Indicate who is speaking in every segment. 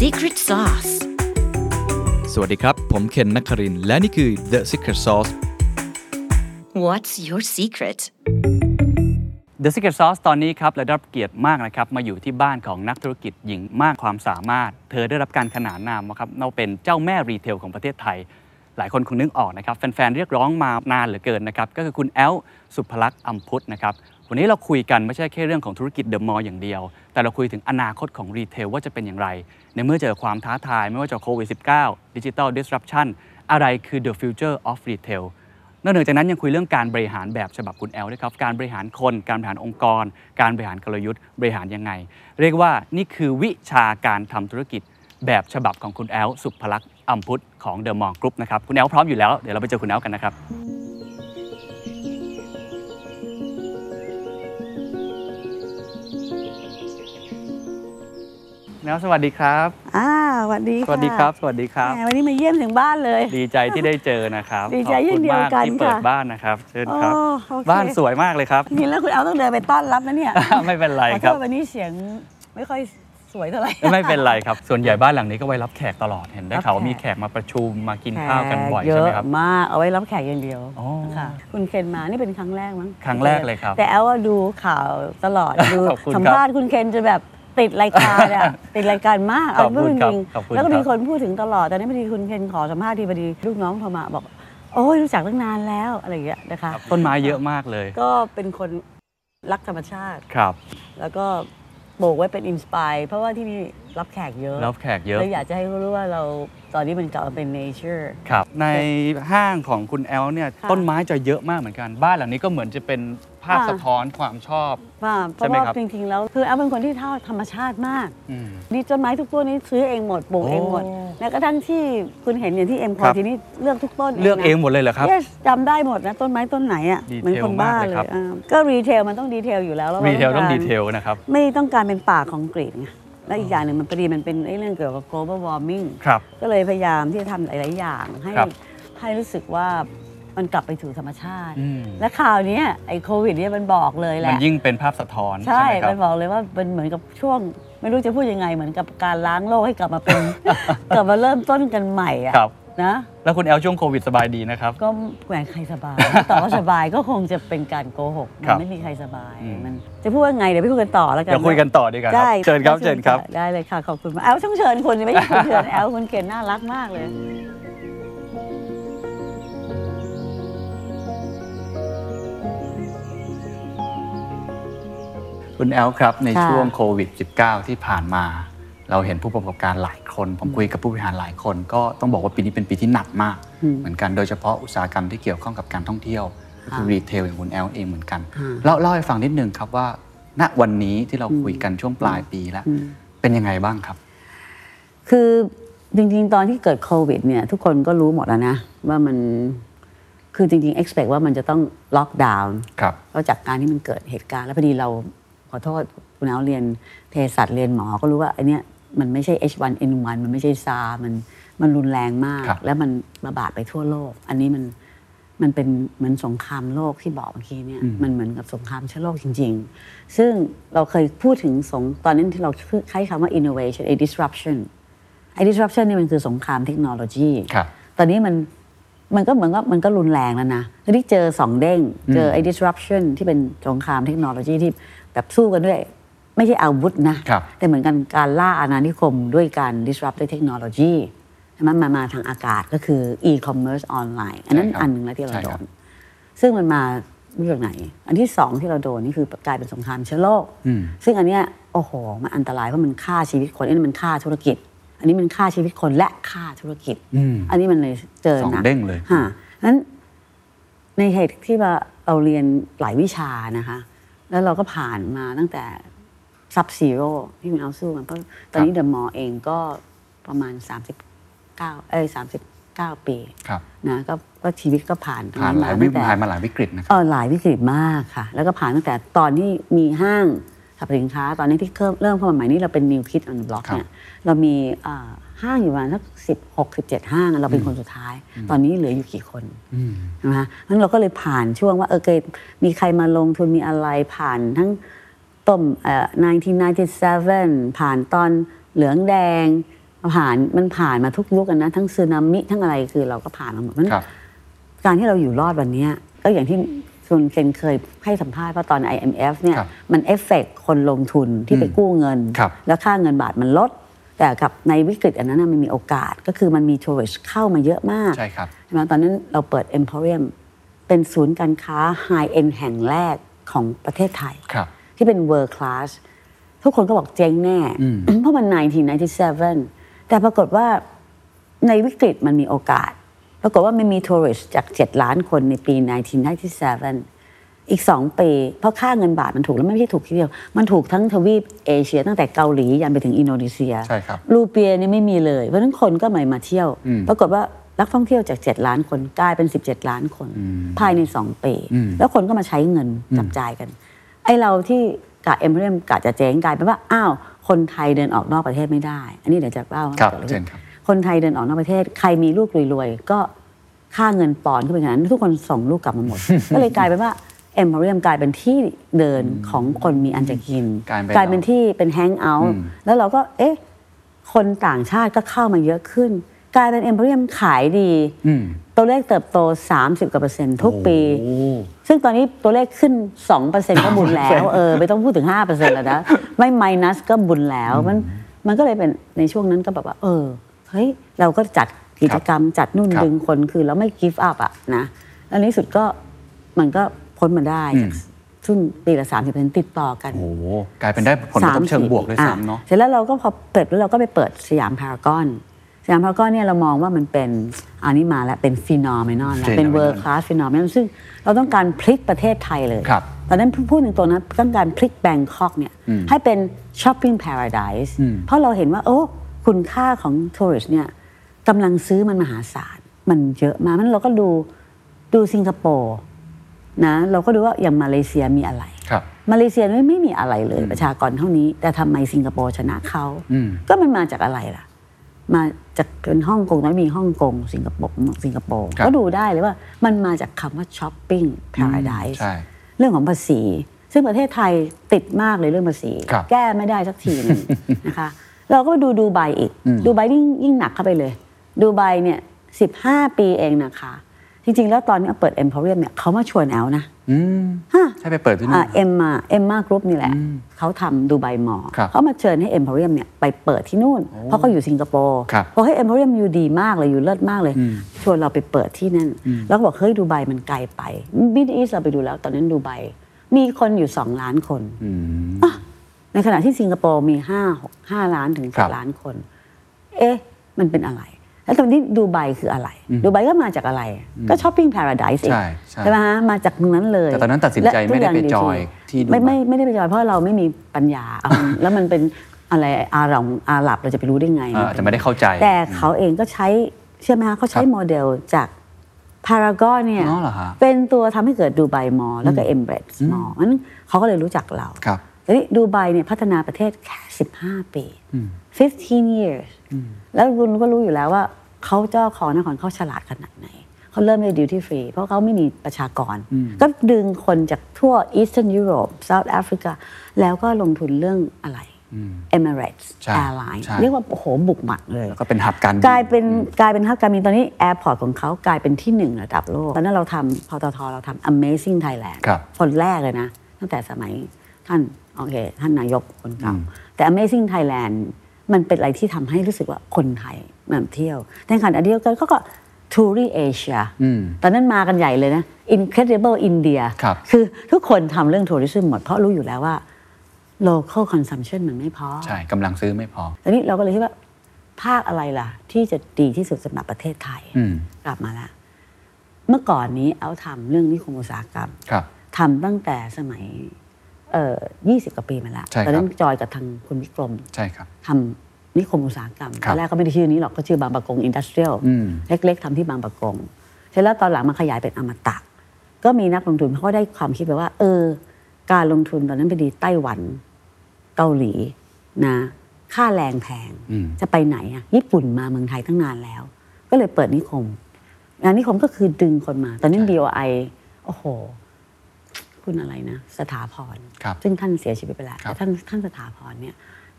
Speaker 1: Secret Sauce
Speaker 2: สวัสดีครับ ผมเคนนักครินทร์และนี่คือ The Secret Sauce
Speaker 1: What's your secret?
Speaker 3: The Secret Sauce ตอนนี้ครับเราได้รับเกียรติมากนะครับ มาอยู่ที่บ้านของนักธุรกิจหญิงมากความสามารถ เธอได้รับการขนานนามว่าครับเราเป็นเจ้าแม่รีเทลของประเทศไทย หลายคนคงนึกออกนะครับ แฟน ๆ เรียกร้องมานานเหลือเกินนะครับ ก็คือคุณแอลสุภลักษณ์อัมพุทธนะครับ วันนี้เราคุยกันไม่ใช่แค่เรื่องของธุรกิจเดอะมอลล์อย่างเดียว แต่เราคุยถึงอนาคตของรีเทลว่าจะเป็นอย่างไร ในเมื่อเจอความท้าทายไม่ว่าจะโควิด -19 ดิจิ t a ล disruption อะไรคือ the future of retail นอกเหนือจากนั้นยังคุยเรื่องการบริหารแบบฉบับคุณแอลด้วยครับ การบริหารคนการบริหารองค์กร การบริหารกลยุทธ์ บริหารยังไง เรียกว่านี่คือวิชาการทำธุรกิจ แบบฉบับของคุณแอลสุภลักษณ์อัมพุทธของเดอะมอลกรุ๊ปนะครับคุณแอลพร้อมอยู่แล้วเดี๋ยวเราไปเจอคุณแอลกันนะครับ แอลสวัสดีครับ
Speaker 4: อ่าสวัสดีะ
Speaker 3: สวัสดีครับสวัสดีครับ
Speaker 4: แหมวันนี้มาเยี่ยมถึงบ้านเลย
Speaker 3: ดีใจที่ได้เจอนะครับ
Speaker 4: ดีใจ
Speaker 3: ขอบคุณ
Speaker 4: เช่นเดียวกัน
Speaker 3: มาที่เปิด
Speaker 4: ค่ะ
Speaker 3: บ้านนะครับเชิญครับ
Speaker 4: โอ้โอเค
Speaker 3: บ้านสวยมากเลยครับ
Speaker 4: จริงๆแล้วคุณเอาต้องเดินไปต้อนรับนะเนี่ย
Speaker 3: ไม่เป็นไร
Speaker 4: ขอ
Speaker 3: ค
Speaker 4: โท
Speaker 3: รับ
Speaker 4: ษวันนี้เสียงไม่ค่อยสวยเท่าไหร่
Speaker 3: ไม่เป็นไรครับ ส่วนใหญ่บ้านหลังนี้ก็ไว้รับแขกตลอด เห็นได้
Speaker 4: รับ
Speaker 3: เขาวว่า
Speaker 4: แขก
Speaker 3: มีแขกมาประชุมมากินข้าวกันบ่อย
Speaker 4: แขกเย
Speaker 3: ใช่ไหม
Speaker 4: อะ
Speaker 3: ครับ
Speaker 4: มากเอาไว้รับแขกอย่างเดียว
Speaker 3: อ๋อ
Speaker 4: ค่ะ คุณเคนมานี่เป็นครั้งแรกมั้ง
Speaker 3: ครั้งแรกเลยครับ
Speaker 4: แต่แอลว่าดูข่าวตลอ ดดู
Speaker 3: ขอบคุณครับ
Speaker 4: สัมภาษณ์คุณเคนจะแบบติดรายการ อะ ติดรายการมากเอา
Speaker 3: ขอบคุณ
Speaker 4: จริง
Speaker 3: ครับขอบคุณ
Speaker 4: แล้ว
Speaker 3: ค
Speaker 4: ก็
Speaker 3: รับ
Speaker 4: มีคนพูดถึงตลอดแต่นี่พอดีคุณเคนขอสัมภาษณ์ทีพอดีลูกน้องโทรมาบอก โอ้ยรู้จักตั้งนานแล้วอะไรอย่างเงี้ยนะคะ
Speaker 3: ต้นไม้เยอะมากเลย
Speaker 4: ก็เป็นคนรักธรรมชาติ
Speaker 3: ครับ
Speaker 4: แล้วก็โบกไว้เป็นอินสปายเพราะว่าที่นี่รับแขกเยอะ
Speaker 3: รับแขกเยอะ
Speaker 4: เราอยากจะให้เขารู้ว่าเราตอนนี้มันกลับมาเป็นเนเจอร์
Speaker 3: ครับ ในห้างของคุณแอลเนี่ย
Speaker 4: ค่ะ
Speaker 3: ต้นไม้จะเยอะมากเหมือนกัน บ้านหลังนี้ก็เหมือนจะเป็นภาพ
Speaker 4: ค่ะ
Speaker 3: สะท้อนความชอบ
Speaker 4: ว่าเพ
Speaker 3: ใช่
Speaker 4: ราะ
Speaker 3: ไหม
Speaker 4: ว่า
Speaker 3: ครับ
Speaker 4: จริงๆ แล้วคือแอลเป็นคนที่เท่าธรรมชาติมาก
Speaker 3: อืม
Speaker 4: นี่ต้นไม้ทุกต้นนี้ซื้อเองหมดปลูกเองหมด
Speaker 3: โอ้
Speaker 4: แม้กระทั่งที่คุณเห็นอย่างที่เอ็มพ
Speaker 3: ค
Speaker 4: อ
Speaker 3: รับ
Speaker 4: ทีนี่เลือกทุกต้น
Speaker 3: เลือก
Speaker 4: นะ
Speaker 3: เองหมดเลยเหรอครับ
Speaker 4: Yes จำได้หมดนะต้นไม้ต้นไหนอ่ะ
Speaker 3: ดีเทล
Speaker 4: เหมือนคนบ้าม
Speaker 3: ากเลย
Speaker 4: เลย
Speaker 3: ครับ
Speaker 4: อ่าก็รีเทลมันต้องดีเทลอยู่แล้วแล้ว
Speaker 3: รี
Speaker 4: รา
Speaker 3: เทลต้อง
Speaker 4: การ
Speaker 3: ดีเทลนะครับ
Speaker 4: ไม่ต้องการเป็นป่าคอนกรีตไงและอีกอย่างหนึ่งมันพอดีมันเป็นไอ้เรื่องเกี่ยวกับ global warming
Speaker 3: ครับ
Speaker 4: ก็เลยพยายามที่จะทำหลาย ๆ อย่างให้
Speaker 3: ครับ
Speaker 4: ให้รู้สึกว่ามันกลับไปสู่ธรรมชาติ
Speaker 3: อืม
Speaker 4: และข่าวเนี้ยไอ้โควิดเนี่ยมันบอกเลยแห
Speaker 3: มัน
Speaker 4: ละ
Speaker 3: ยิ่งเป็นภาพสะท้อน ใช่
Speaker 4: ใช่
Speaker 3: ไหมครั
Speaker 4: มั
Speaker 3: บ
Speaker 4: นบอกเลยว่ามันเหมือนกับช่วง ไม่รู้จะพูดยังไงเหมือนกับการล้างโลกให้กลับมาเป็น กลับมาเริ่มต้นกันใหม่อะ
Speaker 3: ครับ
Speaker 4: นะ
Speaker 3: แล้วคุณแอลช่วงโควิดสบายดีนะครับ
Speaker 4: ก็แกว่งใครสบาย แต่ว่าสบายก็คงจะเป็นการโกหกมั
Speaker 3: ครับ
Speaker 4: นไม่มีใครสบาย
Speaker 3: อืม
Speaker 4: มันจะพูดว่าไงเดี๋ยวไปพูดกันต่อแล้วกัน
Speaker 3: เดี๋ยวคุยกันต่อดีกว่าครับ
Speaker 4: ได้
Speaker 3: เชิญครับ
Speaker 4: ได้
Speaker 3: เชิญครับ
Speaker 4: ได้เลยค่ะ ขอบคุณมากแอลต้องเชิญคน ไม่ใช่คุณเชิญแอลคุณเกณฑ์น่ารักมากเลย
Speaker 3: คุณแอลครับใน
Speaker 4: ค่ะ
Speaker 3: ช่วงโควิด -19 ที่ผ่านมา เราเห็นผู้ประกอบการหลายคน ผมคุยกับผู้บริหารหลายคน ก็ต้องบอกว่าปีนี้เป็นปีที่หนักมาก
Speaker 4: อืม
Speaker 3: เหมือนกันโดยเฉพาะอุตสาหกรรมที่เกี่ยวข้องกับการท่องเที่ยวก็คือ
Speaker 4: ค่ะ
Speaker 3: รีเทลอย่างคุณแอลเองเหมือนกัน
Speaker 4: อืม
Speaker 3: เล่าเล่าให้ฟังนิดนึงครับว่า ณวันนี้ที่เรา
Speaker 4: อืม
Speaker 3: คุยกันช่วงปลายปีแล้ว
Speaker 4: อืม
Speaker 3: เป็นยังไงบ้างครับ
Speaker 4: คือจริงๆ ตอนที่เกิดโควิดเนี่ย ทุกคนก็รู้หมดแล้วนะ ว่ามันคือจริงๆ expect ว่ามันจะต้องล็อกดาวน์
Speaker 3: ครับ
Speaker 4: ก็จากการที่มันเกิดเหตุการณ์แล้วพอดีเราขอโทษคุณเอาเรียนเภสัชเรียนหมอก็รู้ว่าไอันเนี้ยมันไม่ใช่ H1N1 มันไม่ใช่ซามันมันรุนแรงมาก
Speaker 3: ครับ
Speaker 4: แล้วมันระบาดไปทั่วโลก อันนี้มันมันเป็นเหมือนสงครามโลกที่บอกเมื่อกี้เนี่ย
Speaker 3: อืม
Speaker 4: มันเหมือนกับสงครามเชื้อโรคจริง ๆ ซึ่งเราเคยพูดถึงสงตอนนั้นที่เราใช้คำว่า innovation ไอ้ disruption ไอ้ disruption เนี่ยมันคือสงครามเทคโนโลยี
Speaker 3: ครับ
Speaker 4: ตอนนี้มันมันก็เหมือนก็มันก็รุนแรงแล้วนะทีนี้เจอสองเด้ง เจอไอ้ disruption ที่เป็นสงครามเทคโนโลยีที่แบบสู้กันด้วย ไม่ใช่อาวุธนะ
Speaker 3: ครับ
Speaker 4: แต่เหมือนกันการล่าอาณานิคมด้วยการ disrupt ด้วยเทคโนโลยีใช่ไหมมามาทางอากาศก็คือ e-commerce ออนไลน์ อันนั้น
Speaker 3: ใช่ครับ
Speaker 4: อันหนึ่งแล้วที่เรา
Speaker 3: ใช่
Speaker 4: โด
Speaker 3: ครับ
Speaker 4: น ซึ่งมันมาเรื่องไหน อันที่สองที่เราโดนนี่คือกลายเป็นสงครามเชื้อโรค
Speaker 3: อืม
Speaker 4: ซึ่งอันเนี้ยโอ้โห มันอันตรายเพราะมันฆ่าชีวิตคนอันนี้มันฆ่าธุรกิจ อันนี้มันฆ่าชีวิตคนและฆ่าธุรกิจ
Speaker 3: อืม
Speaker 4: อันนี้มันเลยเจอ
Speaker 3: สอง
Speaker 4: หนัก
Speaker 3: เด้งเลย
Speaker 4: ฮะนั้นในเหตุที่ว่าเราเรียนหลายวิชานะคะ แล้วเราก็ผ่านมาตั้งแต่ซับซีโร่ที่คุณเอาสู้มันเพราะตอนนี้เดอะมอเองก็ประมาณ 39 เอ้ย39 ปี
Speaker 3: ครับ
Speaker 4: นะก็ก็ชีวิตก็ผ่านตรง
Speaker 3: ผ่านหลายวิ
Speaker 4: ตั้งแต่
Speaker 3: ผ่านมาหลายวิกฤตนะครับ
Speaker 4: เออหลายวิกฤตมากค่ะ แล้วก็ผ่านตั้งแต่ตอนที่มีห้างสรรพสินค้า ตอนนี้ที่เริ่มเริ่มเข้ามาใหม่นี่เราเป็น New Kid on the Block
Speaker 3: ครับ
Speaker 4: เนี่ยเรามีเอ่อห้างอยู่ประมาณสักสิบหกสิบเจ็ดห้างเราเป็นคนสุดท้าย ตอนนี้เหลืออยู่กี่คน
Speaker 3: อืม
Speaker 4: นะคะงั้นเราก็เลยผ่านช่วงว่าเออเคยมีใครมาลงทุนมีอะไรผ่านทั้งต้มเอ่อ1997 ผ่านตอนเหลืองแดง ผ่านมันผ่านมาทุกยุคอะนะทั้งสึนามิทั้งอะไรคือเราก็ผ่านมาหมดเพราะฉะนั้น
Speaker 3: ครับ
Speaker 4: การที่เราอยู่รอดวันเนี้ยก็อย่างที่คุณเคนเคยให้สัมภาษณ์ว่าตอน IMF เนี่ย
Speaker 3: ครับ
Speaker 4: มันเอฟเฟกต์คนลงทุนที่ไปกู้เงิน
Speaker 3: ครับ
Speaker 4: แล้วค่าเงินบาทมันลด แต่กับในวิกฤตอันนั้นนะมันมีโอกาสก็คือมันมีทัวริสเข้ามาเยอะมาก
Speaker 3: ใช่ครับ
Speaker 4: ใช่ไหมตอนนั้นเราเปิด Emporium เป็นศูนย์การค้าไฮเอ็นแห่งแรกของประเทศไทย
Speaker 3: ครับ
Speaker 4: ที่เป็น world class ทุกคนก็บอกเจ๊งแน่ เพราะมัน 1997 แต่ปรากฏว่าในวิกฤตมันมีโอกาส ปรากฏว่ามันมีทัวริสจาก 7 ล้านคนในปี 1997 อีก 2 ปี เพราะค่าเงินบาทมันถูกแล้วไม่ใช่ถูกทีเดียว มันถูกทั้งทวีปเอเชียตั้งแต่เกาหลียันไปถึงอินโดนีเซีย
Speaker 3: ใช่ครับ
Speaker 4: รูเปียเนี่ยไม่มีเลย เพราะฉะนั้นคนก็ไม่มาเที่ยว ปรากฏว่านักท่องเที่ยวจาก 7 ล้านคนกลายเป็น 17 ล้านคน ภายใน 2 ปี แล้วคนก็มาใช้เงินจับจ่ายกัน ไอเราที่กะเอ็มเรียมกะจะเจ๊งกลายเป็นว่าอ้าวคนไทยเดินออกนอกประเทศไม่ได้ อันนี้เดี๋ยวจะเล่าว่า
Speaker 3: ครับ
Speaker 4: กิดอะไ
Speaker 3: เชิญครับ
Speaker 4: คนไทยเดินออกนอกประเทศ ใครมีลูกรวยๆ ก็ค่าเงินปอนด์ก็เป็นอย่างนั้น ทุกคนส่งลูกกลับมาหมด ก็เลยกลายเป็นว่าเอ็มเรียมกลายเป็นที่เดินของคนมีอันจะกิน
Speaker 3: กลายเป็น
Speaker 4: กลายเป็นที่เป็นแฮงเอาท์แล้วเราก็เอ๊ะ คนต่างชาติก็เข้ามาเยอะขึ้น กลายเป็นเอ็มเรียมขายดี
Speaker 3: อืม
Speaker 4: ตัวเลขเติบโต 30กว่าเปอร์เซ็นต์ทุกปี
Speaker 3: โอ้โห
Speaker 4: ซึ่งตอนนี้ตัวเลขขึ้น 2เปอร์เซ็นต์ก็บุญแล้ว เออไม่ต้องพูดถึง5เปอร์เซ็นต์แล้วนะ ไม่ไมนัสก็บุญแล้ว มันมันก็เลยเป็นในช่วงนั้นก็แบบว่า เออ เฮ้ย เราก็จัดกิจกรรมจัดนู่น
Speaker 3: ครับ
Speaker 4: ดึงคนคือเราไม่กิฟต์อัพอะนะแล้วในที่สุดก็มันก็พ้นมาได้จากซึ่งปีละ 30เปอร์เซ็นต์ติดต่อกัน
Speaker 3: โอ้โหกลายเป็นได้ผลกระทบเชิงบวกด้วย
Speaker 4: อ่
Speaker 3: ซ้ำเนาะ
Speaker 4: เสร็จแล้วเราก็พอเปิดแล้วเราก็ไปเปิดสยามพารากอน สยามพารากอนเนี่ยเรามองว่ามันเป็นอันนี้มาแล้วเป็นฟีนอมนอนแล้ว เป็น
Speaker 3: phenomenon
Speaker 4: เวอร์คลาสฟีนอมนอนซึ่งเราต้องการพลิกประเทศไทยเลย
Speaker 3: ครับ
Speaker 4: ตอนนั้นพูดถึงตัวนะต้องการพลิกแบงคอกเนี่ยให้เป็นช้อปปิ้งพาราไดส์เพราะเราเห็นว่าโอ้คุณค่าของทัวริสเนี่ยกำลังซื้อมันมหาศาลมันเยอะมากนั้นเราก็ดูดูสิงคโปร์นะเราก็ดูว่าอย่างมาเลเซียมีอะไร
Speaker 3: ครับ
Speaker 4: มาเลเซียไม่ไม่มีอะไรเลยประชากรเท่านี้ แต่ทำไมสิงคโปร์ชนะเขา ก็มันมาจากอะไรล่ะ มาจากเป็นฮ่องกงน้อยมีฮ่องกง สิงคโปร์สิงคโปร์
Speaker 3: ครับ
Speaker 4: ก็ดูได้เลยว่ามันมาจากคำว่าช้อปปิ้งพาราไดส์
Speaker 3: ใช่
Speaker 4: เรื่องของภาษี ซึ่งประเทศไทยติดมากเลยเรื่องภาษี
Speaker 3: ครับ
Speaker 4: แก้ไม่ได้สักทีหนึ ง นะคะ เราก็ไปดูดูไบอีก ดูไบยิ่งยิ่งหนักเข้าไปเลย ดูไบเนี่ยสิบห้าปีเองนะคะ จริง ๆ แล้วตอนนี้เปิดเอ็มพอเรียมเนี่ยเขามาชวนแอลนะ
Speaker 3: อืม
Speaker 4: ฮะ
Speaker 3: ใช่ไปเปิดที่นู่น
Speaker 4: เอ็มมาเอ็มมากรุ๊ปนี่แหละ เขาทำดูไบมอลล์
Speaker 3: ครับ
Speaker 4: เขามาเชิญให้เอ็มพ r เรียมเนี่ยไปเปิดที่นู่น เพราะเขาอยู่สิงคโปร์
Speaker 3: ครับ
Speaker 4: เพราะให้เอ็มพ r เรียมอยู่ดีมากเลยอยู่เลิศมากเลย ชวนเราไปเปิดที่นั่น แล้วก็บอก เฮ้ยดูไบมันไกลไปมิดอีสเราไปดูแล้ว ตอนนั้นดูไบมีคนอยู่ 2 ล้านคนอ่ะในขณะที่สิงคโปร์มี5 6 5ล้านถึง
Speaker 3: ครับ
Speaker 4: 6ล้านคน เอ๊ะ มันเป็นอะไร แล้วตอนนี้ดูไบคืออะไร ดูไบก็มาจากอะไร ก็ช้อปปิ้งพาราไดซ์
Speaker 3: ใช่ใช่
Speaker 4: ใช่ไหมฮะมาจากตรงนั้นเลย
Speaker 3: แต่ตอนนั้นตัดสินใจ
Speaker 4: และทุก
Speaker 3: ไม่ได้ไป
Speaker 4: อย่าง
Speaker 3: จอย
Speaker 4: ๆ
Speaker 3: ที่ดู
Speaker 4: ไม่
Speaker 3: ไบ
Speaker 4: ไม่ไม่ได้ไปจอยเพราะเราไม่มีปัญญาเอามัน แล้วมันเป็นอะไรอาหรับอาหรับเราจะไปรู้ได้ไง
Speaker 3: เอ่ออาจจะไม่ได้เข้าใจ
Speaker 4: แต่เขาเองก็ใช้ใช่ไหมคะเขาใช้
Speaker 3: ครับ
Speaker 4: โมเดลจากพารากอนเนี่ย
Speaker 3: อ๋อเหรอฮะ
Speaker 4: เป็นตัวทำให้เกิดดูไบมอลล์แล้วก็เอ็มเบรสมอลล์นั้นเขาก็เลยรู้จักเรา
Speaker 3: ครับ
Speaker 4: ทีนี้ดูไบเนี่ยพัฒนาประเทศแค่15 ปี 15 years แล้วคุณก็รู้อยู่แล้วว่าเขาเจ้าของนครเขาฉลาดขนาดไหน เขาเริ่มด้วยดิวตี้ฟรีเพราะเขาไม่มีประชากร ก็ดึงคนจากทั่วอีส t e r n นยุโรป s o า t h แอฟริกาแล้วก็ลงทุนเรื่องอะไรเอมิเรตส์
Speaker 3: ใช่
Speaker 4: แอร์ไลน์
Speaker 3: ใช่
Speaker 4: เรียกว่า โอ้โห บุกหมัดเลย
Speaker 3: แล้วก็เป็นหับการบิน
Speaker 4: กลายเป็นกลายเป็นฮับการบินตอนนี้แอร์พอร์ตของเขากลายเป็นที่หนึ่งระดับโลกตอนนั้นเราทำพอตทเราทำ Amazing Thailand
Speaker 3: ครับ
Speaker 4: คนแรกเลยนะ ตั้งแต่สมัยท่านโอเค ท่านนายกคนเก่าแต่ Amazing Thailand มันเป็นอะไรที่ทำให้รู้สึกว่าคนไทยมาเที่ยวในขณะเดียวกันเขาก็ทูรีเอเชีย
Speaker 3: อืม
Speaker 4: ตอนนั้นมากันใหญ่เลยนะ Incredible India
Speaker 3: ครับ
Speaker 4: คือทุกคนทำเรื่องทัวริซึมหมดเพราะรู้อยู่แล้วว่า local consumption มันไม่พอ
Speaker 3: ใช่กำลังซื้อไม่พอ
Speaker 4: ตอนนี้เราก็เลยคิดว่าภาคอะไรล่ะ ที่จะดีที่สุดสำหรับประเทศไทย
Speaker 3: อืม
Speaker 4: กลับมาละเมื่อก่อนนี้เอาทำเรื่องนิคมอุตสาหกรรม
Speaker 3: ครับ
Speaker 4: ทำตั้งแต่สมัยเอ่อ20 กว่าปีมาละ
Speaker 3: ใช่ครับ
Speaker 4: ตอนนั้นจอยกับทางคุณวิกรม
Speaker 3: ใช่ครับ
Speaker 4: ทำนิคมอุตสาหกรรม
Speaker 3: ค
Speaker 4: ต
Speaker 3: รับ
Speaker 4: อนแรกก็ไม่ได้ชื่อนี้หรอกก็ชื่อบางประกงอินดัสเทรียล
Speaker 3: อืม
Speaker 4: เล็กๆทำที่บางประกงเสร็จแล้วตอนหลังมาขยายเป็นอมตะ ก็มีนักลงทุนเขาก็ได้ความคิดไปว่า เออ การลงทุนตอนนั้นไปดีไต้หวัน เกาหลีนะ ค่าแรงแพง จะไปไหนอะญี่ปุ่นมาเมืองไทยตั้งนานแล้ว ก็เลยเปิดนิคมงานนิคมก็คือดึงคนมา ตอนนั้น DOI โอ้โห คุณอะไรนะ สถาพร
Speaker 3: ครับ
Speaker 4: ซึ่งท่านเสียชีวิตไปแล้ว
Speaker 3: ครับ
Speaker 4: แต่ท่านท่านสถาพรเนี่ย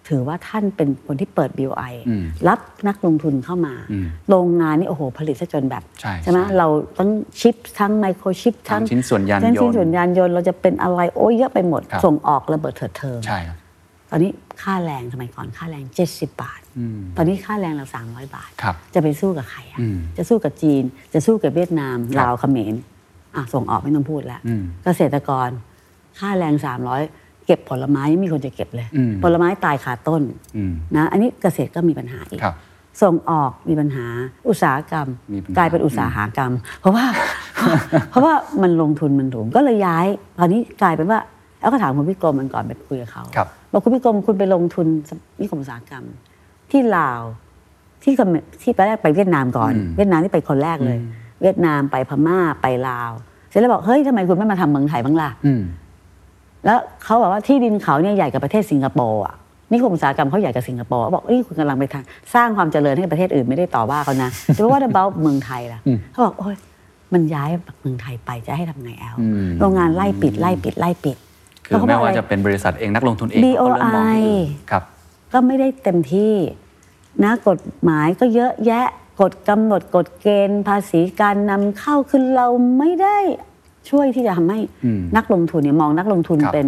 Speaker 4: ถือว่าท่านเป็นคนที่เปิด BOI
Speaker 3: อืม
Speaker 4: รับนักลงทุนเข้ามา
Speaker 3: อืม
Speaker 4: โรงงานนี่โอ้โหผลิตซะจนแบบ
Speaker 3: ใช่
Speaker 4: ใช่ไหมเราทั้งชิปทั้งไมโครชิป
Speaker 3: ทั้
Speaker 4: ทั้
Speaker 3: ง
Speaker 4: ง
Speaker 3: ชิ้นส่วนยาน
Speaker 4: ทั้ง
Speaker 3: ย
Speaker 4: ชิ้น
Speaker 3: น
Speaker 4: ส่วน
Speaker 3: ต์
Speaker 4: ยานยนต์เราจะเป็นอะไรโอ้ยเยอะไปหมด
Speaker 3: ครับ
Speaker 4: ส่งออกระเบิดเถิดเทิง
Speaker 3: ใช่ครับ
Speaker 4: ตอนนี้ค่าแรงสมัยก่อนค่าแรง 70 บาท
Speaker 3: อืม
Speaker 4: ตอนนี้ค่าแรงเรา 300 บาท
Speaker 3: ครับ
Speaker 4: จะไปสู้กับใครอะ
Speaker 3: อืม
Speaker 4: จะสู้กับจีน จะสู้กับเวียดนาม
Speaker 3: ครับ
Speaker 4: ลาวเขมรอ่ะส่งออกไม่ต้องพูดแล้ว
Speaker 3: อืม
Speaker 4: เกษตรกร ค่าแรง 300 เก็บผลไม้ยังไมีคนจะเก็บเลย
Speaker 3: อืม
Speaker 4: ผลไม้ตายขาต้น
Speaker 3: อืม
Speaker 4: นะอันนี้เกษตรก็มีปัญหาอีก
Speaker 3: ครับ
Speaker 4: ส่งออกมีปัญหาอุตสาหกรรม
Speaker 3: มีปัญหาก
Speaker 4: ลายเป็นอุตสาหกรรม เพราะว่า เพราะว่ามันลงทุนมันถูกก็เลยย้ายตอนนี้กลายเป็นว่าแล้วก็ถามคุณพิกรมมันก่อนไปคุยกับเขา
Speaker 3: ครับ
Speaker 4: บอกคุณพิกรมคุณไปลงทุนนิคมอุตสาหกรรม ที่ลาวที่เขมรที่ไปแรกไปเวียดนามก่อน เวียดนามที่ไปคนแรกเลย เวียดนามไปพม่าไปลาวเสร็จแล้วบอกเฮ้ยทำไมคุณไม่มาทำเมืองไทยบ้างล่ะ
Speaker 3: อืม
Speaker 4: แล้วเขาบอกว่าที่ดินเขาเนี่ยใหญ่กับประเทศสิงคโปร์อ่ะนิคมอุตสาหกรรมเขาใหญ่กับสิงคโปร์บอกเอ้ยคุณกำลังไปทางสร้างความเจริญให้กับประเทศอื่นไม่ได้ต่อว่าเขานะ แต่ว่า about เมืองไทยล่ะ
Speaker 3: อืม
Speaker 4: เขาบอกโอ้ยมันย้ายจากเมืองไทยไปจะให้ทำไงแอล
Speaker 3: อืม
Speaker 4: โรงงานไล่ปิดไล่ปิดไล่ปิด
Speaker 3: คือไม่ว่า
Speaker 4: แล้
Speaker 3: จะ
Speaker 4: เขบกอไร
Speaker 3: เป็นบริษัทเองนักลงทุนเองเขาก็เริ่มมองที่อื่น
Speaker 4: BOI
Speaker 3: ครับ
Speaker 4: ก็ไม่ได้เต็มที่นะกฎหมายก็เยอะแยะกฎกำหนดกฎเกณฑ์ภาษีการนำเข้าคือเราไม่ได้ช่วยที่จะทำให้
Speaker 3: อืม
Speaker 4: นักลงทุนเนี่ยมองนักลงทุน
Speaker 3: ครับ
Speaker 4: เป็น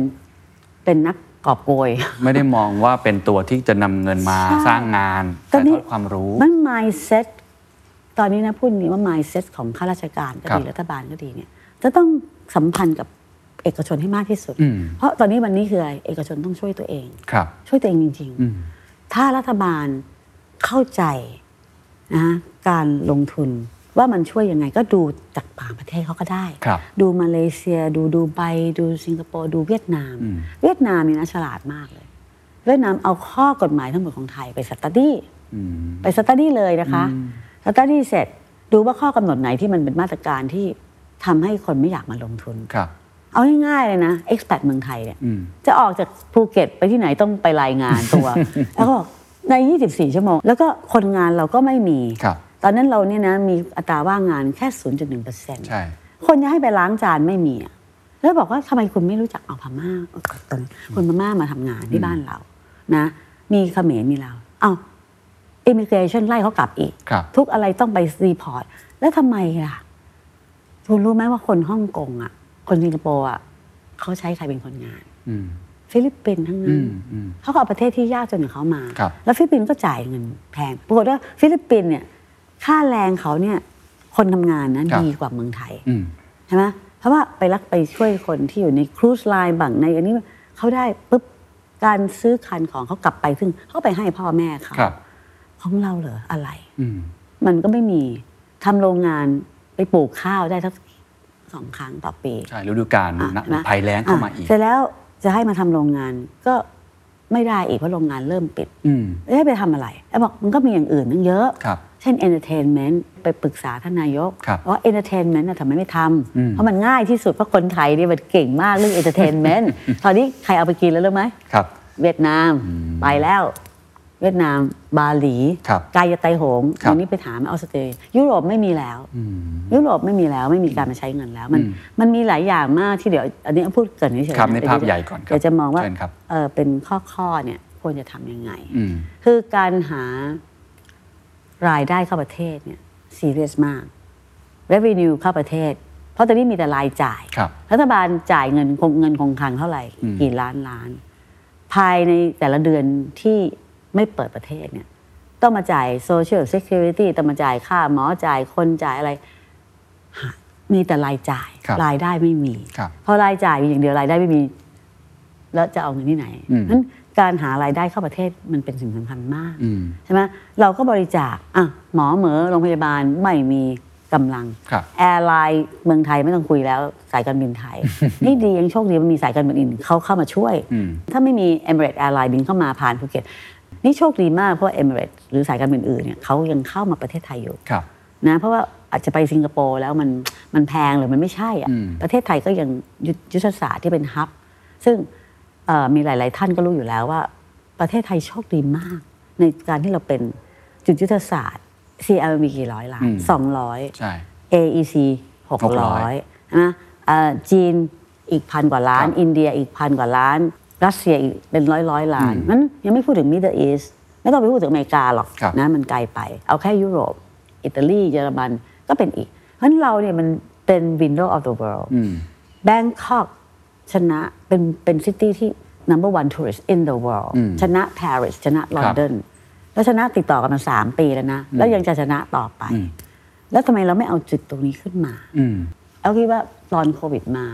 Speaker 4: เป็นนักกอบโกย
Speaker 3: ไม่ได้มองว่าเป็นตัวที่จะนำเงินมา
Speaker 4: ใช่
Speaker 3: สร้างงาน
Speaker 4: ตอ
Speaker 3: ถ่าน ย
Speaker 4: นี้
Speaker 3: ทอดความรู้
Speaker 4: มัน mindset ตอนนี้นะพูดนี้ว่า mindset ของข้าราชการก็
Speaker 3: ครับ
Speaker 4: ดี รัฐบาลก็ดีเนี่ย จะต้องสัมพันธ์กับเอกชนให้มากที่สุด
Speaker 3: อืม
Speaker 4: เพราะตอนนี้วันนี้คืออะไรเอกชนต้องช่วยตัวเอง
Speaker 3: ครับ
Speaker 4: ช่วยตัวเองจริง
Speaker 3: อืม
Speaker 4: ๆ ถ้ารัฐบาลเข้าใจนะการลงทุนว่ามันช่วยยังไงก็ดูจากต่างประเทศเขาก็ได้
Speaker 3: ครับ
Speaker 4: ดูมาเลเซีย ดูดูไบดูสิงคโปร์ดูเวียดนาม
Speaker 3: อืม
Speaker 4: เวียดนามเนี่ยนะฉลาดมากเลย เวียดนามเอาข้อกฎหมายทั้งหมดของไทยไปสตัดดี้
Speaker 3: อืม
Speaker 4: ไปสต u ดี้เลยนะคะสต u ดี้เสร็จดูว่าข้อกำหนดไหนที่มันเป็นมาตรการที่ทำให้คนไม่อยากมาลงทุน
Speaker 3: ครับ
Speaker 4: เอาง่ายๆเลยนะเอ็กซ์แเมืองไทยเนี่ย
Speaker 3: อืม
Speaker 4: จะออกจากภูเก็ตไปที่ไหนต้องไปรายงานตัว แล้วก็บอกใน 24 ชั่วโมง แล้วก็คนงานเราก็ไม่มี
Speaker 3: ครับ
Speaker 4: ตอนนั้นเราเนี่ยนะมีอัตราว่างงานแค่ 0.1%
Speaker 3: ใช่
Speaker 4: คนจะให้ไปล้างจานไม่มีอะแล้วบอกว่าทำไมคุณไม่รู้จักเอาพม่าเอาตอนคนพม่ามาทำงานที่บ้านเรานะ มีเขมรมีเราวเอาอิมิเกรชันไล่เขากลับอีก
Speaker 3: ครับ
Speaker 4: ทุกอะไรต้องไปรีพอร์ต แล้วทำไมล่ะ คุณรู้ไหมว่าคนฮ่องกงอ่ะ คนสิงคโปร์อ่ะเขาใช้ใครเป็นคนงาน
Speaker 3: อืม
Speaker 4: ฟิลิปปินส์ทั้ง
Speaker 3: อื
Speaker 4: นั้น
Speaker 3: มอืม
Speaker 4: เขาก็เอาประเทศที่ยากจนของเขามา
Speaker 3: ครับ
Speaker 4: แล้วฟิลิปปินส์ก็จ่ายเงินแพงปรากฏว่าฟิลิปปินส์เนี่ย ค่าแรงเขาเนี่ย คนทำงานนะดีกว่าเมืองไทย
Speaker 3: อืม
Speaker 4: ใช่ไหมเพราะว่าไปรักไปช่วยคนที่อยู่ในครูซไลน์บังในอันนี้เขาได้ปุ๊บการซื้อคันของเขากลับไปซึ่งเขาไปให้พ่อแม่เขา
Speaker 3: ครับ
Speaker 4: ของเราเหรออะไร
Speaker 3: อืม
Speaker 4: มันก็ไม่มีทำโรงงานไปปลูกข้าวได้สักสองครั้งต่อปี
Speaker 3: ใช่ ฤดูกาล
Speaker 4: อ่ะ
Speaker 3: หนะ
Speaker 4: ใช่ไหม
Speaker 3: ภัยแล้งเข้ามาอี
Speaker 4: ะ
Speaker 3: ก
Speaker 4: เสร็จแล้วจะให้มาทำโรงงานก็ไม่ได้อีกเพราะโรงงานเริ่มปิด
Speaker 3: อืม
Speaker 4: แล้วให้ไปทำอะไรไอ้บอกมันก็มีอย่างอื่นตั้งเยอะ
Speaker 3: ครับ
Speaker 4: เช่น entertainment ไปปรึกษาท่านนายก
Speaker 3: ครับ
Speaker 4: ว่า entertainment น่ะทำไมไม่ท
Speaker 3: อืม
Speaker 4: ำเพราะมันง่ายที่สุด เพราะคนไทยเนี่ยมันเก่งมากเรื่อง entertainment ตอนนี้ใครเอาไปกินแล้วรู้ไหม
Speaker 3: ครับ
Speaker 4: เวียดนามไปแล้ว เวียดนามบาหลี
Speaker 3: ครับ
Speaker 4: กายไตโหง
Speaker 3: ครับ
Speaker 4: วันนี้ไปถามออสเตรเลียยุโรปไม่มีแล้ว
Speaker 3: อืม
Speaker 4: ยุโรปไม่มีแล้วไม่มีการมาใช้เงินแล้ว มัน
Speaker 3: อืม
Speaker 4: มันมีหลายอย่างมากที่เดี๋ยว อันนี้พูดเกรินเฉย
Speaker 3: ครับ
Speaker 4: ๆะ
Speaker 3: ในภาพใหญ่ก่อนครับ
Speaker 4: เดี๋ยวจะมองว่า
Speaker 3: เชิญครับ
Speaker 4: เออเป็นข้อข้อๆเนี่ยควรจะทำยังไง
Speaker 3: อืม
Speaker 4: คือการหารายได้เข้าประเทศเนี่ยซีเรียสมาก revenue เข้าประเทศ เพราะตอนนี้มีแต่รายจ่าย
Speaker 3: ครับ
Speaker 4: รัฐบาลจ่ายเงินคงเงินคงคลังเท่าไหร่
Speaker 3: อืม
Speaker 4: กี่ล้านล้าน ภายในแต่ละเดือนที่ไม่เปิดประเทศเนี่ย ต้องมาจ่าย Social Security ต้องมาจ่ายค่าหมอจ่ายคนจ่ายอะไรหามีแต่รายจ่าย
Speaker 3: ครับ
Speaker 4: รายได้ไม่มี
Speaker 3: ครับ
Speaker 4: พอรายจ่ายมีอย่างเดียวรายได้ไม่มี แล้วจะเอาเงินที่ไหน
Speaker 3: อืม
Speaker 4: นั้นการหารายได้เข้าประเทศมันเป็นสิ่งสำคัญมาก
Speaker 3: อืม
Speaker 4: ใช่ไหมเราก็บริจาคอ่ะหมอเหมอโรงพยาบาลไม่มีกำลัง
Speaker 3: ครับ
Speaker 4: แอร์ไลน์เมืองไทยไม่ต้องคุยแล้วสายการบินไทย นี่ดียังโชคดีมันมีสายการบินอื่นเขาเข้ามาช่วย
Speaker 3: อืม
Speaker 4: ถ้าไม่มี Emirates Airline บินเข้ามาผ่านภูเก็ตนี่โชคดีมากเพราะ Emirates หรือสายการบินอื่นเนี่ยเขายังเข้ามาประเทศไทยอยู่
Speaker 3: ครับ
Speaker 4: นะเพราะว่าอาจจะไปสิงคโปร์แล้วมันมันแพงหรือมันไม่ใช่อะ
Speaker 3: อืม
Speaker 4: ประเทศไทยก็ยังยุทธยุทธศาสตร์ที่เป็นฮับ ซึ่งเอ่อมีหลาย ๆ ท่านก็รู้อยู่แล้วว่า ประเทศไทยโชคดีมาก ในการที่เราเป็นจุดยุทธศาสตร์ CLM กี่ร้อยล้านสองร้อย
Speaker 3: ใช่
Speaker 4: AEC 600
Speaker 3: 600
Speaker 4: นะเอ่อจีนอีกพันกว่าล้าน
Speaker 3: ครับ
Speaker 4: อินเดียอีกพันกว่าล้าน เ รัสเซียอีกเป็นร้อยร้อยๆล้านนั้นยังไม่พูดถึงมิดเดิลอีสไม่ต้องไปพูดถึงอเมริกาหรอก
Speaker 3: ครับ
Speaker 4: นะมันไกลไป เอาแค่ยุโรป อิตาลีเยอรมันก็เป็นอีก เพราะฉะนั้นเราเนี่ยมันเป็น window of the world
Speaker 3: อืม
Speaker 4: แบงคอกชนะเป็นเป็นซิตี้ที่ number one tourist in the world
Speaker 3: อืม
Speaker 4: ชนะปารีสชนะลอนดอนแล้วชนะติดต่อกันมาสามปีแล้วนะ แล้วยังจะชนะต่อไป
Speaker 3: อืม
Speaker 4: แล้วทำไมเราไม่เอาจุดตรงนี้ขึ้นมา
Speaker 3: อืม
Speaker 4: เอาคิดว่าตอนโควิดมา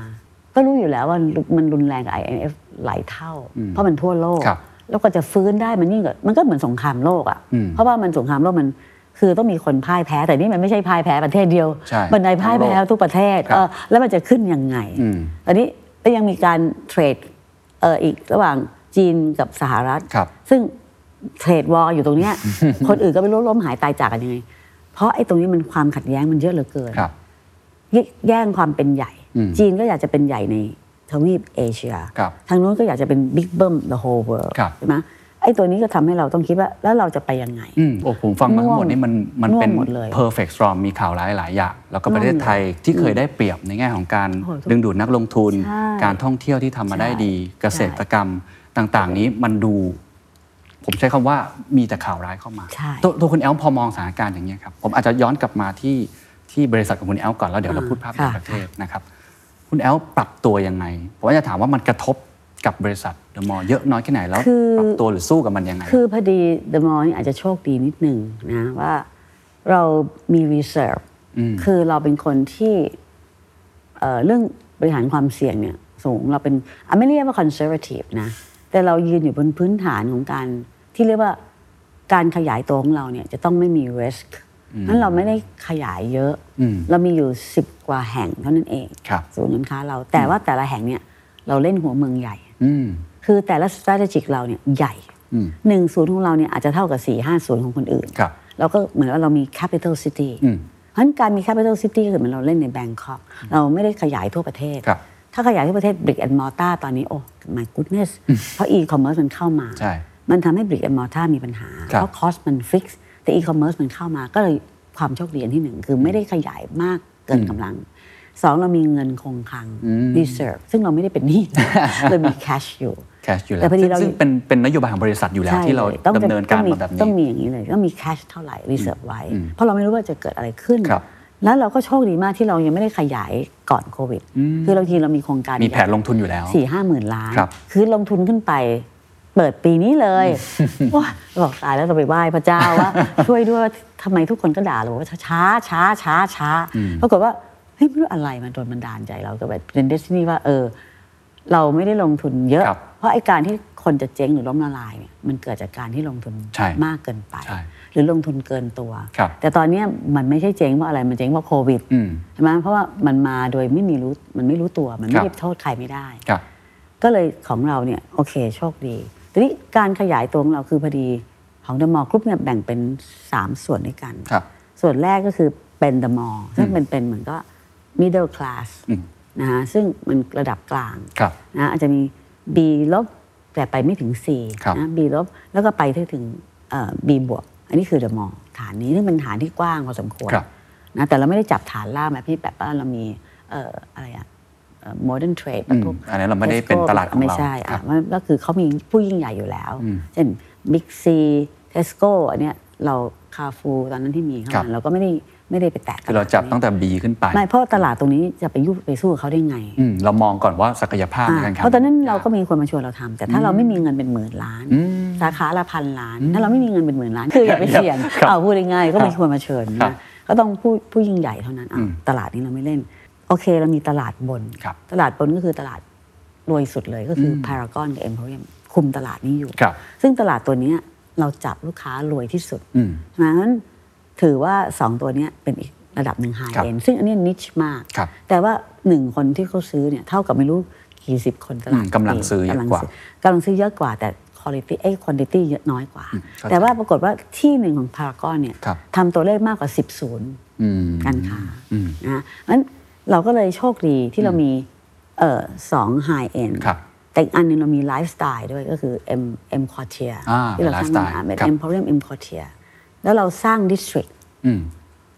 Speaker 4: ก็รู้อยู่แล้วว่ามันรุนแรงกับ IMF หลายเท่า เพราะมันทั่วโลก
Speaker 3: ครับ
Speaker 4: แล้วก็จะฟื้นได้มันยิ่งกว่ามันก็เหมือนสงครามโลกอะ่ะ
Speaker 3: อืม
Speaker 4: เพราะว่ามันสงครามโลกมันคือต้องมีคนพ่ายแพ้แต่นี่มันไม่ใช่พ่ายแพ้ประเทศเดียว
Speaker 3: ใช่
Speaker 4: มันในพ่ายแพ้ทุกประเทศ
Speaker 3: ครับ
Speaker 4: เออแล้วมันจะขึ้นยังไง
Speaker 3: อืม
Speaker 4: อันนี้ก็ยังมีการเทรดเอออีกระหว่างจีนกับสหรัฐ
Speaker 3: ครับ
Speaker 4: ซึ่งเทรดวอลอยู่ตรงเนี้ย คนอื่นก็ไม่รู้ล้มหายตายจากกันยังไง เพราะไอ้ตรงนี้มันความขัดแย้งมันเยอะเหลือเกิน
Speaker 3: ครับ
Speaker 4: แยแย่งความเป็นใหญ่
Speaker 3: อืม
Speaker 4: จีนก็อยากจะเป็นใหญ่ในทวีปเอเชีย
Speaker 3: ครับ
Speaker 4: ทางนู้นก็อยากจะเป็นบิ๊กเบิ้ม the whole world
Speaker 3: ครับ
Speaker 4: ใช่ไหมไอ้ตัวนี้ก็ทำให้เราต้องคิดว่าแล้วเราจะไปยังไง
Speaker 3: อืมโอ้ผมฟังมาทั้งหมดนี่มันมัน
Speaker 4: ง่วง
Speaker 3: เป็น
Speaker 4: หมดเลย
Speaker 3: perfect storm มีข่าวร้ายหลายอย่าง แล้วก็ประเทศไทยที่เคยได้เปรียบในแง่ของการ
Speaker 4: โอ้โหทุก
Speaker 3: ดึงดูดนักลงทุน
Speaker 4: ใช่
Speaker 3: การท่องเที่ยวที่ทำมาได้
Speaker 4: ใช่
Speaker 3: ดี เกษตรกรรมต่างๆ นี้มันดู ผมใช้คำว่ามีแต่ข่าวร้ายเข้ามา
Speaker 4: ใช่
Speaker 3: ตัวตัวคุณแอลพอมองสถานการณ์อย่างนี้ยครับ ผมอาจจะย้อนกลับมาที่ที่บริษัทของคุณแอลก่อนแล้วเดี๋ยวเราพูดภาพในประเทศนะครับ คุณแอลปรับตัวยังไง ผมว่าจะถามว่ามันกระทบกับบริษัทเดอะมอลล์เยอะน้อยแค่ไหนแล้ว
Speaker 4: คือ
Speaker 3: ปรับตัวหรือสู้กับมันยังไง
Speaker 4: คือพอดีเดอะมอลอาจจะโชคดีนิดหนึ่งนะว่าเรามีรีเซิร์ฟ
Speaker 3: อืม
Speaker 4: คือเราเป็นคนที่เอ่อเรื่องบริหารความเสี่ยงเนี่ยสูงเราเป็นอ่ะไม่เรียกว่าคอนเซอร์ t i ทีฟนะ แต่เรายืนอยู่บนพื้นฐานของการที่เรียกว่าการขยายตัวของเราเนี่ยจะต้องไม่มี risk นั้นเราไม่ได้ขยายเยอะ
Speaker 3: ม
Speaker 4: เรามีอยู่ 10 กว่าแห่งเท่านั้นเอง
Speaker 3: ครับ
Speaker 4: ศูนย์การค้าเราแต่ว่าแต่ละแห่งเนี่ยเราเล่นหัวเมืองใหญ่
Speaker 3: อืม
Speaker 4: คือแต่ละ strategic เราเนี่ยใหญ่
Speaker 3: อืม
Speaker 4: หนึ่งศูนย์ของเราเนี่ยอาจจะเท่ากับ4ี่ห้าศูนย์ของคนอื่น
Speaker 3: ครับ
Speaker 4: เราก็เหมือนว่าเรามี capital city
Speaker 3: อืม
Speaker 4: เพราะฉะนั้นการมี capital city ก็คือเหมือนเราเล่นในแบงคอกเราไม่ได้ขยายทั่วประเทศ
Speaker 3: ครับ
Speaker 4: ถ้าขยายทั่วประเทศ brick and mortar ตอนนี้ โอ้ my goodness เพราะ e-commerce มันเข้ามา
Speaker 3: ใช่
Speaker 4: มันทำให้ brick and mortar มีปัญหา
Speaker 3: ครับ
Speaker 4: เพราะ cost มัน fix แต่ e-commerce มันเข้ามาก็เลยความโชคดีอันที่หนึ่งคือไม่ได้ขยายมากเกินกำลังสองเรามีเงินคงคลัง reserve ซึ่งเราไม่ได้เป็น หนี้ เรามี cash อยู่
Speaker 3: แคชอยู่แล้
Speaker 4: แต่
Speaker 3: ว
Speaker 4: พอดี
Speaker 3: ซึ่ง
Speaker 4: เรา
Speaker 3: ซึ่งเป็นเป็นนโยบายของบริษัทอยู่แล้ว
Speaker 4: ใช่
Speaker 3: ที่เรา
Speaker 4: ลยต้อง
Speaker 3: ดำเนินการมาแบบ
Speaker 4: ต้อ
Speaker 3: นี้
Speaker 4: งมีอย่างนี้เลยต้องมีแคชเท่าไหร่รีเซิร์ฟไว้
Speaker 3: อืม
Speaker 4: เพราะเราไม่รู้ว่าจะเกิดอะไรขึ้น
Speaker 3: ครับ
Speaker 4: แล้วเราก็โชคดีมากที่เรายังไม่ได้ขยายก่อนโควิด คือเราทีเรามีโครงการ
Speaker 3: มีแผนลงทุนอยู่แล้ว
Speaker 4: สี่ห้าหมื่นล้าน
Speaker 3: ครับ
Speaker 4: คือลงทุนขึ้นไป เปิดปีนี้เลยว้าบอกตายแล้วเราไปไหว้พระเจ้าว่า ช่วยด้วยทำไมทุกคนก็ด่าเราว่าช้าช้าช้าช้าปรากฏว่าเฮ้ยไม่รู้อะไรมันโดนบันดาลใจเราก็แบบเป็นเดซินี่ว่าเออ เราไม่ได้ลงทุนเยอะ
Speaker 3: ครับ
Speaker 4: เพราะไอการที่คนจะเจ๊งหรือล้มละลายเนี่ยมันเกิดจากการที่ลงทุน
Speaker 3: ใช่
Speaker 4: มากเกินไป
Speaker 3: ใช่
Speaker 4: หรือลงทุนเกินตัว
Speaker 3: ครับ
Speaker 4: แต่ตอนเนี้ยมันไม่ใช่เจ๊งเพราะอะไรมันเจ๊งเพราะโควิด
Speaker 3: อืม
Speaker 4: ใช่ไหมเพราะว่ามันมาโดยไม่มีรู้มันไม่รู้ตัวมันไม่
Speaker 3: ครับ
Speaker 4: ได้โทษใครไม่ได้
Speaker 3: ครับ
Speaker 4: ก็เลยของเราเนี่ยโอเคโชคดีทีนี้การขยายตัวของเราคือพอดีของเดอะมอลล์กรุ๊ปเนี่ยแบ่งเป็น 3 ส่วนด้วยกัน
Speaker 3: ครับ
Speaker 4: ส่วนแรกก็คือเป็นเดอะมอลล์ซึ่งเป็นเป็นเหมือนก็ middle class
Speaker 3: อืม
Speaker 4: นะฮะซึ่งมันระดับกลาง
Speaker 3: ครับ
Speaker 4: นะอาจจะมี B ลบแต่ไปไม่ถึง C
Speaker 3: ครับ
Speaker 4: นะ B ลบแล้วก็ไปถึงเอ่อ B บวก อันนี้คือเดอะมอลฐานนี้ซึ่งเป็นฐานที่กว้างพอสมควร
Speaker 3: ครับ
Speaker 4: นะแต่เราไม่ได้จับฐานล่างแบบที่แบบว่าเรามีเอ่ออะไรอะโมเดิร์นเทรดแบบพวก
Speaker 3: อืมอันนั้นเราไม่ได้เป็นตลาดของเรา
Speaker 4: ไม่ใช่
Speaker 3: ครั
Speaker 4: อ่ะ
Speaker 3: บ
Speaker 4: มันก็คือเขามีผู้ยิ่งใหญ่อยู่แล้ว เช่น Big C Tesco อันเนี้ยเราคาฟูตอนนั้นที่มีเข้า
Speaker 3: ครับ
Speaker 4: มาเราก็ไม่ได้ไม่ได้ไปแตะ
Speaker 3: คือเราจับตั้งแต่ B ขึ้นไป
Speaker 4: ไม่เพราะตลาดตรงนี้จะไปยุ่งไปสู้กับเขาได้ไง
Speaker 3: อืมเรามองก่อนว่าศักยภาพในกา
Speaker 4: อ่า
Speaker 3: รแข่งขั
Speaker 4: เพราะตอนนั้นเราก็มีคนมาชวนเราทำแต่ถ้าเราไม่มีเงินเป็นหมื่นล้าน
Speaker 3: อืม
Speaker 4: สาขาละพันล้าน ถ้าเราไม่มีเงินเป็นหมื่นล้าน คืออย่าไปเสี่ยง
Speaker 3: ครับ
Speaker 4: เอาพูดง่ายๆก็ไม่ควรมาเชิญ
Speaker 3: ครั
Speaker 4: นะ
Speaker 3: บ
Speaker 4: ก็ต้องผู้ผู้ยิ่งใหญ่เท่านั้นอ่ะ
Speaker 3: อืม
Speaker 4: ตลาดนี้เราไม่เล่น โอเคเรามีตลาดบน
Speaker 3: ครับ
Speaker 4: ตลาดบนก็คือตลาดรวยสุดเลยก็คืออพารากอนกับเอ็มพ r เรียมคุมตลาดนี้อยู่
Speaker 3: ครับ
Speaker 4: ซึ่งตลาดตัวเนี้ยเราจับลูกค้ารวยที่สุด
Speaker 3: อืม
Speaker 4: เพราะฉะนั้นถือว่า 2 ตัวเนี้ยเป็นอีกระดับหนึ่งไฮ
Speaker 3: ครับ
Speaker 4: เอ็นซึ่งอันเนี้นิชมาก
Speaker 3: ครับ
Speaker 4: แต่ว่า 1 คนที่เขาซื้อเนี่ยเท่ากับไม่รู้กี่สิบคนตลาด
Speaker 3: อืมกำลังซื้อเยอะกว่าก
Speaker 4: ำลังซื้อเยอะกว่าแต่คุณ i t y เอ้คุณ i t y เยอะน้อยกว่า
Speaker 3: อืมเข้าใจ
Speaker 4: แต่ว่าปรากฏว่าที่หนึ่งของพารากอนเนี่ย
Speaker 3: ครับ
Speaker 4: ทำตัวเลขมากกว่า 10 ศูนย์
Speaker 3: อืม
Speaker 4: การค้า
Speaker 3: อืม
Speaker 4: นะงั้นเราก็เลยโชคดีที่เรามีเอ่อสองไฮเอ็น
Speaker 3: ครับ
Speaker 4: แต่อีกอันหนึงเรามีไลฟ์สไตล์ด้วยก็คือ M M Quartier
Speaker 3: อ่า
Speaker 4: ที่เราสร้างมา
Speaker 3: เป็
Speaker 4: เป็
Speaker 3: ไลฟ์ส
Speaker 4: น น
Speaker 3: ไตล์ครับ
Speaker 4: Emporium M Quartier แล้วเราสร้าง District
Speaker 3: อืม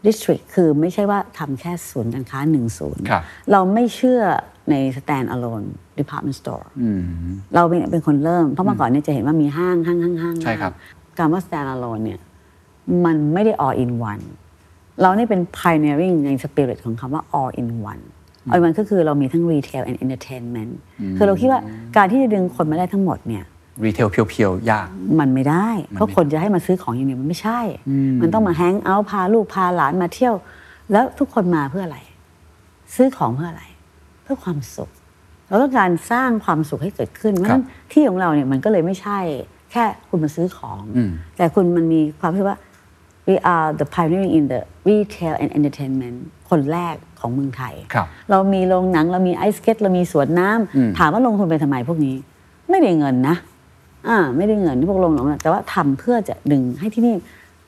Speaker 4: District คือไม่ใช่ว่าทำแค่ศูนย์การค้าหนึ่งศูนย์
Speaker 3: ครับ
Speaker 4: เราไม่เชื่อ ใน stand alone department store
Speaker 3: อืม
Speaker 4: เราเป็นเป็นคนเริ่ม เพราะเมื่อก่อนเนี่ยจะเห็นว่ามีห้างห้างห้างห้าง
Speaker 3: ใช่ครับ
Speaker 4: การว่า stand alone เนี่ยมันไม่ได้ all in one เรานี่เป็น pioneering ใน spirit ของคำว่า all in one all in one ก็คือเรามีทั้ง retail and entertainment คือเราคิดว่าการที่จะดึงคนมาได้ทั้งหมดเนี่ย
Speaker 3: รีเทลเพียวๆ ยาก
Speaker 4: มันไม่ได้
Speaker 3: มันไม่
Speaker 4: เพราะคนจะให้มาซื้อของอย่างเดียวมันไม่ใช่
Speaker 3: อืม
Speaker 4: มันต้องมาแฮงเอาท์พาลูกพาหลานมาเที่ยว แล้วทุกคนมาเพื่ออะไร ซื้อของเพื่ออะไร เพื่อความสุข เราต้องการสร้างความสุขให้เกิดขึ้นเพราะฉะนั้นที่ของเราเนี่ยมันก็เลยไม่ใช่ แค่คุณมาซื้อของ
Speaker 3: อืม
Speaker 4: แต่คุณมันมีความรู้สึกว่า we are the pioneering in the retail and entertainment คนแรกของเมืองไทย
Speaker 3: ครับ
Speaker 4: เรามีโรงหนังเรามีไอสเก็ตเรามีสวนน้ำ
Speaker 3: อืม
Speaker 4: ถามว่าลงทุนไปทำไมพวกนี้ ไม่ได้เงินนะ อ่า ไม่ได้เงินที่พวกโรงหนังนะแต่ว่าทำเพื่อจะดึงให้ที่นี่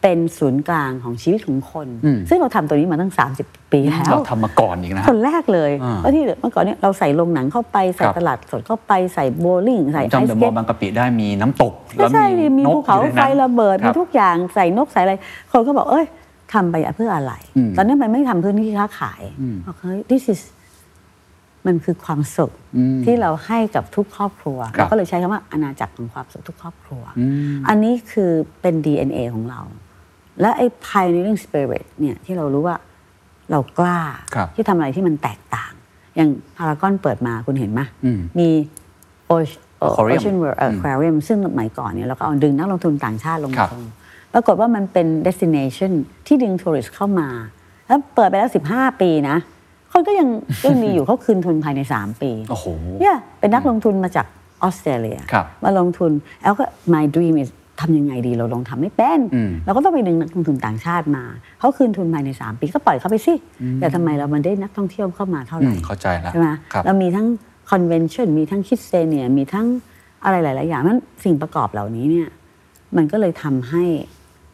Speaker 4: เป็นศูนย์กลางของชีวิตของคน ซึ่งเราทำตัวนี้มาตั้ง 30 ปีแล้ว
Speaker 3: เราทำมาก่อนอีกนะฮะ
Speaker 4: คนแรกเลย
Speaker 3: อ่า
Speaker 4: เพราะที่เมื่อก่อนเนี่ยเราใส่โรงหนังเข้าไปใส่
Speaker 3: ครับ
Speaker 4: ตลาดสดเข้าไปใส่โบว์ลิ่งใส่
Speaker 3: ผม
Speaker 4: ไอ
Speaker 3: จำเด
Speaker 4: ส
Speaker 3: อะมอ
Speaker 4: เก็
Speaker 3: ล
Speaker 4: ต
Speaker 3: ล์บางกะปิได้มีน้ำตก
Speaker 4: ก็ใช่ดิมี
Speaker 3: นก
Speaker 4: ภูเขา
Speaker 3: อยู่ใน
Speaker 4: ไฟ
Speaker 3: นั้น
Speaker 4: ระเบิด
Speaker 3: ค
Speaker 4: มี
Speaker 3: บ
Speaker 4: ทุกอย่างใส่นกใส่อะไร คนก็บอกเอ้ยทำไปเพื่ออะไร
Speaker 3: อืม
Speaker 4: ตอนนั้นมันไม่ทำพื้นที่ค้าขาย
Speaker 3: อืม
Speaker 4: บอกเฮ้ย this is มันคือความสุข
Speaker 3: อืม
Speaker 4: ที่เราให้กับทุกครอบครัว
Speaker 3: ครับ
Speaker 4: เราก็เลยใช้คำว่าอาณาจักรของความสุขทุกครอบครัว
Speaker 3: อืม
Speaker 4: อันนี้คือเป็น DNA ของเรา และไอ้ pioneering spirit เนี่ยที่เรารู้ว่าเรากล้า
Speaker 3: ครับ
Speaker 4: ที่ทำอะไรที่มันแตกต่าง อย่างพารากอนเปิดมาคุณเห็นไหม
Speaker 3: อืม
Speaker 4: มี
Speaker 3: Aquarium
Speaker 4: Ocean World เอ่อ Aquarium ซึ่งสมัยก่อนเนี่ยเราก็เอาดึงนักลงทุนต่างชาติลง
Speaker 3: ครับ
Speaker 4: ทุนปรากฏว่ามันเป็น destination ที่ดึงทัวริสเข้ามา แล้วเปิดไปแล้ว 15 ปีนะ คนก็ยังยังมีอยู่เขาคืนทุนภายใน 3 ปี
Speaker 3: โอ้โห
Speaker 4: เนี่ยเป็นนักลงทุนมาจากออสเตรเลีย
Speaker 3: ครับ
Speaker 4: มาลงทุนแล้วก็ my dream is ทำยังไงดีเราลองทำไม่เป็น
Speaker 3: อืม
Speaker 4: เราก็ต้องไปดึงนักลงทุนต่างชาติมาเขาคืนทุนภายใน 3 ปีก็ปล่อยเขาไปสิ แต่ทำไมเรามันได้นักท่องเที่ยวเข้ามาเท่าไห
Speaker 3: อื
Speaker 4: ร่
Speaker 3: มเข้าใจแล้ว
Speaker 4: ใช่ไหม
Speaker 3: ครับ
Speaker 4: เรามีทั้งคอนเวนชั่นมีทั้งคิดเซเนียมีทั้งอะไรหลาย ๆ อย่างนั้นสิ่งประกอบเหล่านี้เนี่ยมันก็เลยทำให้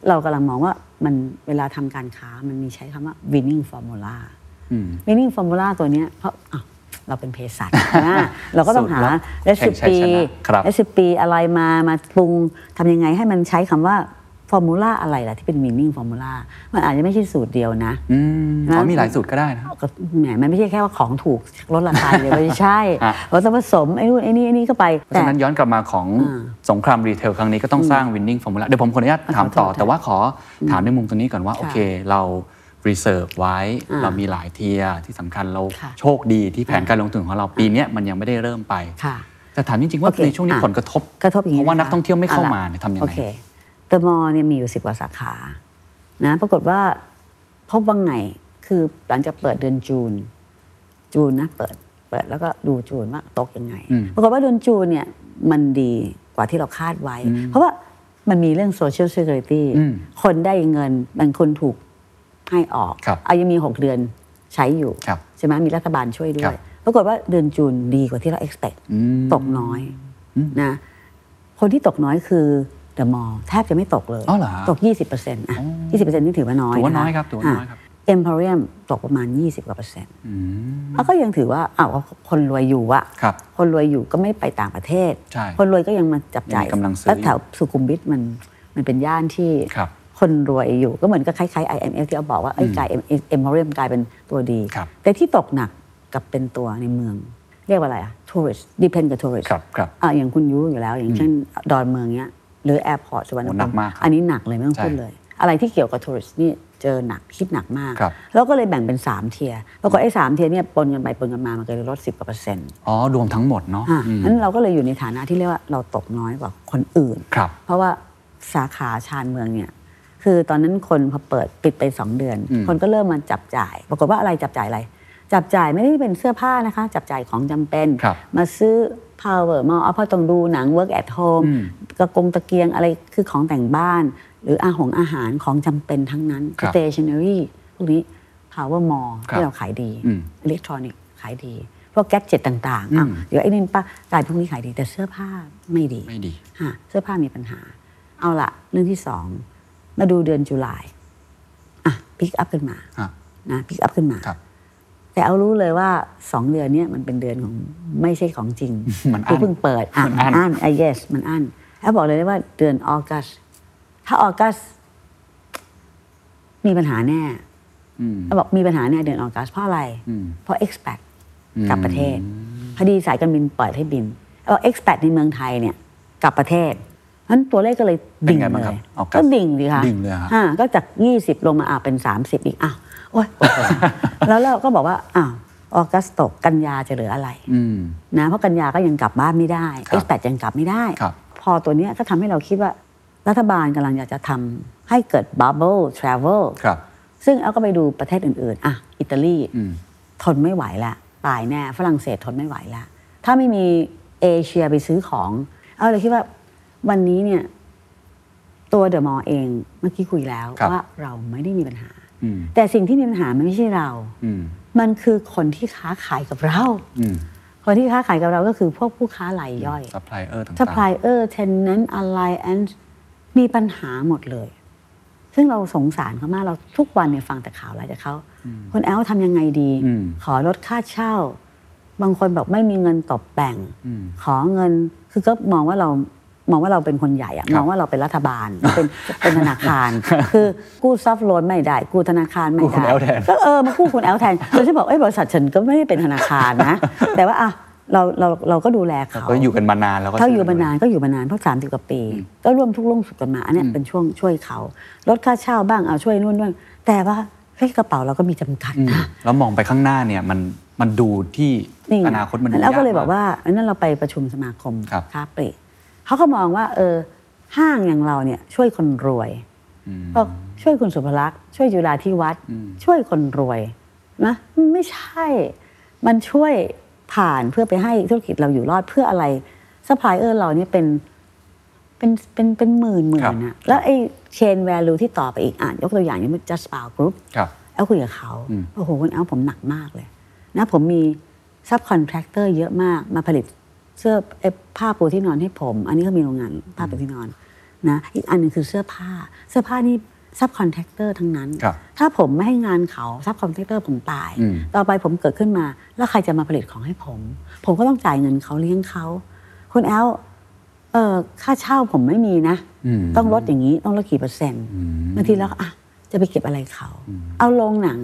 Speaker 4: เรากำลังมองว่ามันเวลาทำการค้ามันมีใช้คำว่า winning formula
Speaker 3: อืม
Speaker 4: winning formula ตัวเนี้ยเพราะอ้าวเราเป็นเภสั ชนะเราก็ต้องหา
Speaker 3: สูตรลับ
Speaker 4: เรซิปี
Speaker 3: แข่งชัยชนะครับ
Speaker 4: เรซิปีอะไรมามาปรุงทำยังไงให้มันใช้คำว่า formula อะไรล่ะที่เป็น winning formula มันอาจจะไม่ใช่สูตรเดียวนะ
Speaker 3: อืม
Speaker 4: นะ
Speaker 3: อ๋อมีหลายสูตรก็ได้นะ
Speaker 4: ก็แหมมันไม่ใช่แค่ว่าของถูกลดราคาเลย ไม่ใช่
Speaker 3: ฮะ
Speaker 4: เราต้องผสมไอ้นู่นไอ้นี่ไอ้นี่เข้าไป
Speaker 3: เพราะฉะนั้นย้อนกลับมาของ
Speaker 4: อ่า
Speaker 3: สงครามรีเทลครั้งนี้ก็ต้องสร้างวินนิ่งฟอร์มูลาเดี๋ยวผมขออนุญาตถามต่อ
Speaker 4: ขอโทษ
Speaker 3: แต่ว่าขอถามในมุมตรงนี้ก่อนว่า โอเคเรารีเซิร์ฟไว้
Speaker 4: อ่า
Speaker 3: เรามีหลายเทียร์ที่สำคัญเรา
Speaker 4: ค่ะ
Speaker 3: โชคดีที่แผนการลงทุนของเราปีเนี้ยมันยังไม่ได้เริ่มไป
Speaker 4: ค่ะ
Speaker 3: แต่ถามจริง ๆ ว่า
Speaker 4: โอเค
Speaker 3: ในช่วงนี้
Speaker 4: อ่ะ
Speaker 3: ผลกระทบ
Speaker 4: กระทบอย่างนี้
Speaker 3: เพราะว่านัก
Speaker 4: ค
Speaker 3: ท่องเที่ยวไม่เข้ามา
Speaker 4: อล่ะ
Speaker 3: เนี่ยทำยังไง
Speaker 4: โอเคเตมอเนี่ยมีอยู่สิบกว่าสาขานะปรากฏว่าพบว่าไงคือหลังจากเปิดเดือนจูน จูนนะเปิดเปิดแล้วก็ดูจูนว่าตกยังไง ปรากฏว่าเดือนจูนเนี่ยมันดีกว่าที่เราคาดไว้ เพราะว่ามันมีเรื่องโซเชียล e c u r ริตี้
Speaker 3: อืม
Speaker 4: คนได้เงินบางคนถูกให้ออก
Speaker 3: ครับ
Speaker 4: อายังมีหกเดือนใช้อยู่
Speaker 3: ครับ
Speaker 4: ใช่ไหมมีรัฐบาลช่วย
Speaker 3: ค
Speaker 4: ด้
Speaker 3: รั
Speaker 4: ว
Speaker 3: บ
Speaker 4: ยปรากฏว่าเดือนจูนดีกว่าที่เรา expect
Speaker 3: อืม
Speaker 4: ตกน้อยนะคนที่ตกน้อยคือเดอะมอลแทบจะไม่ตกเลย
Speaker 3: อ๋อเหรอ
Speaker 4: ตก 20%อ
Speaker 3: อ๋
Speaker 4: ่ะ20%นี่ถือว่าน้อย
Speaker 3: ถือว่าน้อย
Speaker 4: ะะ
Speaker 3: ครับถือว่าน้อยครับ
Speaker 4: เอ็มพอเรียมตกประมาณ 20กว่าเปอร์เซ็นต์
Speaker 3: อืม
Speaker 4: แล้วก็ยังถือว่าอ้าวคนรวยอยู่อะ
Speaker 3: ครับ
Speaker 4: นรวยอยู่ก็ไม่ไปต่างประเทศ
Speaker 3: ใช่
Speaker 4: คนรวยก็ยังมาจับจ่าย
Speaker 3: ยังมีกำลังซื้อ
Speaker 4: แล้วแถวสุขุมวิทมันมันเป็นย่านที่
Speaker 3: ครับ
Speaker 4: คนรวยอยู่ก็เหมือนกับคล้ายๆ IMF ที่เอาบอกว่าเอ้ยกลายเอ็มพอเรียมกลายเป็นตัวดี
Speaker 3: ครับ
Speaker 4: แต่ที่ตกหนักกลับเป็นตัวในเมือง เรียกว่าอะไรอะทัวริสดิพเอนกับทัวริส
Speaker 3: ครับครับ
Speaker 4: อ่ะอย่างคุณยูอยู่แล้ว อย่างเช่นดอนเมืองเนี้ยหรือแอร์พอร์ตสุวรรณภู
Speaker 3: โอ้หนัก
Speaker 4: มิ
Speaker 3: มากครับ
Speaker 4: อันนี้หนักเลยไม่ต้อง
Speaker 3: ใช่
Speaker 4: พูดเลย อะไรที่เกี่ยวกับทัวริสต์นี่เจอหนักคิดหนักมาก
Speaker 3: ครับ
Speaker 4: แล้วก็เลยแบ่งเป็น 3 เทียร์ปรากฏไอ้สามเทียร์เนี่ยปนกันไปปนกันมามันก็เลยลดสิบกว่าเปอร์เซ็นต์
Speaker 3: อ๋อรวมทั้งหมดเนาะ
Speaker 4: อ่ะ
Speaker 3: อืม
Speaker 4: นั้นเราก็เลยอยู่ในฐานะที่เรียกว่าเราตกน้อยกว่าคนอื่น
Speaker 3: ครับ
Speaker 4: เพราะว่าสาขาชานเมืองเนี่ยคือตอนนั้นคนพอเปิดปิดไปสองเดือน
Speaker 3: อืม
Speaker 4: คนก็เริ่มมาจับจ่าย ปรากฏว่าอะไรจับจ่ายอะไร จับจ่ายไม่ได้เป็นเสื้อผ้านะคะ จับจ่ายของจำเป็น
Speaker 3: ครับ
Speaker 4: มาซื้อ power มาเอาพอต้องดูหนัง work at home
Speaker 3: อืม
Speaker 4: กระกงตะเกียงอะไรคือของแต่งบ้าน หรืออาหงอาหารของจำเป็นทั้งนั้น
Speaker 3: ครับ
Speaker 4: stationery พวกนี้ power mall
Speaker 3: ครับ
Speaker 4: ที่เราขายดี
Speaker 3: อืม
Speaker 4: อิเล็กทรอนิกส์ขายดี พวกแก๊จเจ็ตต่างๆอ้าว
Speaker 3: อืม
Speaker 4: เดี๋ยวไอ้นี่ป้ากลายเป็นพวกนี้ขายดีแต่เสื้อผ้าไม่ดี
Speaker 3: ไม่ดี
Speaker 4: อ่ะเสื้อผ้ามีปัญหา เอาละเรื่องที่สองมาดูเดือนจุลายอ่ะพิกอัพขึ้นมา
Speaker 3: ครับ
Speaker 4: นะพิกอัพขึ้นมา
Speaker 3: ครับ
Speaker 4: แต่เอารู้เลยว่าสองเดือนเนี้ยมันเป็นเดือนของไม่ใช่ของจริง
Speaker 3: มันอั้น
Speaker 4: คือเพิ่งเปิดอ่ะ
Speaker 3: มันอั้น
Speaker 4: อั้นไอเยสมันอั้นแล้วบอกเลยได้ว่าเดือนออกัสถ้าออกัสมีปัญหาแน่
Speaker 3: อืม
Speaker 4: แล้วบอกมีปัญหาแน่เดือนออกัสเพราะอะไร
Speaker 3: อืม
Speaker 4: เพราะ expect กลับประเทศพอดีสายการบินปล่อยให้บินเอาเอ็กซ์แพในเมืองไทยเนี่ยกลับประเทศเพราะฉะนั้นตัวเลขก็เลยดิ่ง
Speaker 3: เป็นไง
Speaker 4: เล
Speaker 3: บ้างครับ
Speaker 4: ย
Speaker 3: เอากลับ
Speaker 4: ก็ดิ่งดีค่ะ
Speaker 3: ดิ่งเลยเหรอฮะ
Speaker 4: อ่าก็จาก 20 ลงมาอ่าเป็น 30 อีกอ้าวโอ๊ย ปวดหัวแล้วเราก็บอกว่าอ้าวออกัสตกกันยาจะเหลืออะไร
Speaker 3: อืม
Speaker 4: นะเพราะกัญญาก็ยังกลับบ้านไม่ได้
Speaker 3: ครับ
Speaker 4: เอ็กซ์แปดยังกลับไม่ได้
Speaker 3: ครับ
Speaker 4: พอตัวเนี้ยก็ทำให้เราคิดว่ารัฐบาลกำลังอยากจะทำให้เกิดบับเบิลทราเวล
Speaker 3: ครับ
Speaker 4: ซึ่งเอาก็ไปดูประเทศอื่นๆ อ่ะ อิตาลี
Speaker 3: อืม
Speaker 4: ทนไม่ไหวละตายแน่ ฝรั่งเศสทนไม่ไหวละ ถ้าไม่มีเอเชียไปซื้อของ เอาเลยคิดว่าวันนี้เนี่ย ตัวเดอะมอลเองเมื่อกี้คุยแล้ว
Speaker 3: ครับ
Speaker 4: ว่าเราไม่ได้มีปัญหา
Speaker 3: อืม
Speaker 4: แต่สิ่งที่มีปัญหามันไม่ใช่เรา
Speaker 3: อืม
Speaker 4: มันคือคนที่ค้าขายกับเรา
Speaker 3: อืม
Speaker 4: คนที่ค้าขายกับเราก็คือพวกผู้ค้ารายย่อย
Speaker 3: ซัพพลายเออร์ต่างๆ
Speaker 4: ซัพพลายเออร์เทนเนนต์อะไรแอนมีปัญหาหมดเลย ซึ่งเราสงสารเขามาก เราทุกวันเนี่ยฟังแต่ข่าวอะไรายจากเขาคนแอลทำยังไงดี
Speaker 3: อืม
Speaker 4: ขอลดค่าเช่า บางคนบอกไม่มีเงินตบแบ่ง
Speaker 3: อืม
Speaker 4: ขอเงินคือก็มองว่าเรามองว่าเราเป็นคนใหญ่อะ
Speaker 3: ครับ
Speaker 4: มองว่าเราเป็นรัฐบาล เป็นเป็นธนาคาร คือกู้ซอฟโลนไม่ได้ กู้ธนาคารไม่
Speaker 3: กู้
Speaker 4: ได้
Speaker 3: คุณแอลแทน
Speaker 4: ก็เออมากู้คุณแอลแทน เราจะบอกเอ้ยบริษัทฉันก็ไม่ได้เป็นธนาคารนะ แต่ว่าอ่ะเราเราเราก็ดูแลเขา
Speaker 3: ก็อยู่กันมานานแล้วก็
Speaker 4: ถ้าอยู่มานานก็อยู่มานานเพราะสามสิบกว่าปี ก็ร่วมทุกข์ร่วมสุขกันมาอันเนี้ย
Speaker 3: อืม
Speaker 4: เป็นช่วงช่วยเขาลดค่าเช่าบ้างเอาช่วยนู่นด้วยแต่ว่าเฮ้ยกระเป๋าเราก็มีจำกัด
Speaker 3: อืม
Speaker 4: นะ
Speaker 3: แล้วมองไปข้างหน้าเนี่ยมันมันดูที่
Speaker 4: นี่ไง
Speaker 3: อนาคตมันดู
Speaker 4: แล้วก็เลย
Speaker 3: ม
Speaker 4: บอกว่าอันนั้นเราไปประชุมสมาคม
Speaker 3: ครับ
Speaker 4: ค้าปลีกเขาก็มองว่า เออ ห้างอย่างเราเนี่ย ช่วยคนรวย
Speaker 3: อืม
Speaker 4: ก็ช่วยคุณสุภลักษณ์ช่วยจุฬาที่วัด
Speaker 3: อืม
Speaker 4: ช่วยคนรวยนะมันไม่ใช่ มันช่วยผ่านเพื่อไปให้ธุรกิจเราอยู่รอดเพื่ออะไรซัพพลายเออร์เราเนี่ยเป็นเป็นเป็นเป็นหมื่นหมื่นอะแล้วไอ้เชนแวลูที่ต่อไปอีกอ่านยกตัวอย่างอย่างมันจัสปาวกรุ๊ป
Speaker 3: ครับ
Speaker 4: แอลคุยกับเขา
Speaker 3: อืม
Speaker 4: โอ้โหคุณแอลผมหนักมากเลย นะผมมีซับคอนแทคเตอร์เยอะมากมาผลิตเสื้อเอยผ้าปูที่นอนให้ผม อันนี้ก็มีโรงงานผ้าปูที่นอนนะอีกอันหนึ่งคือเสื้อผ้า เสื้อผ้านี่ซับคอนแทคเตอร์ทั้งนั้น
Speaker 3: ครับ
Speaker 4: ถ้าผมไม่ให้งานเขาซับคอนแทคเตอร์ผมตาย
Speaker 3: อืม
Speaker 4: ต่อไปผมเกิดขึ้นมา แล้วใครจะมาผลิตของให้ผม ผมก็ต้องจ่ายเงินเขาเลี้ยงเขาคุณแอลเออค่าเช่าผมไม่มีนะ
Speaker 3: อืม
Speaker 4: ต้องลดอย่างนี้ต้องลดกี่เปอร์เซ็นต์
Speaker 3: ม
Speaker 4: บางทีเราก็อ่ะจะไปเก็บอะไรเขา เอาลงหนัง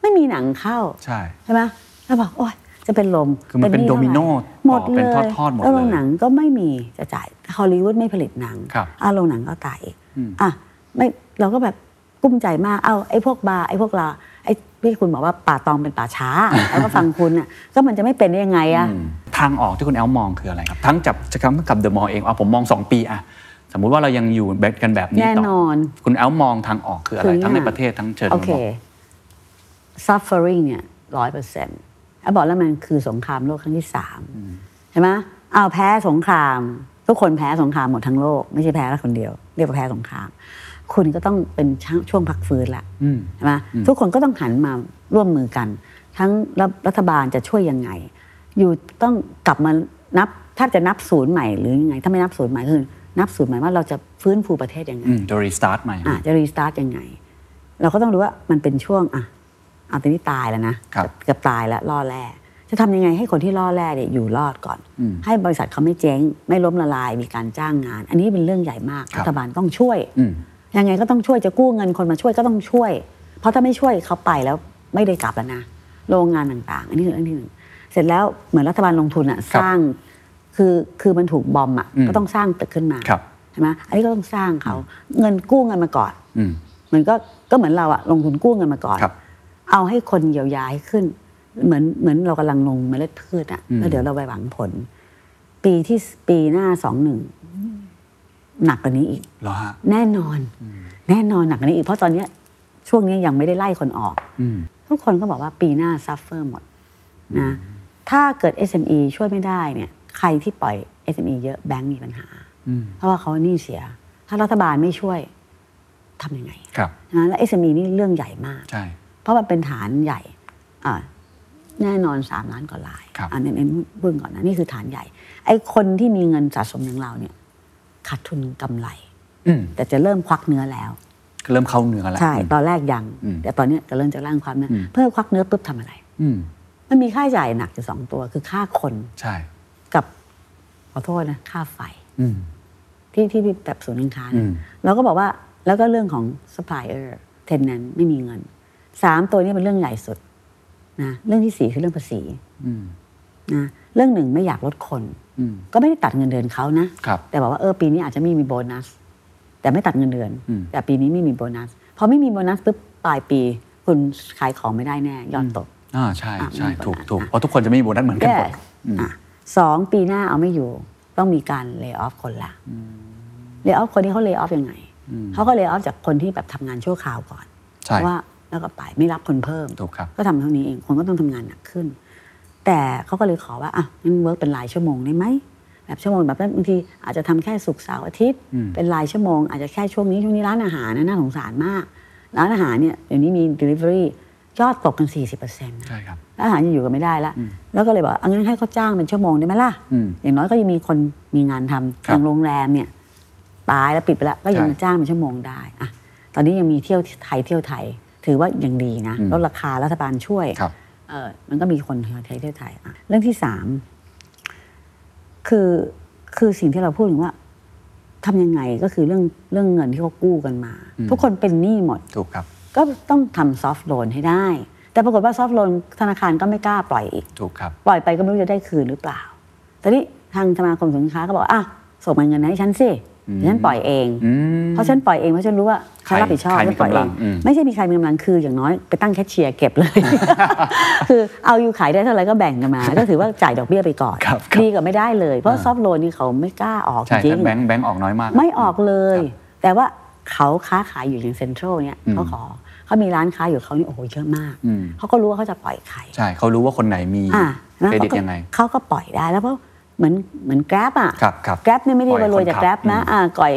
Speaker 4: ไม่มีหนังเข้า
Speaker 3: ใช่
Speaker 4: ใช่ไหมแล้วบอกโอ๊ยจะเป็นลม
Speaker 3: คือมันเป็น
Speaker 4: หท่า
Speaker 3: โด
Speaker 4: ไหร่
Speaker 3: มิโน่
Speaker 4: หมด
Speaker 3: ต่อ
Speaker 4: เลย
Speaker 3: เป็นทอดๆหมดเลย
Speaker 4: แล้วโรงหนังก็ไม่มีจะจ่ายฮอลลีวูดไม่ผลิตหนัง
Speaker 3: ครับ
Speaker 4: อ่ะโรงหนังก็ตายอีก
Speaker 3: อืม
Speaker 4: อ่ะไม่เราก็แบบกุ้มใจมากเอาไอ้พวกบาร์ไอ้พวกลาไอ้ที่คุณบอกว่าป่าตองเป็นป่า ช้าแล้วก็ฟังคุณอ่ะก็มันจะไม่เป็นได้ยังไงอ่ะ
Speaker 3: อืมทางออกที่คุณแอลมองคืออะไรครับ ทั้งจับจะกรรมกับเดอะมอลเองเอาผมมอง 2 ปีอะสมมุติว่าเรายังอยู่แบบกันแบบนี้
Speaker 4: แน่
Speaker 3: ต่
Speaker 4: นอน
Speaker 3: คุณแอลมองทางออกคืออะไร ทั้งในประเทศทั้งเชิง
Speaker 4: โอ
Speaker 3: ระ
Speaker 4: เค
Speaker 3: บบ
Speaker 4: suffering เนี่ยร้อยเปอร์เซ็นต์บอกแล้วมันคือสงครามโลกครั้งที่สามใช่ไหมเอาวแพ้สงคราม ทุกคนแพ้สงครามหมดทั้งโลก ไม่ใช่แพ้แค่คนเดียว เรียกว่าแพ้สงคราม คุณก็ต้องเป็นช่วงช่วงพักฟื้นละ
Speaker 3: อืม
Speaker 4: ใช่ไหมทุกคนก็ต้องหันมาร่วมมือกัน ทั้งรัฐรัฐบาลจะช่วยยังไง อยู่ต้องกลับมานับถ้าจะนับศูนย์ใหม่หรือยังไง ถ้าไม่นับศูนย์ใหม่ก็คือนับศูนย์ใหม่ว่าเราจะฟื้นฟูประเทศยังไง
Speaker 3: อืมจะรีสตาร์ทใหม่
Speaker 4: อ่ะจะรีสตาร์ทยังไง เราก็ต้องรู้ว่ามันเป็นช่วงอ่ะเอาตอนนี้ตายแล้วนะครับ เกือบเกือบตายแล้วล่อแร่จะทำยังไงให้คนที่ล่อแร่เนี่ยอยู่รอดก่อน
Speaker 3: อืม
Speaker 4: ให้บริษัทเขาไม่เจ๊ง ไม่ล้มละลายมีการจ้างงาน อันนี้เป็นเรื่องใหญ่มาก
Speaker 3: ครับ
Speaker 4: รัฐบาลต้องช่วย
Speaker 3: อืม
Speaker 4: ยังไงก็ต้องช่วยจะกู้เงินคนมาช่วยก็ต้องช่วย เพราะถ้าไม่ช่วยเขาไปแล้วไม่ได้กลับแล้วนะโรงงานต่างๆ อันนี้คืออันที่หนึ่งเสร็จแล้วเหมือนรัฐบาลลงทุนอะ
Speaker 3: ครั
Speaker 4: ส
Speaker 3: บ
Speaker 4: ร้างคือคือมันถูกบอมอะ
Speaker 3: อืม
Speaker 4: ก็ต้องสร้างตึกขึ้นมา
Speaker 3: ครับ
Speaker 4: ใช่ไหมอันนี้ก็ต้องสร้างเขาเงินกู้เงินมาก่อน
Speaker 3: อืม
Speaker 4: มันก็ก็เหมือนเราอะลงทุนกู้เงินมาก่อน
Speaker 3: ครับ
Speaker 4: เอาให้คนเยียวยาให้ขึ้น เหมือนเหมือนเรากำลังลงเมล็ดพืชอะ
Speaker 3: อืม
Speaker 4: แล้วเดี๋ยวเราไปหวังผล ปีที่ปีหน้าสองหนึ่งหนักกว่านี้อีก
Speaker 3: เหรอฮะ
Speaker 4: แน่นอน แน่นอนหนักกว่านี้อีก เพราะตอนเนี้ยช่วงเนี้ยยังไม่ได้ไล่คนออก
Speaker 3: อืม
Speaker 4: ทุกคนก็บอกว่าปีหน้าซัฟเฟอร์หมดนะถ้าเกิด SME ช่วยไม่ได้เนี่ยใครที่ปล่อย SME เยอะแบงก์มีปัญหา
Speaker 3: อืม
Speaker 4: เพราะว่าเขาหนี้เสีย ถ้ารัฐบาลไม่ช่วยทำยังไง
Speaker 3: ครับ
Speaker 4: นะและ SME นี่เรื่องใหญ่มาก
Speaker 3: ใช่
Speaker 4: เพราะมันเป็นฐานใหญ่อ่าแน่นอน 3 ล้านกว่าลาย
Speaker 3: ครับ
Speaker 4: อันนี้นเบื้องก่อนนะ นี่คือฐานใหญ่ ไอ้คนที่มีเงินสะสมอย่างเราเนี่ยขาดทุนกำไร
Speaker 3: อืม
Speaker 4: แต่จะเริ่มควักเนื้อแล้ว
Speaker 3: เริ่มเข้าเนื้อแล้ว
Speaker 4: ใช่ ตอนแรกยัง
Speaker 3: อืม
Speaker 4: แต่ตอนเนี้ยจะเริ่มจะร่างความเนื้ออ
Speaker 3: ม
Speaker 4: เพื่อควักเนื้อปุ๊บทำอะไร
Speaker 3: อืม
Speaker 4: มันมีค่าใหญ่ายหนักอยู่สองตัว คือค่าคน
Speaker 3: ใช่
Speaker 4: กับขอโทษนะค่าไฟ
Speaker 3: อืม
Speaker 4: ที่ที่แบบศูนย์การค้าเนี่ย
Speaker 3: อืม
Speaker 4: เราก็บอกว่าแล้วก็เรื่องของ supplier tenant ไม่มีเงินสามตัวเนี้เป็นเรื่องใหญ่สุด นะเรื่องที่สี่คือเรื่องภาษี
Speaker 3: อืม
Speaker 4: นะเรื่องหนึ่งไม่อยากลดคน
Speaker 3: อืม
Speaker 4: ก็ไม่ได้ตัดเงินเดือนเขานะ
Speaker 3: ครับ
Speaker 4: แต่บอกว่าเออปีนี้อาจจะไม่มีโบนัส แต่ไม่ตัดเงินเดือน
Speaker 3: อืม
Speaker 4: แต่ปีนี้ไม่มีโบนัสพอไม่มีโบนัสปุ๊บปลายปี คุณขายของไม่ได้แน่ยอดตก
Speaker 3: อ่าใช่ใช่
Speaker 4: อ่ะมี
Speaker 3: ถูก
Speaker 4: โบนัส
Speaker 3: ถูกเพราะทุกคนจะไม่มีโบนัสเหมือนกันหมด
Speaker 4: แย่
Speaker 3: อืม
Speaker 4: อ่ะสองปีหน้าเอาไม่อยู่ ต้องมีการเลิกออฟคนละเลิกออฟคนที่เขาเลิกออฟยังไง
Speaker 3: อืม
Speaker 4: เขาก็เลิกออฟจากคนที่แบบทำงานชั่วคราวก่อน
Speaker 3: ใช่
Speaker 4: เพราะว่าแล้วก็ไปไม่รับคนเพิ่ม
Speaker 3: ถูกครับ
Speaker 4: ก็ทำเท่านี้เอง คนก็ต้องทำงานหนักขึ้น แต่เขาก็เลยขอว่าอ่ะงั้นเวิร์กเป็นรายชั่วโมงได้ไหมแบบชั่วโมงแบบบางทีอาจจะทำแค่ศุกร์เสาร์อาทิตย์
Speaker 3: อืม
Speaker 4: เป็นรายชั่วโมงอาจจะแค่ช่วงนี้ช่วงนี้ร้านอาหารนะน่าสงสารมาก ร้านอาหารเนี่ยเดี๋ยวนี้มี delivery ยอดตกกัน 40%นะ
Speaker 3: ใช่ครับ
Speaker 4: ร้านอาหารยังอยู่กันไม่ได้ละ
Speaker 3: อืม
Speaker 4: แล้วก็เลยบอกเอางั้นให้เขาจ้างเป็นชั่วโมงได้ไหมล่ะ
Speaker 3: อืม
Speaker 4: อย่างน้อยก็ยังมีคนมีงานทำ
Speaker 3: ครั
Speaker 4: ทา
Speaker 3: บ
Speaker 4: งโรงแรมเนี่ยตายแล้วปิดไปแล้วก็ยัง
Speaker 3: ใช่
Speaker 4: มาจ้างเป็นชั่วโมงได้อะตอนนี้ยังมีเที่ยวไทยเที่ยวไทย ถือว่ายังดีนะ
Speaker 3: อืม
Speaker 4: ลดราคารัฐบาลช่วย
Speaker 3: ครับ
Speaker 4: เออมันก็มีคนเที่ยวไทยเที่ยวไทยอะเรื่องที่สามคือคือสิ่งที่เราพูดถึงว่าทำยังไงก็คือเรื่องเรื่องเงินที่เขากู้กันมา ทุกคนเป็นหนี้หมด
Speaker 3: ถูกครับ
Speaker 4: ก็ต้องทำซอฟท์โลนให้ได้ แต่ปรากฏว่าซอฟท์โลนธนาคารก็ไม่กล้าปล่อยอีก
Speaker 3: ถูกครับ
Speaker 4: ปล่อยไปก็ไม่รู้จะได้คืนหรือเปล่า ตอนนี้ทางสมาคมสินค้าก็บอกอ่ะส่งเงินให้ฉันสิเดี๋ยวฉันปล่อยเอง
Speaker 3: อืม
Speaker 4: เพราะฉันปล่อยเองเพราะฉันรู้ว่าฉันรับผิดชอบ
Speaker 3: ใครมี
Speaker 4: ฉันปล่อย
Speaker 3: กำ
Speaker 4: เอ
Speaker 3: ลัง
Speaker 4: ง
Speaker 3: อืม
Speaker 4: ไม่ใช่มีใครมีกำลังคืออย่างน้อยไปตั้งแคชเชียร์เก็บเลย คือเอาอยู่ขายได้เท่าไหร่ก็แบ่งกันมา ก็ถือว่าจ่ายดอกเบี้ยไปก่อน
Speaker 3: ครับครับ
Speaker 4: ดีกว่าไม่ได้เลย เพราะซอฟท์โลนนี่เขาไม่กล้าออกจ
Speaker 3: ใช่
Speaker 4: ริ
Speaker 3: ครั
Speaker 4: ง
Speaker 3: บแบงค์แบงค์ออกน้อยมาก
Speaker 4: ๆไม่ออกเลย แต่ว่าเขาค้าขายอยู่อย่างเซ็นทรัลเนี่ย
Speaker 3: อืม
Speaker 4: เขาขอเขามีร้านค้าอยู่เขานี่โอ้โหเยอะมาก
Speaker 3: อืม
Speaker 4: เขาก็รู้ว่าเขาจะปล่อยใคร
Speaker 3: ใช่เขารู้ว่าคนไหนมี
Speaker 4: อ่ะนะ
Speaker 3: เครดิต
Speaker 4: เขาก็
Speaker 3: ยังไง
Speaker 4: เขาก็ปล่อยได้แล้วเพราะเหมือนเหมือนแกร็บอ่ะ
Speaker 3: ครับครับ
Speaker 4: แกร็บเนี่ยไม่ได้
Speaker 3: ปล่อย
Speaker 4: ว่ารวยจาก
Speaker 3: คนขับ
Speaker 4: แกร็บนะ
Speaker 3: อืม
Speaker 4: อ่าก่อย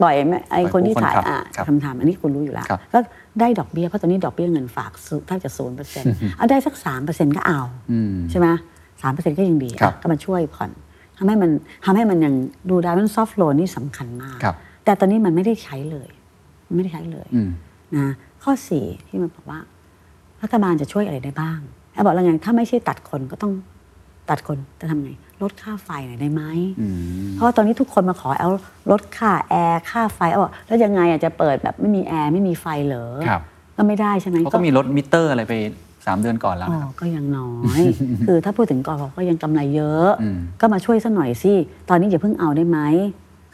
Speaker 4: ปล่อยไม่
Speaker 3: ป
Speaker 4: ไอ
Speaker 3: ล่อย
Speaker 4: คนที่
Speaker 3: ผู้คน
Speaker 4: ถ่าย
Speaker 3: ขับ
Speaker 4: อ่ะ
Speaker 3: ครับ
Speaker 4: ทำทำอันนี้คุณรู้อยู่แล้ว
Speaker 3: ครับ
Speaker 4: ก็ได้ดอกเบี้ยเพราะตอนนี้ดอกเบี้ยเงินฝากสูงแทบจะศูนย์เปอร์เซ็นต์เอาได้สักสามเปอร์เซ็นต์ก็เอา
Speaker 3: อืม
Speaker 4: ใช่ไหมสามเปอร์เซ็นต์ก็ยังดี
Speaker 3: ครับ
Speaker 4: ก็มาช่วยผ่อนทำให้มันทำให้มันยังดูได้มันซอฟท์โลนนี่สำคัญมาก
Speaker 3: ครับ
Speaker 4: แต่ตอนนี้มันไม่ได้ใช้เลยมันไม่ได้ใช้เลย
Speaker 3: อืม
Speaker 4: นะข้อสี่ที่มันบอกว่ารัฐบาลจะช่วยอะไรได้บ้างแอบบอกแล้วไงถ้าไม่ใช่ตัดคนก็ต้องตัดคนจะทำไง ลดค่าไฟหน่อยได้ไหม
Speaker 3: อืม
Speaker 4: เพราะว่าตอนนี้ทุกคนมาขอเอาลดค่าแอร์ค่าไฟเอาบอกแล้วยังไงอ่ะจะเปิดแบบไม่มีแอร์ไม่มีไฟเหรอ
Speaker 3: ครับ
Speaker 4: ก็ไม่ได้ใช่ไหม
Speaker 3: เขาก็มีลดมิเตอร์อะไรไป 3 เดือนก่อนแล้ว
Speaker 4: อ๋อ
Speaker 3: นะครับ
Speaker 4: ก็ยังน้อย คือถ้าพูดถึงกอพก็ยังกำไรเยอะ
Speaker 3: อืม
Speaker 4: ก็มาช่วยซะหน่อยสิตอนนี้อย่าเพิ่งเอาได้ไหม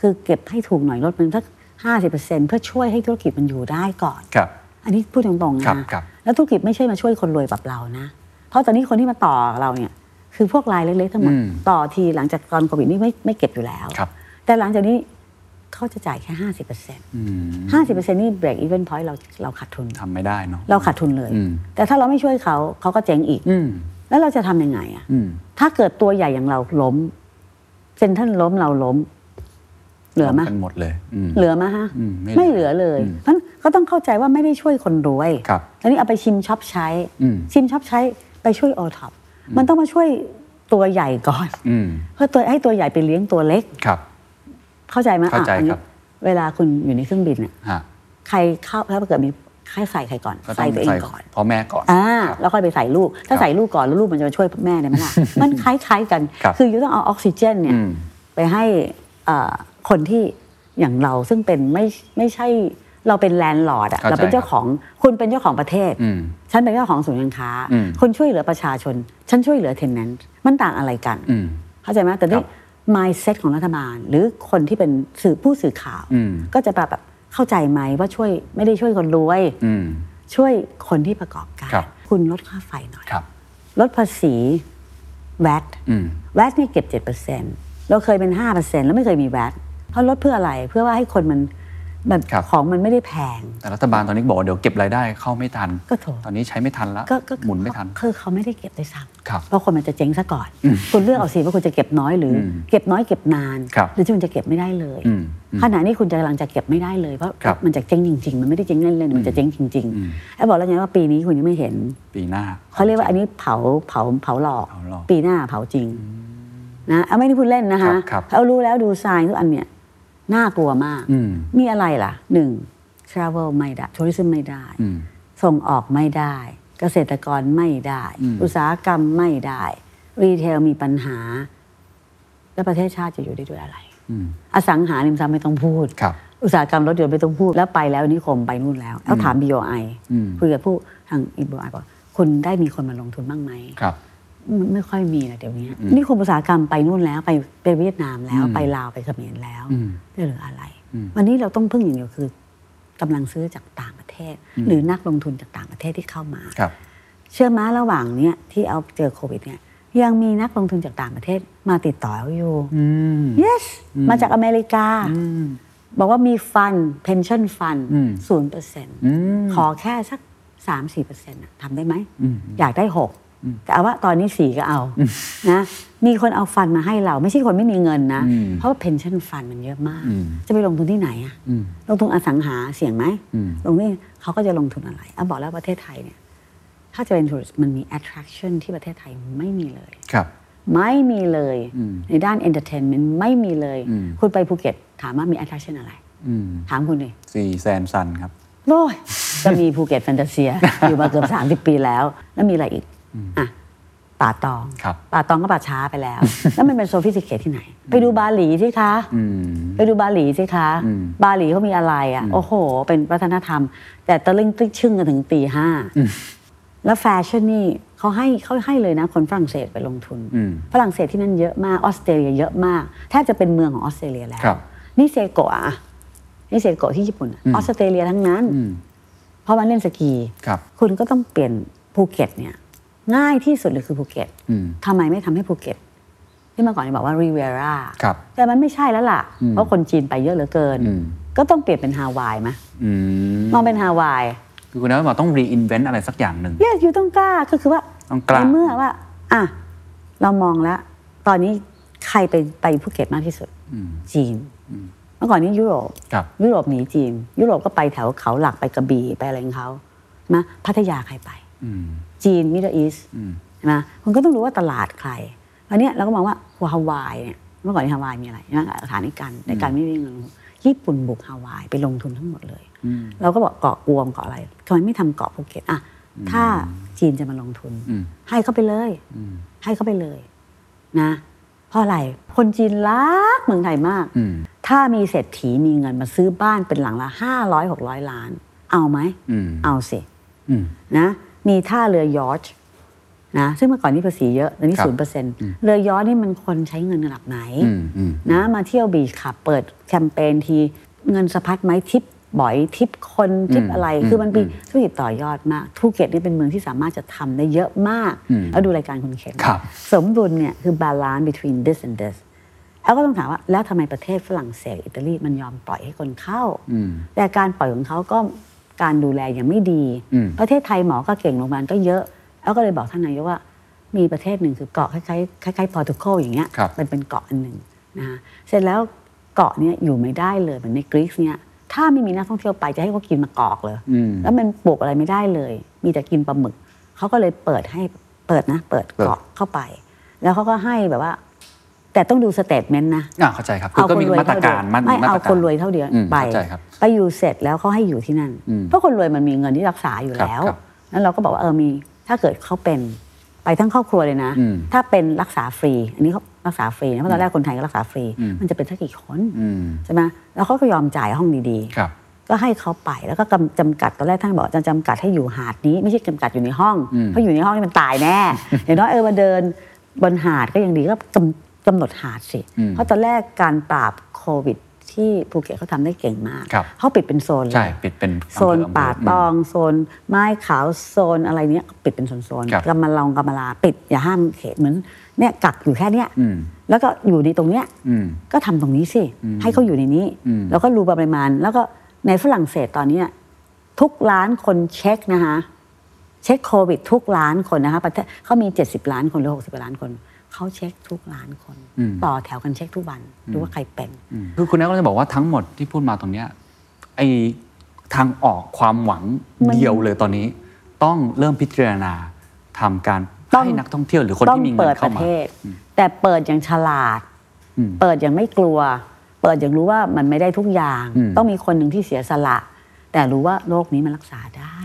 Speaker 4: คือเก็บให้ถูกหน่อยลดมันสักห้าสิบเปอร์เซ็นต์เพื่อช่วยให้ธุรกิจมันอยู่ได้ก่อน
Speaker 3: ครับ
Speaker 4: อันนี้พูดตรงๆนะครับ
Speaker 3: ครับ
Speaker 4: แล้วธุรกิจไม่ใช่มาช่วยคนรวยแบบเรานะ เพราะตอนนี้คนที่มาต่อเราเนี่ย คือพวกรายเล็กๆทั้งหมด
Speaker 3: อืม
Speaker 4: ต่อทีหลังจากตอนโควิดนี่ไม่ไม่เก็บอยู่แล้ว
Speaker 3: ครับ
Speaker 4: แต่หลังจากนี้เขาจะจ่ายแค่ห้าสิบเปอร์เซ็นต์
Speaker 3: อืม
Speaker 4: ห้าสิบเปอร์เซ็นต์นี่เบรกอีเวนต์พอยต์เราเราขาดทุน
Speaker 3: ทำไม่ได้เนาะ
Speaker 4: เราขาดทุนเลย
Speaker 3: อืม
Speaker 4: แต่ถ้าเราไม่ช่วยเขาเขาก็เจ๊งอีก
Speaker 3: อืม
Speaker 4: แล้วเราจะทำยังไงอะ
Speaker 3: อืม
Speaker 4: ถ้าเกิดตัวใหญ่อย่างเราล้มเซ็นทรัลล้มเราล้ม เหลือไหม
Speaker 3: กันหมดเลยอืม
Speaker 4: เหลือไหมฮะ
Speaker 3: อืมไม่
Speaker 4: ไม่เห
Speaker 3: เหลื
Speaker 4: ลือ
Speaker 3: อ
Speaker 4: เลย
Speaker 3: อืม
Speaker 4: เพราะฉะนั้นก็ต้องเข้าใจว่าไม่ได้ช่วยคนรวย
Speaker 3: ครับ
Speaker 4: อันนี้เอาไปชิมช็อปใช้
Speaker 3: อืม
Speaker 4: ชิมช็อปใช้ไปช่วยโอท็อปมันต้องมาช่วยตัวใหญ่ก่อน
Speaker 3: อืม
Speaker 4: เพื่อตัวให้ตัวใหญ่ไปเลี้ยงตัวเล็ก
Speaker 3: ครับ
Speaker 4: เข้าใจไหมอ่ะ
Speaker 3: เข้าใจ
Speaker 4: อันนี้
Speaker 3: ครับ
Speaker 4: เวลาคุณอยู่ในเครื่องบินน่ะ
Speaker 3: ฮะ
Speaker 4: ใครเข้าถ้าเกิดมีใครใส่ใครก่อน
Speaker 3: ก็ต้อ
Speaker 4: ใส่
Speaker 3: ง
Speaker 4: ตัวเอ
Speaker 3: ใส่
Speaker 4: งก่อน
Speaker 3: พ่อแม่ก่อน
Speaker 4: อ่า
Speaker 3: ครับ
Speaker 4: แล้วค่อยไปใส่ลูก
Speaker 3: ค
Speaker 4: ถ้า
Speaker 3: รับ
Speaker 4: ใส่ลูกก่อนแล้วลูกมันจะมาช่วยแม่ได้ไหมล่ะ มันคล้ายๆกัน
Speaker 3: ครับ
Speaker 4: ออยู่ต้องเอาออกซิเจนเนี่ย
Speaker 3: อืม
Speaker 4: ไปให้เอ่อคนที่อย่างเราซึ่งเป็นไม่ไม่ใช่เราเป็นแลนด์ลอร์ดอะ
Speaker 3: เข้าใจ
Speaker 4: เราเป็นเจ้า
Speaker 3: ครับ
Speaker 4: ของคุณเป็นเจ้าของประเทศ
Speaker 3: อืม
Speaker 4: ฉันเป็นเจ้าของศูนย์การค้า
Speaker 3: อืม
Speaker 4: คนช่วยเหลือประชาชน ฉันช่วยเหลือเทนแนนต์มันต่างอะไรกัน
Speaker 3: อืม
Speaker 4: เข้าใจไหมแต่นี่
Speaker 3: ครับ
Speaker 4: mindset ของรัฐบาล หรือคนที่เป็นสื่อผู้สื่อข่าว
Speaker 3: อืม
Speaker 4: ก็จะแบบแบบเข้าใจไหมว่าช่วยไม่ได้ช่วยคนรวย
Speaker 3: อืม
Speaker 4: ช่วยคนที่ประกอบการ
Speaker 3: ครับ
Speaker 4: คุณลดค่าไฟหน่อย
Speaker 3: ครับ
Speaker 4: ลดภาษี VAT
Speaker 3: อืม
Speaker 4: VAT เนี่ยเก็บ 7%เราเคยเป็น 5%แล้วไม่เคยมี VAT เพราะลดเพื่ออะไรเพื่อว่าให้คนมันมัน
Speaker 3: ครับ
Speaker 4: ของมันไม่ได้แพง
Speaker 3: แต่รัฐบาลตอนนี้บอกว่าเดี๋ยวเก็บรายได้เข้าไม่ทัน
Speaker 4: ก็โถ
Speaker 3: ตอนนี้ใช้ไม่ทันแล้ว
Speaker 4: ก็ก็
Speaker 3: หมุนไม่ทัน
Speaker 4: คือเขาไม่ได้เก็บด้วยซ้ำ
Speaker 3: ครับ
Speaker 4: เพราะคนมันจะเจ๊งซะก่อน คุณเลือกเอาสิว่าคุณจะเก็บน้อยหรืออ
Speaker 3: ม
Speaker 4: เก็บน้อยเก็บนาน
Speaker 3: ครับ
Speaker 4: หรือที่คุณจะเก็บไม่ได้เลย
Speaker 3: อืมอืม
Speaker 4: ขณะนี้คุณจะกำลังจะเก็บไม่ได้เลยเพราะ
Speaker 3: ครับ
Speaker 4: มันจะเจ๊งจริง ๆ มันไม่ได้เจ๊งเล่นๆมันจะเจ๊งจริง
Speaker 3: อืม
Speaker 4: ๆไอ้บอกแล้วไงว่าปีนี้คุณยังไม่เห็น
Speaker 3: ปีหน้า
Speaker 4: เขาเรียกว่าอันนี้เผาเผาเผาหลอก
Speaker 3: เผาหลอก
Speaker 4: ปีหน้าเผาจริงนะเอาไม่ได้พูดเล่นนะ
Speaker 3: ครั
Speaker 4: คะ
Speaker 3: บครับ
Speaker 4: เอารู้แล้วดูทรายทุกอันเนี่ยน่ากลัวมาก
Speaker 3: อืม
Speaker 4: มีอะไรล่ะหนึ่ง travel ไม่ได้ tourism ไม่ได้
Speaker 3: อืม
Speaker 4: ส่งออกไม่ได้ เกษตรกรไม่ได้
Speaker 3: อืม
Speaker 4: อุตสาหกรรมไม่ได้ รีเทลมีปัญหา แล้วประเทศชาติจะอยู่ได้ด้วยอะไร
Speaker 3: อืม
Speaker 4: อสังหาริมทรัพย์ไม่ต้องพูด
Speaker 3: ครับ
Speaker 4: อุตสาหกรรมรถยนต์ไม่ต้องพูด แล้วไปแล้วนิคมไปนู่นแล้วแล้วถาม BOI
Speaker 3: อืม
Speaker 4: คุยกับผู้ทาง BOI บอก คุณได้มีคนมาลงทุนบ้างไหม
Speaker 3: ครับ
Speaker 4: ไม่ไม่ค่อยมีนะเดี๋ยวนี้
Speaker 3: อืม
Speaker 4: นี่คนอุตสาหกรรมไปนู่นแล้วไปไปเวียดนามแล้ว
Speaker 3: อืม
Speaker 4: ไปลาวไปเขมรแล้ว
Speaker 3: อืม
Speaker 4: ไม่เหลืออะไร
Speaker 3: อืม
Speaker 4: วันนี้เราต้องพึ่งอย่างเดียวคือกำลังซื้อจากต่างประเทศ
Speaker 3: อืม
Speaker 4: หรือนักลงทุนจากต่างประเทศที่เข้ามา
Speaker 3: ครับ
Speaker 4: เชื่อมาระหว่างเนี้ยที่เอาเจอโควิดเนี่ยยังมีนักลงทุนจากต่างประเทศมาติดต่อเอาอยู่
Speaker 3: อืม
Speaker 4: yes มาจากอเมริกา
Speaker 3: อืม
Speaker 4: บอกว่ามีฟัน pension fund
Speaker 3: อืม
Speaker 4: ศูนย์เปอร์เซ็นต์
Speaker 3: อืม
Speaker 4: ขอแค่สักสามสี่เปอร์เซ็นต์ทำได้ไหม
Speaker 3: อืม
Speaker 4: อยากได้หกแต่เอาว่าตอนนี้สี่ก็เอานะมีคนเอาฟันมาให้เราไม่ใช่คนไม่มีเงินนะ
Speaker 3: อืม
Speaker 4: เพราะว่าเพนชั่นฟันมันเยอะมาก
Speaker 3: อืม
Speaker 4: จะไปลงทุนที่ไหนอะ
Speaker 3: อืม
Speaker 4: ลงทุนอสังหาเสี่ยงไหม
Speaker 3: อืม
Speaker 4: ลงนี่เขาก็จะลงทุนอะไรอ่ะบอกแล้วประเทศไทยเนี่ย ถ้าจะเป็นธุรกิจมันมี attraction ที่ประเทศไทยไม่มีเลย
Speaker 3: ครับ
Speaker 4: ไม่มีเลย
Speaker 3: อืม
Speaker 4: ในด้าน entertainment ไม่มีเลย
Speaker 3: อืม
Speaker 4: คุณไปภูเก็ตถามว่ามี attraction อะไร
Speaker 3: อืม
Speaker 4: ถามคุณดิ
Speaker 3: สี่แซนซันครับ
Speaker 4: โอ้ยก็มีภูเก็ตแฟนตาเซีย อยู่มาเกือบ 30 ปีแล้ว แล้วมีอะไรอีก อ่ะ ป่าตอง
Speaker 3: ครับ
Speaker 4: ป่าตองก็ป่าช้าไปแล้ว แล้วมันเป็นโซฟิสติเคทที่ไหน ไปดูบาหลีสิคะ
Speaker 3: อืม
Speaker 4: ไปดูบาหลีสิคะ
Speaker 3: อืม
Speaker 4: บาหลีเขามีอะไรอ่ะ โอ้โห เป็นวัฒนธรรม แต่ตะลึงตึ้งชึ่งกันถึงตีห้า แล้วแฟชั่นนี่เขาให้เขาให้เลยนะ คนฝรั่งเศสไปลงทุน
Speaker 3: อืม
Speaker 4: ฝรั่งเศสที่นั่นเยอะมาก ออสเตรเลียเยอะมากแทบจะเป็นเมืองของออสเตรเลียแล้ว
Speaker 3: ครับ
Speaker 4: นี่เซโกะอะนี่เซโกะที่ญี่ปุ่นอะออสเตรเลียทั้งนั้น
Speaker 3: อืม
Speaker 4: เพราะมันเล่นสกี
Speaker 3: ครับ
Speaker 4: คุณก็ต้องเปลี่ยนภูเก็ตเนี่ยง่ายที่สุดเลยคือภูเก็ต
Speaker 3: อืม
Speaker 4: ทำไมไม่ทำให้ภูเก็ต ที่เมื่อก่อนบอกว่ารีเวรา
Speaker 3: ครับ
Speaker 4: แต่มันไม่ใช่แล้วล่ะ เพราะคนจีนไปเยอะเหลือเกิน
Speaker 3: อืม
Speaker 4: ก็ต้องเปลี่ยนเป็นฮาวายไหม
Speaker 3: อืม
Speaker 4: มองเป็นฮาวาย
Speaker 3: คือคุณน้อยบอกต้องรีอินเวนต์อะไรสักอย่างหนึ่ง
Speaker 4: เยสอยู่ต้องกล้าก็คือว่า
Speaker 3: ต้องกล้า
Speaker 4: ในเมื่อว่า อ่ะ เรามองแล้ว ตอนนี้ใครไปไปภูเก็ตมากที่สุด
Speaker 3: อืม
Speaker 4: จีน เมื่อก่อนนี้ยุโรป
Speaker 3: ครับ
Speaker 4: ยุโรปหนีจีน ยุโรปก็ไปแถวเขาหลักไปกระบี่ไปอะไรของเขาใช่ไหมพัทยาใครไป
Speaker 3: อืม
Speaker 4: จีนมิดเดิลอีส
Speaker 3: อืม
Speaker 4: ใช่ไหมคุณก็ต้องรู้ว่าตลาดใครอันเนี้ยเราก็มองว่าฮาวายเนี่ยเมื่อก่อนนฮาวายมีอะไรนะสถานในการในการไม่มีเงินญี่ปุ่นบุกฮาวายไปลงทุนทั้งหมดเลย
Speaker 3: อืม
Speaker 4: เราก็บอกเกาะกวมเกาะอะไรทำไมไม่ทำเกาะภูเก็ตอ่ะถ้าจีนจะมาลงทุน
Speaker 3: อืม
Speaker 4: ให้เขาไปเลย
Speaker 3: อืม
Speaker 4: ให้เขาไปเลยนะ เพราะอะไรคนจีนรักเมืองไทยมาก
Speaker 3: อืม
Speaker 4: ถ้ามีเศรษฐีมีเงินมาซื้อบ้านเป็นหลังละห้าร้อยหกร้อยล้าน เอาไหม
Speaker 3: อืม
Speaker 4: เอาสิ
Speaker 3: อืม
Speaker 4: นะมีท่าเรือยอชท์นะซึ่งเมื่อก่อนนี่ภาษีเยอะตอนนี้
Speaker 3: ครับ
Speaker 4: ศูนย์เปอร์เซ็นต์เรือยอชท์นี่มันคนใช้เงินระดับไหน
Speaker 3: อืม อืม
Speaker 4: นะมาเที่ยวบีชค่ะเปิดแคมเปญทีเงินสะพัดไหมทิปบ่อยทิปคนทิป
Speaker 3: อืม
Speaker 4: อะไร
Speaker 3: อืม
Speaker 4: คือมันเป็นธุรกิจต่อยอดมากภูเก็ตนี่เป็นเมืองที่สามารถจะทำได้เยอะมาก
Speaker 3: อืม
Speaker 4: แล้วดูรายการคุณเข็ม
Speaker 3: ครับ
Speaker 4: สมดุลเนี่ยคือ balance between this and this แล้วก็ต้องถามว่า แล้วทำไมประเทศฝรั่งเศสอิตาลีมันยอมปล่อยให้คนเข้า
Speaker 3: อืม
Speaker 4: แต่การปล่อยของเขาก็การดูแลยังไม่ดี
Speaker 3: อืม
Speaker 4: ประเทศไทยหมอก็เก่งโรงพยาบาลก็เยอะ แล้วก็เลยบอกท่านนายกว่า มีประเทศหนึ่งคือเกาะคล้ายๆคล้ายๆพอร์ตุเกสอย่างเงี้ย
Speaker 3: ครับ
Speaker 4: มันเป็นเกาะอันหนึ่งนะคะเสร็จแล้วเกาะเนี้ยอยู่ไม่ได้เลยเหมือนในกรีซเนี่ยถ้าไม่มีนักท่องเที่ยวไปจะให้เขากินมะกอกเลย
Speaker 3: อืม
Speaker 4: แล้วมันปลูกอะไรไม่ได้เลย มีแต่กินปลาหมึก เขาก็เลยเปิดให้เปิดนะ เปิดเกาะเข้าไป แล้วเขาก็ให้แบบว่า แต่ต้องดูสเตทเมนต์นะ
Speaker 3: อ่าเข้าใจครับ คือก็มีมาตรการ
Speaker 4: เอ
Speaker 3: มา
Speaker 4: คนรวย
Speaker 3: ตก
Speaker 4: เท่เดิมไม่เอาคนรวยเท่าเดียว
Speaker 3: อืม
Speaker 4: ไป
Speaker 3: เข้าใจครับ
Speaker 4: ไปอยู่เสร็จแล้วเขาให้อยู่ที่นั่น
Speaker 3: อืม
Speaker 4: เพราะคนรวยมันมีเงินที่รักษาอยู่
Speaker 3: ครับ
Speaker 4: แล้ว
Speaker 3: ครับ
Speaker 4: นั้นเราก็บอกว่าเออมี ถ้าเกิดเขาเป็นไปทั้งครอบครัวเลยนะ
Speaker 3: อืม
Speaker 4: ถ้าเป็นรักษาฟรี อันนี้เขารักษาฟรีนะเพราะตอนแรกคนไทยก็รักษาฟรี
Speaker 3: อืม
Speaker 4: มันจะเป็นสักกี่คน
Speaker 3: อืม
Speaker 4: ใช่ไหมแล้วเขาก็ยอมจ่ายห้องดี
Speaker 3: ครับ
Speaker 4: ๆ ก็ให้เขาไปแล้วก็กำจำกัดตอนแรกท่านบอกจะจำกัดให้อยู่หาดนี้ ไม่ใช่จำกัดอยู่ในห้อง
Speaker 3: อืม
Speaker 4: เพราะอยู่ในห้องนี่มันตาย แน่ อย่างน้อยเออมาเดินบนหาดก็ยังดีก็กำกำหนดหาดสิ
Speaker 3: อืม
Speaker 4: เพราะตอนแรกการปราบโควิดที่ภูเก็ตเขาทำได้เก่งมาก
Speaker 3: ครับ
Speaker 4: เขาปิดเป็นโซนเลย
Speaker 3: ใช่ ปิดเป็นอำเภอ
Speaker 4: โซนป่า
Speaker 3: ำเภ
Speaker 4: ตอง โซนไม้ขาวโซนอะไรเนี้ยปิดเป็นโซน
Speaker 3: ครับ
Speaker 4: ๆกำมะลองกำมะลาปิดอย่าห้ามเขตเหมือนเนี่ยกักอยู่แค่เนี้ย
Speaker 3: อืม
Speaker 4: แล้วก็อยู่ในตรงเนี้ย
Speaker 3: อืม
Speaker 4: ก็ทำตรงนี้สิ
Speaker 3: อืม
Speaker 4: ให้เขาอยู่ในนี้
Speaker 3: อืม
Speaker 4: แล้วก็รู้ปริมาณ แล้วก็ในฝรั่งเศสตอนเนี้ยทุกล้านคนเช็คนะคะเช็คโควิด ทุกล้านคนนะคะประเทศเขามี 70 ล้านคนหรือ 60ล้านคนเขาเช็คทุกล้านคน
Speaker 3: อืม
Speaker 4: ต่อแถวกันเช็คทุกวันดูว่าใครเป็น
Speaker 3: อืมคือคุณแอ๊ก็จะบอกว่าทั้งหมดที่พูดมาตรงเนี้ยไอทางออกความหวัง
Speaker 4: มัน
Speaker 3: เดียวเลยตอนนี้ ต้องเริ่มพิจารณาทำการ
Speaker 4: ต้อง
Speaker 3: ให้นักท่องเที่ยวหรือคน
Speaker 4: ต้อง
Speaker 3: ที่มีเงิ
Speaker 4: เปิด
Speaker 3: น
Speaker 4: ป
Speaker 3: เข้า
Speaker 4: ระ
Speaker 3: มา
Speaker 4: เทศ แต่เปิดอย่างฉลาด
Speaker 3: อืม
Speaker 4: เปิดอย่างไม่กลัว เปิดอย่างรู้ว่ามันไม่ได้ทุกอย่าง
Speaker 3: อืม
Speaker 4: ต้องมีคนหนึ่งที่เสียสละ แต่รู้ว่าโรคนี้มันรักษาได้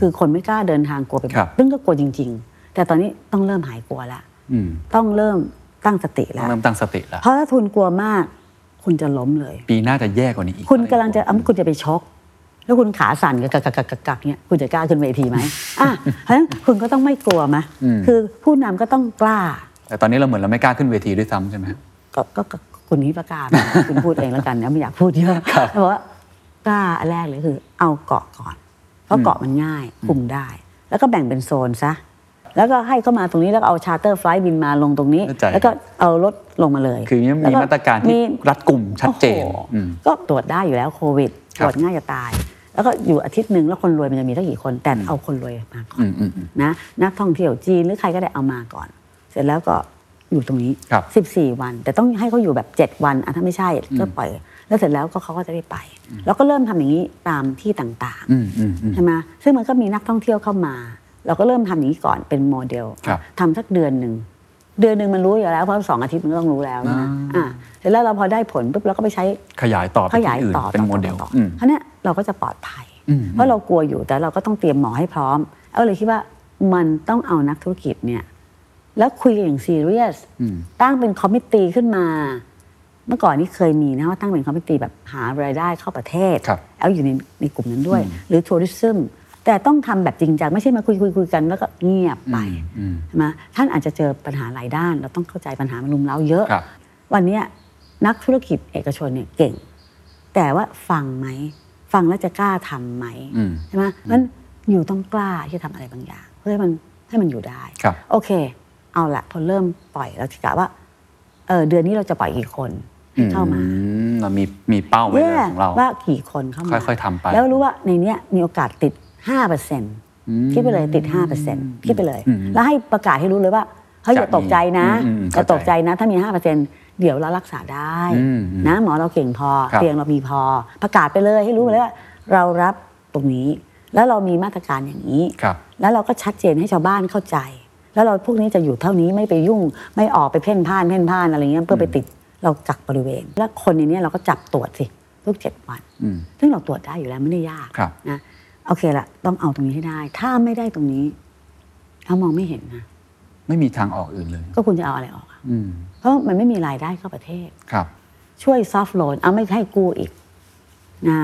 Speaker 4: คือคนไม่กล้าเดินทางกลัวไปหมด
Speaker 3: ครับ
Speaker 4: ซึ่งก็กลัวจริง ๆ แต่ตอนนี้ต้องเริ่มหายกลัวละ
Speaker 3: อืม
Speaker 4: ต้องเริ่มตั้งสติ
Speaker 3: ต้
Speaker 4: แล้
Speaker 3: อง
Speaker 4: ว
Speaker 3: เริ่มตั้งสติละ
Speaker 4: เพราะถ้าทุนกลัวมาก คุณจะล้มเลย
Speaker 3: ปีหน้าจะแย่กว่านี้อีก
Speaker 4: คุณกำลังจะอ้ำคุณจะไปช็อก แล้วคุณขาสั่นกักกักกักกักกักเนี่ยคุณจะกล้าขึ้นเวทีไหมอ่ะ เพราะฉะนั้นคุณก็ต้องไม่กลัวไหม
Speaker 3: อืม
Speaker 4: คือผู้นำก็ต้องกล้า
Speaker 3: แต่ตอนนี้เราเหมือนเราไม่กล้าขึ้นเวทีด้วยซ้ำใช่ไหมครับ
Speaker 4: ก็ก็ก็คุณนิประกาศ คุณพูดเองแล้วกันนะไม่อยากพูดเยอะเพราะว่ากล้าอันแรกเลยคือ เอาเกาะก่อน เพราะเกาะมันง่ายคุมได้ แล้วก็แบ่งเป็นโซนซะแล้วก็ให้เข้ามาตรงนี้แล้วก็เอาชาร์เตอร์ไฟลท์บินมาลงตรงนี้
Speaker 3: เข้าใจ
Speaker 4: แล้วก็เอารถลงมาเลย
Speaker 3: คือ
Speaker 4: แล้ว
Speaker 3: มีมาตรการที่
Speaker 4: มี
Speaker 3: รัดกลุ่มชัดเจน
Speaker 4: โอ้โห
Speaker 3: อืม
Speaker 4: ก็ตรวจได้อยู่แล้วโควิด
Speaker 3: ค
Speaker 4: ต
Speaker 3: รับ
Speaker 4: รวจง่ายจะตาย แล้วก็อยู่อาทิตย์หนึ่งแล้วคนรวยมันจะมีตั้งกี่คน แต่เอาคนรวยมาก่อน
Speaker 3: อืมอืมอืม
Speaker 4: นะนักท่องเที่ยวจีนหรือใครก็ได้เอามาก่อน เสร็จแล้วก็อยู่ตรงนี้
Speaker 3: ครับ
Speaker 4: 14 วัน แต่ต้องให้เขาอยู่แบบ 7 วันอ่ะถ้าไม่ใช่ก็ปล่อย แล้วเสร็จแล้วก็เขาก็จะได้ไป แล้วก็เริ่มทำอย่างนี้ตามที่ต่าง
Speaker 3: อืมอืมอืม
Speaker 4: ๆใช่ไหมซึ่งมันก็มีนักท่องเที่ยวเข้ามา เราก็เริ่มทำอย่างนี้ก่อนเป็นโมเดล
Speaker 3: ครับ
Speaker 4: ทำสักเดือนหนึ่งเดือนหนึ่งมันรู้อยู่แล้วเพราะสองอาทิตย์มันก็ต้องรู้แล้วนะ
Speaker 3: อ่า
Speaker 4: อ่ะเสร็จแล้วเราพอได้ผลปุ๊บเราก็ไปใช้
Speaker 3: ขยายต่อไป
Speaker 4: ขยาย
Speaker 3: ที่อื่น
Speaker 4: ต่อ
Speaker 3: เป็นโมเดล
Speaker 4: ต่อ
Speaker 3: อืม
Speaker 4: เพราะเนี้ยเราก็จะปลอดภัย
Speaker 3: อืม
Speaker 4: เพราะเรากลัวอยู่แต่เราก็ต้องเตรียมหมอให้พร้อมเอาเลยคิดว่ามันต้องเอานักธุรกิจเนี่ยแล้วคุยกันอย่างซีเรียส
Speaker 3: อืม
Speaker 4: ตั้งเป็นคอมมิตตี้ขึ้นมา เมื่อก่อนนี้เคยมีนะว่าตั้งเป็นคอมมิตตี้แบบหารายได้เข้าประเทศ
Speaker 3: ครับ
Speaker 4: เอาอยู่ในในกลุ่มนั้นด้วย หรือทัวริซึมแต่ต้องทำแบบจริงจังไม่ใช่มาคุยคุยคุยกันแล้วก็เงียบไป
Speaker 3: อืมอืม
Speaker 4: ใช่ไหมท่านอาจจะเจอปัญหาหลายด้าน เราต้องเข้าใจปัญหามันรุมเร้าเยอะ
Speaker 3: ครับ
Speaker 4: วันเนี้ยนักธุรกิจเอกชนเนี่ยเก่ง แต่ว่าฟังไหม ฟังแล้วจะกล้าทำไหม
Speaker 3: อืม
Speaker 4: ใช่ไหมนั้นอยู่ต้องกล้าที่จะทำอะไรบางอย่าง เพื่อให้มันให้มันอยู่ได้
Speaker 3: ครับ
Speaker 4: โอเค เอาละพอเริ่มปล่อยเราจะกะว่าเออเดือนนี้เราจะปล่อยกี่คนให้เข้ามา
Speaker 3: อืเรามีมีเป้าไว้เลยของเรา
Speaker 4: ว่ากี่คนเข้ามา
Speaker 3: ค่อยๆทำไป
Speaker 4: แล้วรู้ว่าในเนี้ยมีโอกาสติด 5%คิดไปเลยติด 5%คิดไปเลย
Speaker 3: อืม
Speaker 4: แล้วให้ประกาศให้รู้เลยว่าเฮ้ยอย่าตกใจนะ
Speaker 3: อืมอืม
Speaker 4: อย่า
Speaker 3: เข้าใจ
Speaker 4: ตกใจนะถ้ามี 5%เดี๋ยวเรารักษาได้
Speaker 3: อืมอืม
Speaker 4: นะหมอเราเก่งพอ
Speaker 3: ครับ
Speaker 4: เตียงเรามีพอ ประกาศไปเลยให้รู้เลยว่า เรารับตรงนี้ แล้วเรามีมาตรการอย่างนี้
Speaker 3: ครับ
Speaker 4: แล้วเราก็ชัดเจนให้ชาวบ้านเข้าใจ แล้วเราพวกนี้จะอยู่เท่านี้ไม่ไปยุ่ง ไม่ออกไปเพ่นพ่านเพ่นพ่านอะไรเงี้ยเพื่อไปติดเรากักบริเวณ แล้วคนในเนี้ยเราก็จับตรวจสิทุกเจ็ดวัน
Speaker 3: อืม
Speaker 4: ซึ่งเราตรวจได้อยู่แล้วไม่ได้ยาก
Speaker 3: ครับ
Speaker 4: นะโอเคละต้องเอาตรงนี้ให้ได้ ถ้าไม่ได้ตรงนี้เรามองไม่เห็นนะ
Speaker 3: ไม่มีทางออกอื่นเลย
Speaker 4: ก็คุณจะเอาอะไรออกอะ
Speaker 3: อืม
Speaker 4: เพราะมันไม่มีรายได้เข้าประเทศ
Speaker 3: ครับ
Speaker 4: ช่วยซอฟท์โลนเอาไม่ให้กู้อีกนะ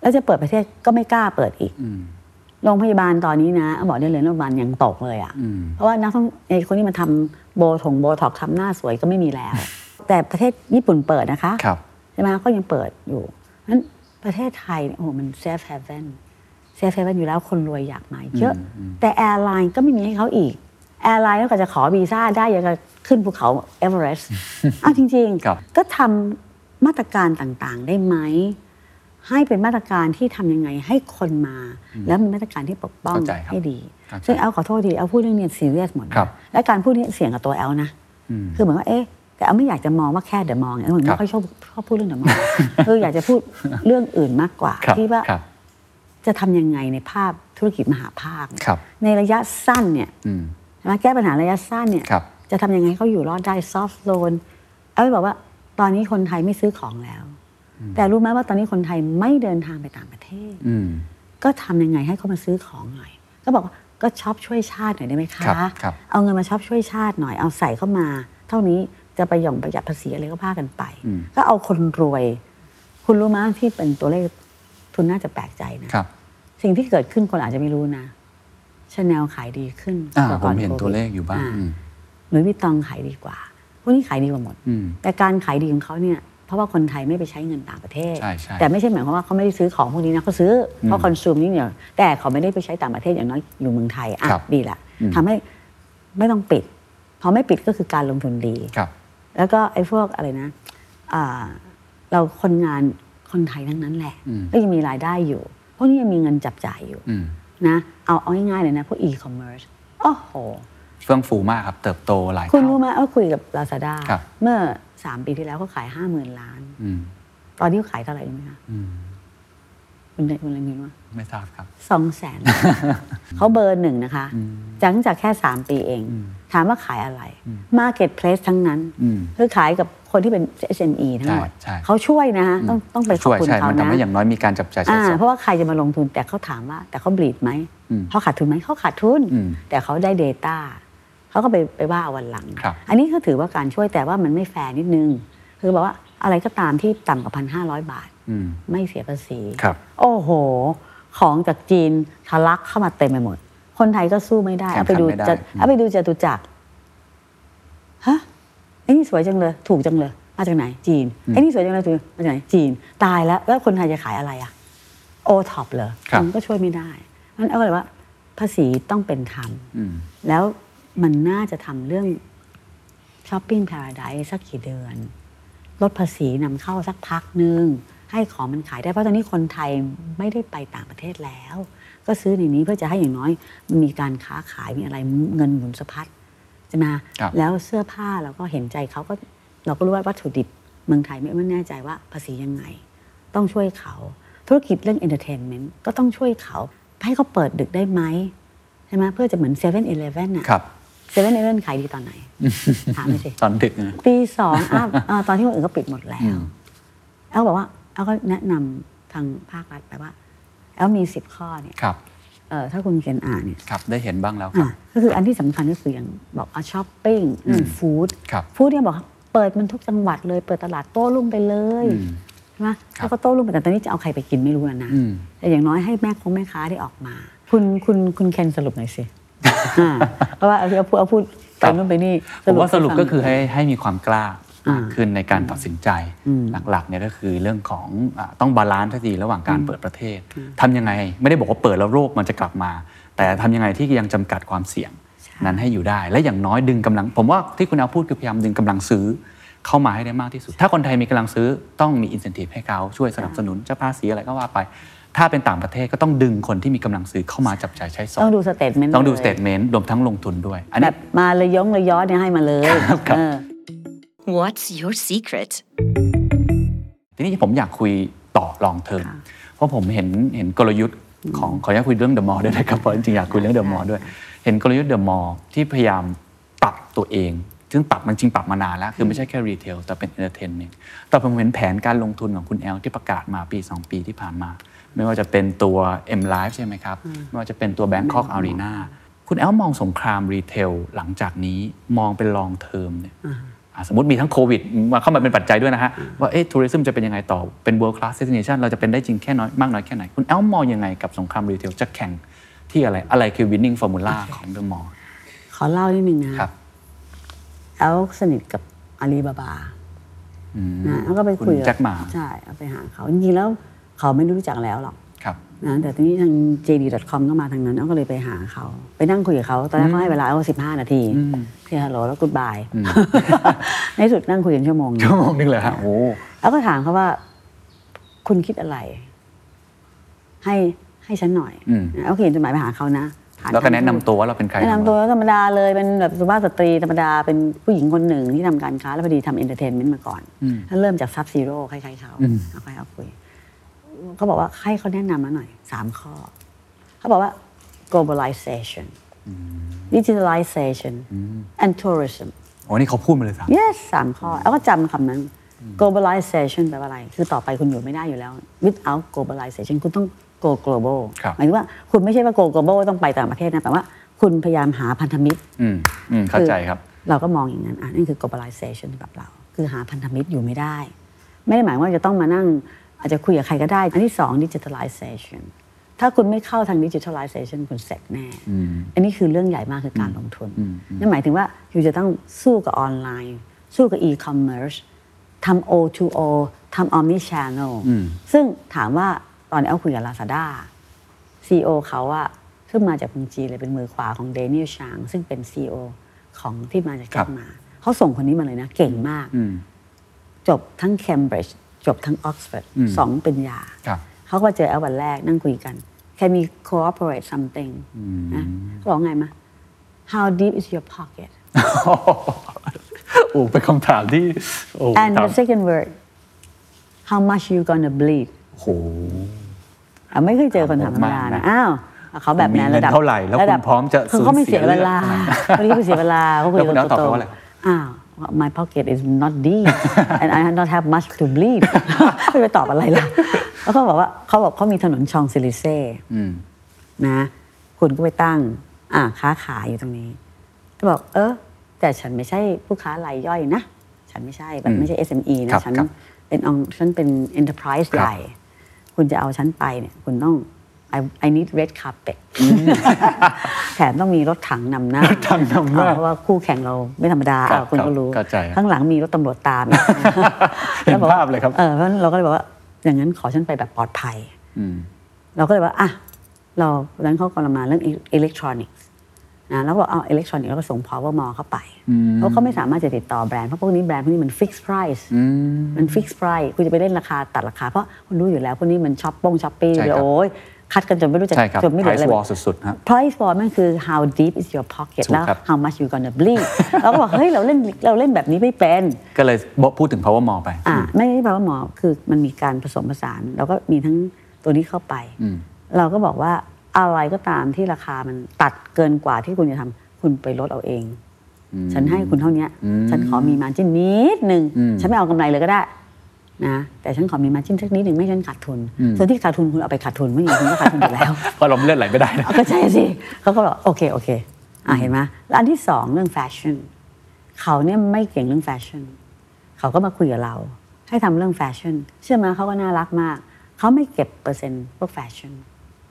Speaker 4: แล้วจะเปิดประเทศก็ไม่กล้าเปิดอีก
Speaker 3: อืม
Speaker 4: โรงพยาบาลตอนนี้นะบอกได้เลยโรงพยาบาลยังตกเลยอะ
Speaker 3: อืม
Speaker 4: เพราะว่านักท่องไอ้คนที่มาทำโบถงโบถอกทำหน้าสวยก็ไม่มี แล้ว แต่ประเทศญี่ปุ่นเปิดนะคะ
Speaker 3: ครับ
Speaker 4: ใช่ไหมก็ยังเปิดอยู่นั้นประเทศไทยเนี่ยโอ้โหมันเซฟเฮเว่นเซฟเฮเว่นอยู่แล้วคนรวยอยากมาเยอะ แต่แอร์ไลน์ก็ไม่มีให้เขาอีก แอร์ไลน์ก็จะขอวีซ่าได้ยังจะขึ้นภูเขาเอเวอเร สต์ อ้าวจริง
Speaker 3: ครับ
Speaker 4: ก็ทำมาตรการต่างๆได้ไหม ให้เป็นมาตรการที่ทำยังไงให้คนมา แล้วมีมาตรการที่ปกป้อง
Speaker 3: เข้าใจครับ
Speaker 4: ให้ดี
Speaker 3: เข้าใจ
Speaker 4: ซึ่งแอลขอโทษทีแอลพูดเรื่องเนี้ซีเรียสหมดนะครับ และการพูดเนี้เสี่ยงกับตัวแอลนะ
Speaker 3: อืม
Speaker 4: คือเหมือนว่าเอ๊ะแต่แอลไม่อยากจะมองว่าแค่เดอะมองเนี่ยผม
Speaker 3: ครับ
Speaker 4: ไม่ค่อยชอบชอบพูดเรื่องเดอะ มอง คืออยากจะพูดเรื่องอื่นมากกว่า
Speaker 3: ครับ
Speaker 4: ที่ว่า
Speaker 3: ครับ
Speaker 4: จะทำยังไงในภาพธุรกิจมหาภาคเนี่ย
Speaker 3: ครับ
Speaker 4: ในระยะสั้นเนี่ย
Speaker 3: อืม
Speaker 4: มาแก้ปัญหาระยะสั้นเนี่ย
Speaker 3: ครับ
Speaker 4: จะทำยังไงให้เขาอยู่รอดได้ซอฟ t ์โลนเอาไปบอกว่าตอนนี้คนไทยไม่ซื้อของแล้ว แต่รู้ไหมว่าตอนนี้คนไทยไม่เดินทางไปต่างประเทศ
Speaker 3: อืม
Speaker 4: ก็ทำยังไงให้เขามาซื้อของหน่อย ก็บอกว่าก็ช็อปช่วยชาติหน่อยได้ไหมคะ
Speaker 3: ครับครับ
Speaker 4: เอาเงินมาช็อปช่วยชาติหน่อยเอาใส่เข้ามา เท่านี้จะประหย่อมประหยัดภาษีอะไรก็พากันไป ก็เอาคนรวย คุณรู้ไหมที่เป็นตัวเลขทุนน่าจะแปลกใจนะ
Speaker 3: ครับ
Speaker 4: สิ่งที่เกิดขึ้นคนอาจจะไม่รู้นะชาแนลขายดีขึ้น
Speaker 3: อ่า
Speaker 4: ว่า
Speaker 3: ผ
Speaker 4: ก่
Speaker 3: มเห็น
Speaker 4: โควิด
Speaker 3: ตัวเลขอยู่บ้าง
Speaker 4: า
Speaker 3: อืม
Speaker 4: หรือวิตตองขายดีกว่า พวกนี้ขายดีกว่าหมด
Speaker 3: อืม
Speaker 4: แต่การขายดีของเขาเนี่ย เพราะว่าคนไทยไม่ไปใช้เงินต่างประเทศ
Speaker 3: ใช่ใช่
Speaker 4: แต่ไม่ใช่หมายความว่าเขาไม่ได้ซื้อของพวกนี้นะเขาซื้ออเขาคอนซูมนี่เนี่ยวแต่เขาไม่ได้ไปใช้ต่างประเทศอย่างน้อยอยู่เมืองไทย อ่ะ
Speaker 3: ครับ
Speaker 4: ดีละทำให้ไม่ต้องปิด พอไม่ปิดก็คือการลงทุนดี
Speaker 3: ครับ
Speaker 4: แล้วก็ไอ้พวกอะไรนะอ่าเราคนงานคนไทยทั้งนั้นแหละ
Speaker 3: อืม
Speaker 4: ก็ยังมีรายได้อยู่ พวกนี้ยังมีเงินจับจ่ายอยู่
Speaker 3: อืม
Speaker 4: นะเอาเอาง่ายๆเลยนะพวกอีคอมเมิร์ซโอ้โห
Speaker 3: เฟื่องฟูมากครับ เติบโตหลาย
Speaker 4: คุณ
Speaker 3: เท่า
Speaker 4: รู้ไหมว่าคุยกับลาซาด้า
Speaker 3: ครับ
Speaker 4: เมื่อ 3 ปีที่แล้วเขาขาย 5 0,000 ล้าน
Speaker 3: อืม
Speaker 4: ตอนนี้เขาขายเท่าไหร่รู้ไหมคะ
Speaker 3: อืม
Speaker 4: คุณได้คุณอะไรเงินว่า
Speaker 3: ไม่ทราบครับ
Speaker 4: สองแส นเขาเบอร์หนึ่งนะคะจังจากแค่ 3 ปีเอง ถามว่าขายอะไร Marketplace ทั้งนั้น
Speaker 3: อืม
Speaker 4: คือขายกับคนที่เป็น SME ทั้งหมด
Speaker 3: ใช่ใช่
Speaker 4: เขาช่วยนะฮะต้องต้องไปขอ
Speaker 3: ช่
Speaker 4: บ
Speaker 3: วย
Speaker 4: คุณ
Speaker 3: ใช่
Speaker 4: เขา
Speaker 3: มันทำ
Speaker 4: นะ
Speaker 3: ให้อย่างน้อยมีการจับจ่ายใช้
Speaker 4: อ่า
Speaker 3: สอย
Speaker 4: เพราะว่าใครจะมาลงทุนแต่เขาถามว่า แต่เขาบลีดไหม
Speaker 3: อืม
Speaker 4: เขาขาดทุนไหมเขาขาดทุน
Speaker 3: อืม
Speaker 4: แต่เขาได้ Data เขาก็ไปไปว่าเอาวันหลัง
Speaker 3: ครับ
Speaker 4: อันนี้ก็ถือว่าการช่วยแต่ว่ามันไม่แฟร์นิดนึง คือบอกว่าอะไรก็ตามที่ต่ำกว่าพันห้าร้อยบาท
Speaker 3: อืม
Speaker 4: ไม่เสียภาษี
Speaker 3: ครับ
Speaker 4: โอ้โห ของจากจีนทะลักเข้ามาเต็มไปหมด คนไทยก็สู้ไม่ได้
Speaker 3: แข่งขัน
Speaker 4: เอาไปดู
Speaker 3: ไม่ได้
Speaker 4: จะ
Speaker 3: อืม
Speaker 4: เอาไปดูจตุจักรฮะไอ้นี่สวยจังเลย ถูกจังเลย มาจากไหน จีนไอ้นี่สวยจังเลยถูกมาจากไหนจีน ตายแล้ว แล้วคนไทยจะขายอะไรอะโอท็อปเหรอ
Speaker 3: ครับ
Speaker 4: มันก็ช่วยไม่ได้มันเอาก็เลยว่า ภาษีต้องเป็นธรรม
Speaker 3: อืม
Speaker 4: แล้วมันน่าจะทำเรื่องช้อปปิ้งพาราไดสักกี่เดือน ลดภาษีนำเข้าสักพักหนึ่งให้ของมันขายได้ เพราะตอนนี้คนไทยไม่ได้ไปต่างประเทศแล้ว ก็ซื้อในนี้เพื่อจะให้อย่างน้อย มันมีการค้าขายมีอะไรเงินหมุนสะพัดใช่ไหมฮะ
Speaker 3: ครับ
Speaker 4: แล้วเสื้อผ้าเราก็เห็นใจเขาก็เราก็รู้ว่าวัตถุดิบเมืองไทยไม่ไม่แน่ใจว่าภาษียังไง ต้องช่วยเขา ธุรกิจเรื่องเอนเตอร์เทนเมนต์ก็ต้องช่วยเขา ให้เขาเปิดดึกได้ไหมใช่ไหมเพื่อจะเหมือนเซเว่นอีเลฟเว่นอะ
Speaker 3: ครับ
Speaker 4: เซเว่นเอเว่นขายดี ตอนไหน ถามหน่อยสิ
Speaker 3: ตอนดึกนะ
Speaker 4: ปีสองอ่ะเอ่อตอนที่คนอื่นก็ปิดหมดแล้
Speaker 3: อื
Speaker 4: ว
Speaker 3: ม
Speaker 4: แอลบอกว่าแอลก็แนะนำทางภาครัฐไปว่าแอลมีสิบข้อเนี่ย
Speaker 3: ครับ
Speaker 4: เอ่อถ้าคุณเขียนอ่านเนี่ย
Speaker 3: ครับ ได้เห็นบ้างแล้วครับ
Speaker 4: อ่ะก็คืออันที่สำคัญก็คืออย่างบอกอ่ะช้อปปิ้งเรื่องฟู้ด
Speaker 3: ครับ
Speaker 4: ฟู้ดเนี่ยบอกเปิดมันทุกจังหวัดเลย เปิดตลาดโต้รุ่งไปเลย
Speaker 3: อืม
Speaker 4: ใช่ไหม
Speaker 3: ครับ
Speaker 4: แล้วก็โต้รุ่งไปแต่ตอนนี้จะเอาใครไปกินไม่รู้แล้วนะ
Speaker 3: อืม
Speaker 4: แต่อย่างน้อยให้แม่คงแม่ค้าได้ออกมา คุณคุณคุณเคนสรุปหน่อยสิ อ่าเพราะว่าเอาเอาพูดเอาพูด
Speaker 3: ครั
Speaker 4: ไป
Speaker 3: บ
Speaker 4: นู่นไปนี่
Speaker 3: ผมว่าสรุป
Speaker 4: ให้ฟัง
Speaker 3: ก็คือให้ให้มีความกล้า
Speaker 4: อ่าม
Speaker 3: ากขึ้นในการตัดสินใจ
Speaker 4: อืม
Speaker 3: หลักๆเนี่ยก็คือเรื่องของอ่าต้องบาลานซ์ทัดีระหว่างการเปิดประเทศ
Speaker 4: อืม
Speaker 3: ทำยังไงไม่ได้บอกว่าเปิดแล้วโรคมันจะกลับมา แต่ทำยังไงที่ยังจำกัดความเสี่ยง
Speaker 4: ใช่
Speaker 3: นั้นให้อยู่ได้ และอย่างน้อยดึงกำลัง ผมว่าที่คุณเอาพูดคือพยายามดึงกำลังซื้อเข้ามาให้ได้มากที่สุด ถ้าคนไทยมีกำลังซื้อต้องมีอิน e n t i v e ให้เขาช่วยสนับสนุนจะภาษีอะไรก็ว่าไป ถ้าเป็นต่างประเทศก็ต้องดึงคนที่มีกำลังซื้อเข้ามาจับจ่ายใช้สอ
Speaker 4: ต้อง
Speaker 3: ย
Speaker 4: ดูสเตทเมนต์
Speaker 3: ต้องดู
Speaker 4: ล
Speaker 3: ส
Speaker 4: ย
Speaker 3: เตทเมนต์รวมทั้งลงทุนด้วย อัน
Speaker 4: แบ
Speaker 3: นี้
Speaker 4: บมาเลยย้องเลยย้อนเนี่ยให้มาเลย
Speaker 3: ครับครับ
Speaker 4: เออ
Speaker 1: What's your secret?
Speaker 3: ทีนี้ผมอยากคุยต่อลองเทอม
Speaker 4: ค่ะ
Speaker 3: เพราะผมเห็นเห็นกลยุทธ์ของขออนุญาตคุยเรื่องเดอะมอลด้วยนะครับเพราะจริงๆอยากคุยเรื่องเดอะมอลด้วย เห็นกลยุทธ์เดอะมอลที่พยายามปรับตัวเอง ซึ่งปรับมันจริงปรับมานานแล้ว คือไม่ใช่แค่รีเทลแต่เป็นเอนเตอร์เทนเมนต์แต่ผมเห็นแผนการลงทุนของคุณแอลที่ประกาศมาปี 2 ปีที่ผ่านมา ไม่ว่าจะเป็นตัว M Live ใช่ไหมครับ ไม่ว่าจะเป็นตัว Bangkok Arena คุณแอลมองสงครามรีเทลหลังจากนี้มองเป็นลองเทอมเนี่ย
Speaker 4: อ่า
Speaker 3: อ่ะสมมติมีทั้งโควิดมาเข้ามาเป็นปัจจัยด้วยนะฮะ ว่าเอ๊ะทัวริซึมจะเป็นยังไงต่อ เป็น world class destination เราจะเป็นได้จริงแค่น้อยมากน้อยแค่ไหน คุณแอลมองยังไงกับสงครามรีเทลจะแข่งที่อะไร อะไรคือ winning formula ของเดอะมอล
Speaker 4: ขอเล่านิดนึงนะครับ แอลสนิทกับอาลีบาบา
Speaker 3: อืม
Speaker 4: นะแล้วก็ไปคุย
Speaker 3: ณแจ็คหมา
Speaker 4: ใช่เอาไปหาเขาจริงๆแล้วเขาไม่รู้จักแล้วหรอก
Speaker 3: ครับ
Speaker 4: นะแต่ทีนี้ทาง JD.com ก็มาทางนั้นแล้วก็เลยไปหาเขาไปนั่งคุยกับเขาตอนแรกเขาให้เวลาเอาสิบห้านาที
Speaker 3: อืม
Speaker 4: ที่ฮัลโหลแล้วกูดบาย ในสุดนั่งคุยกันชั่วโมงหนึ่ง
Speaker 3: ชั่วโมงนึงเลยฮะโอ้
Speaker 4: แล้วก็ถามเขาว่า คุณคิดอะไร ให้ให้ฉันหน่อย
Speaker 3: อืม
Speaker 4: แล้วก็เขียนจดหมายไปหาเขานะผ่า
Speaker 3: แล้วก็
Speaker 4: ทาง
Speaker 3: แนะนำตัวว่าเราเป็นใคร
Speaker 4: แนะนำตัวธรรมดาเลยเป็นแบบสุภาพสตรีธรรมดาเป็นผู้หญิงคนหนึ่งที่ทำการค้า แล้วพอดีทำเอนเตอร์เทนเมนต์มาก่อน
Speaker 3: อืม
Speaker 4: แล้วเริ่มจากซับซีโร่คล้ายๆเขา
Speaker 3: อืม
Speaker 4: เอาไปเอาคุยเขาบอกว่าให้เขาแนะนำมาหน่อยสามข้อ เขาบอกว่า globalization digitalization and tourism
Speaker 3: โอ้นี่เขาพูดมาเลยสาม
Speaker 4: yes สามข้อ แล้วก็จำคำนั้น globalization แปลว่าอะไร คือต่อไปคุณอยู่ไม่ได้อยู่แล้ว without globalization คุณต้อง go global
Speaker 3: ครับ
Speaker 4: หมายถึงว่าคุณไม่ใช่ว่า go global ต้องไปต่างประเทศนะแต่ว่าคุณพยายามหาพันธมิตร
Speaker 3: อืมอืมเข้าใจครับ
Speaker 4: เราก็มองอย่างนั้นอ่ะนั่นคือ globalization สำหรับเรา คือหาพันธมิตรอยู่ไม่ได้ ไม่ได้หมายว่าจะต้องมานั่ง อาจจะคุยกับใครก็ได้ อันที่สอง digitalization ถ้าคุณไม่เข้าทาง digitalization คุณเสร็จแน่
Speaker 3: อืม
Speaker 4: อันนี้คือเรื่องใหญ่มากคือการลงทุน
Speaker 3: อืมอืม
Speaker 4: นั่นหมายถึงว่าอยู่จะต้องสู้กับออนไลน์ สู้กับ e-commerce ทำ O2O ทำ omni-channel
Speaker 3: อืม
Speaker 4: ซึ่งถามว่าตอนแอลคุยกับ Lazada CEO เขาอะซึ่งมาจากเมืองจีนเลยเป็นมือขวาของเดนิเอลชางซึ่งเป็น CEO ของที่มาจาก
Speaker 3: ครั
Speaker 4: แจ็
Speaker 3: บ
Speaker 4: คหมาเขาส่งคนนี้มาเลยนะ เก่งมาก
Speaker 3: อืม
Speaker 4: จบทั้ง Cambridge จบทั้ง Oxford
Speaker 3: อืม
Speaker 4: สองปริญญา
Speaker 3: ครับ
Speaker 4: เขาก็มาเจอแอลวันแรกนั่งคุยกัน Can we cooperate something
Speaker 3: ม
Speaker 4: นะเขาบอกไงมา How deep is your pocket
Speaker 3: โอ้เป็นคำถามที่โอ้
Speaker 4: and
Speaker 3: ถาม
Speaker 4: the second word How much you gonna bleed
Speaker 3: โอ้โห
Speaker 4: อ่ะไม่เคยเจอคนถามธรรมดา
Speaker 3: ผมมากนะ
Speaker 4: นะอ้าวเขาแบบนั้น
Speaker 3: คุณมีเงิน
Speaker 4: ระดับ
Speaker 3: เท่าไหร่แล้วคุณ
Speaker 4: ดับ
Speaker 3: พร้อมจะ
Speaker 4: คือเขาไม่
Speaker 3: สูญเสี
Speaker 4: เสี
Speaker 3: ย
Speaker 4: ยเวลาวันนี้คุณเสียเวลาเขาคุย
Speaker 3: แล้วคุณ
Speaker 4: กับ
Speaker 3: เอาตอบ
Speaker 4: โต
Speaker 3: เขาว่าอะไรครับ
Speaker 4: ๆอ้าว my pocket is not deep and I not have much to bleed ไม่ไปตอบอะไรล่ะแล้วเขาบอกว่าเขาบอกเขามีถนนชองซิลิเซ่
Speaker 3: อืม
Speaker 4: นะคุณก็ไปตั้ง อ่าค้าขายอยู่ตรงนี้ก็บอก เออ แต่ฉันไม่ใช่ผู้ค้ารายย่อยนะ ฉันไม่ใช่แบบไม่ใช่ SME
Speaker 3: ครั
Speaker 4: นะ
Speaker 3: บ
Speaker 4: ฉัน
Speaker 3: ครับ
Speaker 4: เป็นองค์ฉันเป็น enterprise ใหญ่ คุณจะเอาฉันไปเนี่ยคุณต้อง I I need red carpet แถมต้องมีรถถังนำหน้าร
Speaker 3: ถถังนำหน้า
Speaker 4: เพราะว่าคู่แข่งเราไม่ธรรมดา
Speaker 3: ครับ
Speaker 4: อ่ะคุณก็รู้
Speaker 3: เข้าใจ
Speaker 4: ข้างหลังมีรถตำรวจ ตาม
Speaker 3: เห็น
Speaker 4: แวอกว่
Speaker 3: ภาพเลยครับ
Speaker 4: เออเพราะฉะนั้นเราก็เลยบอกว่าอย่างนั้นขอฉันไปแบบปลอดภัย
Speaker 3: อืม
Speaker 4: เราก็เลยว่าอ่ะเราตอนนั้นเขากำลังมาเรื่องอิเล็กทรอนิกส์นะแล้วก็เอาอิเล็กทรอนิกส์แล้วก็ส่ง power mall เข้าไป เพราะเขาไม่สามารถจะติดต่อแบรนด์ เพราะพวกนี้แบรนด์พวกนี้มัน fixed price มัน fixed price คุณจะไปเล่นราคาตัดราคา เพราะคุณรู้อยู่แล้ว พวกนี้มันช้อปป้งช้อปปี้
Speaker 3: ใช่ครับ
Speaker 4: โอ้ยคัดกันจนไม่รู้จะ
Speaker 3: ใช่ครับ
Speaker 4: จนไม่เหลืออะไร
Speaker 3: price war สุดๆฮะ
Speaker 4: price war มันคือ how deep is your pocket
Speaker 3: ถูก
Speaker 4: แล้ว
Speaker 3: ครับ
Speaker 4: how much you gonna bleed เราก็บอกเฮ้ยเราเล่นเราเล่นแบบนี้ไม่เป็น
Speaker 3: ก็เลยพูดถึง power mall ไป
Speaker 4: อ่าไม่ได้แปลว่าหมอคือมันมีการผสมผสานเราก็มีทั้งตัวนี้เข้าไป
Speaker 3: อืม
Speaker 4: เราก็บอกว่าอะไรก็ตามที่ราคามันตัดเกินกว่าที่คุณจะทำคุณไปลดเอาเอง ฉันให้คุณเท่าเนี้ย ฉันขอมีมาจิ้นนิดหนึ่งฉันไม่เอากำไรเลยก็ได้นะแต่ฉันขอมีมาจิ้นสักนิดหนึ่งไม่ให้ฉันขาดทุน ส่วนที่ขาดทุนคุณเอาไปขาดทุนไม่อย่างคุณก็ขาดทุนอยู่แล้ว
Speaker 3: ก็ล้มเลือดไหลไม่ได้นะ
Speaker 4: ก็ใช่สิเขาก็บอกโอเค โอเค อ่ะเห็นไหมแล้วอันที่สองเรื่องแฟชั่นเขาเนี่ยไม่เก่งเรื่องแฟชั่นเขาก็มาคุยกับเรา ให้ทำเรื่องแฟชั่นเชื่อไหมเขาก็น่ารักมาก เขาไม่เก็บเปอร์เซ็นต์พวกแฟชั่น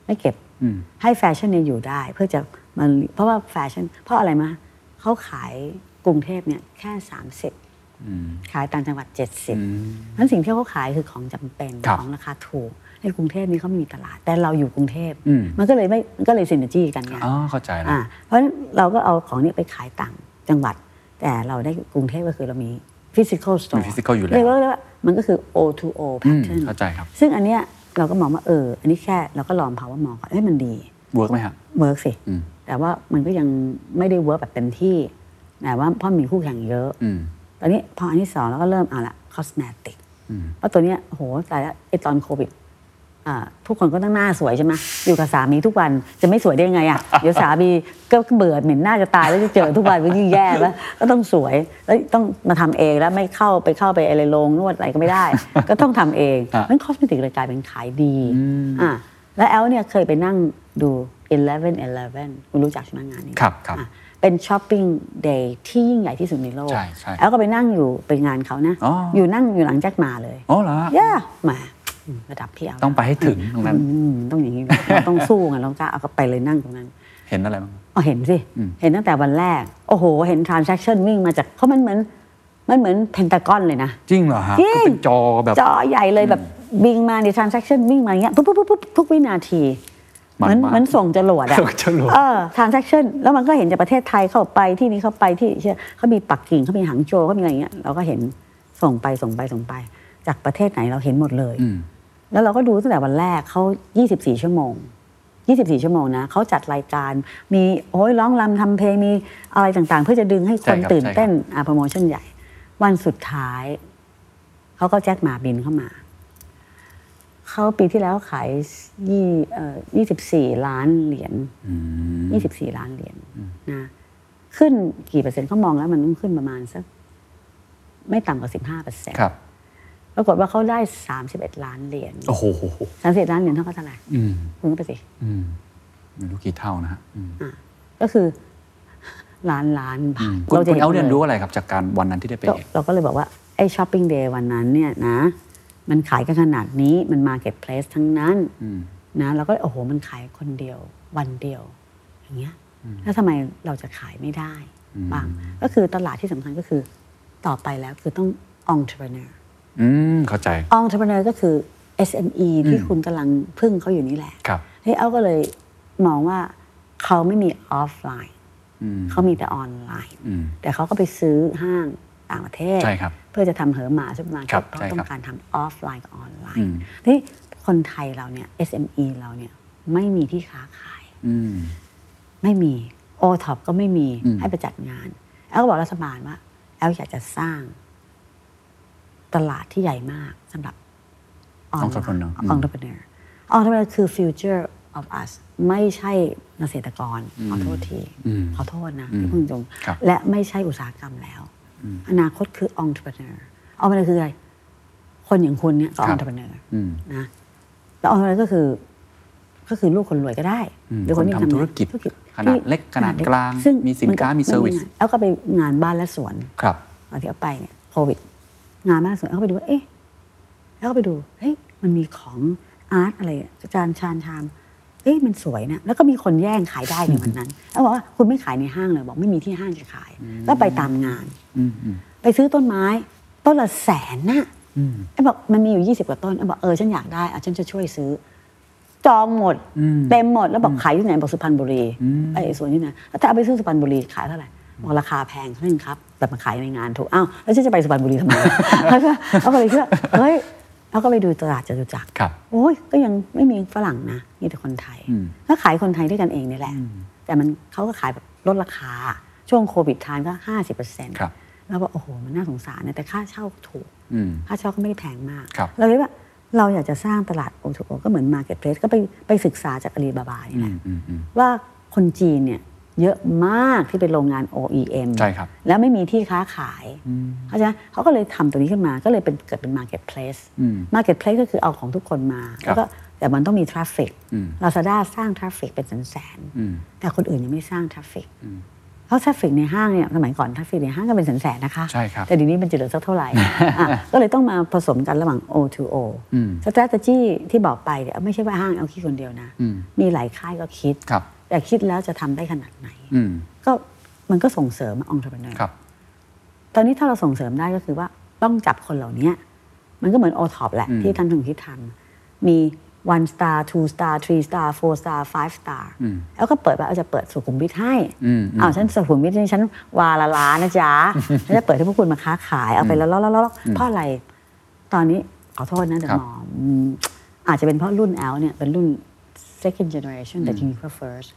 Speaker 4: ไม่เก็บให้แฟชั่นเนี่ยอยู่ได้ เพื่อจะมันเพราะว่าแฟชั่น เพราะอะไรมาเขาขายกรุงเทพเนี่ยแค่สามสิบขายต่างจังหวัดเจ็ดสิบนั้นสิ่งที่เขาขายคือของจำเป็น
Speaker 3: ครับ
Speaker 4: ของราคาถูกในกรุงเทพนี่เขาไม่มีตลาด แต่เราอยู่กรุงเทพ
Speaker 3: อืม
Speaker 4: มันก็เลยไม่มันก็เลยซินเนจี้กันไง
Speaker 3: อ๋อเข้าใจแล้ว
Speaker 4: อ่าเพราะฉะนั้นเราก็เอาของเนี้ไปขายต่างจังหวัด แต่เราได้กรุงเทพก็คือเรามีฟิสิกอลสโต
Speaker 3: มี
Speaker 4: ร์
Speaker 3: physical อยู่แล้
Speaker 4: เรียก
Speaker 3: ว
Speaker 4: ว่าเรียกว่ามันก็คือ O2O
Speaker 3: อืม
Speaker 4: pattern
Speaker 3: เข้าใจครับ
Speaker 4: ซึ่งอันเนี้ยเราก็มองว่าเออ อันนี้แค่เราก็ลองภาวะมองก่อนเอ้ยมันดี
Speaker 3: เวิร์กไหมฮะ
Speaker 4: เวิร์กสิ
Speaker 3: อืม
Speaker 4: แต่ว่ามันก็ยังไม่ได้เวิร์กแบบเต็มที่แต่ว่าเพราะมีคู่แข่งเยอะ
Speaker 3: อืม
Speaker 4: ตอนนี้พออันที่สองเราก็เริ่มเอาละคอสเมติก
Speaker 3: อืม
Speaker 4: เพราะตัวเนี้ยโหตายละไอตอนโควิดอ่าทุกคนก็ต้องหน้าสวยใช่ไหมอยู่กับสามีทุกวันจะไม่สวยได้ยังไงอ่ะ เดี๋ยวสามีก็เบื่อเหม็นหน้าจะตายแล้วจะเจอทุกวันก็ยิ่งแย่แล้วก็ต้องสวยแล้วต้องมาทำเองแล้วไม่เข้าไปเข้าไปอะไรโรงนวดอะไรก็ไม่ได้ ก็ต้องทำเอง
Speaker 3: อ่ะ
Speaker 4: นั้นคอสเมติกเลยกลายเป็นขายดีอ่าแล้วแอลเนี่ยเคยไปนั่งดู 11 11คุณรู้จักใช่ไหมงานนี้
Speaker 3: ครับครับ
Speaker 4: อ่ะเป็นช้อปปิ้งเดย์ที่ยิ่งใหญ่ที่สุดในโลก
Speaker 3: ใช่ใช่
Speaker 4: แล้วก็ไปนั่งอยู่ไปงานเขานะ
Speaker 3: อ๋ออ
Speaker 4: ยู่นั่งอยู่หลังแจ็คมาเลย
Speaker 3: อ๋อเหรอฮะ
Speaker 4: ย่าแหมาระดับพี่เอา
Speaker 3: ต้องไปให้ถึงตรงนั้น
Speaker 4: อืมต้องอย่างนี้เราต้องสู้กันเรากล้าเอาก็ไปเลยนั่งตรงนั้น
Speaker 3: เห็นอะไรบ้าง
Speaker 4: เอาเห็นสิ
Speaker 3: อืม
Speaker 4: เห็นตั้งแต่วันแรก โอ้โห เห็นทรานซัคชันวิ่งมาจาก เพราะมันเหมือนมันเหมือนเพนตากอนเลยนะ
Speaker 3: จริงเหรอฮะ
Speaker 4: จริง
Speaker 3: ก็เป็นจอแบบ
Speaker 4: จอใหญ่เลยแบบวิ่งมาในทรานซัคชันวิ่งมาอย่างเงี้ยปุ๊บปุ๊บปุ๊บปุ๊บทุกวินาทีเห
Speaker 3: มัน
Speaker 4: มือน
Speaker 3: มาก
Speaker 4: เหมือนส่งจรวดอะ
Speaker 3: ส่งจรวด
Speaker 4: เออทรานซัคชันแล้วมันก็เห็นจากประเทศไทยเข้าไปที่นี่เข้าไปที่เชื่อเขามีปักกิ่งเขามีหางโจวเขามีอะไรอย่างเงี้ยเราก็เห็นส่งไปส่งไปส่งไป จากประเทศไหนเราเห็นหมดเลย
Speaker 3: อืม
Speaker 4: แล้วเราก็ดูตั้งแต่วันแรกเขา 24 ชั่วโมง 24 ชั่วโมงนะเขาจัดรายการมีโอ้ยร้องรำทำเพลงมีอะไรต่างๆ เพื่อจะดึงให้ค
Speaker 3: ใช่ค
Speaker 4: น
Speaker 3: รับ
Speaker 4: ตื่น
Speaker 3: ใช่ครับ
Speaker 4: เต้นอ่าโปรโมชั่นใหญ่ วันสุดท้าย เขาก็แจ็คหมาบินเข้ามา เขาปีที่แล้วขายยี่เอ่อ24 ล้านเหรียญ24 ล้านเหรียญนะขึ้นกี่เปอร์เซ็นต์เขามองแล้วมันต้องขึ้นประมาณสักไม่ต่ำกว่า 15เปอร์เซ็นต์
Speaker 3: ครับ
Speaker 4: ปรากฏว่าเขาได้ 31 ล้านเหรียญ
Speaker 3: โอ้โห
Speaker 4: สามสิบล้านเหรียญเท่ากับเท่าไหร่
Speaker 3: อืม
Speaker 4: คุณก็ไปสิ
Speaker 3: อืมไม่รู้กี่เท่านะฮะอืม
Speaker 4: อ่ะก็คือ ล้านล้านบาท
Speaker 3: คุณคุณเอาเรียน
Speaker 4: ล
Speaker 3: รู้อะไรครับ จากการวันนั้นที่ได้ไป
Speaker 4: ก็
Speaker 3: เอง
Speaker 4: เราก็เลยบอกว่า ไอ้ช้อปปิ้งเดย์วันนั้นเนี่ยนะ มันขายกันขนาดนี้มันมาเก็ตเพลสทั้งนั้น
Speaker 3: อืม
Speaker 4: นะเราก็โอ้โห มันขายคนเดียว วันเดียว อย่างเงี้ยแล้วทำไมเราจะขายไม่ได้บ้าง ก็คือตลาดที่สำคัญก็คือ ต่อไปแล้วคือต้อง entrepreneur
Speaker 3: อืม เข้าใจ
Speaker 4: entrepreneur ก็คือ SME ที่คุณกำลังพึ่งเขาอยู่นี่แหละ
Speaker 3: ครับ
Speaker 4: เฮ้ยเอาก็เลยมองว่าเขาไม่มีออฟไลน์
Speaker 3: อืม
Speaker 4: เขามีแต่ออนไลน์
Speaker 3: อืม
Speaker 4: แต่เขาก็ไปซื้อห้างต่างประเทศ
Speaker 3: ใช่ครับ
Speaker 4: เพื่อจะทำเหอหมาซุปเปอร์มาร์
Speaker 3: ครั
Speaker 4: เก็
Speaker 3: บ
Speaker 4: ตเพราะ
Speaker 3: ใช่ครับ
Speaker 4: ต้องการทำออฟไลน์กับออนไล
Speaker 3: อื
Speaker 4: น์
Speaker 3: ม
Speaker 4: ทีนี้คนไทยเราเนี่ย SME เราเนี่ยไม่มีที่ค้าขาย
Speaker 3: อืม
Speaker 4: ไม่มีโอท็อปก็ไม่มี
Speaker 3: อืม
Speaker 4: ให้ไปจัดงาน แอลก็บอกรัฐบาลว่า แอลอยากจะสร้าง ตลาดที่ใหญ่มากสำหรับ
Speaker 3: Entrepreneur อืม
Speaker 4: entrepreneur entrepreneur entrepreneur คือ future of us ไม่ใช่เกษตรกร ขอโทษที
Speaker 3: อืม
Speaker 4: ขอโทษนะ
Speaker 3: อืม
Speaker 4: ที่พึ่งจง
Speaker 3: ครับ
Speaker 4: และไม่ใช่อุตสาหกรรมแล้ว อนาคตคือ entrepreneur entrepreneur คืออะไร คนอย่างคุณเนี่ยก็ entrepreneur
Speaker 3: อืม
Speaker 4: นะแล้วเอาอะไรก็คือก็คือลูกคนรวยก็ได้
Speaker 3: อืม
Speaker 4: หรือคนที่
Speaker 3: คนทำธุรกิจขนาดเล็กขนาดกลาง
Speaker 4: ซึ่
Speaker 3: มีสินค้ามีเซอร์วิส
Speaker 4: นก็แล้วก็ไปงานบ้านและสวน
Speaker 3: ครับ
Speaker 4: ตอนที่เอาไปเนี่ยโควิด งานบ้านและสวนเอาไปดูว่าเอ๊ะ แล้วก็ไปดูเฮ้ยมันมีของอาร์ตอะไรอะจานชานชามเอ้ยมันสวยนะ แล้วก็มีคนแย่งขายได้ในวันนั้น แล้วบอกว่าคุณไม่ขายในห้างเลยบอกไม่มีที่ห้างจะขาย ก็ไปตามงาน
Speaker 3: อืมอืม
Speaker 4: ไปซื้อต้นไม้ ต้นละแสนน่ะ
Speaker 3: อืม
Speaker 4: ไอ้บอกมันมีอยู่ 20 กว่าต้นไอ้บอกเออฉันอยากได้อ่ะฉันจะช่วยซื้อ จองหมด
Speaker 3: อืม
Speaker 4: เต็มหมดแล้วบอกขายที่ไหนบอกสุพรรณบุรี
Speaker 3: อืม
Speaker 4: ไอ้สวนที่ไหนแล้วถ้าเอาไปซื้อสุพรรณบุรีขายเท่าไหร่บอกราคาแพงขึ้นครับ แต่มาขายในงานถูกอ้าวแล้วฉันจะไปสุพรรณบุรีทำไม แล้วก็เขาก็เลยคิดว่าเฮ้ยเขาก็ไปดูตลาดจตุจักร
Speaker 3: ครับ
Speaker 4: โอ้ยก็ยังไม่มีฝรั่งนะมีแต่คนไทย
Speaker 3: อืม
Speaker 4: ก็ขายคนไทยด้วยกันเองนี่แหละ แต่มันเขาก็ขายแบบลดราคา ช่วงโควิดทานก็ห้าสิบเปอร์เซ็นต์
Speaker 3: ครับ
Speaker 4: แล้วบอกโอ้โหมันน่าสงสารนะแต่ค่าเช่าถูก
Speaker 3: อืม
Speaker 4: ค่าเช่าก็ไม่ได้แพงมาก
Speaker 3: ครับ
Speaker 4: เราเลยว่าเราอยากจะสร้างตลาด O2O ก็เหมือน Marketplace ก็ไปไปศึกษาจากอาลีบาบานี่
Speaker 3: อื
Speaker 4: แหละ
Speaker 3: มอืมอืม
Speaker 4: ว่าคนจีนเนี่ยเยอะมากที่เป็นโรงงาน OEM
Speaker 3: ใช่ครับ
Speaker 4: แล้วไม่มีที่ค้าขาย
Speaker 3: อืม
Speaker 4: เขาใจไหมเขาก็เลยทำตัวนี้ขึ้นมาก็เลยเป็นเกิดเป็น Marketplace
Speaker 3: อืม
Speaker 4: Marketplace ก็คือเอาของทุกคนมา
Speaker 3: ครับ
Speaker 4: แล้วก็แต่มันต้องมีทราฟฟิก
Speaker 3: อืม
Speaker 4: Lazada สร้างทราฟฟิกเป็นแสน
Speaker 3: อืม
Speaker 4: ๆแต่คนอื่นยังไม่สร้างทราฟฟิก
Speaker 3: อืม
Speaker 4: เพราะทราฟฟิกในห้างเนี่ยสมัยก่อนทราฟฟิกในห้างก็เป็นแสนๆนะคะ
Speaker 3: ใช่ครับ
Speaker 4: แต่เดี๋ยวนี้มันจะเหลือสักเท่าไหร่ อ่ะก็เลยต้องมาผสมกันระหว่าง O2O
Speaker 3: อืม
Speaker 4: strategy ที่บอกไปเนี่ยไม่ใช่ว่าห้างเอาคิดคนเดียวนะ
Speaker 3: อืม
Speaker 4: มีหลายค่ายก็คิด
Speaker 3: ครับ
Speaker 4: แต่คิดแล้วจะทำได้ขนาดไหน
Speaker 3: อืม
Speaker 4: ก็มันก็ส่งเสริมองค์ประกอบ
Speaker 3: ครับ
Speaker 4: ตอนนี้ถ้าเราส่งเสริมได้ก็คือว่าต้องจับคนเหล่านี้มันก็เหมือนโอท็อปแหละ
Speaker 3: อืม
Speaker 4: ที่ท่านถึงคิดทำมี one star two star three star four star five star
Speaker 3: อืม
Speaker 4: แล้วก็เปิดว่าเอาจะเปิดสุขุมวิทให้
Speaker 3: อืม
Speaker 4: อ้าวฉันสุขุมวิทนี่ฉันวาละล้านนะจ๊ะ ฉันจะเปิดให้พวกคุณมาค้าขายเอาไปแล้วแล้วแล้วเพราะอะไร ตอนนี้ขอโทษนะเดี๋ย
Speaker 3: ครั
Speaker 4: ว
Speaker 3: บ
Speaker 4: มองอืมอาจจะเป็นเพราะรุ่นแอลเนี่ยเป็นรุ่น second generation แต่จริงๆก็ first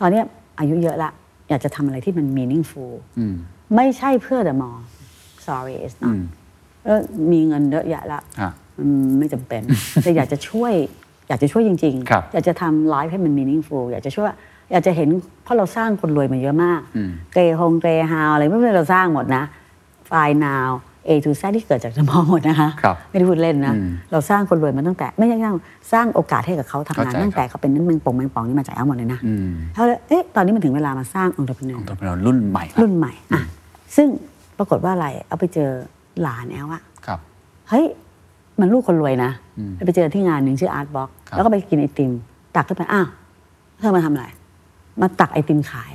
Speaker 4: ตอนเนี้ยอายุเยอะละ อยากจะทำอะไรที่มัน meaningful
Speaker 3: อืม
Speaker 4: ไม่ใช่เพื่อเดอะมอ sorry it's
Speaker 3: อื
Speaker 4: not
Speaker 3: ม
Speaker 4: เออมีเงินเยอะแยะละ
Speaker 3: อ่ะ
Speaker 4: อืมไม่จำเป็น แต่อยากจะช่วย อยากจะช่วยจริง
Speaker 3: ครับ
Speaker 4: อยากจะทำไลฟ์ให้มัน meaningful อยากจะช่วย อยากจะเห็นเพราะเราสร้างคนรวยมาเยอะมาก
Speaker 3: อืม
Speaker 4: เกย์ฮงเกย์ฮาวอะไรไม่เป็นเราสร้างหมดนะฟายนาว A to Z ที่เกิดจากสมองหมดนะคะ
Speaker 3: ครับ
Speaker 4: ไม่ได้พูดเล่นนะ
Speaker 3: อืม
Speaker 4: เราสร้างคนรวยมาตั้งแต่ ไม่ใช่สร้างสร้างโอกาสให้กับเขาทำงาน
Speaker 3: เข้าใจ
Speaker 4: ตั้งแต่เขาเป็นนั่นเมืองปงเมืองปองนี่มาจากแอลหมดเลยนะ
Speaker 3: อืม
Speaker 4: เขาเลยเอ๊ะตอนนี้มันถึงเวลามาสร้างองค์ประกอบ
Speaker 3: ตัวเรารุ่นใหม่ละ
Speaker 4: รุ่นใหม่อ่ะซึ่งปรากฏว่าอะไรเอาไปเจอหลานแอลอะ
Speaker 3: ครับ
Speaker 4: เฮ้ย มันลูกคนรวยนะ
Speaker 3: อืม
Speaker 4: ไปเจอที่งานหนึ่งชื่ออาร์ตบ็อก
Speaker 3: ครับ
Speaker 4: แล้วก็ไปกินไอติม ตักขึ้นไปอ้าวเธอมาทำอะไร มาตักไอติม ขาย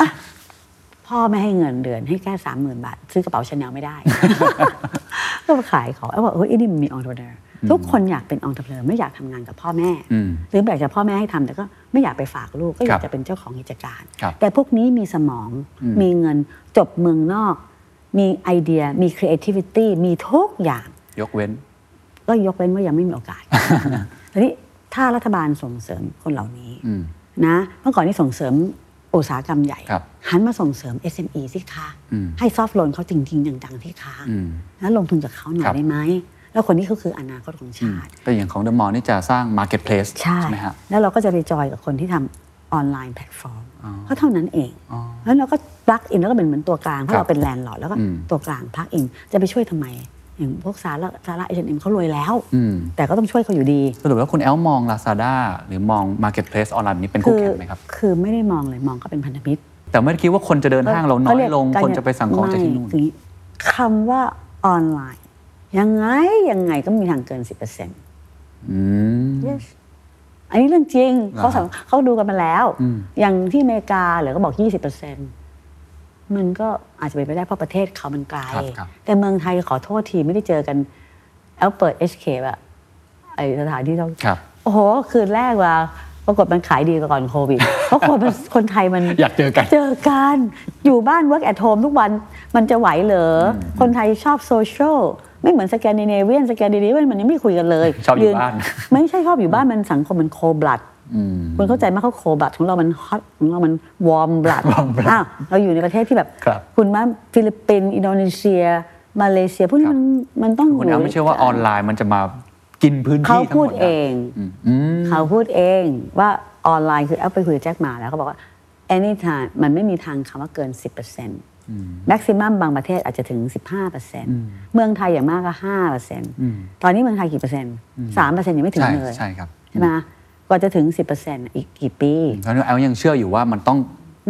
Speaker 4: อ่ะพ่อไม่ให้เงินเดือนให้แค่สามหมื่นบาท ซื้อกระเป๋าชาแนล ไม่ได้ ก็มาขายของแล้วบอกเอ้ยไอ้นี่มันมีองค์ประกอบทุกคนอยากเป็นองค์ประกอบไม่อยากทำงานกับพ่อแม่
Speaker 3: อืม
Speaker 4: หรืออยากจะพ่อแม่ให้ทำแต่ก็ไม่อยากไปฝากลูกก็อยา
Speaker 3: ครั
Speaker 4: ก
Speaker 3: บ
Speaker 4: จะเป็นเจ้าของกิจการ
Speaker 3: ครับ
Speaker 4: แต่พวกนี้มีสมอง
Speaker 3: อืม
Speaker 4: มีเงินจบเมืองนอก มีไอเดียมี creativity มีทุกอย่าง
Speaker 3: ยกเว้น
Speaker 4: ก็ยกเว้นว่ายังไม่มีโอกา ส ทีนี้ถ้ารัฐบาลส่งเสริมคนเหล่านี้
Speaker 3: อืม
Speaker 4: นะเมื่อก่อนนี่ส่งเสริมอุตสาหกรรมใหญ่
Speaker 3: ครับ
Speaker 4: หันมาส่งเสริม SME สิคะ
Speaker 3: อืม
Speaker 4: ให้ซอฟต์โลนเขาจริงๆจังๆที่คะ
Speaker 3: อืม
Speaker 4: แล้วลงทุนกับเขาหน่อ
Speaker 3: ครั
Speaker 4: ย
Speaker 3: บ
Speaker 4: ได้ไหม แล้วคนนี้ก็คืออนาคตของชาติ
Speaker 3: แต่อย่างของเดอะมอลนี่จะสร้าง Marketplace
Speaker 4: ใช่
Speaker 3: ไหมฮะ
Speaker 4: แล้วเราก็จะไปจอยกับคนที่ทำออนไลน์แพลตฟอร์ม
Speaker 3: อ๋อ
Speaker 4: เพราะเท่านั้นเอง
Speaker 3: อ๋อ
Speaker 4: แล้วเราก็พลักอินแล้วก็เป็นเหมือนตัวกลาง เพราะ
Speaker 3: ครับ
Speaker 4: เราเป็นแลนด์ลอร์ดแล้วก็
Speaker 3: อืม
Speaker 4: ตัวกลางพลักอินจะไปช่วยทำไม อย่างพวกซาร่าซาร่าเอเจนเอ็มเขารวยแล้ว
Speaker 3: อืม
Speaker 4: แต่ก็ต้องช่วยเขาอยู่ดี
Speaker 3: สรุปแล้วคุณแอลมอง Lazada หรือมอง Marketplace ออนไลน์แบบนี้เป็นคู่แข่งไหมครับ
Speaker 4: คือไม่ได้มองเลยมองก็เป็นพันธมิตร
Speaker 3: แต่ไม่ได้คิดว่าคนจะเดินห้างเราน้อยลง คนจะไปสั่งของจากที่นู่น
Speaker 4: ไม่คือคำว่าออนไลน์ ยังไง ยังไงก็มีทางเกิน 10%เ
Speaker 3: อืม
Speaker 4: yes อันนี้เรื่องจริง
Speaker 3: เหรอ
Speaker 4: เขาสำเขาดูกันมาแล้ว
Speaker 3: อืม
Speaker 4: อย่างที่อเมริกาเหลือก็บอก 20%มันก็อาจจะเป็นไปได้เพราะประเทศเขามันไกล
Speaker 3: ครับครับ
Speaker 4: แต่เมืองไทยขอโทษทีไม่ได้เจอกันแอลเปิดเอชเคแบบไอสถานที่ท่อง
Speaker 3: ครับ
Speaker 4: โอ้โห คืนแรกว่าปรากฏมันขายดีกว่าก่อนโค วิด เพราะคนมันคนไทยมัน
Speaker 3: อยากเจอกัน
Speaker 4: เจอกัน อยู่บ้าน work at home ทุกวันมันจะไหวเหรออคนไทยชอบโซเชียลไม่เหมือนสแกนดิเนเวียนสแกนดิเนเวียนมันยังไม่คุยกันเลย
Speaker 3: ชอบอยู่
Speaker 4: น
Speaker 3: บ้าน
Speaker 4: ไม่ใช่ชอบอยู่บ้านมันสังคมมันโคบลัด
Speaker 3: อืม
Speaker 4: คุณเข้าใจไหมเขาโคบัตของเรามันฮอตของเรามันวอร์มบลัด
Speaker 3: warm blood
Speaker 4: อ้าวเราอยู่ในประเทศที่แบบ
Speaker 3: ครับ
Speaker 4: ณว่าฟิลิปปินส์อินโดนีเซีย มาเลเซียพวกนี้
Speaker 3: ครั
Speaker 4: มั
Speaker 3: บ
Speaker 4: นมันต้อง
Speaker 3: คุณแอลไม่เชื่อว่าออนไลน์มันจะมากินพื้น
Speaker 4: เขา
Speaker 3: ที่ทั้ง
Speaker 4: พู
Speaker 3: หม
Speaker 4: ด
Speaker 3: ด
Speaker 4: เอ
Speaker 3: นะ
Speaker 4: ง
Speaker 3: อืมอืม
Speaker 4: เขาพูดเองว่าออนไลน์คือแอปไปคุยกับแจ็คหมาแล้วเขาบอกว่า anytime มันไม่มีทางคำว่าเกิน 10% maximum บางประเทศอาจจะถึง 15%เมืองไทยอย่างมากก็ 5%
Speaker 3: ม
Speaker 4: ตอนนี้เมืองไทยกี่เปอร์เซ็นต์3%ยังไม่ถึง
Speaker 3: ใช่
Speaker 4: เลย
Speaker 3: ใช่ครับ
Speaker 4: ใช่ไหมกว่าจะถึง 10%อีกกี่ปี
Speaker 3: เพราะฉะนั้นแอลยังเชื่ออยู่ว่ามันต้อง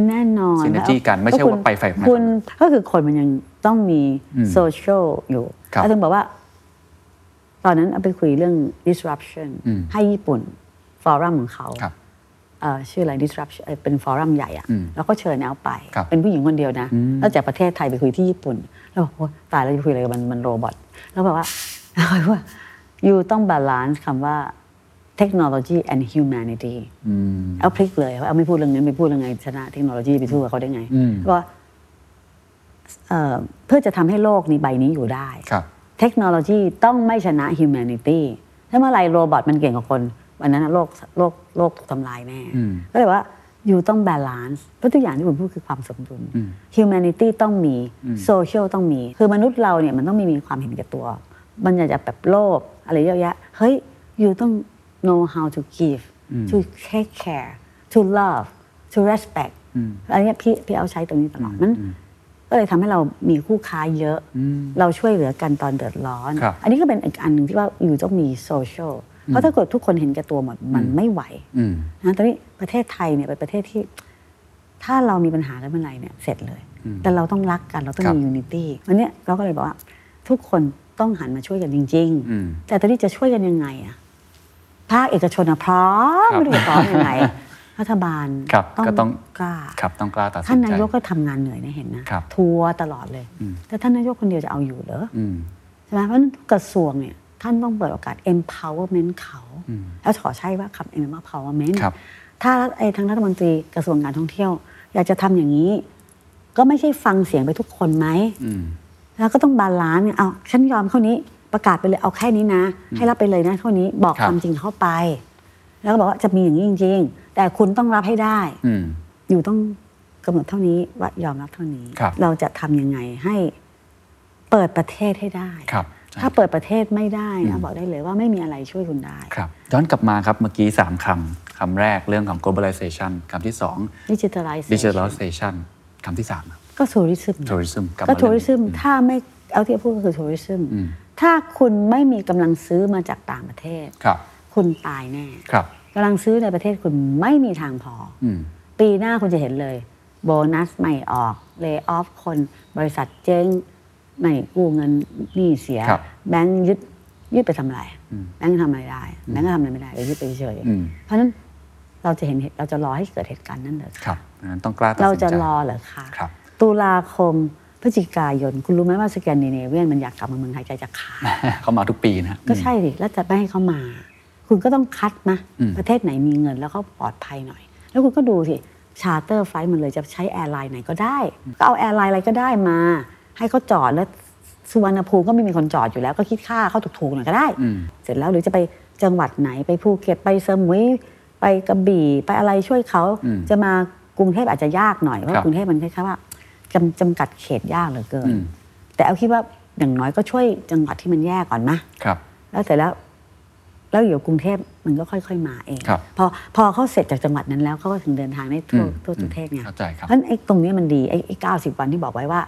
Speaker 4: แน่นอน
Speaker 3: Synergy
Speaker 4: แล้ว
Speaker 3: กันไม่ใช่
Speaker 4: คุณ
Speaker 3: ว่าไปฝ่ายนั้น
Speaker 4: คุณก็คือคนมันยังต้องมี
Speaker 3: อืม
Speaker 4: โซเชียลอยู่
Speaker 3: ครับ
Speaker 4: แล้วถึงบอกว่า ตอนนั้นเอาไปคุยเรื่อง disruption
Speaker 3: อืม
Speaker 4: ให้ญี่ปุ่น ฟอรัมของเขา
Speaker 3: ครับ
Speaker 4: เอ่อชื่ออะไร disruption เอ่อเป็นฟอรัมใหญ่อะ
Speaker 3: อืม
Speaker 4: แล้วก็เชิญแอลไป
Speaker 3: ครับ
Speaker 4: เป็นผู้หญิงคนเดียวนะ
Speaker 3: อืม
Speaker 4: แล้วจากประเทศไทยไปคุยที่ญี่ปุ่น แล้วบอกโอ้ตายแล้วจะคุยอะไรกับมันมันโรบอทแล้วบอกว่า แล้วบอกว่า you ต้องบาลานซ์คำว่า technology and humanity
Speaker 3: อืม
Speaker 4: เอาพลิกเลยว่าเอาไม่พูดเรื่องนี้ไม่พูดเรื่องไงชนะเทคโนโลยีไปสู้กับเขาได้ไง
Speaker 3: อืม
Speaker 4: ก็เอ่อเพื่อจะทำให้โลกนี้ใบนี้อยู่ได้
Speaker 3: ครับ
Speaker 4: เทคโนโลยีต้องไม่ชนะ humanity ถ้าเมื่อไหรโรบอทมันเก่งกว่าคนวันนั้นนะโลกโลกโลกถูกทำลายแน่
Speaker 3: อืม
Speaker 4: ก็เลยว่าอยู่ต้องบาลานซ์เพราะทุกอย่างที่ผมพูดคือความสมดุล
Speaker 3: อืม
Speaker 4: humanity ต้องมี social ต้องมี คือมนุษย์เราเนี่ยมันต้องไม่มีความเห็นแก่ตัว มันอยากจะแบบโลภอะไรเยอะแยะ เฮ้ย อยู่ต้อง know how to give to take care to love to respect อันเนี้ยพี่พี่เอาใช้ตรงนี้ตลอดนั้นก็เลยทำให้เรามีคู่ค้าเยอะ เราช่วยเหลือกันตอนเดือดร้อน
Speaker 3: ครับ
Speaker 4: อันนี้ก็เป็นอีกอันหนึ่งที่ว่าอยู่ต้องมี social เพราะถ้าเกิดทุกคนเห็นแก่ตัวหมดมันไม่ไหว
Speaker 3: อืม
Speaker 4: นะตอนนี้ประเทศไทยเนี่ยเป็นประเทศที่ ถ้าเรามีปัญหากันเมื่อไหร่เนี่ยเสร็จเลย แต่เราต้องรักกันเราต้อง
Speaker 3: ครับ
Speaker 4: มียูนิตี้วันเนี้ยเราก็เลยบอกว่า ทุกคนต้องหันมาช่วยกันจริง
Speaker 3: อืม
Speaker 4: ๆ แต่ตอนนี้จะช่วยกันยังไงอะภาคเอกชนอะพร้อม
Speaker 3: ครับ
Speaker 4: ไม่รู้จะพร้อม ยังไง รัฐบาล
Speaker 3: ครับก็ต้อง
Speaker 4: กล้า
Speaker 3: ครับต้องกล้าตัดสินใจ
Speaker 4: ท่านนายกก็ทำงานเหนื่อยนะเห็นนะครับ ทัวร์ตลอดเลย แต่ท่านนายกคนเดียวจะเอาอยู่เหรอ
Speaker 3: อืม
Speaker 4: ใช่ไหมเพราะฉะนั้นกระทรวงเนี่ยท่านต้องเปิดโอกาส empowerment เขา แล้วขอใช้ว่าคำ empowerment
Speaker 3: ครับ
Speaker 4: ถ้าไอ้ทางรัฐมนตรีกระทรวงการท่องเที่ยว อยากจะทำอย่างนี้ ก็ไม่ใช่ฟังเสียงไปทุกคนไหม
Speaker 3: อืม
Speaker 4: แล้วก็ต้องบาลานซ์เนี่ยเอาฉันยอมเท่านี้ประกาศไปเลยเอาแค่นี้นะ ให้รับไปเลยนะเท่านี้บอก
Speaker 3: ครับ
Speaker 4: ความจริงเข้าไป แล้วก็บอกว่าจะมีอย่างนี้จริง ๆ แต่คุณต้องรับให้ได้
Speaker 3: อืม
Speaker 4: อยู่ต้องกำหนดเท่านี้ว่ายอมรับเท่านี้
Speaker 3: ครับ
Speaker 4: เราจะทำยังไงให้เปิดประเทศให้ได้
Speaker 3: ครับใช่
Speaker 4: ถ้าเปิดประเทศไม่ได้นะบอกได้เลยว่าไม่มีอะไรช่วยคุณได้
Speaker 3: ครับย้อนกลับมาครับเมื่อกี้ 3 คำคำแรกเรื่องของ globalization คำที่
Speaker 4: ดิจิทัลไลซ์
Speaker 3: 2 digitalization คำที่3ครับ
Speaker 4: ก็ทัวริซึม
Speaker 3: tourism ลับ
Speaker 4: ก็
Speaker 3: มา
Speaker 4: ทัวริซึ
Speaker 3: เอง
Speaker 4: ม
Speaker 3: นี้
Speaker 4: ถ้าไม่เอาที่พูดก็คือทัวริซึม
Speaker 3: อืม
Speaker 4: ถ้าคุณไม่มีกำลังซื้อมาจากต่างประเทศ
Speaker 3: ครับ
Speaker 4: คุณตายแน่
Speaker 3: ครับ
Speaker 4: กำลังซื้อในประเทศคุณไม่มีทางพออ
Speaker 3: อืม
Speaker 4: ปีหน้าคุณจะเห็นเลย โบนัสไม่ออกเล y o อ f คนบริษัทเจ๊งไม่กู้เงินหนี้เสีย
Speaker 3: ครับ
Speaker 4: แบงค์ยึดยึดไปทำอะไรแบงค์ทำอะไรได้แบงค์ก็ทำอะไรไม่ได้ก็ยึดไปเฉยๆ
Speaker 3: อืม
Speaker 4: เพราะฉะนั้นเราจะเห็นเหตุเราจะรอให้เกิดเหตุการณ์นั้นเหรอคะ
Speaker 3: ครับงั้นต้องกล้าตัดสินใจ
Speaker 4: เราจะรอเหรอคะ
Speaker 3: ครับ
Speaker 4: ตุลาคมพฤศจิกายน คุณรู้ไหมว่าสแกนดิเนเวียนมันอยากกลับมาเมืองไทยใจจะขาด
Speaker 3: เขามาทุกปีนะ
Speaker 4: ก็ใช่ดิแล้วจะไม่ให้เขามา คุณก็ต้องคัดนะ
Speaker 3: อืม
Speaker 4: ประเทศไหนมีเงินแล้วก็ปลอดภัยหน่อย แล้วคุณก็ดูสิชาร์เตอร์ไฟล์มันเลยจะใช้แอร์ไลน์ไหนก็ได้ ก็เอาแอร์ไลน์อะไรก็ได้มา ให้เขาจอดแล้วสุวรรณภูมิก็ไม่มีคนจอดอยู่แล้ว ก็คิดค่าเขาถูกๆหน่อยก็ได้
Speaker 3: อืม
Speaker 4: เสร็จแล้วหรือจะไปจังหวัดไหนไปภูเก็ตไปสมุยไปกระบี่ไปอะไรช่วยเขา
Speaker 3: อืม
Speaker 4: จะมากรุงเทพอาจจะยากหน่อย
Speaker 3: ค
Speaker 4: เพ
Speaker 3: รั
Speaker 4: ราะ
Speaker 3: บ
Speaker 4: กรุงเทพมันคล้ายๆว่าจำจำกัดเขตยากเหลือเกิน
Speaker 3: อืม
Speaker 4: แต่เอาคิดว่าอย่างน้อยก็ช่วยจังหวัดที่มันแย่ก่อนนะ
Speaker 3: ครับ
Speaker 4: แล้วเสร็จแล้ว แล้วอยู่กรุงเทพมันก็ค่อย ๆ มาเอง
Speaker 3: ครับ
Speaker 4: พอพอเขาเสร็จจากจังหวัดนั้นแล้วเขาก็ถึงเดินทางได้ทั่ว
Speaker 3: อืม
Speaker 4: ทั่วประเทศไง
Speaker 3: เข้าใจครับ
Speaker 4: เพราะฉะนั้นไอ้ตรงนี้มันดีไอ้ไอ้เก้าสิบวันที่บอกไว้ว่า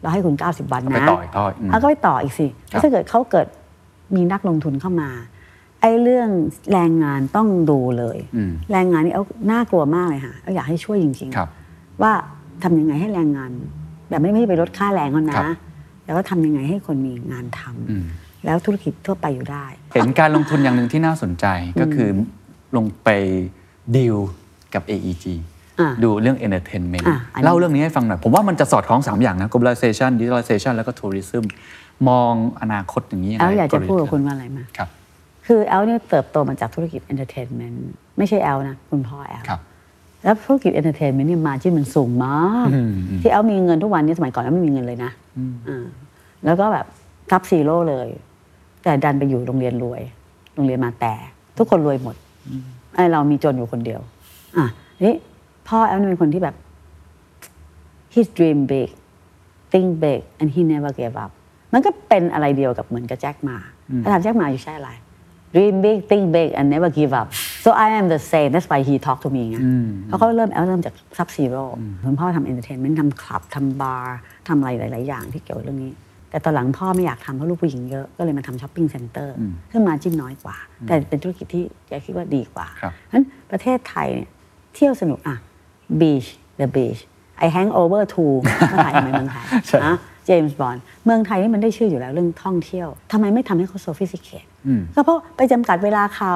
Speaker 4: เราให้คุณ 90 วัน
Speaker 3: ก็
Speaker 4: นะ
Speaker 3: ไปต่ออีกทอดอืม
Speaker 4: แล้วก็ไปต่ออีกสิ
Speaker 3: ครับ
Speaker 4: ถ้าเกิดเขาเกิดมีนักลงทุนเข้ามา ไอ้เรื่องแรงงานต้องดูเลย
Speaker 3: อืม
Speaker 4: แรงงานนี่เอาน่ากลัวมากเลยค่ะเอาอยากให้ช่วยจริง ๆ
Speaker 3: ครับ
Speaker 4: ว่าทำยังไงให้แรงงานแบบไม่ไม่ได้ไปลดค่าแรง
Speaker 3: ค
Speaker 4: เขา
Speaker 3: รั
Speaker 4: นะ
Speaker 3: บ
Speaker 4: แต่ว่าทำยังไงให้คนมีงานทำ
Speaker 3: อืม
Speaker 4: แล้วธุรกิจทั่วไปอยู่ได้
Speaker 3: เห็นการลงทุนอย่างหนึ่งที่น่าสนใจก็คือลงไปดีลกับ AEG
Speaker 4: อ่า
Speaker 3: ดูเรื่อง entertainment
Speaker 4: อ่ะอันนี้
Speaker 3: เล่าเรื่องนี้ให้ฟังหน่อย ผมว่ามันจะสอดคล้อง 3 อย่างนะ globalization digitalization แล้วก็ tourism มองอนาคตอย่างนี้ยัง
Speaker 4: แอ
Speaker 3: ไง
Speaker 4: ลอยากจะพูดกั
Speaker 3: โลยุ
Speaker 4: บ
Speaker 3: ทธ์
Speaker 4: คุณว่าอะไรมา
Speaker 3: ครับ
Speaker 4: คือแอลเนี่ยเติบโตมาจากธุรกิจเอนเตอร์เทนเมนต์ไม่ใช่แอลนะ คุณพ่อแอล
Speaker 3: ครับ
Speaker 4: แล้วธุรกิจเอนเตอร์เทนเมนต์เนี่ยมาจิ้นมันสูงมาก
Speaker 3: อืมอืม
Speaker 4: ที่แอลมีเงินทุกวันเนี้สมัยก่อนแอลไม่มีเงินเลยนะอ่าแล้วก็แบบทับซีโร่เลย แต่ดันไปอยู่โรงเรียนรวย โรงเรียนมาแต่ ทุกคนรวยหมดไอเรามีจนอยู่คนเดียว อ่ะนี่พ่อแอลเนี่ยเป็นคนที่แบบ he dream big think big and he never gave up มันก็เป็นอะไรเดียวกับเหมือนกับแจ็คมาถ้าถามแจ็คมาอยู่ใช่อะไร dream big think big and never give up so I am the same that's why he talk to me ไงเพราะเขาเริ่มแอลเริ่มจาก sub zero คุณพ่อทำ entertainment ทำคลับทำบาร์ทำอะไรหลาย ๆ อย่างที่เกี่ยวกับเรื่องนี้ แต่ตอนหลังพ่อไม่อยากทำเพราะลูกผู้หญิงเยอะก็เลยมาทำช้อปปิ้งเซ็นเตอร์ซึ่งมาจิ้นน้อยกว่า แต่เป็นธุรกิจที่แจ็คคิดว่าดีกว่า
Speaker 3: ครับ
Speaker 4: เพราะฉะนั้นประเทศไทยเนี่ยเที่ยวสนุกอ่ะ beach the beach I hangover two มาถ่ายทำไมเมืองไทยนะ James Bond เมืองไทยนี่มันได้ชื่ออยู่แล้วเรื่องท่องเที่ยวทำไมไม่ทำให้เขา sophisticate
Speaker 3: อืม
Speaker 4: ก็เพราะไปจำกัดเวลาเขา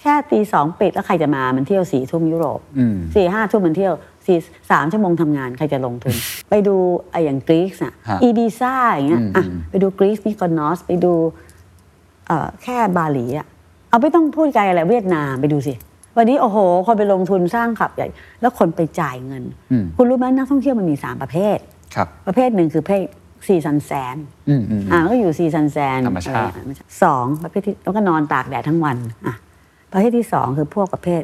Speaker 4: แค่ตีสองปิดแล้วใครจะมามันเที่ยวสี่ทุ่มยุโรป
Speaker 3: อืม
Speaker 4: สี่ห้าทุ่มมันเที่ยวสี่สามชั่วโมงทำงานใครจะลงทุน ไปดูไออย่างกรีซน่ะ
Speaker 3: ฮะ
Speaker 4: อีบิซ่าอย่างเงี้ย
Speaker 3: อืม
Speaker 4: อ่ะ
Speaker 3: อืม
Speaker 4: ไปดูกรีซนิโคอนอสไปดูเอ่อแค่บาหลีอ่ะเอาไม่ต้องพูดไกลอะไรเวียดนามไปดูสิ วันนี้โอ้โห คนไปลงทุนสร้างขับใหญ่ แล้วคนไปจ่ายเงิน
Speaker 3: อืม
Speaker 4: คุณรู้ไหมนักท่องเที่ยวมันมีสามประเภท
Speaker 3: ครับ
Speaker 4: ประเภทหนึ่งคือประเภทสี่สันแสน
Speaker 3: อืมอืม
Speaker 4: อ่าก็อยู่ซีซันแซน
Speaker 3: ธรรมชาติ
Speaker 4: เออสองประเภทที่แล้วก็นอนตากแดดทั้งวันอ่ะประเภทที่สองคือพวกประเภท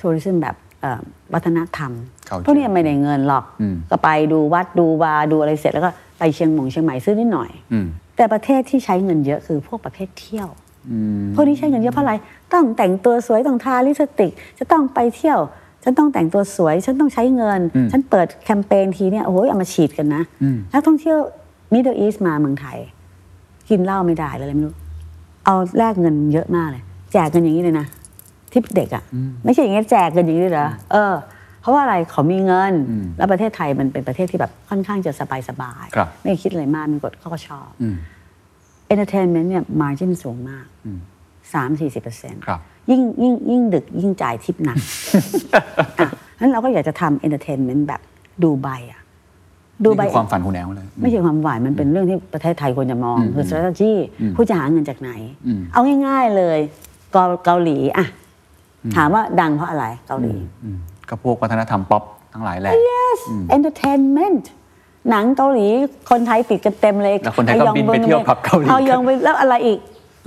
Speaker 4: ทัวริซึมแบบเอ่อวัฒนธรรม
Speaker 3: Culture
Speaker 4: พวกเนี้ยไม่ได้เงินหรอก
Speaker 3: อืม
Speaker 4: ก็ไปดูวัดดูวาดูอะไรเสร็จแล้วก็ไปเชียงหมงเชียงใหม่ซื้อนิดหน่อย
Speaker 3: อืม
Speaker 4: แต่ประเทศที่ใช้เงินเยอะคือพวกประเภทเที่ยว
Speaker 3: อืม
Speaker 4: พวกนี้ใช้เงินเยอะเพราะอะไร ต้องแต่งตัวสวย ต้องทาลิปสติก จะต้องไปเที่ยว ฉันต้องแต่งตัวสวย ฉันต้องใช้เงิน
Speaker 3: อืม
Speaker 4: ฉันเปิดแคมเปญทีเนี่ย โอ้โหเอามาฉีดกันนะ
Speaker 3: อืม
Speaker 4: นักท่องเที่ยวมิดเดิลอีสมาเมืองไทย กินเหล้าไม่ได้เลยอะไรไม่รู้ เอาแลกเงินเยอะมากเลย แจกเงินอย่างนี้เลยนะที่เด็กอะ่ะ ไม่ใช่อย่างนี้แจกเงินอย่างนี้เลยเหรอเออ เพราะว่าอะไรเขามีเงิน แล้วประเทศไทยมันเป็นประเทศที่แบบค่อนข้างจะสบายสบายๆ
Speaker 3: ครับ
Speaker 4: ไม่คิดอะไรมากมีกฎข้อชอบ
Speaker 3: อืม
Speaker 4: entertainment เนี่ย margin สูงมาก
Speaker 3: อืม
Speaker 4: 3-40%
Speaker 3: ครับ
Speaker 4: ยิ่งยิ่งยิ่งดึกยิ่งจ่ายทิป หนัก อ่ะนั้นเราก็อยากจะทำเอนเตอร์เทนเมนต์แบบดูไบอ่ะ ดูไบ
Speaker 3: นี่คือความฝันคุณแอลเลย
Speaker 4: ไม่ใช่ความหวานมันเป็นเรื่องที่ประเทศไทยควรจะมอง
Speaker 3: อืม
Speaker 4: คือ strategy ผู้จะหาเงินจากไหน
Speaker 3: อืม
Speaker 4: เอาง่ายๆเลยเกาเกาหลีอ่ะ ถามว่าดังเพราะอะไรเกาหลี
Speaker 3: อืมก็พวกวัฒนธรรมป๊อปทั้งหลายแหละ
Speaker 4: entertainment หนังเกาหลีคนไทยติดกันเต็มเลย
Speaker 3: แล้วคนไทยก็
Speaker 4: ออง
Speaker 3: บินไปเที่ยวผับเกาหลี
Speaker 4: เอายองไปแล้วอะไรอีก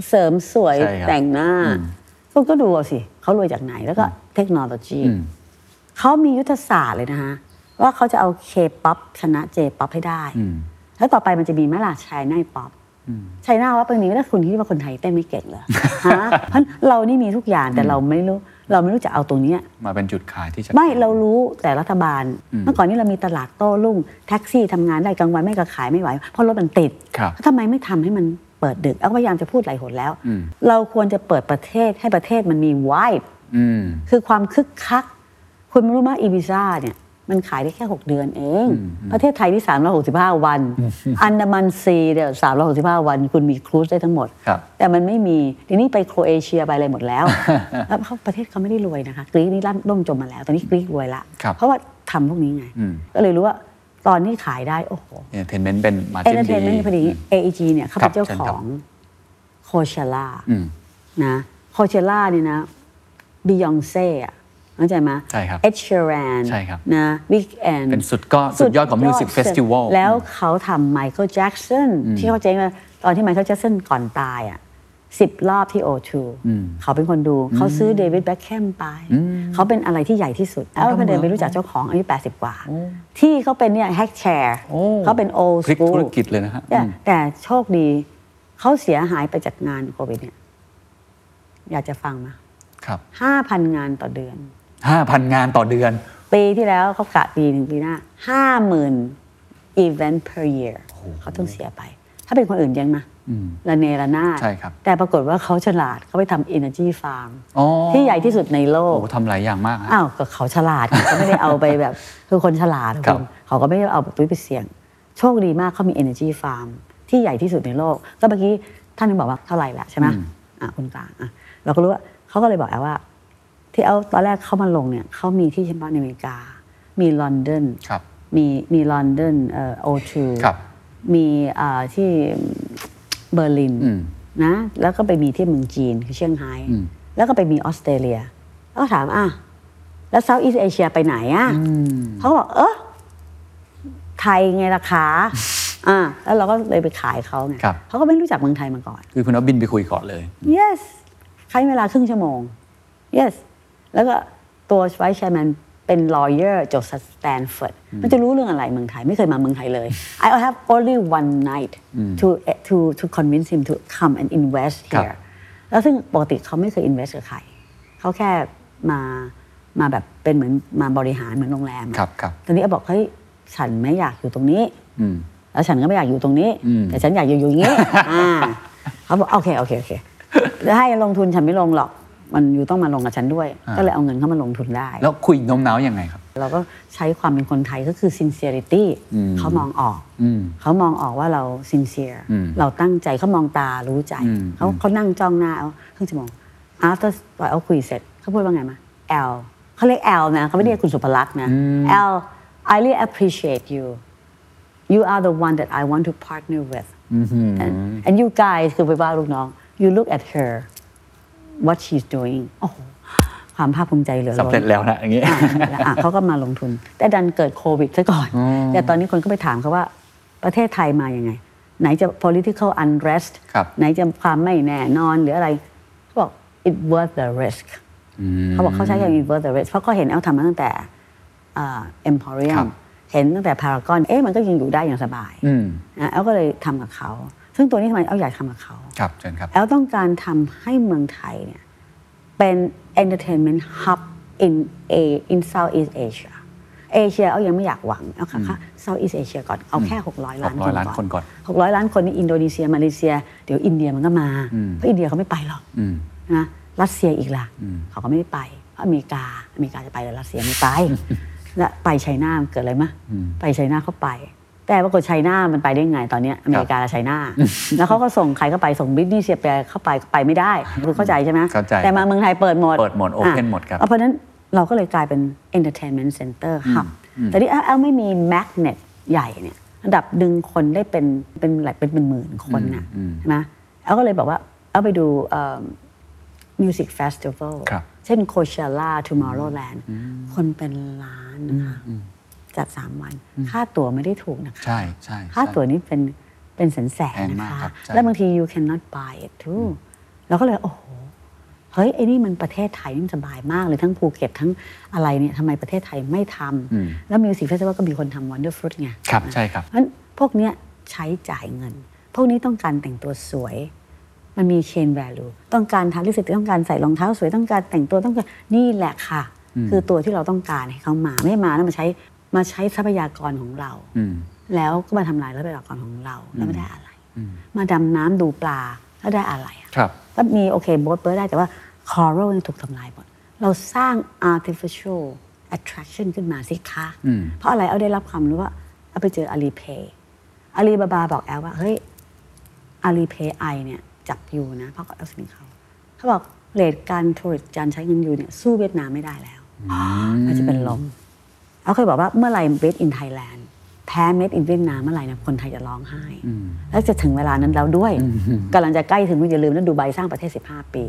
Speaker 4: เสริมสวย
Speaker 3: ใช่ครับ
Speaker 4: แต่งหน้า
Speaker 3: อืม
Speaker 4: ก็ก็ดูเอาสิเขารวยจากไหนแล้วก็เทคโนโลยี
Speaker 3: อืม
Speaker 4: เขามียุทธศาสตร์เลยนะคะ ว่าเขาจะเอาเคป๊อปชนะเจป๊อปให้ได้
Speaker 3: อืม
Speaker 4: แล้วต่อไปมันจะมีไหมล่ะชายหน้าป๊อปชายหน้าว่าเป็นนี้แล้วคุณคิดว่าคนไทยเต้นไม่เก่ง เหรอฮะ เพราะเรานี่มีทุกอย่างแต่เราไม่รู้ เราไม่รู้จะเอาตรงเนี้ย
Speaker 3: มาเป็นจุดขายที่ชัด
Speaker 4: ไม่เรารู้แต่รัฐบาล
Speaker 3: อืม
Speaker 4: เมื่อก่อนนี้เรามีตลาดโต้รุ่งแท็กซี่ทำงานได้กลางวันไม่ก็ขายไม่ไหว เพราะรถมันติด
Speaker 3: ครับ
Speaker 4: ทำไมไม่ทำให้มันเปิดดึกเอาก็พยายามจะพูดหลายหนแล้ว
Speaker 3: อืม
Speaker 4: เราควรจะเปิดประเทศให้ประเทศมันมีวาย
Speaker 3: อืม
Speaker 4: คือความคึกคัก คุณไม่รู้มากอีบิซ่าเนี่ย มันขายได้แค่ 6 เดือนเอง ประเทศไทยที่ 365 วัน อันดามันซีเนี่ย365 วัน คุณมีครูซได้ทั้งหมด
Speaker 3: ครับ
Speaker 4: แต่มันไม่มี ทีนี้ไปโครเอเชียไปอะไรหมด แล้ว แล้วเขาประเทศเขาไม่ได้รวยนะคะ กรีกนี่ร่ำล่มจมมาแล้ว ตอนนี้กรีกรวยละ
Speaker 3: ครับ
Speaker 4: เพราะว่าทำพวกนี้ไง
Speaker 3: อืม
Speaker 4: ก็เลยรู้ว่าตอนนี้ขายได้โอ้โห
Speaker 3: เอนเตอร์เทนเมนต์เป็นมา
Speaker 4: เอ
Speaker 3: จิ้
Speaker 4: น
Speaker 3: น
Speaker 4: เตอร์เท
Speaker 3: ดี
Speaker 4: นเมนต์พอดี AEG เนี่ยเขา
Speaker 3: ครั
Speaker 4: เป็
Speaker 3: บ
Speaker 4: นเจ้า
Speaker 3: เชิญ
Speaker 4: ข
Speaker 3: ครั
Speaker 4: อบ งโคเชล่า
Speaker 3: อืม
Speaker 4: นะโคเชล่าเนี่ยนะบิยองเซ่อะเข้าใจไหม
Speaker 3: ใช่ครับ
Speaker 4: เอ็ดเชแรน
Speaker 3: ใช่ครับ
Speaker 4: นะวิกแอน
Speaker 3: เป็นสุดก็สุดยอดของ Music Festival
Speaker 4: แล้วเขาทำไมเคิลแจ็ k สันที่เขาเจ๊งอะตอนที่ไมเคิลแจ็ k สันก่อนตายอ่ะสิบรอบที่โอทู
Speaker 3: อืม
Speaker 4: เขาเป็นคนดูเขาซื้อเดวิดแบ็คแคมไป เขาเป็นอะไรที่ใหญ่ที่สุดแล้วเขาเดินไปรู้จักเจ้าของอายุ 80 กว่า ที่เขาเป็นเนี่ยแฮกแชร์
Speaker 3: โอ้
Speaker 4: เขาเป็นโอ
Speaker 3: พลิก
Speaker 4: สู
Speaker 3: ธุรกิจเลยนะฮะ
Speaker 4: แต่
Speaker 3: อืม
Speaker 4: แต่โชคดี เขาเสียหายไปจากงานโควิดเนี่ย อยากจะฟังมา
Speaker 3: ครับ
Speaker 4: ห้าพันงานต่อเดือน
Speaker 3: ห้าพันงานต่อเดือน
Speaker 4: ปีที่แล้วเขากะปีหนึ่งปีหน้าห้าหมื่น event per year เขาต้องเสียไป ถ้าเป็นคนอื่นยังนะ
Speaker 3: อืม
Speaker 4: ระเนระนาด
Speaker 3: ใช่ครับ
Speaker 4: แต่ปรากฏว่าเขาฉลาดเขาไปทำ energy farm
Speaker 3: อ๋อ
Speaker 4: ที่ใหญ่ที่สุดในโล
Speaker 3: โอ้
Speaker 4: ก
Speaker 3: โหทำหลายอย่างมากฮะ
Speaker 4: อ้าวก็เขาฉลาดไงเขาไม่ได้เอาไปแบบ คือคนฉลาด
Speaker 3: ครับ
Speaker 4: ณเขาก็ไม่ได้เอาตุ้ยไปเสี่ยง โชคดีมากเขามี energy farm ที่ใหญ่ที่สุดในโลก ก็เมื่อกี้ท่านนึงบอกว่าเท่าไหร่ละใช่ไหมอ่ะคุณกลางอ่ะเราก็รู้ว่าเขาก็เลยบอกแอลว่า ที่เอาตอนแรกเข้ามาลงเนี่ยเขามีที่เฉพาะในอเมริกา มีลอนดอน
Speaker 3: ครับ
Speaker 4: มีมีลอนดอนเอ่อโอทู
Speaker 3: ครับ
Speaker 4: มีเอ่อที่เบอร์ลิน
Speaker 3: อืม
Speaker 4: นะแล้วก็ไปมีที่เมืองจีนคือเชียงไฮ้
Speaker 3: อืม
Speaker 4: แล้วก็ไปมีออสเตรเลีย แล้วก็ถามอ่ะแล้วเซาท์อีสเอเชียไปไหนอ่ะเขาก็บอก เออไทยไงล่ะคะ อ่าแล้วเราก็เลยไปขายเขาไง
Speaker 3: ครับ
Speaker 4: เขาก็ไม่รู้จักเมืองไทยมาก่อน
Speaker 3: คือคุณเอาบินไปคุยก่อนเลย
Speaker 4: yes ใช้เวลาครึ่งชั่วโมง yes แล้วก็ตัวไวช์แชร์แมนเป็นลอเยอร์จบสแตนฟอร์ดมันจะรู้เรื่องอะไรเมืองไทย ไม่เคยมาเมืองไทยเลย I have only one night to to to convince him to come and invest
Speaker 3: ครับ
Speaker 4: here แล้วซึ่งปกติเขาไม่เคย invest กับใคร เขาแค่มามาแบบเป็นเหมือนมาบริหารเหมือนโรงแรมอะ
Speaker 3: ครับครับ
Speaker 4: ตอนนี้เอาบอกเฮ้ยฉันไม่อยากอยู่ตรงนี้
Speaker 3: อืม
Speaker 4: แล้วฉันก็ไม่อยากอยู่ตรงนี้
Speaker 3: อืม
Speaker 4: แต่ ฉันอยากอยู่อยู่อย่างนี้ อ่าเขาบอกโอเคโอเคโอเคจะให้ลงทุนฉันไม่ลงหรอก มันอยู่ต้องมาลงกับฉันด้วย
Speaker 3: อ่า
Speaker 4: ก็เลยเอาเงินเข้ามาลงทุนได้
Speaker 3: แล้วคุยโน้มน้าวยังไงครับ
Speaker 4: เราก็ใช้ความเป็นคนไทยก็คือ sincerity
Speaker 3: อืม
Speaker 4: เขามองออก
Speaker 3: อืม
Speaker 4: เขามองออกว่าเรา sincere
Speaker 3: อืม
Speaker 4: เราตั้งใจเขามองตารู้ใจ
Speaker 3: อืม
Speaker 4: เขา
Speaker 3: อืม
Speaker 4: เขานั่งจ้องหน้าเอาครึ่งชั่วโมง after ปล่อยเอาคุยเสร็จ เขาพูดว่าไงมา L เขาเรียก L นะเขาไม่เรียกคุณสุภลักษณ์นะ L I really appreciate you you are the one that I want to partner with
Speaker 3: อื้อหือ
Speaker 4: and, and you guys คือไปว่าลูกน้อง you look at her what she's doing โอ้โหความภาคภูมิใจเหลือ
Speaker 3: สำ
Speaker 4: ล้
Speaker 3: เร็จ
Speaker 4: น
Speaker 3: แล้วนะอย่างนี้
Speaker 4: อ่ะอ่ะ เขาก็มาลงทุน แต่ดันเกิดโควิดซะก่อน
Speaker 3: อืม
Speaker 4: แต่ตอนนี้คนก็ไปถามเขาว่าประเทศไทยมาอย่างไง ไหนจะ political unrest
Speaker 3: ครับ
Speaker 4: ไหนจะความไม่แน่นอนหรืออะไรเขาบอก it worth the risk เขาบอกเขาใช้คำว่า it worth the risk เพราะเขาเห็นเอาทำมาตั้งแต่
Speaker 3: ค
Speaker 4: อ่า
Speaker 3: รั
Speaker 4: emporium
Speaker 3: บ
Speaker 4: เห็นตั้งแต่พารากอนเอ๊ะมันก็ยังอยู่ได้อย่างสบาย
Speaker 3: อืม
Speaker 4: นะเอาก็เลยทำกับเขา ซึ่งตัวนี้ทำไมเอาอยากทำกับเขา
Speaker 3: ครับเชิญครับ
Speaker 4: แอลต้องการทำให้เมืองไทยเนี่ยเป็น entertainment hub in a in Southeast Asia เอเชียเอายังไม่อยากหวัง เอาค่ะค่ะ Southeast Asia ก่อน เอาแค่ 600 ล้านคน
Speaker 3: 600ล้านคนก่อน
Speaker 4: 600 ล้านคนนี่อินโดนีเซีย มาเลเซีย เดี๋ยวอินเดียมันก็มา เพราะอินเดียเขาไม่ไปหรอก
Speaker 3: อืม
Speaker 4: นะรัสเซียอีกล่ะ เขาก็ไม่ได้ไป เพราะอเมริกา อเมริกาจะไปแต่รัสเซียไม่ไป และไปไชน่ามันเกิดอะไรมะ ไปไชน่าเขาไป แต่ปรากฏไชน่ามันไปได้ไงตอนเนี้ยอเมริกากับไช น่า แล้วเขาก็ส่งใครเข้าไปส่งบริตนี่เซียเปียเข้าไปไปไม่ได้คุณเข้าใจใช่ไหม
Speaker 3: เข้าใจ
Speaker 4: แต่มาเมืองไทยเปิดหมด
Speaker 3: เปิดหมด open
Speaker 4: ะ
Speaker 3: หมดครับ
Speaker 4: เพราะฉะนั้นเราก็เลยกลายเป็น entertainment center hub แต่ที่แอลไม่มี magnet ใหญ่เนี่ยอันดับดึงคนได้เป็นเป็นหลายเป็นเป็นหมื่นคนน่ะ
Speaker 3: อืมอืม
Speaker 4: ใช่ไหมแอลก็เลยบอกว่าเอาไปดูเอ่อ Music Festival
Speaker 3: ครับ
Speaker 4: เช่นโคเชล่า Tomorrowland คนเป็นล้านนะคะจัดสามวัน ค่าตั๋วไม่ได้ถูกนะคะ
Speaker 3: ใช่ใช่
Speaker 4: ค่า
Speaker 3: ใช่
Speaker 4: ตั๋วนี้เป็นเป็นแสนแสน
Speaker 3: แพง
Speaker 4: นะ
Speaker 3: มากครั
Speaker 4: คะ
Speaker 3: บใช่
Speaker 4: แล้วบางที you cannot buy it too เราก็เลย โอ้โห เฮ้ย ไอ้นี่มันประเทศไทยนี่มันสบายมากเลยทั้งภูเก็ตทั้งอะไรเนี่ยทำไมประเทศไทยไม่ทำแล้วมิวสิกเฟสติวัลก็มีคนทำวันเดอร์ฟรุตไง
Speaker 3: ครับใช่ครับ
Speaker 4: เพราะฉะนั้นพวกเนี้ยใช้จ่ายเงิน พวกนี้ต้องการแต่งตัวสวย มันมีเชนแวลูต้องการทาลิปสติกต้องการใส่รองเท้าสวยต้องการแต่งตัวต้องการนี่แหละค่ะ คือตัวที่เราต้องการให้เขามาไม่มาแล้วมาใช้มาใช้ทรัพยากรของเรา
Speaker 3: อืม
Speaker 4: แล้วก็มาทำลายทรัพยากรของเราแล้วไม่ได้อะไร มาดำน้ำดูปลาแล้วได้อะไรอะ
Speaker 3: ครับ
Speaker 4: ก็มีโอเคโบ๊ทเบิร์ดได้แต่ว่าคอรัลนี่ถูกทำลายหมดเราสร้าง artificial attraction ขึ้นมาสิคะ
Speaker 3: อืม
Speaker 4: เพราะอะไรเอาได้รับความรู้ว่าเอาไปเจออาลีเพย์อาลีบาบาบอกแอลว่า เฮ้ยอาลีเพย์ไอเนี่ยจับยูนะ เพราะเขาเอาสินเขาเขาบอกเลทการโทรจานใช้เงินยูเนี่ยสู้เวียดนามไม่ได้แล้วอาจจะเป็นลม เขาเคยบอกว่าเมื่อไหร่ made in Thailand แพ้ made in เวียดนามเมื่อไหร่นะคนไทยจะร้องไห้ แล้วจะถึงเวลานั้นแล้วด้วยกำลังจะใกล้ถึงคุณอย่าลืมนะดูไบสร้างประเทศ 15 ปี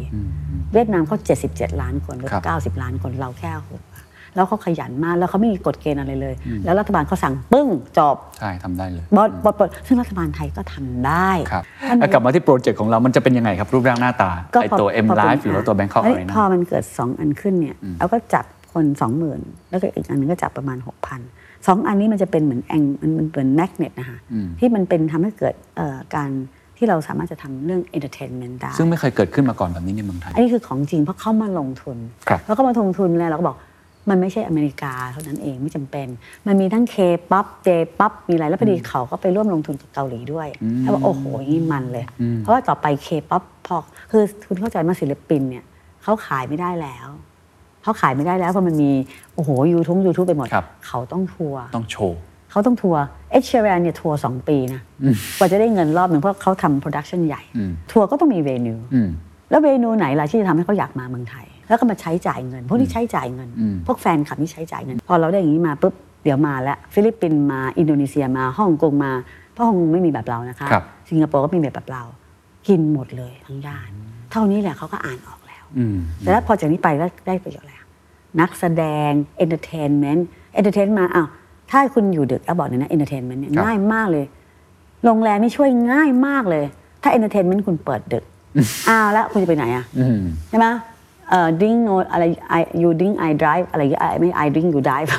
Speaker 4: เวียดนามเขา77 ล้านคนหรือ
Speaker 3: ครับ
Speaker 4: 90 ล้านคนเราแค่หกอะแล้วเขาขยันมากแล้วเขาไม่มีกฎเกณฑ์อะไรเลย แล้วรัฐบาลเขาสั่งปึ้งจบ
Speaker 3: ใช่ทำได้เลย
Speaker 4: บอดบอดบอดซึ่งรัฐบาลไทยก็ทำได้
Speaker 3: ครับ
Speaker 4: อันนี้
Speaker 3: แล้วกลับมาที่โปรเจกต์ของเรา มันจะเป็นยังไงครับ รูปร่างหน้าตาไอ
Speaker 4: พ
Speaker 3: ตัว M
Speaker 4: พป็น
Speaker 3: Live หรือว่าตัว Bangkok
Speaker 4: เย
Speaker 3: Arena
Speaker 4: พอมันเกิด 2 อันขึ้นเนี่ยเราก็จับคน20,000 แล้วก็อีกอันนึงก็จับประมาณ 6,000สองอันนี้มันจะเป็นเหมือนแองมันมันเป็นแมกเนตนะคะที่มันเป็นทำให้เกิดเอ่อการที่เราสามารถจะทำเรื่อง entertainment ได้
Speaker 3: ซึ่งไม่เคยเกิดขึ้นมาก่อนแบบนี้ในเมืองไทย
Speaker 4: อันนี้คือของจริงเพราะเข้ามาลงทุน
Speaker 3: ครับ
Speaker 4: แล้วก็มาลงทุนแล้วเราก็บอกมันไม่ใช่อเมริกาเท่านั้นเองไม่จำเป็น มันมีทั้งเคป๊อปเจป๊อปมีอะไรแล้วพอดีเขาก็ไปร่วมลงทุนกับเกาหลีด้วยแล้วบอกโอ้โหอย่างนี่มันเลย เพราะว่าต่อไปเคป๊อปพอคือคุณเข้าใจมาศิลปินเนี่ยเขาขายไม่ได้แล้วเขาขายไม่ได้แล้วเพราะมันมีโอ้โหยูทูบยูทูบไปหมด
Speaker 3: ครับ
Speaker 4: เขาต้องทัวร์
Speaker 3: ต้องโชว์
Speaker 4: เขาต้องทัวร์เอชเชอรนเนี่ยทัวร์สองปีนะกว่าจะได้เงินรอบหนึ่งเพราะเขาทำโปรดักชันใหญ่
Speaker 3: อืม
Speaker 4: ทัวร์ก็ต้องมีเวนิว
Speaker 3: อืม
Speaker 4: แล้วเมนูไหนล่ะที่จะทำให้เขาอยากมาเมืองไทย แล้วก็มาใช้จ่ายเงิน พวกนี้ใช้จ่ายเงิน
Speaker 3: อืม
Speaker 4: พวกแฟนคลับนี่ใช้จ่ายเงิน พอเราได้อย่างนี้มาปุ๊บเดี๋ยวมาแล้ว ฟิลิปปินส์มาอินโดนีเซียมาฮ่องกงมาเพราะฮ่องกงไม่มีแบบเรานะคะ
Speaker 3: ครับ
Speaker 4: สิงคโปร์ก็ไม่มีแบบเรา กินหมดเลยทั้งย่านเท่านี้แหละเขาก็อ่านออกแล้ว
Speaker 3: อืม
Speaker 4: แต่แล้วพอจากนี้ไปแล้วได้ประโยชน์อะไรอะนักแสดง entertainment entertain มาอ้าวถ้าคุณอยู่ดึกแอปบอกเลยนะ entertainment เนี่ย
Speaker 3: ครับ
Speaker 4: ง่ายมากเลย โรงแรมนี่ช่วยง่ายมากเลย ถ้า entertainment คุณเปิดดึก อ้าวแล้วคุณจะไปไหนอะ
Speaker 3: อืม
Speaker 4: ใช่ไหมเอ่อดิ้งโนอะไร I you drink I drive อะไรอย่างเงี้ย I- ไม่ I drink you drive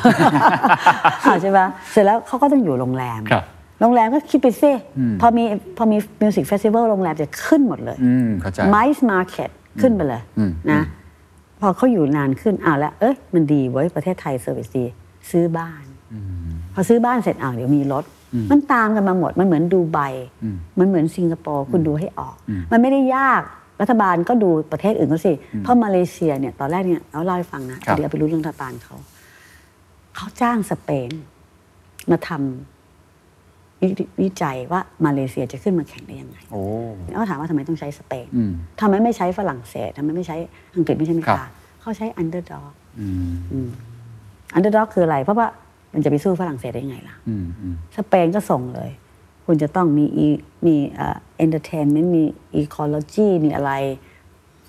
Speaker 4: อ่าใช่ปะเสร็จแล้วเขาก็ต้องอยู่โรงแรม
Speaker 3: ครับ
Speaker 4: โรงแรมก็คิดไปซิพอมีพอมีมิวสิกเฟสติวัลโรงแรมจะขึ้นหมดเลย
Speaker 3: อืมเข้าใจ
Speaker 4: Mice Market ขึ้นไปเลย
Speaker 3: อืม
Speaker 4: นะ พอเขาอยู่นานขึ้นอ้าวแล้ว เอ้ย มันดีเว้ย ประเทศไทยเซอร์วิสดี ซื้อบ้าน พอซื้อบ้านเสร็จอ้าวเดี๋ยวมีรถ มันตามกันมาหมด มันเหมือนดูไบ มันเหมือนสิงคโปร์ คุณดูให้ออก มันไม่ได้ยาก รัฐบาลก็ดูประเทศอื่นก็สิเพราะมาเลเซียเนี่ยตอนแรกเนี่ยเอาเล่าให้ฟังนะครับ เดี๋ยวไปรู้เรื่องรัฐบาลเขาเขาจ้างสเปน มาทำวิวิจัยว่ามาเลเซียจะขึ้นมาแข่งได้ยังไง
Speaker 3: โอ้
Speaker 4: แล้วถามว่าทำไมต้องใช้สเปน
Speaker 3: อืม
Speaker 4: ทำไมไม่ใช้ฝรั่งเศสทำไมไม่ใช้อังกฤษไม่ใช่อเมริ
Speaker 3: ครั
Speaker 4: กา
Speaker 3: บ
Speaker 4: เขาใช้อันเดอร์ดอก
Speaker 3: อืม
Speaker 4: อันเดอร์ดอกคืออะไร เพราะว่ามันจะไปสู้ฝรั่งเศสได้ไงล่ะ
Speaker 3: อืมอืม
Speaker 4: สเปนก็ส่งเลย คุณจะต้องมี e- มีเอ็นเตอร์เทนเมนต์มีอีโคโลจีมีอะไร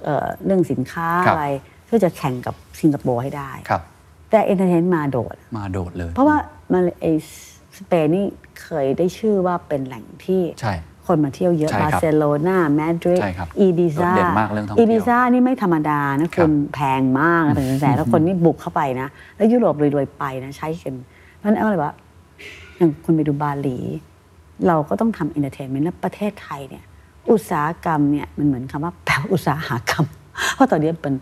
Speaker 4: เอ่อเรื่องสินค้า
Speaker 3: ครับ
Speaker 4: อะไรเพื่อจะแข่งกับสิงคโปร์ให้ได้
Speaker 3: ครับ
Speaker 4: แต่เอ็นเตอร์เทนมาโดด
Speaker 3: มาโดดเลย
Speaker 4: เพราะว่ามาเลเอสเปนนี่เคยได้ชื่อว่าเป็นแหล่งที่
Speaker 3: ใช่
Speaker 4: คนมาเที่ยวเยอะ
Speaker 3: ใช่ครับ
Speaker 4: บาร์เซโลนามาดริด
Speaker 3: ใช่ครับ
Speaker 4: อีบิซา
Speaker 3: โดดเด่นมากเรื่องท่องเที่ยว
Speaker 4: อีบิซานี่ไม่ธรรมดานะ
Speaker 3: ครั
Speaker 4: คุ
Speaker 3: บ
Speaker 4: ณแพงมากนะเป็นแสนๆแล้วคนนี่บุกเข้าไปนะ แล้วยุโรปรวยๆไปนะใช้กันเพราะฉะนั้นเอาเลยว่าอย่างคุณไปดูบาหลี เราก็ต้องทำเอนเตอร์เทนเมนต์และประเทศไทยเนี่ย อุตสาหกรรมเนี่ยมันเหมือนคำว่า แปลว่าอุตสาหกรรม เพราะตอนนี้มัน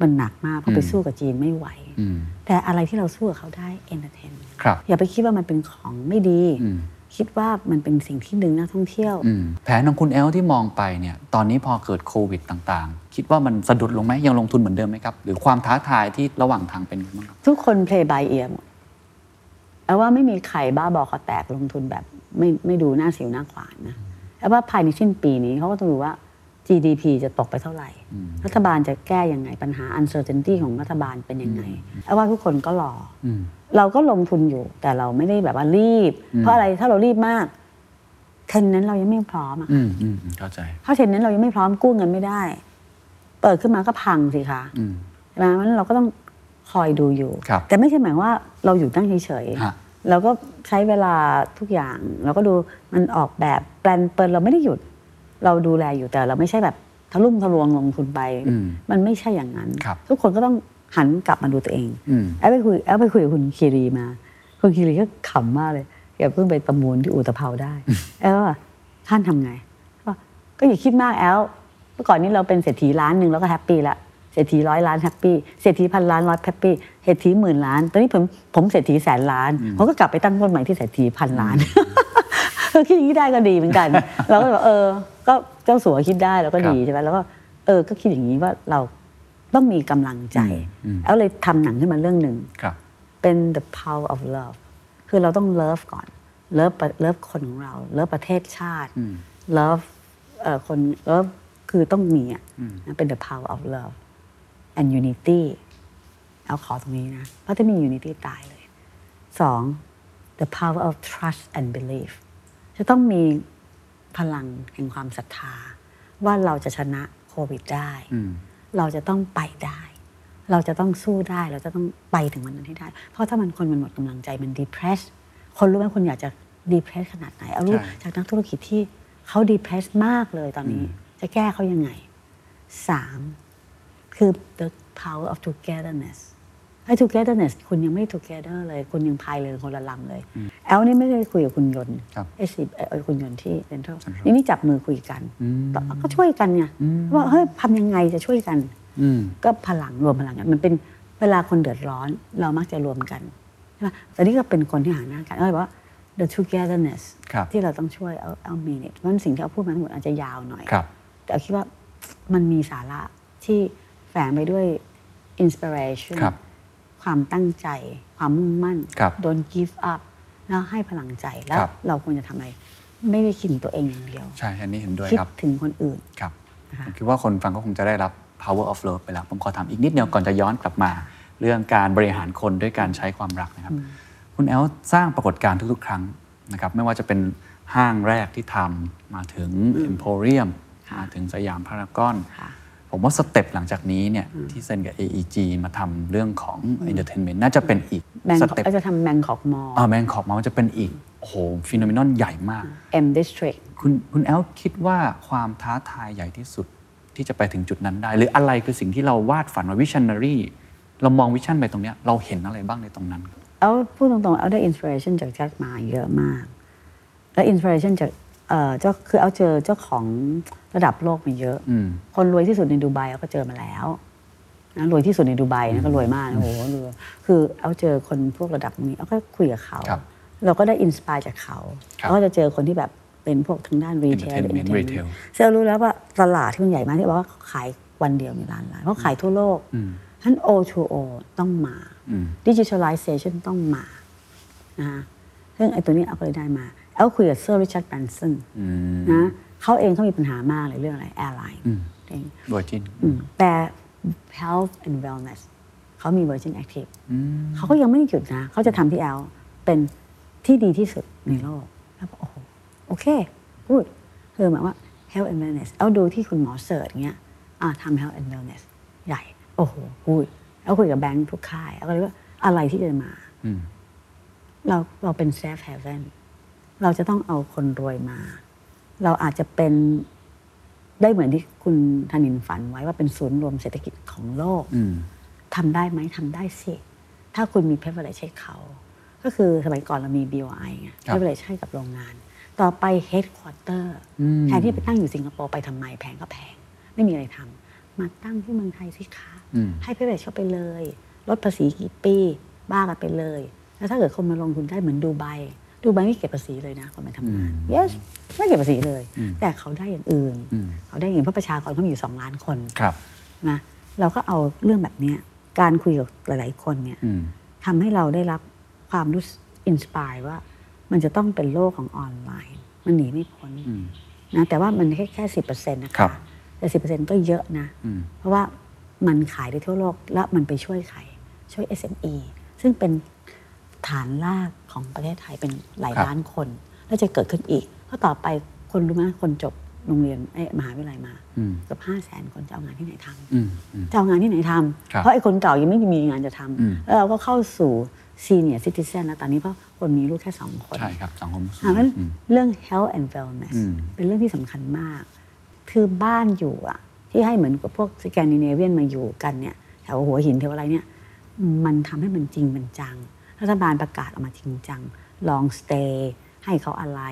Speaker 4: มันหนักมากเพราะไปสู้กับจีนไม่ไหว
Speaker 3: อืม
Speaker 4: แต่อะไรที่เราสู้กับเขาได้เอนเตอร์เทน
Speaker 3: ครับ
Speaker 4: อย่าไปคิดว่ามันเป็นของไม่ดี
Speaker 3: อืม
Speaker 4: คิดว่ามันเป็นสิ่งที่ดึงนักท่องเที่ยว
Speaker 3: อืมแผนของคุณแอลที่มองไปเนี่ย ตอนนี้พอเกิดโควิดต่างๆ คิดว่ามันสะดุดลงไหมยังลงทุนเหมือนเดิมไหมครับ หรือความท้าทายที่ระหว่างทางเป็นไงบ้างครับ
Speaker 4: ทุกคน play by ear หมดแอบว่าไม่มีใครบ้าบอคอแตกลงทุนแบบไม่ไม่ดูหน้าสิวหน้าขวานนะแอบว่าภายในสิ้นปีนี้เขาก็ต้องดูว่า GDP จะตกไปเท่าไหร่ รัฐบาลจะแก้ยังไงปัญหา uncertainty ของรัฐบาลเป็นยังไงแอบว่าทุกคนก็รออ
Speaker 3: ม
Speaker 4: เราก็ลงทุนอยู่ แต่เราไม่ได้แบบว่ารีบ เพราะอะไรถ้าเรารีบมากเทรนด์นั้นเรายังไม่พร้อมอะ
Speaker 3: อืมอืมเข้าใจ
Speaker 4: ถ้าเทรนด์นั้นเรายังไม่พร้อมกู้เงินไม่ได้ เปิดขึ้นมาก็พังสิคะ
Speaker 3: อืม
Speaker 4: ใช่ไหมเพราะฉะนั้นเราก็ต้องคอยดูอยู่
Speaker 3: ครับ
Speaker 4: แต่ไม่ใช่หมายว่าเราอยู่ตั้งเฉย
Speaker 3: ฮะ
Speaker 4: ๆเราก็ใช้เวลาทุกอย่าง เราก็ดูมันออกแบบแปลนเปิดเราไม่ได้หยุด เราดูแลอยู่แต่เราไม่ใช่แบบทะลุ่มทะลวงลงทุนไป
Speaker 3: อืม
Speaker 4: มันไม่ใช่อย่างนั้น
Speaker 3: ครับ
Speaker 4: ทุกคนก็ต้องหันกลับมาดูตัวเอง
Speaker 3: อืม
Speaker 4: แอปไปคุยแอปไปคุยกับคุณคีรีมา คุณคีรีก็ขำมากเลยแกเพิ่งไปประมูลที่อุตภเปา ได้ แอลว่าท่านทำไงเขาบอกก็อย่าคิดมากแอลเมื่อก่อนนี้เราเป็นเศรษฐีล้านหนึ่งแล้วก็แฮปปี้ละเศรษฐีร้อยล้านแฮปปี้เศรษฐีพันล้านร้อยแฮปปี้เศรษฐีหมื่นล้าน ตอนนี้ผมผมเศรษฐีแสนล้านผมก็กลับไปตั้งต้นใหม่ที่เศรษฐีพันล้าน เออคิดอย่างนี้ได้ก็ดีเหมือน กัน เราก็แบบเออ ก็เจ้าสัวคิดได้แล้วก็ดีใช่ไหมแล้วก็เออก็คิดอย่างนี้ว่าเราต้องมีกำลังใจ
Speaker 3: อืมอืม
Speaker 4: แล้วเลยทำหนังขึ้นมาเรื่องหนึ่ง
Speaker 3: ครับ
Speaker 4: เป็น the power of love คือเราต้อง love ก่อน love ประ love คนของเรา love ประเทศชาติ
Speaker 3: อืม
Speaker 4: love เอ่อคน love คือต้องมีอ่ะ
Speaker 3: อืม
Speaker 4: นะเป็น the power of love and unity เอาขอตรงนี้นะเพราะถ้ามี unity ตายเลยสอง the power of trust and belief จะต้องมีพลังแห่งความศรัทธา ว่าเราจะชนะโควิดได้
Speaker 3: อืม
Speaker 4: เราจะต้องไปได้ เราจะต้องสู้ได้ เราจะต้องไปถึงวันนั้นให้ได้ เพราะถ้ามันคนมันหมดกำลังใจมัน depress คนรู้ไหมคนอยากจะ depress ขนาดไหน เอารูป
Speaker 3: ใช่
Speaker 4: จากนักธุรกิจที่เขา depress มากเลยตอนนี้ จะแก้เขายังไงสามคือ the power of togetherness ไอ้ togetherness คุณยังไม่ together เลย คุณยังพายเรือคนละลำเลย แอลนี่ไม่ได้คุยกับคุณยนต์
Speaker 3: ครับ
Speaker 4: ไอ้สิไอ้คุณยนต์ที่เซ็นทรัล
Speaker 3: Central
Speaker 4: นี่นี่จับมือคุยกัน
Speaker 3: อืม
Speaker 4: แต่ก็ช่วยกันไงว่าเฮ้ยทำยังไงจะช่วยกัน
Speaker 3: อืม
Speaker 4: ก็พลังรวมพลังกันมันเป็นเวลาคนเดือดร้อนเรามักจะรวมกันใช่ไหมแต่นี่ก็เป็นคนที่หาหน้ากันก็เลยบอกว่า the togetherness
Speaker 3: ครับ
Speaker 4: ที่เราต้องช่วยเอาเอาเมนิทเพราะฉะนั้นสิ่งที่เอาพูดมาทั้งหมดอาจจะยาวหน่อย
Speaker 3: ครับ
Speaker 4: แต่เอาคิดว่ามันมีสาระที่แฝงไปด้วย inspiration
Speaker 3: ครับ
Speaker 4: ความตั้งใจ ความมุ่งมั่น
Speaker 3: ครับ
Speaker 4: โดน give up แล้วให้พลังใจแล้ว
Speaker 3: ครับ
Speaker 4: เราควรจะทำอะไร ไม่ได้คิดถึงตัวเองอย่างเดียว
Speaker 3: ใช่ อันนี้เห็นด้วย
Speaker 4: คิด
Speaker 3: ครับ
Speaker 4: ถึงคนอื่น
Speaker 3: ครับ
Speaker 4: นะคะ
Speaker 3: ผมคิดว่าคนฟังก็คงจะได้รับ power of love ไปแล้ว ผมขอถามอีกนิดเดียวก่อนจะย้อนกลับมา เรื่องการบริหารคนด้วยการใช้ความรักนะครับ คุณแอลสร้างปรากฏการณ์ทุกๆ ครั้งนะครับ ไม่ว่าจะเป็นห้างแรกที่ทำมาถึง Emporium มาถึงสยามพารากอน
Speaker 4: ค่ะ
Speaker 3: ผมว่าสเต็ปหลังจากนี้เนี่ยที่เซ็นกับ AEG มาทำเรื่องของ Entertainment น่าจะเป็นอีก
Speaker 4: แบง
Speaker 3: ส
Speaker 4: ค์
Speaker 3: เต็ป
Speaker 4: เราจะทำแบงค์ของมอ
Speaker 3: อ่าแบงคอกมันจะเป็นอีกโอ้โหฟิโนเมนอนใหญ่มาก
Speaker 4: M District
Speaker 3: คุณคุณแอลคิดว่าความท้าทายใหญ่ที่สุดที่จะไปถึงจุดนั้นได้ หรืออะไรคือสิ่งที่เราวาดฝันว่าวิชันนารีเรามองวิชันไปตรงเนี้ยเราเห็นอะไรบ้างในตรงนั้น
Speaker 4: เอาพูดตรงๆ เอาได้อินส i r เรชันจากแจ็คมาเยอะมาก แล้วอินส i r เรชันจากเอ่อเจ้าคือเอาเจอเจ้าของระดับโลกมาเยอะ
Speaker 3: อืม
Speaker 4: คนรวยที่สุดในดูไบเอาก็เจอมาแล้วนะรวยที่สุดในดูไบนะก็รวยมากนะโอ้โหรวยคือเอาเจอคนพวกระดับนี้เอาก็คุยกับเขา
Speaker 3: ครับ
Speaker 4: เราก็ได้อินสปายจากเขา
Speaker 3: ครับ
Speaker 4: เราก็จะเจอคนที่แบบ เป็นพวกทางด้านรีเทล
Speaker 3: Entertainment retail
Speaker 4: เซลล์รู้แล้วว่าตลาดที่มันใหญ่มากที่บอกว่าเขาขายวันเดียวมีล้านล้านเขาขายทั่วโลก
Speaker 3: อืม
Speaker 4: ฉะนั้น O2O ต้องมา
Speaker 3: อืม
Speaker 4: ดิจิทัลไลเซชันต้องมานะคะซึ่งไอ้ตัวนี้เอาก็เลยได้มาแอลคุยกับเซอร์ริชาร์ดแบรนสัน
Speaker 3: อืม
Speaker 4: นะเขาเองเขามีปัญหามากเลยเรื่องอะไรแอร์ไลน์
Speaker 3: อืม
Speaker 4: เอง
Speaker 3: เวอร์จิน
Speaker 4: อืมแต่ health and wellness เขามี Virgin Active เขาก็ยังไม่ได้หยุดนะ เขาจะทำที่แอลเป็นที่ดีที่สุดในโลก แล้วบอกโอ้โหโอเค พูดคือหมายว่า health and wellness เอาดูที่คุณหมอเสิร์ชเงี้ยอ่าทำ health and wellness ใหญ่ โอ้โหพูดแล้วคุยกับแบงค์ทุกค่ายแล้วก็เลยว่าอะไรที่จะมา
Speaker 3: อืม
Speaker 4: เราเราเป็น safe haven เราจะต้องเอาคนรวยมา เราอาจจะเป็น ได้เหมือนที่คุณธนินฝันไว้ว่าเป็นศูนย์รวมเศรษฐกิจของโลก
Speaker 3: อืม
Speaker 4: ทำได้ไหมทำได้สิ ถ้าคุณมีเพ i เ i อร์ g e ให้เขา ก็คือสมัยก่อนเรามี BOI ไง
Speaker 3: ครับ
Speaker 4: เพ i เ i อร์ g e ให้กับโรงงาน ต่อไป headquarter แทนที่ไปตั้งอยู่สิงคโปร์ไปทำไมแพงก็แพง ไม่มีอะไรทำมาตั้งที่เมืองไทยสิคะ
Speaker 3: อืม
Speaker 4: ให้เพ i เ i อร์ g e เข้าไปเลย ลดภาษีกี่ปีบ้ากันไปเลย แล้วถ้าเกิดคนมาลงทุนได้เหมือนดูไบดูไบไม่เก็บภาษีเลยนะคนมาทำงาน yes ไม่เก็บภาษีเลย แต่เขาได้อย่างอื่น
Speaker 3: อืม
Speaker 4: เขาได้เงินเพราะประชากรเขามีอยู่ 2 ล้านคน
Speaker 3: ครับ
Speaker 4: นะเราก็เอาเรื่องแบบเนี้ยการคุยกับหลาย ๆ คนเนี่ย
Speaker 3: อืม
Speaker 4: ทำให้เราได้รับความรู้อินสปายว่า มันจะต้องเป็นโลกของออนไลน์ มันหนีไม่พ้น
Speaker 3: อืม
Speaker 4: นะแต่ว่ามันแค่แค่สิบเปอร์เซ็นต์นะ
Speaker 3: ครั
Speaker 4: คะ
Speaker 3: บ
Speaker 4: แต่สิบเปอร์เซ็นต์ก็เยอะนะ
Speaker 3: อืม
Speaker 4: เพราะว่ามันขายได้ทั่วโลกและมันไปช่วยใครช่วย SME ซึ่งเป็นฐานรากของประเทศไทยเป็นหลาย
Speaker 3: ครับ
Speaker 4: ล้านคน และจะเกิดขึ้นอีก เพราะต่อไปคนรู้ไหมคนจบโรงเรียนเอ้ยมหาวิทยาลัยมา
Speaker 3: อืม
Speaker 4: เกือบห้าแสนคนจะเอางานที่ไหนทำ
Speaker 3: อืมอืม
Speaker 4: จะเอางานที่ไหนทำ
Speaker 3: ครับ
Speaker 4: เพราะไอ้คนเก่ายังไม่มีงานจะทำ
Speaker 3: อืม
Speaker 4: แล้วเราก็เข้าสู่ซีเนียซิติเซนแล้วตอนนี้เพราะคนมีลูกแค่สองคน
Speaker 3: ใช่ครับสังคมสูง
Speaker 4: อ่ะงั้น
Speaker 3: อืม
Speaker 4: เรื่อง health and wellness
Speaker 3: อืม
Speaker 4: เป็นเรื่องที่สำคัญมาก คือบ้านอยู่อะที่ให้เหมือนกับพวกสแกนดิเนเวียนมาอยู่กันเนี่ยแถวหัวหินแถวอะไรเนี่ย มันทำให้มันจริงมันจัง รัฐบาลประกาศออกมาจริงจัง ลองสเตย์ให้เขาอะไร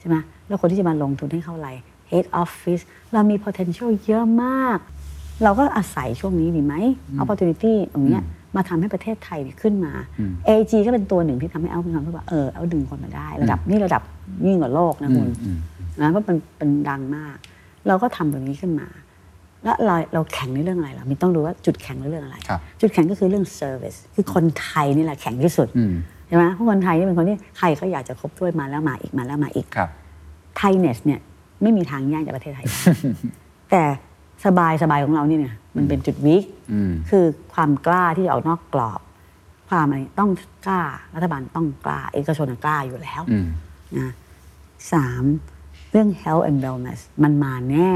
Speaker 4: ใช่ไหมแล้วคนที่จะมาลงทุนให้เขาอะไร head office เรามี potential เยอะมาก เราก็อาศัยช่วงนี้ดีไหม opportunity ตรงเนี้ยมาทำให้ประเทศไทยเนี่ยขึ้นมา
Speaker 3: อืม
Speaker 4: AG ก็เป็นตัวหนึ่งที่ทำให้เอามีความรู้สึกว่าเออเอาดึงคนมาได้ ระดับนี่ระดับยิ่งกว่าโลกนะคุณ
Speaker 3: อืม
Speaker 4: นะเพราะมันเป็นดังมาก เราก็ทำตรงนี้ขึ้นมา แล้วเราเราแข่งในเรื่องอะไรล่ะมันต้องรู้ว่าจุดแข่งในเรื่องอะไร
Speaker 3: ครับ
Speaker 4: จุดแข่งก็คือเรื่องเซอร์วิสคือคนไทยนี่แหละแข่งที่สุด
Speaker 3: อืม
Speaker 4: ใช่ไหมเพราะคนไทยนี่เป็นคนที่ใครเขาอยากจะคบด้วยมาแล้วมาอีกมาแล้วมาอีก
Speaker 3: ครับ
Speaker 4: ไทยเนสเนี่ยไม่มีทางแย่งจากประเทศไทยได้ แต่สบายสบายของเรานี่เนี่ยมันเป็นจุดวิก
Speaker 3: อืม
Speaker 4: คือความกล้าที่จะออกนอกกรอบ ความอะไรต้องกล้ารัฐบาลต้องกล้า เอกชนน่ะกล้าอยู่แล้ว
Speaker 3: อืม
Speaker 4: นะสามเรื่อง health and wellness มันมาแน่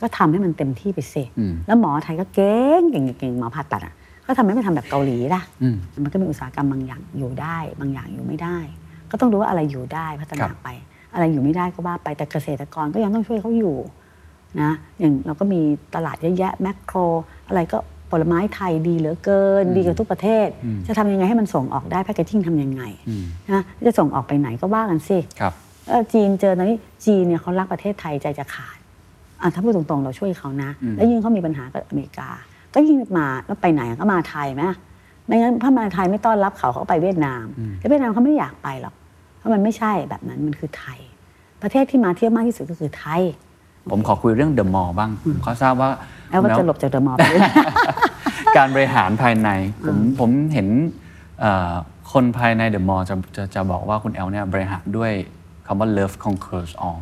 Speaker 4: ก็ทำให้มันเต็มที่ไปสิ
Speaker 3: อืม
Speaker 4: แล้วหมอไทยก็เก่งเก่งเก่งหมอผ่าตัดอ่ะก็ทำไมไม่ทำแบบเกาหลีล่ะ
Speaker 3: อืม
Speaker 4: มันก็มีอุตสาหกรรมบางอย่างอยู่ได้ บางอย่างอยู่ไม่ได้ ก็ต้องดูว่าอะไรอยู่ได้พั
Speaker 3: ค
Speaker 4: ฒ
Speaker 3: รั
Speaker 4: นา
Speaker 3: บ
Speaker 4: ไป อะไรอยู่ไม่ได้ก็ว่าไปแต่เกษตรกรก็ยังต้องช่วยเขาอยู่นะอย่างเราก็มีตลาดเยอะแยะแมคโคร อะไรก็ผลไม้ไทยดีเหลือเกิน ดีกับทุกประเทศ จะทำยังไงให้มันส่งออกได้แพคเกจิ้งทำยังไง
Speaker 3: อืม
Speaker 4: นะจะส่งออกไปไหนก็ว่ากันสิ
Speaker 3: ครับ
Speaker 4: เออจีนเจอตอนนี้จีนเนี่ยเขารักประเทศไทยใจจะขาดอ่ะถ้าพูดตรงๆ เราช่วยเขานะ
Speaker 3: อืม
Speaker 4: แล้วยิ่งเขามีปัญหากับอเมริกา ก็ยิ่งมาแล้วไปไหนก็มาไทยไหมไม่งั้นถ้ามาไทยไม่ต้อนรับเขาเขาก็ไปเวียดนามแต่เวียดนามเขาไม่ได้อยากไปหรอกเพราะมันไม่ใช่แบบนั้นมันคือไทย ประเทศที่มาเที่ยวมากที่สุดก็คือไทย
Speaker 3: ผมขอคุยเรื่องเดอะมอลล์บ้างผมขอทราบว่า
Speaker 4: แล้วก็
Speaker 3: คุณ
Speaker 4: จะหลบจากเดอะมอลล์ไปเรื่ อย
Speaker 3: การบริหารภายใน ผมผมเห็นเอ่อคนภายในเดอะมอลล์จะจะจะบอกว่าคุณแอลเนี่ยบริหารด้วยคำว่า love conquers all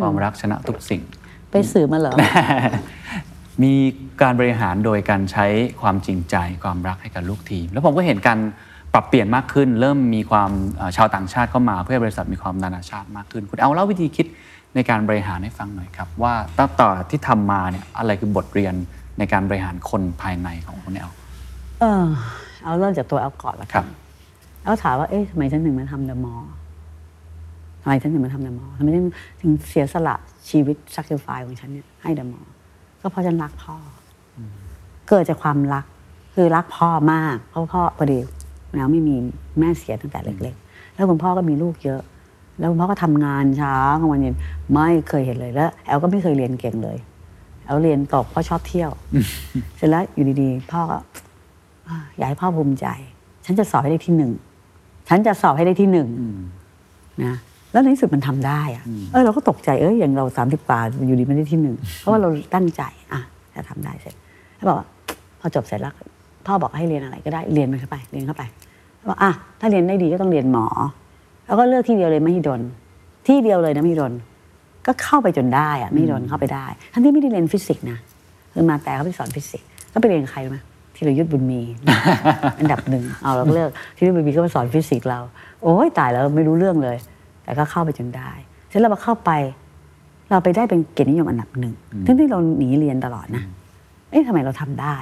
Speaker 3: ความรักชนะทุกสิ่ง
Speaker 4: ไปสื่อมาเหรอ
Speaker 3: มีการบริหารโดยการใช้ความจริงใจความรักให้กับลูกทีม แล้วผมก็เห็นการปรับเปลี่ยนมากขึ้น เริ่มมีความเอ่อชาวต่างชาติเข้ามาเพื่อให้บริษัทมีความนานาชาติมากขึ้น คุณเอาเล่าวิธีคิดในการบริหารให้ฟังหน่อยครับ ว่าตั้งแต่ที่ทำมาเนี่ยอะไรคือบทเรียนในการบริหารคนภายในของคุณแอล
Speaker 4: เออเอาเริ่มจากตัวแอลก่อนละ
Speaker 3: ครั
Speaker 4: กับ นแอลถามว่า เอ๊ะทำไมฉันถึงมาทำเดอะมอลทำไมฉันถึงมาทำเดอะมอลทำไมฉันถึงเสียสละชีวิต sacrifice ของฉันเนี่ยให้เดอะมอลก็เพราะฉันรักพ่ออเกิดจากความรัก คือรักพ่อมาก เพราะพ่อพอดีแล้วไม่มีแม่เสียตั้งแต่เล็ก ๆ แล้วคุณพ่อก็มีลูกเยอะ แล้วคุณพ่อก็ทำงานเช้ากลางวันเย็นไม่เคยเห็นเลยแล้ว แอลก็ไม่เคยเรียนเก่งเลย แอลเรียนตกเพราะชอบเที่ยว เสร็จแล้วอยู่ดีๆพ่อก็ อ่าอยากให้พ่อภูมิใจ ฉันจะสอบให้ได้ที่หนึ่ง ฉันจะสอบให้ได้ที่หนึ่งนะ แล้วในที่สุดมันทำได้อะเออเราก็ตกใจเอออย่างเราสามสิบกว่าอยู่ดีไม่ได้ที่หนึ่งเพราะว่าเราตั้งใจอ่ะถ้าทำได้เสร็จแล้วบอกว่าพอจบเสร็จแล้วพ่อบอกให้เรียนอะไรก็ได้เรียนมันเข้าไปเรียนเข้าไปบอกอ่ะถ้าเรียนได้ดีก็ต้องเรียนหมอ แล้วก็เลือกที่เดียวเลยมหิดลที่เดียวเลยนะมหิดลก็เข้าไปจนได้อะมหิดลเข้าไปได้ทั้งที่ไม่ได้เรียนฟิสิกส์นะคือมาแต่เขาไปสอนฟิสิกส์ก็ไปเรียนใครรู้ไหมธีรยุทธบุญมี อันดับ หนึ่งเอาเราก็เลิกทีนี้บีบีก็มาสอนฟิสิกส์เรา โอ้ยตายแล้วไม่รู้เรื่องเลย แต่ก็เข้าไปจนได้ฉะนั้นเราเข้าไป เราไปได้เป็นเกียรตินิยมอันดับหนึ่งทั้งที่เราหนีเรียนตลอดนะ เอ๊ะทำไมเราทำได้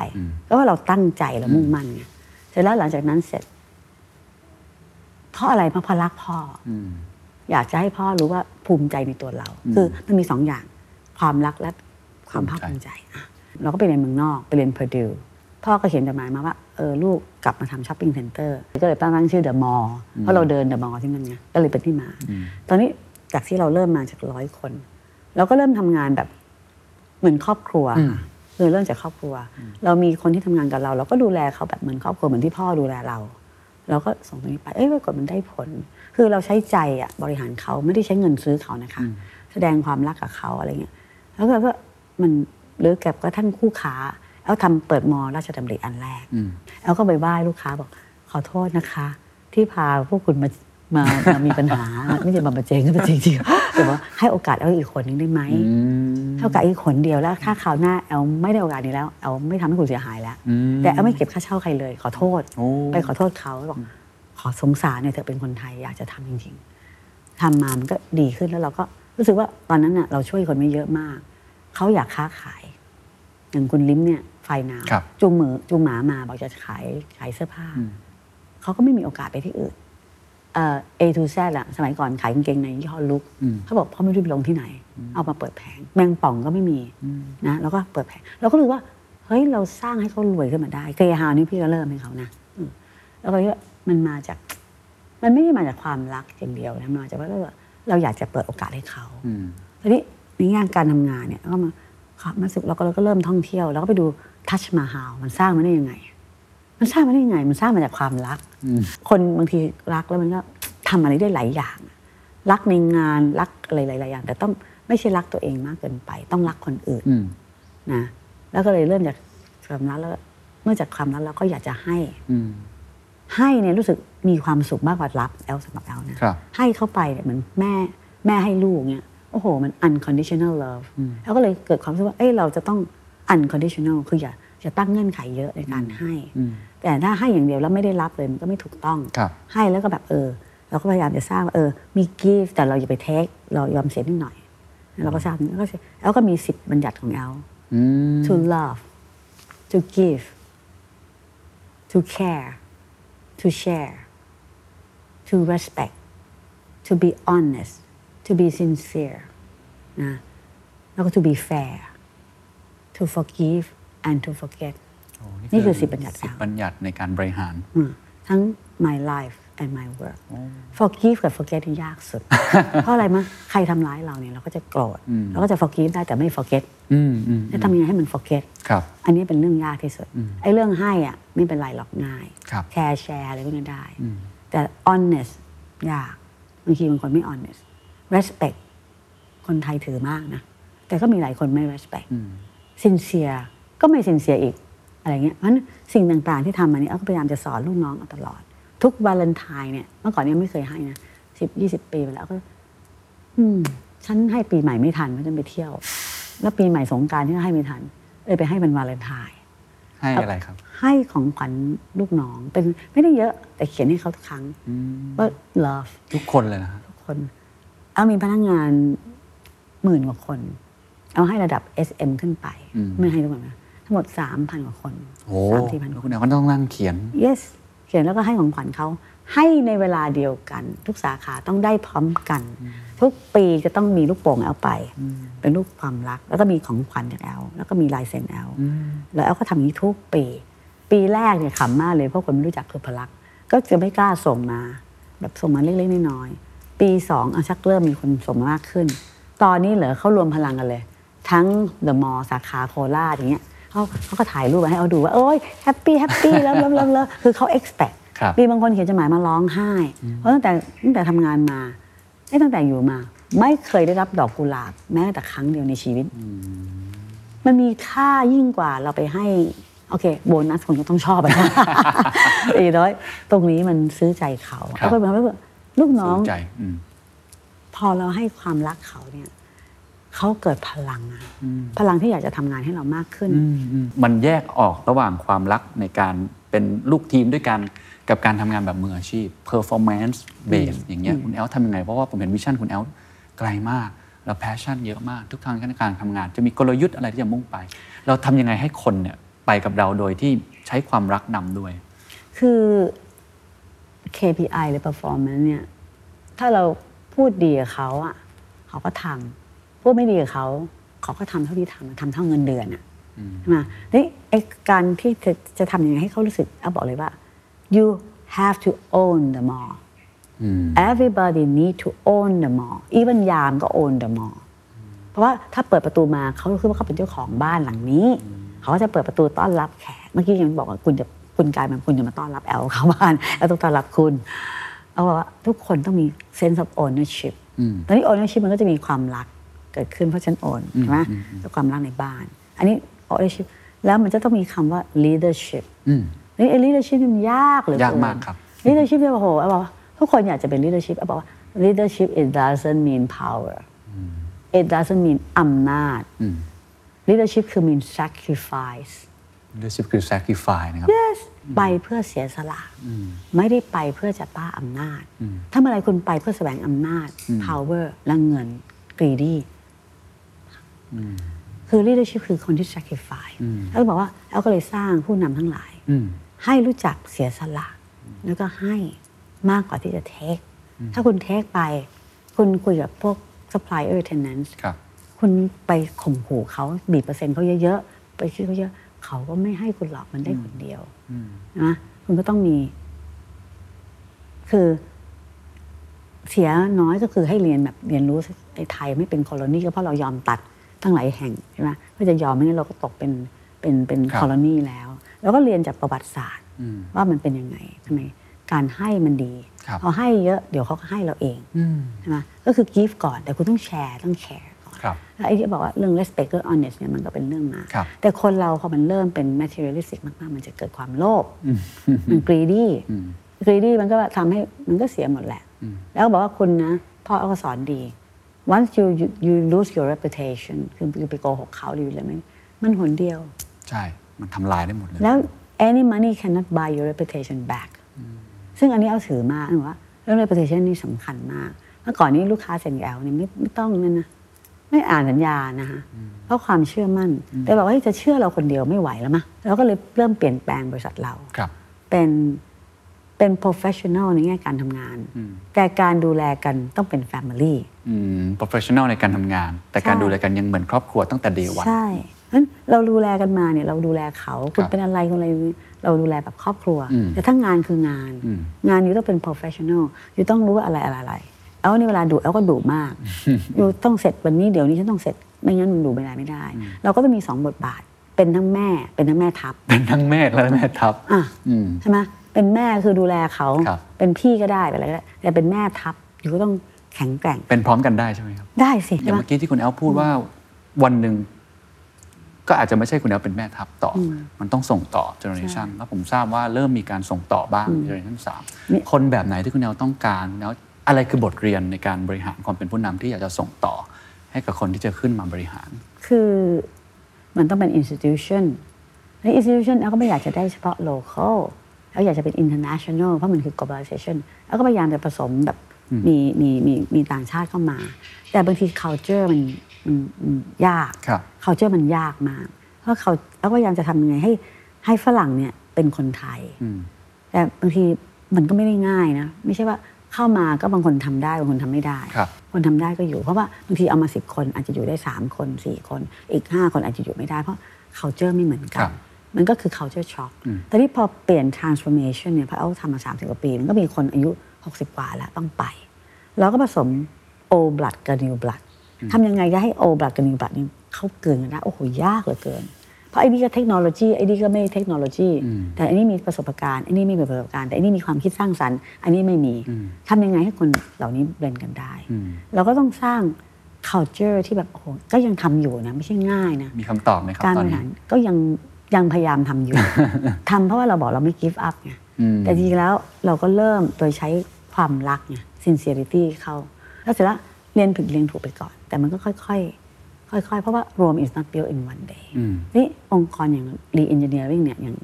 Speaker 4: ก็ว่าเราตั้งใจเรามุ่งมั่นไงเสร็จแล้วหลังจากนั้นเสร็จ เพราะอะไรเพราะเพราะรักพ่อออยากจะให้พ่อรู้ว่าภูมิใจในตัวเรา คือมันมีสองอย่าง ความรักและความภาคภูมิใจอ่ะเราก็ไปเรียนเมืองนอกไปเรียน Purdue พ่อก็เขียนจดหมายมาว่าเออลูกกลับมาทำช้อปปิ้งเซ็นเตอร์ก็เลยตั้งชื่อเดอะมอลเพราะเราเดินเดอะมอลที่นั่นไงก็เลยเป็นที่มา ตอนนี้จากที่เราเริ่มมาจากร้อยคน เราก็เริ่มทำงานแบบ เหมือนครอบครัวค่ะคือเริ่มจากครอบครัว เรามีคนที่ทำงานกับเรา เราก็ดูแลเขาแบบเหมือนครอบครัวเหมือนที่พ่อดูแลเรา เราก็ส่งตรงนี้ไป เอ้ยปรากฏมันได้ผล คือเราใช้ใจอะบริหารเขาไม่ได้ใช้เงินซื้อเขานะคะ แสดงความรักกับเขาอะไรเงี้ย แล้วก็ว่ามันหรือแกับกระทั่งคู่ค้าแอลทำเปิดมอราชดำริอันแรกแอลก็ไปไหว้ลูกค้าบอก ขอโทษนะคะ ที่พาพวกคุณมามามามีปัญหา ไม่ใช่มาประเจงก็ ประเจงทีเดียวแต่ว่าให้โอกาสแอลอีกคนนึงได้ไหม เท่ากับอีกคนเดียวแล้ว ถ้าคราวหน้าแอลไม่ได้โอกาสนี้แล้วแอลไม่ทำให้คุณเสียหายแล้ว แต่แอลไม่เก็บค่าเช่าใครเลย ขอโทษ
Speaker 3: โอ้
Speaker 4: ไปขอโทษเขาบอกขอสงสารเนี่ยเธอเป็นคนไทยอยากจะทำจริงๆทำมามันก็ดีขึ้นแล้วเราก็รู้สึกว่าตอนนั้นน่ะเราช่วยคนไม่เยอะมาก เขาอยากค้าขาย อย่างคุณลิ้มเนี่ยไฟนา
Speaker 3: ครับ
Speaker 4: จูงมือจูงหมามาบอกจะขายขายเสื้อผ้า เขาก็ไม่มีโอกาสไปที่อื่น เอ่อ A to Z อะสมัยก่อนขายกางเกงในยี่ห้อลุกเขาบอกเขาไม่รู้ไปลงที่ไหน เอามาเปิดแผง แมงป่องก็ไม่มีนะแล้วก็เปิดแผงเราก็รู้ว่า เฮ้ย เราสร้างให้เขารวยขึ้นมาได้เกยฮาวนี่พี่ก็เริ่มให้เขานะอืมแล้วก็คิดว่ามันมาจาก มันไม่ได้มาจากความรักอย่างเดียวนะมันมาจากว่าเราเราอยากจะเปิดโอกาสให้เขาทีนี้ในแง่การทำงานเนี่ยก็มาครับมาสึกเราก็เราก็เริ่มท่องเที่ยว แล้วก็ไปดูทัชมาฮาลมันสร้างมาได้ยังไง มันสร้างมาได้ยังไง มันสร้างมาจากความรัก คนบางทีรักแล้วมันก็ทำอะไรได้หลายอย่าง รักในงานรักอะไรหลายๆอย่าง แต่ต้องไม่ใช่รักตัวเองมากเกินไป ต้องรักคนอื่นนะ แล้วก็เลยเริ่มจากความรักแล้วเมื่อจากความรักแล้วก็อยากจะให้ให้เนี่ยรู้สึกมีความสุขมากกว่ารับแอลสำหรับแอลนะ
Speaker 3: ครับ
Speaker 4: ให้เข้าไปเนี่ยเหมือนแม่แม่ให้ลูกเนี่ยโอ้โห มัน unconditional love แล้วก็เลยเกิดความรู้สึกว่า เอ้ยเราจะต้อง unconditional คืออย่าอย่าตั้งเงื่อนไขเยอะในการให้ แต่ถ้าให้อย่างเดียวแล้วไม่ได้รับเลยมันก็ไม่ถูกต้อง
Speaker 3: ครับ
Speaker 4: ให้แล้วก็แบบเออ เราก็พยายามจะสร้างว่าเออ มีกีฟแต่เราอย่าไปเทคเรายอมเสียนิดหน่อย เราก็สร้างแล้วก็เสียแล้วก็มีสิบบัญญัติของแอล to love to give to care to share to respect to be honest to be sincere นะแล้วก็ to be fair to forgive and to forget นี่คือสิบบัญญัติ
Speaker 3: สิบ
Speaker 4: เอา
Speaker 3: บัญญัติในการบริหาร
Speaker 4: อืมทั้ง my life and my work forgive กับ forget นี่ยาก สุด เพราะอะไรมะใครทำร้ายเราเนี่ยเราก็จะโกรธเราก็จะ forgive ได้แต่ไม่ forget จะทำยังไงให้มัน forget
Speaker 3: ครับ
Speaker 4: อันนี้เป็นเรื่องยากที่สุดไอ้เรื่องให้อ่ะไม่เป็นไรหรอกง่าย
Speaker 3: ครับ
Speaker 4: แชร์แชร์อะไรพวกนี้ได้ แต่ honest ยากบางทีบางคนไม่ honest respect คนไทยถือมากนะ แต่ก็มีหลายคนไม่ respect sincere ก็ไม่ sincere อีก อะไรเงี้ยเพราะฉะนั้นสิ่งต่างๆที่ทำมาเนี่ยเอาก็พยายามจะสอนลูกน้องเอาตลอด ทุกวาเลนไทน์เนี่ยเมื่อก่อนเนี่ยไม่เคยให้นะสิบยี่สิบปีไปแล้วก็ อืมฉันให้ปีใหม่ไม่ทันเพราะฉันไปเที่ยว แล้วปีใหม่สงกรารที่ให้ไม่ทันเลยไปให้เป็นวาเลนไทน์
Speaker 3: ให้อะไรครับ
Speaker 4: ให้ของขวัญลูกน้อง เป็นไม่ได้เยอะแต่เขียนให้เขาทุกครั้งว่า love
Speaker 3: ทุกคนเลยนะฮะ
Speaker 4: ทุกคน เอามีพนักงานหมื่นกว่าคน เอาให้ระดับ SM ขึ้นไป ไม่ให้ทุกคนนะทั้งหมดสามพันกว่าคน
Speaker 3: โอ้
Speaker 4: สามสี่พันกว่า
Speaker 3: คุ
Speaker 4: ค
Speaker 3: ณ
Speaker 4: น
Speaker 3: แอลก็ต้องนั่งเขียน
Speaker 4: yes เขียนแล้วก็ให้ของขวัญเขาให้ในเวลาเดียวกัน ทุกสาขาต้องได้พร้อมกัน ทุกปีจะต้องมีลูกโป่งแอลไป เป็นรูปความรัก แล้วก็มีของขวัญจากแอลแล้วก็มีลายเซ็นแอลแล้วแอลก็ทำอย่างนี้ทุกปี ปีแรกเนี่ยขำมากเลยเพราะคนไม่รู้จักคือพลักษณ์ก็จะไม่กล้าส่งมา แบบส่งมาเล็กๆน้อยๆปีสองอะชักเริ่มมีคนส่งมามากขึ้น ตอนนี้เหรอเขารวมพลังกันเลย ทั้งเดอะมอลล์สาขาโคราชอย่างเงี้ยเขาเขาก็ถ่ายรูปมาให้เอาดูว่า โอ้ยแฮปปี้แฮปปี้แล้วแล้วแล้วแล้วคือเขา expect
Speaker 3: ครับ
Speaker 4: มีบางคนเขียนจดหมายมาร้องไห้ เพราะตั้งแต่ตั้งแต่ทำงานมา เอ๊ะตั้งแต่อยู่มา ไม่เคยได้รับดอกกุหลาบแม้แต่ครั้งเดียวในชีวิต มันมีค่ายิ่งกว่าเราไปให้ โอเค โบนัสคนก็ต้องชอบอะ แต่อย่างน้อยตรงนี้มันซื้อใจเขา
Speaker 3: ครับ
Speaker 4: แล้วก็เป็นความรู้สึกว่าลูกน้อง
Speaker 3: สนใจอืม
Speaker 4: พอเราให้ความรักเขาเนี่ยเขาเกิดพลังอะพลังที่อยากจะทำงานให้เรามากขึ้น
Speaker 3: มันแยกออกระหว่างความรักในการเป็นลูกทีมด้วยกันกับการทำงานแบบมืออาชีพ performance base อย่างเงี้ยคุณแอลทำยังไง เพราะว่าผมเห็นวิชั่นคุณแอลไกลมาก แล้วแพชชั่นเยอะมาก ทุกครั้งที่การทำงาน จะมีกลยุทธ์อะไรที่จะมุ่งไป เราทำยังไงให้คนเนี่ยไปกับเราโดยที่ใช้ความรักนำด้วย
Speaker 4: คือ KPI หรือ performance เนี่ย ถ้าเราพูดดีกับเขาอะเขาก็ทำพูดไม่ดีกับเขา เขาก็ทำเท่าที่ทำทำเท่าเงินเดือนอะใช่ไหมนี่ไอการที่จะจะทำยังไงให้เขารู้สึกเอาบอกเลยว่า you have to own the mall everybody need to own the mall even ยามก็ own the mall เพราะว่าถ้าเปิดประตูมาเขารู้สึกว่าเขาเป็นเจ้าของบ้านหลังนี้ เขาก็จะเปิดประตูต้อนรับแขกเมื่อกี้ยังบอกว่าคุณจะคุณกลายเป็นคุณจะมาต้อนรับแอลเข้าบ้าน แอลต้องต้อนรับคุณเอาว่าทุกคนต้องมี sense of ownership ตอนนี้ ownership มันก็จะมีความรักเกิดขึ้นเพราะฉันโอนใช่ไหมแล้วความรักในบ้าน อันนี้ ownership แล้วมันจะต้องมีคำว่า leadership นี่ไอ้ leadership นี่มันยากเหลย
Speaker 3: ยากมากครับ
Speaker 4: leadership เนี่ยโอ้โหเอาบอกว่าทุกคนอยากจะเป็น leadership เอาบอกว่า leadership it doesn't mean power it doesn't mean อำนาจ leadership คือ mean sacrifice
Speaker 3: leadership คือ sacrifice นะครับ
Speaker 4: yes ไปเพื่อเสียสละ ไม่ได้ไปเพื่อจะป้าอำนาจ ถ้าเมื่อไรคุณไปเพื่อแสวงอำนาจ power และเงิน greedy คือ leadership คือคนที่ sacrifice แล้วก็บอกว่าแอลก็เลยสร้างผู้นำทั้งหลาย ให้รู้จักเสียสละ แล้วก็ให้มากกว่าที่จะเทค ถ้าคุณเทคไป คุณคุยกับพวก supplier tenants
Speaker 3: ครับ
Speaker 4: คุณไปข่มขู่เขาบีบเปอร์เซ็นต์เขาเยอะๆ ไปคิดเขาเยอะ เขาก็ไม่ให้คุณหรอกมันได้คนเดียวนะคุณก็ต้องมี คือ เสียน้อยก็คือให้เรียนแบบเรียนรู้ไอ้ไทยไม่เป็นคอลนีก็เพราะเรายอมตัดตั้งหลายแห่งใช่ไหมเพื่อจะยอมไม่งั้นเราก็ตกเป็นเป็นเป็น
Speaker 3: ครับ
Speaker 4: คอลนีแล้ว แล้วก็เรียนจากประวัติศาสตร์ ว่ามันเป็นยังไงทำไมการให้มันดี
Speaker 3: ครับ
Speaker 4: พอให้เยอะเดี๋ยวเขาก็ให้เราเองใช่ไหมก็คือ give ก่อน แต่คุณต้องแชร์ต้องแคร์ก่อน
Speaker 3: ครับ
Speaker 4: แล้วไอ้ที่บอกว่าเรื่อง respect เรื่อง honest เนี่ยมันก็เป็นเรื่องมา
Speaker 3: ครับ
Speaker 4: แต่คนเราพอมันเริ่มเป็น materialistic มาก ๆ มันจะเกิดความโลภมัน greedy greedy มันก็ทำให้มันก็เสียหมดแหละ แล้วก็บอกว่าคุณนะพ่อเอาก็สอนดี once you you, you lose your reputation คือคือไปโกหกเขาหรืออะไรไม่มันหนเดียว
Speaker 3: ใช่มันทำลายได้หมดเลย
Speaker 4: แล้ว any money cannot buy your reputation back ซึ่งอันนี้เอาถือมากนะว่าเรื่อง reputation นี่สำคัญมาก เมื่อก่อนนี้ลูกค้าเซ็นกับแอลเนี่ยไม่ไม่ต้องนั่นนะ ไม่อ่านสัญญานะคะเพราะความเชื่อมั่น แต่บอกว่าเฮ้ยจะเชื่อเราคนเดียวไม่ไหวแล้วมะเราก็เลยเริ่มเปลี่ยนแปลงบริษัทเรา
Speaker 3: ครับ
Speaker 4: เป็นเป็น professional ในแง่การทำงาน แต่การดูแลกันต้องเป็น family
Speaker 3: อืม professional ในการทำงาน แต่การ
Speaker 4: ใช่
Speaker 3: ดูแลกันยังเหมือนครอบครัวตั้งแต่ day one
Speaker 4: ใช่งั้นเราดูแลกันมาเนี่ยเราดูแลเขาคุณ
Speaker 3: ครับ
Speaker 4: เป็นอะไรคุณอะไรเราดูแลแบบครอบครัว
Speaker 3: อืม
Speaker 4: แต่ถ้างานคืองาน
Speaker 3: อืม
Speaker 4: งานอยู่ต้องเป็น professional อยู่ต้องรู้ว่าอะไรอะไรอะไรเอาในเวลาดูเอาก็ดูมาก อยู่ต้องเสร็จวันนี้เดี๋ยวนี้ฉันต้องเสร็จไม่งั้นมันดูไม่ได้ไม่ได้ เราก็จะมีสองบทบาท เป็นทั้งแม่ เป็นทั้งแม่ทัพ
Speaker 3: เป็นทั้งแม่และแม่ทัพ
Speaker 4: อ่ะ
Speaker 3: อืม
Speaker 4: ใช่ไหมเป็นแม่คือดูแลเขา
Speaker 3: ครับ
Speaker 4: เป็นพี่ก็ได้เป็นอะไรก็ได้แต่เป็นแม่ทัพอยู่ก็ต้องแข็งแกร่ง
Speaker 3: เป็นพร้อมกันได้ใช่ไหมครับ
Speaker 4: ได้สิ
Speaker 3: อ
Speaker 4: ใช่
Speaker 3: ย่าง
Speaker 4: ไหม
Speaker 3: เมื่อกี้ที่คุณแอลพูดว่าวันหนึ่งก็อาจจะไม่ใช่คุณแอลเป็นแม่ทัพต่ออมันต้องส่งต่อเจเนอเรชันแล้วผมทราบว่าเริ่มมีการส่งต่อบ้างเจเนอเรชันสาม
Speaker 4: นี่
Speaker 3: คนแบบไหนที่คุณแอลต้องการคุณแอลอะไรคือบทเรียนในการบริหารความเป็นผู้นำที่อยากจะส่งต่อ ให้กับคนที่จะขึ้นมาบริหาร
Speaker 4: คือมันต้องเป็น institution ใน institution แอลก็ไม่อยากจะได้เฉพาะ local แอลอยากจะเป็น international เพราะมันคือ globalization แอลก็พยายามจะผสมแบบมีมีมีมีต่างชาติเข้ามา แต่บางที culture มันมันมันยาก
Speaker 3: ครับ
Speaker 4: culture มันยากมาก เพราะเขาแอลก็พยายามจะทำยังไงให้ให้ฝรั่งเนี่ยเป็นคนไทย แต่บางทีมันก็ไม่ได้ง่ายนะ ไม่ใช่ว่าเข้ามาก็บางคนทำได้บางคนทำไม่ได้
Speaker 3: ครับ
Speaker 4: คนทำได้ก็อยู่ เพราะว่าบางทีเอามาสิบคนอาจจะอยู่ได้สามคนสี่คน อีกห้าคนอาจจะอยู่ไม่ได้ เพราะ culture ไม่เหมือนกั
Speaker 3: ครั
Speaker 4: น
Speaker 3: บ
Speaker 4: มันก็คือ culture shock แต่ที่พอเปลี่ยน transformation เนี่ยพอเอาทำมาสามสิบกว่าปี มันก็มีคนอายุ 60 กว่าแล้วต้องไป แล้วก็ผสม old blood กับ new blood ทำยังไงจะให้ old blood กับ new blood เนี่ยเข้าเกินกันได้โอ้โห ยากเหลือเกิน เพราะไอ้นี่ก็เทคโนโลยีไอ้นี่ก็ไม่เทคโนโลยี แต่อันนี้มีประสบการณ์อันนี้ไม่มีประสบการณ์แต่อันนี้มีความคิดสร้างสรรค์ อันนี้ไม่มีทำยังไงให้คนเหล่านี้เบลนกันได้
Speaker 3: อืม
Speaker 4: เราก็ต้องสร้าง culture ที่แบบโอ้โหก็ยังทำอยู่นะไม่ใช่ง่ายนะ
Speaker 3: มีคำตอบไหมครับ
Speaker 4: การ
Speaker 3: ต
Speaker 4: บ
Speaker 3: อนนี้
Speaker 4: ริหารก็ยังยังพยายามทำ อยู่ ทำเพราะว่าเราบอกเราไม่ give up ไง
Speaker 3: อืม
Speaker 4: แต่จริงๆแล้วเราก็เริ่มโดยใช้ความรักไง sincerity เข้า แล้วเสร็จแล้วเรียนผิดเรียนถูกไปก่อน แต่มันก็ค่อยๆ ค่อยๆ เพราะว่า Rome is not built in one day
Speaker 3: อืม
Speaker 4: นี่องค์กรอย่าง re-engineering เนี่ยอย่าง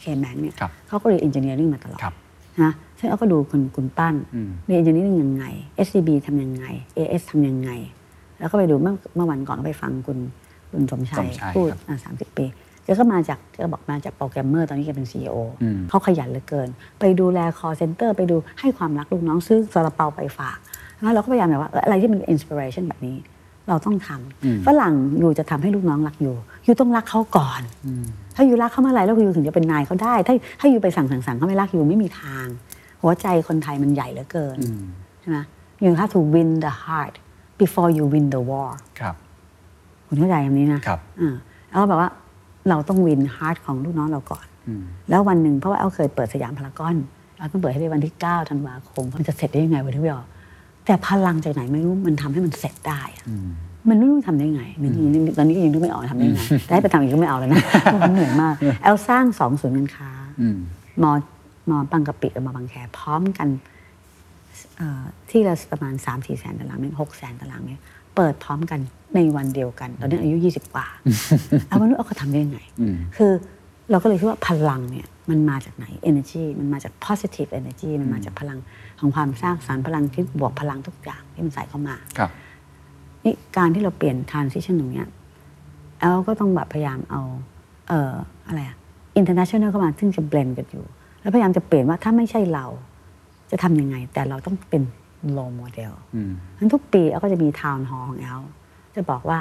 Speaker 4: เคแบงเนี่ย
Speaker 3: ครับ
Speaker 4: เขาก็ re-engineering มาตลอด
Speaker 3: ครับ
Speaker 4: นะซึ่งเราก็ดูคุณคุณปั้น
Speaker 3: อืม
Speaker 4: re-engineering ยังไง SCB ทำยังไง AS ทำยังไง แล้วก็ไปดูเมื่อเมื่อวันก่อนก็ไปฟังคุณคุณสมชัย
Speaker 3: สมชัย
Speaker 4: พูด
Speaker 3: ครับ
Speaker 4: สามสิบปีแกก็มาจากแกบอกมาจากโปรแกรมเมอร์ตอนนี้แกเป็น CEO
Speaker 3: อืม
Speaker 4: เขาขยันเหลือเกิน ไปดูแล call center ไปดูให้ความรักลูกน้องซื้อซาลาเปาไปฝากแล้วเราก็พยายามแบบว่าเอออะไรที่มันเป็น inspiration แบบนี้ เราต้องท
Speaker 3: อืม
Speaker 4: ำฝรั่งอยู่จะทำให้ลูกน้องรักอยู่ อยู่ต้องรักเขาก่อน ถ้าอยู่รักเขาเมื่อไหร่แล้วอยู่ถึงจะเป็นนายเขาได้ ถ้าถ้าอยู่ไปสั่งสั่งสั่งเขาไม่รักอยู่ไม่มีทาง หัวใจคนไทยมันใหญ่เหลือเกิน
Speaker 3: อืม
Speaker 4: ใช่ไหม you have to win the heart before you win the war
Speaker 3: ครับ
Speaker 4: คุณเข้าใจคำนี้นะครับ อ่าแล้วก็แบบว่าเราต้อง win heart ของลูกน้องเราก่อน
Speaker 3: อืม
Speaker 4: แล้ววันหนึ่งเพราะว่าเอาเคยเปิดสยามพารากอนเอาเพิ่งเปิดให้ได้วันที่9ธันวาคมมันจะเสร็จได้ยังไงวันที่ไม่ออกแต่พลังจากไหนไม่รู้มันทำให้มันเสร็จได้อะ
Speaker 3: อืม
Speaker 4: มันไม่รู้ทำได้ไงนี่ตอนนี้ก็ยังนึกไม่ออกทำ ได้ไงแต่ให้ไปทำอีกก็ไม่เอาแล้วนะ มันเหนื่อยมาก แอลสร้างสองศูนย์การค้า
Speaker 3: อืม
Speaker 4: มอมอบางกะปิกับมอบางแคพร้อมกันเอ่อที่ละประมาณ 3 4แสนตารางเมตร6แสนตารางเมตรเปิดพร้อมกันในวันเดียวกัน ตอนนี้อายุ 20 กว่า เอามนุษย์เอาเขาทำได้ยังไง
Speaker 3: อืม
Speaker 4: คือเราก็เลยคิดว่าพลังเนี่ยมันมาจากไหน energy มันมาจาก positive energy มันมาจากพลังของความสร้างสรรค์พลังที่บวกพลังทุกอย่างที่มันใส่เข้ามา
Speaker 3: ครับ
Speaker 4: นี่การที่เราเปลี่ยน transition ตรงเนี้ยแอลก็ต้องแบบพยายามเอา เอ่ออะไรอะ international เข้ามาซึ่งจะ blend กันอยู่ แล้วพยายามจะเปลี่ยนว่าถ้าไม่ใช่เรา จะทำยังไง แต่เราต้องเป็น role model
Speaker 3: อืม
Speaker 4: งั้นทุกปีแอลก็จะมี town hall ของแอลจะบอกว่า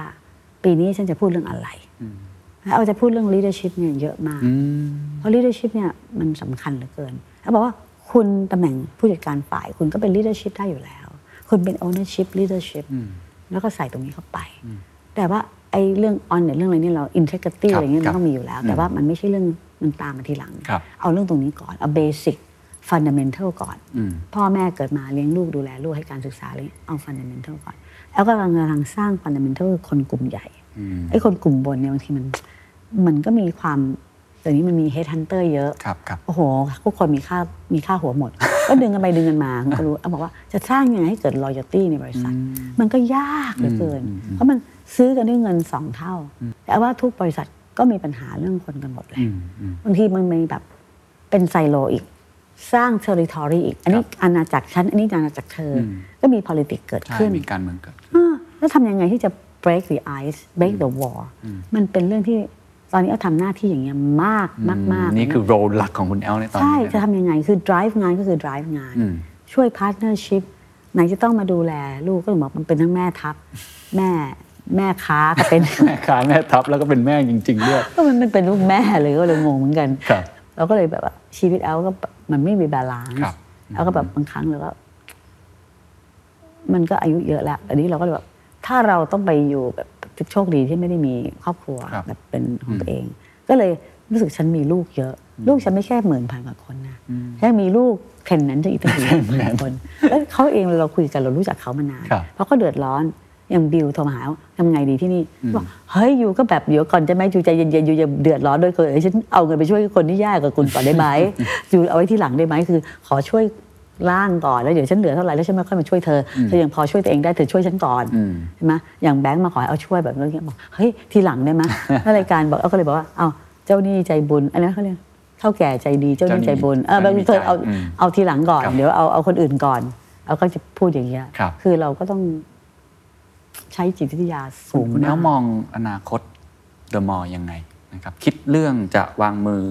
Speaker 4: ปีนี้ฉันจะพูดเรื่องอะไร
Speaker 3: อืม
Speaker 4: แล้วแอลจะพูดเรื่อง leadership เนี่ยเยอะมาก
Speaker 3: อืม
Speaker 4: เพราะ leadership เนี่ยมันสำคัญเหลือเกินเขาบอกว่าคุณตำแหน่งผู้จัดการฝ่าย คุณก็เป็น leadership ได้อยู่แล้ว คุณเป็น ownership leadership
Speaker 3: อืม
Speaker 4: แล้วก็ใส่ตรงนี้เข้าไป แต่ว่าไอ้เรื่อง on เนี่ยเรื่องอะไรเนี่ยเรา integrity อะไรเงี้ย
Speaker 3: ครับ
Speaker 4: มันต้องมีอยู่แล้ว แต่ว่ามันไม่ใช่เรื่องมันตามมาทีหลัง
Speaker 3: ครับ
Speaker 4: เอาเรื่องตรงนี้ก่อน เอา basic fundamental ก่อน
Speaker 3: อืม
Speaker 4: พ่อแม่เกิดมาเลี้ยงลูกดูแลลูกให้การศึกษาเลยเอา fundamental ก่อน แล้วก็กำลังกำลังสร้าง fundamental คนกลุ่มใหญ่
Speaker 3: อืม
Speaker 4: ไอ้คนกลุ่มบนเนี่ยบางทีมัน มันก็มีความเดี๋ยวนี้มันมี head hunter เยอะ
Speaker 3: ครับครับ
Speaker 4: โอ้โหทุกคนมีค่ามีค่าหัวหมด ก็ดึงกันไปดึงกันมาคุณก็รู้เอาบอกว่าจะสร้างยังไงให้เกิด loyalty ในบริษัท มันก็ยากเหลือเกิน เพราะมันซื้อกันด้วยเงินสองเท่า แต่ว่าทุกบริษัทก็มีปัญหาเรื่องคนกันหมดแหละ
Speaker 3: อืมอืม
Speaker 4: บางทีมันมีแบบเป็นไซโลอีก สร้าง territory อีก อันนี้อาณาจักรฉัน อันนี้อาณาจักรเธออ
Speaker 3: ม
Speaker 4: ก็มี politics เกิด
Speaker 3: ใช่
Speaker 4: ขึ้น
Speaker 3: มีการเมืองเกิดขึ้น
Speaker 4: เออแล้วทำยังไงที่จะ break the ice break the wall มันเป็นเรื่องที่ตอนนี้เอาทำหน้าที่อย่างเงี้ยมากมากมาก
Speaker 3: นี่คือโรลหลักของคุณแอลในตอน
Speaker 4: ใช่
Speaker 3: นี้
Speaker 4: จะ
Speaker 3: นะครับ
Speaker 4: ทำยังไงคือ drive งานก็คือ drive งาน
Speaker 3: อืม
Speaker 4: ช่วย partnership ไหนจะต้องมาดูแลลูกก็ถึงบอกมันเป็นทั้งแม่ทัพ แม่แม่ค้าก็เป็น
Speaker 3: แม่ค้าแม่ทัพแล้วก็เป็นแม่จริง ๆ ด้วย
Speaker 4: ก็มันมันเป็นลูกแม่เลยก็เลยงงเหมือนกัน
Speaker 3: ครับ
Speaker 4: เราก็เลยแบบว่าชีวิตแอลก็แบบมันไม่มีบาลานซ์
Speaker 3: ครับ
Speaker 4: แอลก็แบบบางครั้งเราก็ มันก็อายุเยอะแล้วอันนี้เราก็เลยแบบถ้าเราต้องไปอยู่แบบโชคดีที่ไม่ได้มีครอบครัว
Speaker 3: ครับ
Speaker 4: แบบเป็นของตัวเอง ก็เลยรู้สึกฉันมีลูกเยอะ ลูกฉันไม่แค่หมื่นพันกว่าคนนะฉันมีลูกแค่นั้นจะอีกตั้งหมื่นพันคนแล้วเขาเองเราคุยกันเรารู้จักเขามานาน
Speaker 3: ครับ
Speaker 4: เพราะเขาเดือดร้อน อย่างบิวโทรมาหาว่าทำไงดีที่นี่บอกเฮ้ยอยู่ก็แบบเดี๋ยวก่อนจะไหมอยู่ใจเย็นๆอยู่อย่าเดือดร้อนด้วยคนเอ้ยฉันเอาเงินไปช่วยคนที่ยากกับคุณก่อนได้ไหม อยู่เอาไว้ที่หลังได้ไหมคือ ขอช่วยร่างก่อนแล้วเดี๋ยวฉันเหลือเท่าไหร่แล้วฉันมาค่อยมาช่วยเธออเธอยังพอช่วยตัวเองได้เธอช่วยฉันก่อน
Speaker 3: อืม
Speaker 4: ใช่ไหมอย่างแบงค์มาขอให้เอาช่วยแบบนี้บอกเฮ้ยทีหลังได้ไหม แล้วรายการบอกเอาก็เลยบอกว่าเอาเจ้าหนี้ใจบุญอันนั้นเขาเรียกเท่าแก่ใจดีเจ้าหนี้ใจบุญเออแบงค์เธอเอา
Speaker 3: อืม
Speaker 4: เอาทีหลังก่อน
Speaker 3: ครับ
Speaker 4: เดี๋ยวเอาเอาคนอื่นก่อนเอาก็จะพูดอย่างเงี้ย
Speaker 3: ครับ
Speaker 4: คือเราก็ต้องใช้จิตวิทยาสูง
Speaker 3: คุณแอลม
Speaker 4: มาก
Speaker 3: องอนาคตเดอะมอลยังไงนะครับ คิดเรื่องจะวางมือ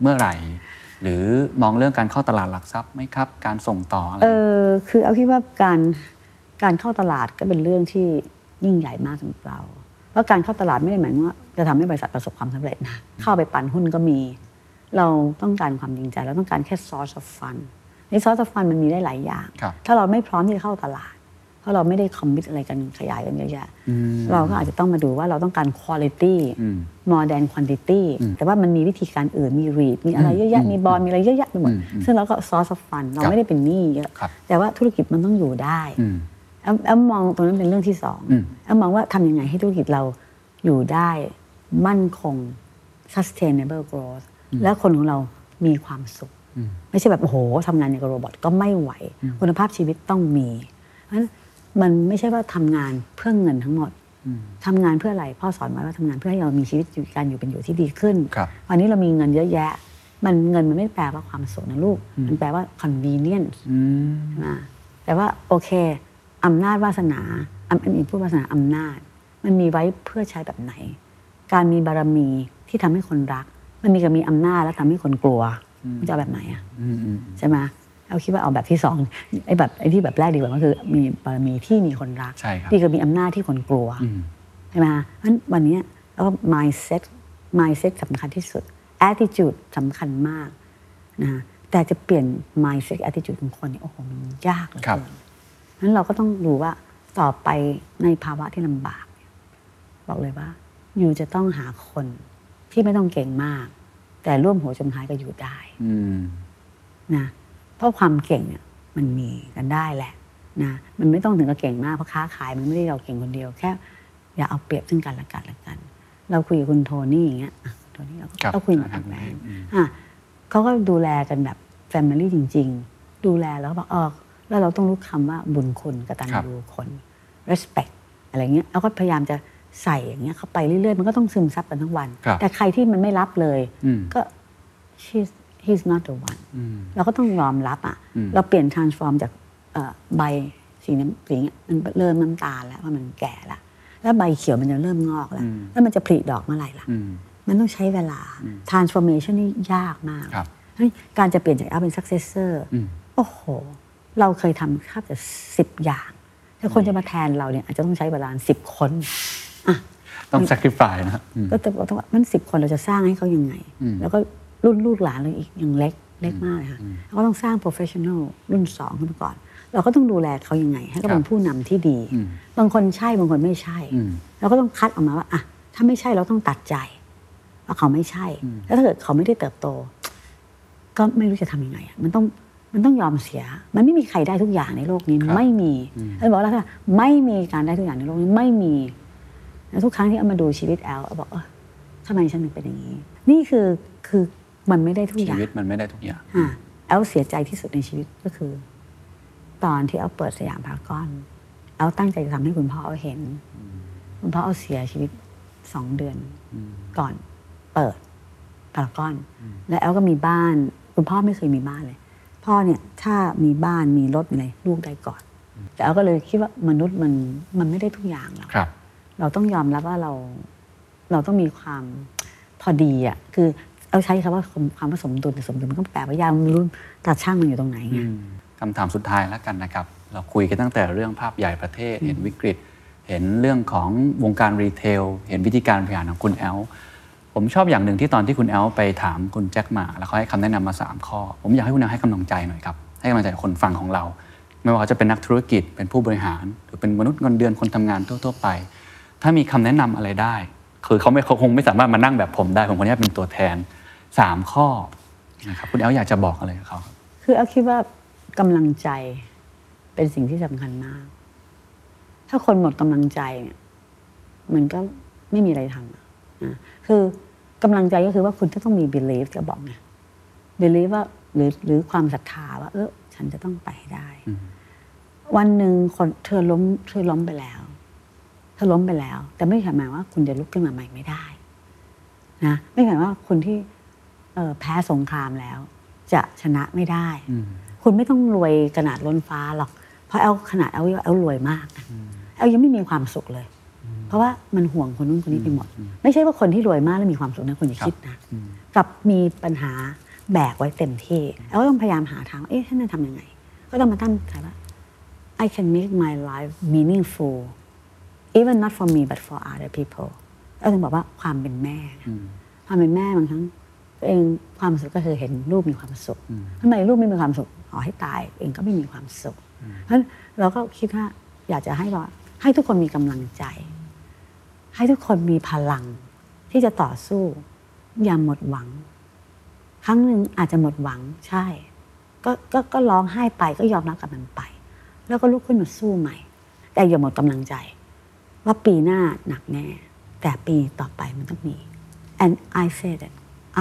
Speaker 3: เมื่อไหร่ หรือมองเรื่องการเข้าตลาดหลักทรัพย์ไหมครับ การส่งต่ออะไร
Speaker 4: เออคือเอาคิดว่าการการเข้าตลาดก็เป็นเรื่องที่ยิ่งใหญ่มากสำหรับเราเพราะการเข้าตลาดไม่ได้หมายว่าจะทำให้บริษัทประสบความสำเร็จนะเข้าไปปันหุ้นก็มี เราต้องการความจริงใจเราต้องการแค่ source of fund ใน source of fund มันมีได้หลายอย่าง
Speaker 3: ครับ
Speaker 4: ถ้าเราไม่พร้อมที่จะเข้าตลาด เพราะเราไม่ได้คอมมิตอะไรกันขยายกันเยอะแยะเราก็อาจจะต้องมาดูว่าเราต้องการคุณ l i t y
Speaker 3: อืม
Speaker 4: more than quantity แต่ว่ามันมีวิธีการอื่นมี read มีอะไรเยอะแยะมีบอลมีอะไรเยอะแยะไปหมด ซึ่งเราก็ source of fund เรา
Speaker 3: ครับ
Speaker 4: ไม่ได้เป็นหนี้เยอะ
Speaker 3: ครับ
Speaker 4: แต่ว่าธุรกิจมันต้องอยู่ได้
Speaker 3: อืม
Speaker 4: แอมแอมมองตรงนั้นเป็นเรื่องที่สอง
Speaker 3: อืม
Speaker 4: แอมมองว่าทำยังไงให้ธุรกิจเราอยู่ได้มั่นคง sustainable growth และคนของเรามีความสุข ไม่ใช่แบบ โอ้โหทำงานอย่างกับโรบอทก็ไม่ไหว คุณภาพชีวิตต้องมีเพราะฉะนั้นมันไม่ใช่ว่าทำงานเพื่อเงินทั้งหมดทำงานเพื่ออะไร พ่อสอนไว้ว่าทำงานเพื่อให้เรามีชีวิตอยู่การอยู่เป็นอยู่ที่ดีขึ้น
Speaker 3: ครับ
Speaker 4: วันนี้เรามีเงินเยอะแยะ มันเงินมันไม่แปลว่าความสุขนะลูก มันแปลว่า convenience นะแต่ว่าโอเคอำนาจวาสนาอันอันอีกพูดวาสนาอำนาจ มันมีไว้เพื่อใช้แบบไหน การมีบารมีที่ทำให้คนรัก มันมีกับมีอำนาจแล้วทำให้คนกลัวมันจะเอาแบบไหนอะใช่ไหมเอาคิดว่าเอาแบบที่สองไอ้แบบไอ้ที่แบบแรกดีกว่าก็คือมีบารมีที่มีคนรัก
Speaker 3: ใช่ครับ
Speaker 4: ดีกับมีอำนาจที่คนกลัว ใช่ไหมคะเพราะฉะนั้นวันเนี้ยแล้วก็ mindset mindset สำคัญที่สุด attitude สำคัญมากนะคะแต่จะเปลี่ยน mindset attitude ของคนเนี่ยโอ้โห มันยากเหลือ
Speaker 3: ครับ
Speaker 4: เกินเพราะฉะนั้นเราก็ต้องดูว่าต่อไปในภาวะที่ลำบากเนี่ยบอกเลยว่า อยู่จะต้องหาคนที่ไม่ต้องเก่งมาก แต่ร่วมหัวจมท้ายก็อยู่ได้
Speaker 3: อืม
Speaker 4: นะเพราะความเก่งเนี่ยมันมีกันได้แหละนะมันไม่ต้องถึงกับเก่งมากเพราะค้าขายมันไม่ได้เราเก่งคนเดียวแค่ อย่าเอาเปรียบซึ่งกันและกันละกัน เราคุยกับคุณโทนี่อย่างเงี้ยอ่ะโทนี่เราก็
Speaker 3: ครับ
Speaker 4: เราคุยกับต่างแบรนด์อ่ะเขาก็ดูแลกันแบบแฟมิลี่จริง ๆ ดูแลแล้วก็บอกเออแล้วเราต้องรู้คำว่าบุญคุณกตัญญูคน respect อะไรเงี้ยเราก็พยายามจะใส่อย่างเงี้ยเข้าไปเรื่อยๆมันก็ต้องซึมซับกันทั้งวัน
Speaker 3: ครับ
Speaker 4: แต่ใครที่มันไม่รับเลย
Speaker 3: อืม
Speaker 4: ก็ she's he's not the one
Speaker 3: อืม
Speaker 4: เราก็ต้องยอมรับอ่ะ
Speaker 3: อืม
Speaker 4: เราเปลี่ยน transform จากเอ่อใบสีน้ำสีเงี้ยมันเริ่มน้ำตาลแล้วว่ามันแก่ละแล้วใบเขียวมันจะเริ่มงอกแล้ว แล้วมันจะผลิดอกเมื่อไหร่ล่ะ
Speaker 3: อืม
Speaker 4: มันต้องใช้เวลา transformation นี่ยากมาก
Speaker 3: ครับ
Speaker 4: เฮ้ยการจะเปลี่ยนจากแอปเป็น successor
Speaker 3: อืม
Speaker 4: โอ้โห เราเคยทำแค่แต่สิบอย่าง ถ้าคนจะมาแทนเราเนี่ยอาจจะต้องใช้เวลาสิบคน
Speaker 3: ต้อง sacrifice นะฮะอืม
Speaker 4: ก็จะบอกว่ามันสิบคนเราจะสร้างให้เขายังไง
Speaker 3: อืม
Speaker 4: แล้วก็รุ่นลูกหลานเราอีกยังเล็กเล็กมากเลยค่ะเราก็ต้องสร้าง professional รุ่นสองขึ้นมาก่อน เราก็ต้องดูแลเขายังไง ให้เขาเป็นผู้นำที่ดี
Speaker 3: อืม
Speaker 4: บางคนใช่บางคนไม่ใช่
Speaker 3: อืม
Speaker 4: เราก็ต้องคัดออกมาว่าอ่ะถ้าไม่ใช่เราต้องตัดใจว่าเขาไม่ใช่ แล้วถ้าเกิดเขาไม่ได้เติบโต ก็ไม่รู้จะทำยังไงอะมันต้องมันต้องยอมเสีย มันไม่มีใครได้ทุกอย่างในโลกนี้
Speaker 3: ครับ
Speaker 4: ไม่มีแล้วบอกแล้วค่ะไม่มีการได้ทุกอย่างในโลกนี้ไม่มีแล้วทุกครั้งที่เอามาดูชีวิตแอลเอาบอกเออทำไมฉันถึงเป็นอย่างนี้ นี่คือคือมันไม่ได้ทุก
Speaker 3: ชี
Speaker 4: อย่าง
Speaker 3: วิตมันไม่ได้ทุกอย่าง
Speaker 4: อ่ะแอลเสียใจที่สุดในชีวิตก็คือ ตอนที่แอลเปิดสยามพารากอนแอลตั้งใจจะทำให้คุณพ่อเอาเห็น คุณพ่อเอาเสียชีวิตสองเดือนก่อนเปิดพารากอน แล้วแอลก็มีบ้าน คุณพ่อไม่เคยมีบ้านเลย พ่อเนี่ยถ้ามีบ้านมีรถมีอะไรลูกได้ก่อน แต่แอลก็เลยคิดว่ามนุษย์มันมันไม่ได้ทุกอย่างหรอก
Speaker 3: ครับ
Speaker 4: เราต้องยอมรับว่าเราเราต้องมีความพอดีอ่ะคือเอาใช้คำว่าความผสมดุลแต่สมดุลมันก็แปลว่ายากมันไม่รู้ตาช่างมันอยู่ตรงไหนไง
Speaker 3: คำถามสุดท้ายแล้วกันนะครับ เราคุยกันตั้งแต่เรื่องภาพใหญ่ประเทศ เห็นวิกฤต เห็นเรื่องของวงการรีเทล เห็นวิธีการบริหารของคุณแอล ผมชอบอย่างหนึ่งที่ตอนที่คุณแอลไปถามคุณแจ็คหมา แล้วเขาให้คำแนะนำมา 3 ข้อ ผมอยากให้คุณแอลให้กำลังใจหน่อยครับ ให้กำลังใจคนฟังของเรา ไม่ว่าเขาจะเป็นนักธุรกิจ เป็นผู้บริหาร หรือเป็นมนุษย์เงินเดือนคนทำงานทั่วๆไป ถ้ามีคำแนะนำอะไรได้ คือเขาไม่เขาคงไม่สามารถมานั่งแบบผมได้ผมคนนี้เป็นตัวแทนสามข้อนะครับคุณแอลอยากจะบอกอะไรกับเขาครับ
Speaker 4: คือเอาคิดว่ากำลังใจเป็นสิ่งที่สำคัญมาก ถ้าคนหมดกำลังใจเนี่ยมันก็ไม่มีอะไรทำอะนะคือกำลังใจก็คือว่าคุณจะต้องมี belief จะบอกไง belief ว่าหรือหรือความศรัทธาว่า เออฉันจะต้องไปให้ได้ วันหนึ่งคนเธอล้มเธอล้มไปแล้ว เธอล้มไปแล้ว แต่ไม่ได้หมายว่าคุณจะลุกขึ้นมาใหม่ไม่ได้ นะไม่ได้หมายว่าคนที่ เอ่อแพ้สงครามแล้ว จะชนะไม่ได้ คุณไม่ต้องรวยขนาดล้นฟ้าหรอก เพราะแอลขนาดแอลแอลรวยมากนะแอลยังไม่มีความสุขเลย เพราะว่ามันห่วงคนนู้นคนนี้ไปหมด ไม่ใช่ว่าคนที่รวยมากแล้วมีความสุขนะคนอย่าคิดนะกลับมีปัญหาแบกไว้เต็มที่แอลก็ต้องพยายามหาทางว่าเอ๊ะฉันจะทำยังไง ก็ต้องมาตั้งใจว่า I can make my life meaningful even not for me but for other people แอลถึงบอกว่าความเป็นแม่นะ ความเป็นแม่บางครั้งตัวเองความสุขก็คือเห็นลูกมีความสุขทำไมลูกไม่มีความสุขขอให้ตาย เองก็ไม่มีความสุข เพราะฉะนั้นเราก็คิดว่า อยากจะให้ว่าให้ทุกคนมีกำลังใจ ให้ทุกคนมีพลังที่จะต่อสู้ อย่าหมดหวัง ครั้งหนึ่งอาจจะหมดหวังใช่ ก็ก็ก็ร้องไห้ไปก็ยอมรับกับมันไป แล้วก็ลุกขึ้นมาสู้ใหม่ แต่อย่าหมดกำลังใจ ว่าปีหน้าหนักแน่ แต่ปีต่อไปมันต้องมี and I said that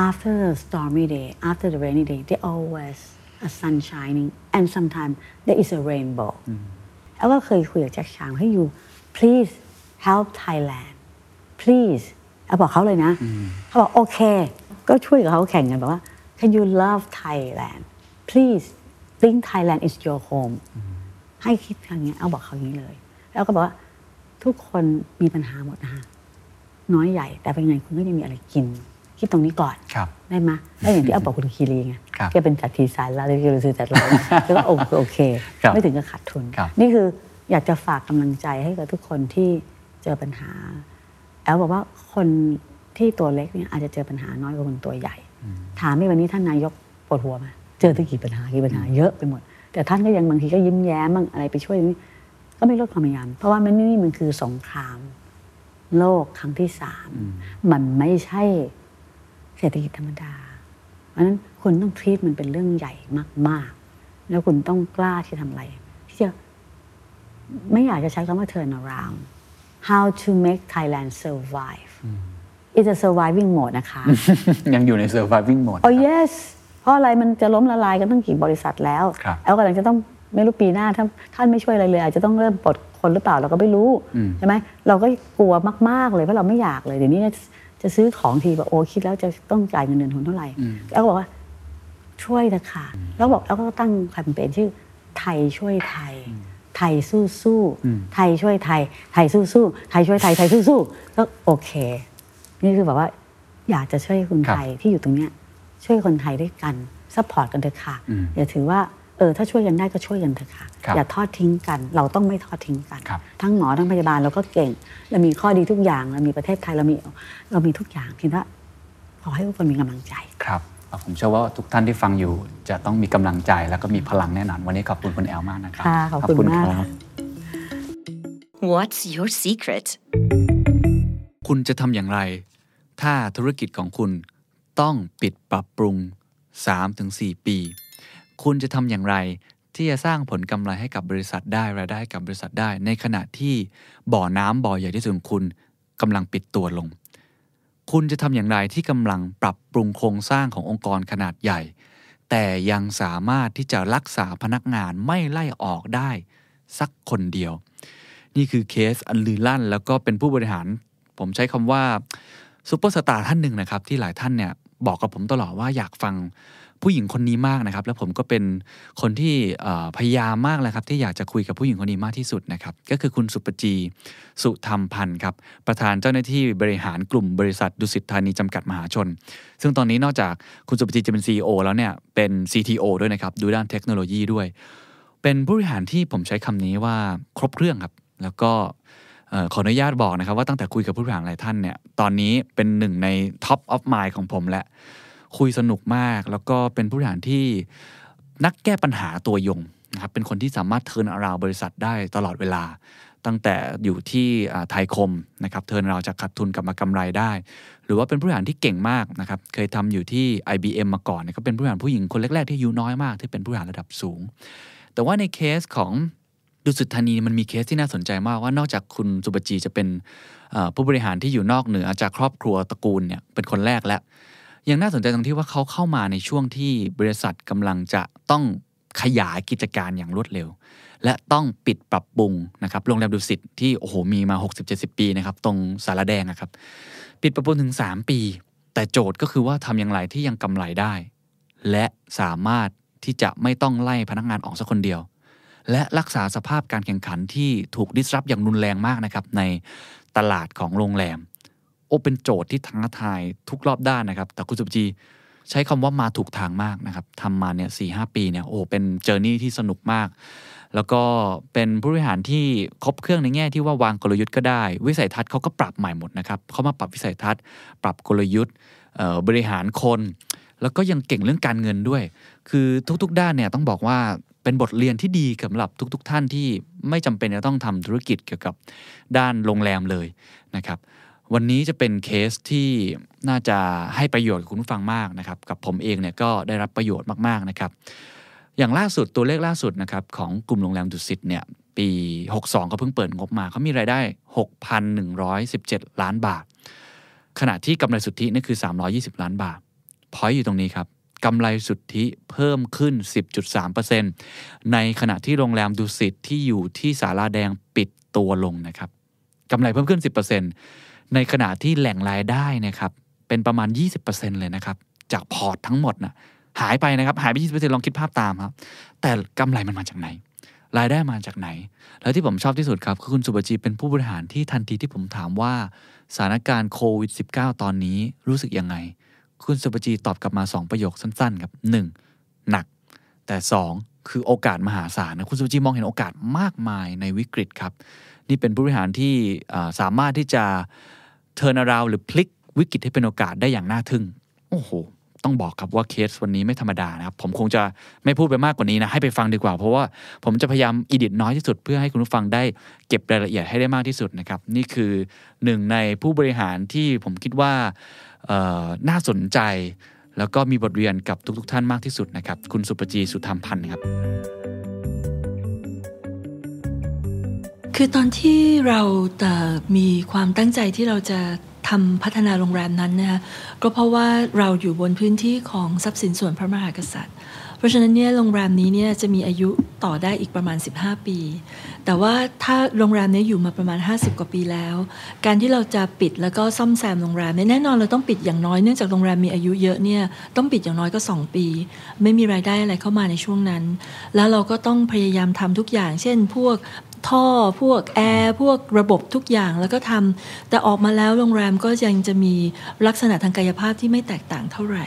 Speaker 4: after a stormy day after the rainy day there always a sun shining and sometimes there is a rainbow แล้วก็เคยคุยกับแจ็คชางให้อยู่ please help Thailand please เอาบอกเขาเลยนะ เขาบอกโอเค ก็ช่วยกับเขาแข่งกันแบบว่า can you love Thailand please think Thailand is your home ให้คิดทางเนี้ยเอาบอกเขาอย่างนี้เลย แล้วก็บอกว่าทุกคนมีปัญหาหมดนะคะน้อยใหญ่ แต่เป็นไงคุณก็ยังมีอะไรกิน คิดตรงนี้ก่อน
Speaker 5: ครับ
Speaker 4: ได้ไหมแล้วอย่างที่เอาบอกคุณคีรีไง
Speaker 5: ครับ
Speaker 4: แกเป็นจัดทีสายแล้วเลยคือซื้อจัดเราแล้วก็โอเคโอเค
Speaker 5: ครับ
Speaker 4: ไม่ถึงกับขาดทุน
Speaker 5: ครับ
Speaker 4: นี่คืออยากจะฝากกำลังใจให้กับทุกคนที่เจอปัญหา แอลบอกว่าคนที่ตัวเล็กเนี่ยอาจจะเจอปัญหาน้อยกว่าคนตัวใหญ่ ถามในวันนี้ท่านนายกปวดหัวไหมาเจอตั้งกี่ปัญหากี่ปัญหาเยอะไปหมด แต่ท่านก็ยังบางทีก็ยิ้มแย้มบ้างอะไรไปช่วยนี่ก็ไม่ลดความพยายาม เพราะว่ามันนี่มันคือสงคราม โลกครั้งที่สามมันไม่ใช่ เศรษฐกิจธรรมดา เพราะฉะนั้นคุณต้องท e ี t มันเป็นเรื่องใหญ่มาก ๆ แล้วคุณต้องกล้าที่จะทำอะไร ที่จะไม่อยากจะใช้คำว่า turn around how to make Thailand survive it's a surviving mode นะคะ
Speaker 5: ยังอยู่ใน surviving mode
Speaker 4: โอ้
Speaker 5: ครับ
Speaker 4: yes เพราะอะไรมันจะล้มละลายกันตั้งกี่บริษัทแล้ว
Speaker 5: ครับ
Speaker 4: แล้วกำลังจะต้องไม่รู้ปีหน้าถ้าท่านไม่ช่วยอะไรเลย อาจจะต้องเริ่มปลดคนหรือเปล่าเราก็ไม่รู้
Speaker 5: อืม
Speaker 4: ใช่ไหมเราก็กลัวมาก ๆ เลยเพราะเราไม่อยากเลยเดี๋ยวนี้เนี่ยจะซื้อของทีแบบโอ้คิดแล้วจะต้องจ่ายเงินเดือนทุนเท่าไหร่แล้วก็บอกว่าช่วยนะคะแล้วบอกแล้วก็ตั้งแคมเปญชื่อไทยช่วยไทย ไทยสู้สู้ๆไทยช่วยไทย ไทยสู้สู้ๆไทยช่วยไทยไทยสู้สู้ๆก็โอเค นี่คือแบบว่า อยากจะช่วยคน
Speaker 5: ครับ
Speaker 4: ไทยที่อยู่ตรงเนี้ย ช่วยคนไทยด้วยกันซัพพอร์ตกันเถอะค่ะ อย่าถือว่าเออถ้าช่วยกันได้ก็ช่วยกันเถอะค่ะ
Speaker 5: ครับ
Speaker 4: อย่าทอดทิ้งกัน เราต้องไม่ทอดทิ้งกัน
Speaker 5: ครับ
Speaker 4: ทั้งหมอทั้งพยาบาลเราก็เก่ง เรามีข้อดีทุกอย่างเรามีประเทศไทยเรามีเรามีทุกอย่างคิดว่าขอให้ทุกคนมีกำลังใจ
Speaker 5: ครับผมเชื่อว่าทุกท่านที่ฟังอยู่ จะต้องมีกำลังใจแล้วก็มีพลังแน่นอน วันนี้ขอบคุณคุณแอลมากนะครั
Speaker 4: ค่ะขอบคุณมาก
Speaker 5: รับ
Speaker 1: What's your secret?
Speaker 3: คุณจะทำอย่างไร ถ้าธุรกิจของคุณต้องปิดปรับปรุง 3-4 ปี คุณจะทำอย่างไร ที่จะสร้างผลกำไรให้กับบริษัทได้รายได้ให้กับบริษัทได้ ในขณะที่บ่อน้ำบ่อใหญ่ที่สุดของคุณกำลังปิดตัวลง คุณจะทำอย่างไรที่กำลังปรับปรุงโครงสร้างขององค์กรขนาดใหญ่ แต่ยังสามารถที่จะรักษาพนักงานไม่ไล่ออกได้ สักคนเดียว นี่คือเคสอันลือลั่น แล้วก็เป็นผู้บริหาร ผมใช้คำว่าซูเปอร์สตาร์ท่านหนึ่งนะครับ ที่หลายท่านเนี่ยบอกกับผมตลอดว่าอยากฟังผู้หญิงคนนี้มากนะครับ แล้วผมก็เป็นคนที่เอ่อพยายามมากแล้วครับ ที่อยากจะคุยกับผู้หญิงคนนี้มากที่สุดนะครับ ก็คือคุณสุปจี สุธรรมพันธ์ครับ ประธานเจ้าหน้าที่บริหารกลุ่มบริษัทดุสิตธานีจำกัดมหาชน ซึ่งตอนนี้นอกจากคุณสุปจีจะเป็น CEO แล้วเนี่ยเป็น CTO ด้วยนะครับดูด้านเทคโนโลยีด้วย เป็นผู้บริหารที่ผมใช้คำนี้ว่าครบเครื่องครับ แล้วก็เอ่อขออนุญาตบอกนะครับ ว่าตั้งแต่คุยกับผู้บริหารหลายท่านเนี่ยตอนนี้เป็นหนึ่งใน Top of Mind ของผมแหละ คุยสนุกมาก แล้วก็เป็นผู้บริหารที่นักแก้ปัญหาตัวยงนะครับเป็นคนที่สามารถเทิร์นอาราวบริษัทได้ตลอดเวลา ตั้งแต่อยู่ที่อ่าไทยคมนะครับเทิร์นเราวจากขาดทุนกลับมากำไรได้ หรือว่าเป็นผู้บริหารที่เก่งมากนะครับเคยทำอยู่ที่ IBM มาก่อนเนี่ยก็เป็นผู้บริหารผู้หญิงคนแรกๆที่อายุน้อยมากที่เป็นผู้บริหารระดับสูง แต่ว่าในเคสของดุสิตธานีมันมีเคสที่น่าสนใจมากว่านอกจากคุณสุบจีจะเป็นเอ่อผู้บริหารที่อยู่นอกเหนือจากครอบครัวตระกูลเนี่ยเป็นคนแรกแล้ว ยังน่าสนใจตรงที่ว่าเขาเข้ามาในช่วงที่บริษัทกำลังจะต้องขยายกิจการอย่างรวดเร็ว และต้องปิดปรับปรุงนะครับโรงแรมดุสิตที่โอ้โหมีมา 60-70 ปีนะครับตรงสารแดงนะครับ ปิดปรับปรุงถึง 3 ปี แต่โจทย์ก็คือว่าทำอย่างไรที่ยังกำไรได้ และสามารถที่จะไม่ต้องไล่พนักงานออกสักคนเดียว และรักษาสภาพการแข่งขันที่ถูกดิสรับอย่างรุนแรงมากนะครับ ในตลาดของโรงแรม โอเป็นโจทย์ที่ท้าทายทุกรอบด้านนะครับ แต่คุณสุบจี ใช้คำว่ามาถูกทางมากนะครับทำมาเนี่ยสี่หปีเนี่ยโอ้โหเป็นเจอร์นี่ที่สนุกมาก แล้วก็เป็นผู้บริหารที่ครบเครื่องในแง่ที่ว่าวางกลยุทธ์ก็ได้ วิสัยทัศน์เขาก็ปรับใหม่หมดนะครับเขามาปรับวิสัยทัศน์ ปรับกลยุทธ์เอ่อบริหารคน แล้วก็ยังเก่งเรื่องการเงินด้วย คือทุกๆ ด้านเนี่ยต้องบอกว่า เป็นบทเรียนที่ดีสำหรับทุก ๆ ท่านที่ไม่จำเป็นจะต้องทำธุรกิจเกี่ยวกับด้านโรงแรมเลยนะครับ วันนี้จะเป็นเคสที่น่าจะให้ประโยชน์กับคุณผู้ฟังมากนะครับ กับผมเองเนี่ยก็ได้รับประโยชน์มากๆนะครับ อย่างล่าสุดตัวเลขล่าสุดนะครับของกลุ่มโรงแรมดุสิตเนี่ยปี 62 ก็เพิ่งเปิดงบมาเขามีรายได้ 6,117 ล้านบาท ขณะที่กำไรสุทธินี่คือ 320 ล้านบาท พอยอยู่ตรงนี้ครับกำไรสุทธิเพิ่มขึ้น 10.3%ในขณะที่โรงแรมดุสิตที่อยู่ที่สาราแดงปิดตัวลงนะครับกำไรเพิ่มขึ้น 10%ในขณะที่แหล่งรายได้นะครับเป็นประมาณ 20%เลยนะครับ จากพอร์ตทั้งหมดนะหายไปนะครับ หายไป 20%ลองคิดภาพตามครับ แต่กำไรมันมาจากไหน รายได้มาจากไหน แล้วที่ผมชอบที่สุดครับคือคุณสุบจีเป็นผู้บริหารที่ทันทีที่ผมถามว่าสถานการณ์โควิด -19 ตอนนี้รู้สึกยังไง คุณสุบจีตอบกลับมา 2 ประโยคสั้นๆ ครับ 1. หนัก แต่ 2 คือโอกาสมหาศาลนะคุณสุบจีมองเห็นโอกาสมากมายในวิกฤตครับ นี่เป็นผู้บริหารที่เอ่อสามารถที่จะเท r ร์นาราวหรือพลิกวิกฤตให้เป็นโอกาสได้อย่างน่าทึ่ง โอ้โห ต้องบอกครับว่าเคสวันนี้ไม่ธรรมดานะครับ ผมคงจะไม่พูดไปมากกว่านี้นะ ให้ไปฟังดีกว่า เพราะว่าผมจะพยายามอิดิทน้อยที่สุดเพื่อให้คุณผู้ฟังได้เก็บรายละเอียดให้ได้มากที่สุดนะครับ นี่คือหนึ่งในผู้บริหารที่ผมคิดว่าเอ่อน่าสนใจ แล้วก็มีบทเรียนกับทุก ๆ ท่านมากที่สุดนะครับ คุณสุปจีสุธรรมพันธ์ครับ
Speaker 6: คือตอนที่เราแต่มีความตั้งใจที่เราจะทำพัฒนาโรงแรมนั้นนะคะก็เพราะว่าเราอยู่บนพื้นที่ของทรัพย์สินส่วนพระมหากษัตริย์ เพราะฉะนั้นเนี่ยโรงแรมนี้เนี่ยจะมีอายุต่อได้อีกประมาณ 15 ปี แต่ว่าถ้าโรงแรมเนี้อยู่มาประมาณ 50 กว่าปีแล้ว การที่เราจะปิดแล้วก็ซ่อมแซมโรงแรมเนี่ยแน่นอนเราต้องปิดอย่างน้อยเนื่องจากโรงแรมมีอายุเยอะเนี่ยต้องปิดอย่างน้อยก็ 2 ปี ไม่มีรายได้อะไรเข้ามาในช่วงนั้น แล้วเราก็ต้องพยายามทำทุกอย่าง เช่น พวกท่อพวกแอร์พวกระบบทุกอย่างแล้วก็ทำแต่ออกมาแล้วโรงแรมก็ยังจะมีลักษณะทางกายภาพที่ไม่แตกต่างเท่าไหร่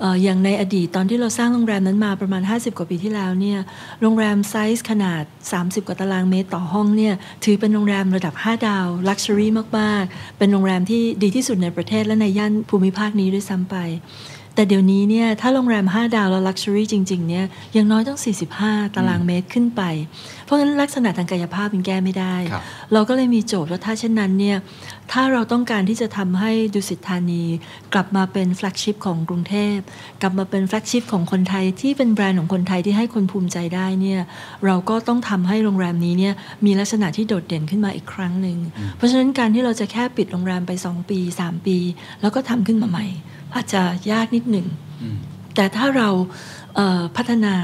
Speaker 6: เอ่ออย่างในอดีตตอนที่เราสร้างโรงแรมนั้นมาประมาณ 50 กว่าปีที่แล้วเนี่ยโรงแรมไซส์ขนาด 30 กว่าตารางเมตรต่อห้องเนี่ยถือเป็นโรงแรมระดับ 5 ดาวลักชัวรี่มาก ๆ เป็นโรงแรมที่ดีที่สุดในประเทศและในย่านภูมิภาคนี้ด้วยซ้ำไป แต่เดี๋ยวนี้เนี่ยถ้าโรงแรม 5 ดาวแล้วลักชัวรี่จริงๆเนี่ยอย่างน้อยต้อง 45 ตารางเมตรขึ้นไป เพราะงั้นลักษณะทางกายภาพมันแก้ไม่ได้
Speaker 3: ครับ
Speaker 6: เราก็เลยมีโจทย์ว่าถ้าเช่นนั้นเนี่ยถ้าเราต้องการที่จะทำให้ดุสิตธานี กลับมาเป็นแฟลกชิพของกรุงเทพ กลับมาเป็นแฟลกชิพของคนไทยที่เป็นแบรนด์ของคนไทยที่ให้คนภูมิใจได้เนี่ยเราก็ต้องทำให้โรงแรมนี้เนี่ยมีลักษณะที่โดดเด่นขึ้นมาอีกครั้งหนึ่งเพราะฉะนั้นการที่เราจะแค่ปิดโรงแรมไป 2 ปี 3 ปี แล้วก็ทำขึ้นมาใหม่ อาจจะยากนิดหนึ่ง แต่ถ้าเราเอ่อพัฒนา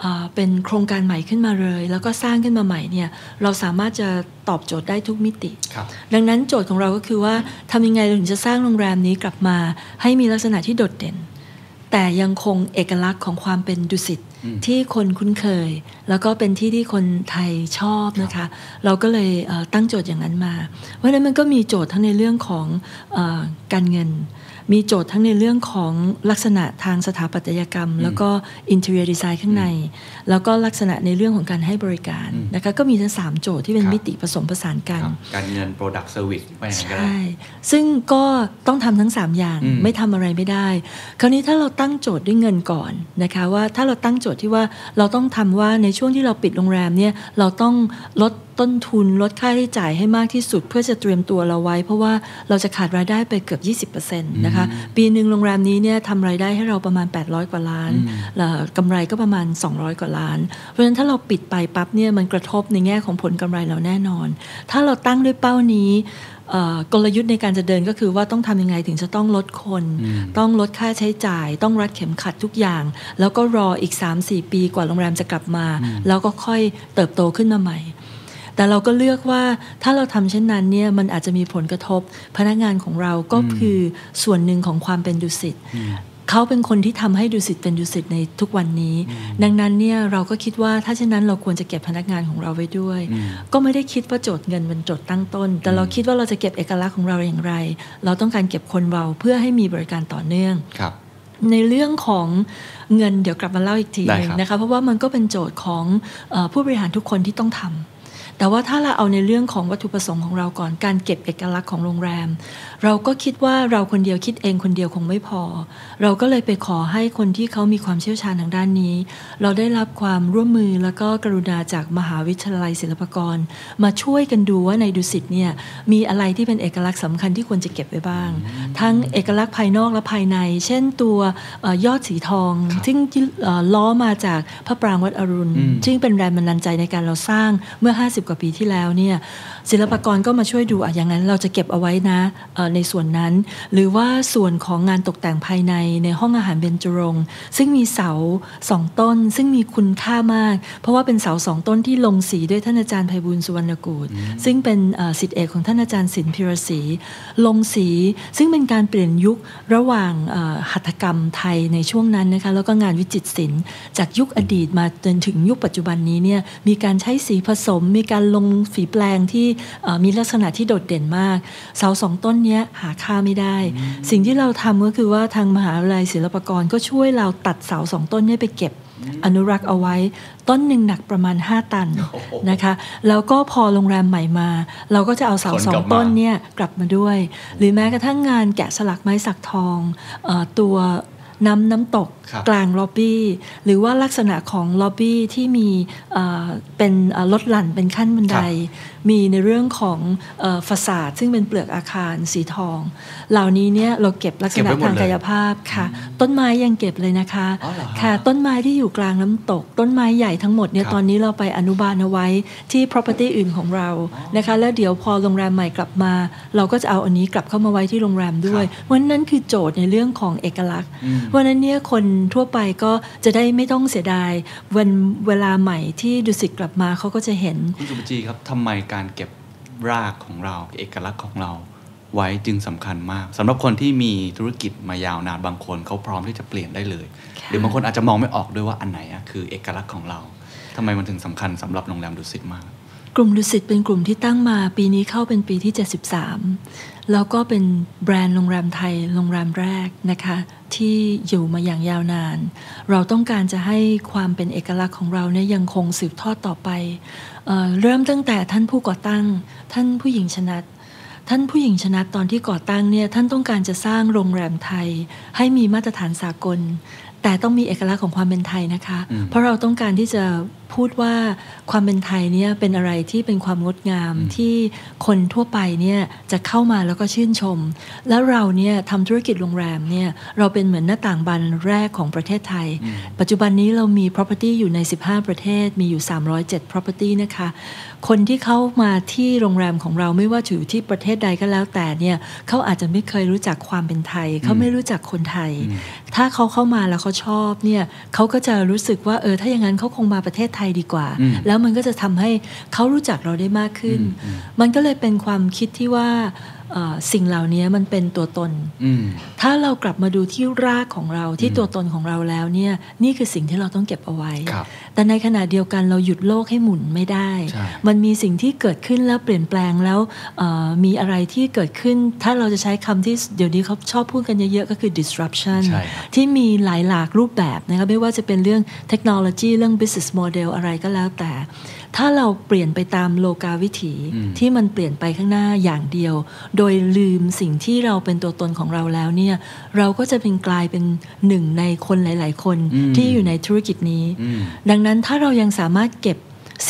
Speaker 6: เอ่อเป็นโครงการใหม่ขึ้นมาเลย แล้วก็สร้างขึ้นมาใหม่เนี่ยเราสามารถจะตอบโจทย์ได้ทุกมิติ
Speaker 3: ครับ
Speaker 6: ดังนั้นโจทย์ของเราก็คือว่าทำยังไงเราถึงจะสร้างโรงแรมนี้กลับมา ให้มีลักษณะที่โดดเด่น แต่ยังคงเอกลักษณ์ของความเป็นดุสิตที่คนคุ้นเคย แล้วก็เป็นที่ที่คนไทยชอบนะคะ เราก็เลยเอ่อตั้งโจทย์อย่างนั้นมา เพราะฉะนั้นมันก็มีโจทย์ทั้งในเรื่องของเออการเงิน มีโจทย์ทั้งในเรื่องของลักษณะทางสถาปัตยกรรม แล้วก็อินเทอร์เนียดีไซน์ข้างใน แล้วก็ลักษณะในเรื่องของการให้บริการนะคะก็มีทั้งสามโจทย์ที่เป็
Speaker 3: ค
Speaker 6: น
Speaker 3: รับ
Speaker 6: มิติผสมผสานกัน
Speaker 3: การเงิน Product Service ไปไหนก็ได้
Speaker 6: ใช่ ซึ่งก็ต้องทำทั้ง 3 อย่าง
Speaker 3: อืม
Speaker 6: ไม่ทำอะไรไม่ได้ คราวนี้ถ้าเราตั้งโจทย์ด้วยเงินก่อนนะคะว่าถ้าเราตั้งโจทย์ที่ว่าเราต้องทำว่าในช่วงที่เราปิดโรงแรมเนี่ยเราต้องลดต้นทุนลดค่าใช้จ่ายให้มากที่สุด เพื่อจะเตรียมตัวเราไว้ เพราะว่าเราจะขาดรายได้ไปเกือบ 20%นะคะ ปีหนึ่งโรงแรมนี้เนี่ยทำรายได้ให้เราประมาณ 800 กว่าล้านแล้วกำไรก็ประมาณ 200 กว่าล้าน เพราะฉะนั้นถ้าเราปิดไปปั๊บเนี่ยมันกระทบในแง่ของผลกำไรเราแน่นอน ถ้าเราตั้งด้วยเป้านี้ เอ่อกลยุทธ์ในการจะเดินก็คือว่าต้องทำยังไงถึงจะต้องลดคน ต้องลดค่าใช้จ่าย ต้องรัดเข็มขัดทุกอย่าง แล้วก็รออีก 3-4 ปีกว่าโรงแรมจะกลับมา แล้วก็ค่อยเติบโตขึ้นมาใหม่ แต่เราก็เลือกว่าถ้าเราทำเช่นนั้นเนี่ยมันอาจจะมีผลกระทบ พนักงานของเราก็คือส่วนหนึ่งของความเป็นดุสิตเขาเป็นคนที่ทำให้ดุสิตเป็นดุสิตในทุกวันนี้ ดังนั้นเนี่ยเราก็คิดว่าถ้าเช่นนั้นเราควรจะเก็บพนักงานของเราไว้ด้วย ก็ไม่ได้คิดว่าโจทย์เงินเป็นโจทย์ตั้งต้น แต่เราคิดว่าเราจะเก็บเอกลักษณ์ของเราอย่างไร เราต้องการเก็บคนเราเพื่อให้มีบริการต่อเนื่อง
Speaker 3: ครับ
Speaker 6: ในเรื่องของเงินเดี๋ยวกลับมาเล่าอีกทีห
Speaker 3: ได้
Speaker 6: นึง
Speaker 3: ครับ
Speaker 6: นะคะเพราะว่ามันก็เป็นโจทย์ของเออผู้บริหารทุกคนที่ต้องทำ แต่ว่าถ้าเราเอาในเรื่องของวัตถุประสงค์ของเราก่อนการเก็บเอกลักษณ์ของโรงแรม เราก็คิดว่าเราคนเดียวคิดเองคนเดียวคงไม่พอ เราก็เลยไปขอให้คนที่เขามีความเชี่ยวชาญทางด้านนี้ เราได้รับความร่วมมือแล้วก็กรุณาจากมหาวิทยาลัยศิลปากร มาช่วยกันดูว่าในดุสิตเนี่ยมีอะไรที่เป็นเอกลักษณ์สำคัญที่ควรจะเก็บไว้บ้าง ทั้งเอกลักษณ์ภายนอกและภายใน เช่นตัวเอ่อยอดสีทอง ซึ่งที่เอ่อล้อมาจากพระปรางวัดอรุณ
Speaker 2: อืม
Speaker 6: ซึ่งเป็นแรงบันดาลใจในการเราสร้างเมื่อ 50 กว่าปีที่แล้วเนี่ยศิลปากรก็มาช่วยดูอ่ะอย่างนั้นเราจะเก็บเอาไว้นะเอ่อในส่วนนั้น หรือว่าส่วนของงานตกแต่งภายในในห้องอาหารเบญจรงค์ซึ่งมีเสาสองต้น ซึ่งมีคุณค่ามาก เพราะว่าเป็นเสาสองต้นที่ลงสีด้วยท่านอาจารย์ไพบุญสุวรรณกูลซึ่งเป็นเอ่อศิษย์เอกของท่านอาจารย์ศิลป์พิรศรีลงสี ซึ่งเป็นการเปลี่ยนยุคระหว่างเอ่อหัตถกรรมไทยในช่วงนั้นนะคะแล้วก็งานวิจิตรศิลป์จากยุคอดีตมาจนถึงยุคปัจจุบันนี้เนี่ยมีการใช้สีผสม มีการลงฝีแปลงที่เอ่อมีลักษณะที่โดดเด่นมาก เสาสองต้นเนี้ยหาค่าไม่ได้ สิ่งที่เราทำก็คือว่าทางมหาวิทยาลัยศิลปากรก็ช่วยเราตัดเสาสองต้นเนี้ไปเก็บ อนุรักษ์เอาไว้ ต้นหนึ่งหนักประมาณ 5 ตันนะคะแล้วก็พอโรงแรมใหม่มา เราก็จะเอาเสา
Speaker 7: ขนกลับ
Speaker 6: สอง
Speaker 7: มา
Speaker 6: ต้นเนี่ยกลับมาด้วย หรือแม้กระทั่งงานแกะสลักไม้สักทองเออตัวน้ำน้ำตก
Speaker 7: ครับ
Speaker 6: กลางล็อบบี้หรือว่าลักษณะของล็อบบี้ที่มีเอ่อเป็นเอ่อลดหลั่นเป็นขั้นบันได มีในเรื่องของเอ่อฟาสาดซึ่งเป็นเปลือกอาคารสีทอง เหล่านี้เนี่ยเราเก็บลักษณะ
Speaker 7: เก็บไว้หมด
Speaker 6: ทาง
Speaker 7: เลย
Speaker 6: กายภาพค่ะ ต้นไม้ยังเก็บเลยนะคะ
Speaker 7: อ๋อเหรอฮะ
Speaker 6: ค่ะต้นไม้ที่อยู่กลางน้ำตก ต้นไม้ใหญ่ทั้งหมดเนี่
Speaker 7: ค
Speaker 6: ย
Speaker 7: รับ
Speaker 6: ตอนนี้เราไปอนุบาลเอาไว้ที่ property อื่นของเรานะคะ แล้วเดี๋ยวพอโรงแรมใหม่กลับมา เราก็จะเอาอันนี้กลับเข้ามาไว้ที่โรงแรมด้วยเพราะฉะนั้นคือโจทย์ในเรื่องของเอกลักษณ์เพราะฉะนั้นเนี่ยคนทั่วไปก็จะได้ไม่ต้องเสียดายวันเวลาใหม่ที่ดุสิตกลับมาเขาก็จะเห็น
Speaker 2: คุณสุปจีครับทำไมการเก็บรากของเรา เอกลักษณ์ของเรา ไว้จึงสำคัญมากสำหรับคนที่มีธุรกิจมายาวนานบางคนเขาพร้อมที่จะเปลี่ยนได้เลย หรือบางคนอาจจะมองไม่ออกด้วยว่าอันไหนอะคือเอกลักษณ์ของเราทำไมมันถึงสำคัญสำหรับโรงแรมดุสิตมาก
Speaker 6: กลุ่มดุสิตเป็นกลุ่มที่ตั้งมาปีนี้เข้าเป็นปีที่ 73 แล้วก็เป็นแบรนด์โรงแรมไทยโรงแรมแรกนะคะ ที่อยู่มาอย่างยาวนาน เราต้องการจะให้ความเป็นเอกลักษณ์ของเราเนี่ยยังคงสืบทอดต่อไปเอ่อเริ่มตั้งแต่ท่านผู้ก่อตั้ง ท่านผู้หญิงชนะ ท่านผู้หญิงชนะตอนที่ก่อตั้งเนี่ยท่านต้องการจะสร้างโรงแรมไทย ให้มีมาตรฐานสากล แต่ต้องมีเอกลักษณ์ของความเป็นไทยนะคะ เพราะเราต้องการที่จะพูดว่าความเป็นไทยเนี่ยเป็นอะไรที่เป็นความงดงามที่คนทั่วไปเนี่ยจะเข้ามาแล้วก็ชื่นชม แล้วเราเนี่ยทำธุรกิจโรงแรมเนี่ยเราเป็นเหมือนหน้าต่างบานแรกของประเทศไทย ปัจจุบันนี้เรามี property อยู่ใน 15 ประเทศมีอยู่ 307 property นะคะ คนที่เข้ามาที่โรงแรมของเราไม่ว่าจะอยู่ที่ประเทศใดก็แล้วแต่เนี่ยเขาอาจจะไม่เคยรู้จักความเป็นไทย เขาไม่รู้จักคนไทย ถ้าเขาเข้ามาแล้วเขาชอบเนี่ยเขาก็จะรู้สึกว่าเออถ้าอย่างนั้นเขาคงมาประเทศไทยดีกว่า แล้วมันก็จะทำให้เขารู้จักเราได้มากขึ้น มันก็เลยเป็นความคิดที่ว่าเอ่อสิ่งเหล่านี้มันเป็นตัวตน
Speaker 2: อืม
Speaker 6: ถ้าเรากลับมาดูที่รากของเราที่ตัวตนของเราแล้วเนี่ยนี่คือสิ่งที่เราต้องเก็บเอาไว้
Speaker 2: ครับ
Speaker 6: แต่ในขณะเดียวกันเราหยุดโลกให้หมุนไม่ได้
Speaker 2: ใช่
Speaker 6: มันมีสิ่งที่เกิดขึ้นแล้วเปลี่ยนแปลงแล้วเอ่อมีอะไรที่เกิดขึ้น ถ้าเราจะใช้คำที่เดี๋ยวนี้เขาชอบพูดกันเยอะๆ ก็คือ disruption
Speaker 2: ใช่ครับ
Speaker 6: ที่มีหลายหลากรูปแบบนะคะไม่ว่าจะเป็นเรื่องเทคโนโลยีเรื่อง business model อะไรก็แล้วแต่ ถ้าเราเปลี่ยนไปตามโลกาวิถีที่มันเปลี่ยนไปข้างหน้าอย่างเดียว โดยลืมสิ่งที่เราเป็นตัวตนของเราแล้วเนี่ยเราก็จะเป็นกลายเป็นหนึ่งในคนหลาย ๆ คนที่อยู่ในธุรกิจนี้ ดังนั้นถ้าเรายังสามารถเก็บ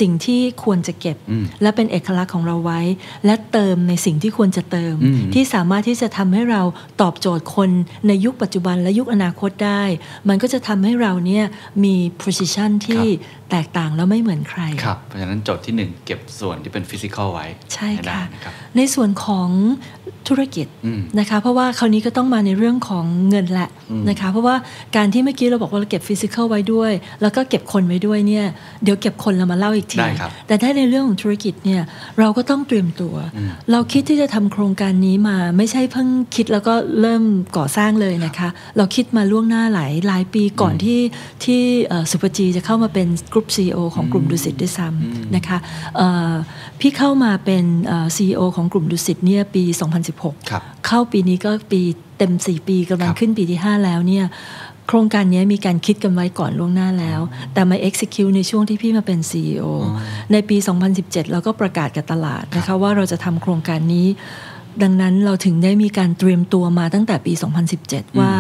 Speaker 6: สิ่งที่ควรจะเก็บ และเป็นเอกลักษณ์ของเราไว้ และเติมในสิ่งที่ควรจะเติม ที่สามารถที่จะทำให้เราตอบโจทย์คนในยุคปัจจุบันและยุคอนาคตได้ มันก็จะทำให้เราเนี่ยมี position ที่แตกต่างแล้วไม่เหมือนใคร
Speaker 2: ครับเพราะฉะนั้นโจทย์ที่หนึ่งเก็บส่วนที่เป็นฟิสิกอลไว้
Speaker 6: ใช่
Speaker 2: ห้ได้
Speaker 6: ค่ะ
Speaker 2: นะครับ
Speaker 6: ในส่วนของธุรกิจ
Speaker 2: อืม
Speaker 6: นะคะ เพราะว่าคราวนี้ก็ต้องมาในเรื่องของเงินแหละนะคะ เพราะว่าการที่เมื่อกี้เราบอกว่าเราเก็บฟิสิก a l ไว้ด้วย แล้วก็เก็บคนไว้ด้วยเนี่ยเดี๋ยวเก็บคนเรามาเล่าอีกที
Speaker 2: ได้ครับ
Speaker 6: แต่ถ้าในเรื่องของธุรกิจเนี่ยเราก็ต้องเตรียมตัว เราคิดที่จะทำโครงการนี้มาไม่ใช่เพิ่งคิดแล้วก็เริ่มก่อสร้างเลยนะคะ เราคิดมาล่วงหน้าหลายหลายปีก่อนที่ที่เอ่อสุปจีจะเข้ามาเป็นกรุ๊ปซีอของกลุ่มดุสิตด้วยซ้ำนะคะเอ่อพี่เข้ามาเป็นซีอของกลุ่มดุสิตเนี่ยปี 2016
Speaker 2: ครับ
Speaker 6: เข้าปีนี้ก็ปีเต็ม 4 ปีกำลัง
Speaker 2: ครับ
Speaker 6: ขึ้นปีที่ 5 แล้วเนี่ย โครงการนี้มีการคิดกันไว้ก่อนล่วงหน้าแล้ว แต่มา execute ในช่วงที่พี่มาเป็น CEO ในปี 2017 เราก็ประกาศกับตลาดนะคะว่าเราจะทำโครงการนี้ ดังนั้นเราถึงได้มีการเตรียมตัวมาตั้งแต่ปี 2017 ว่า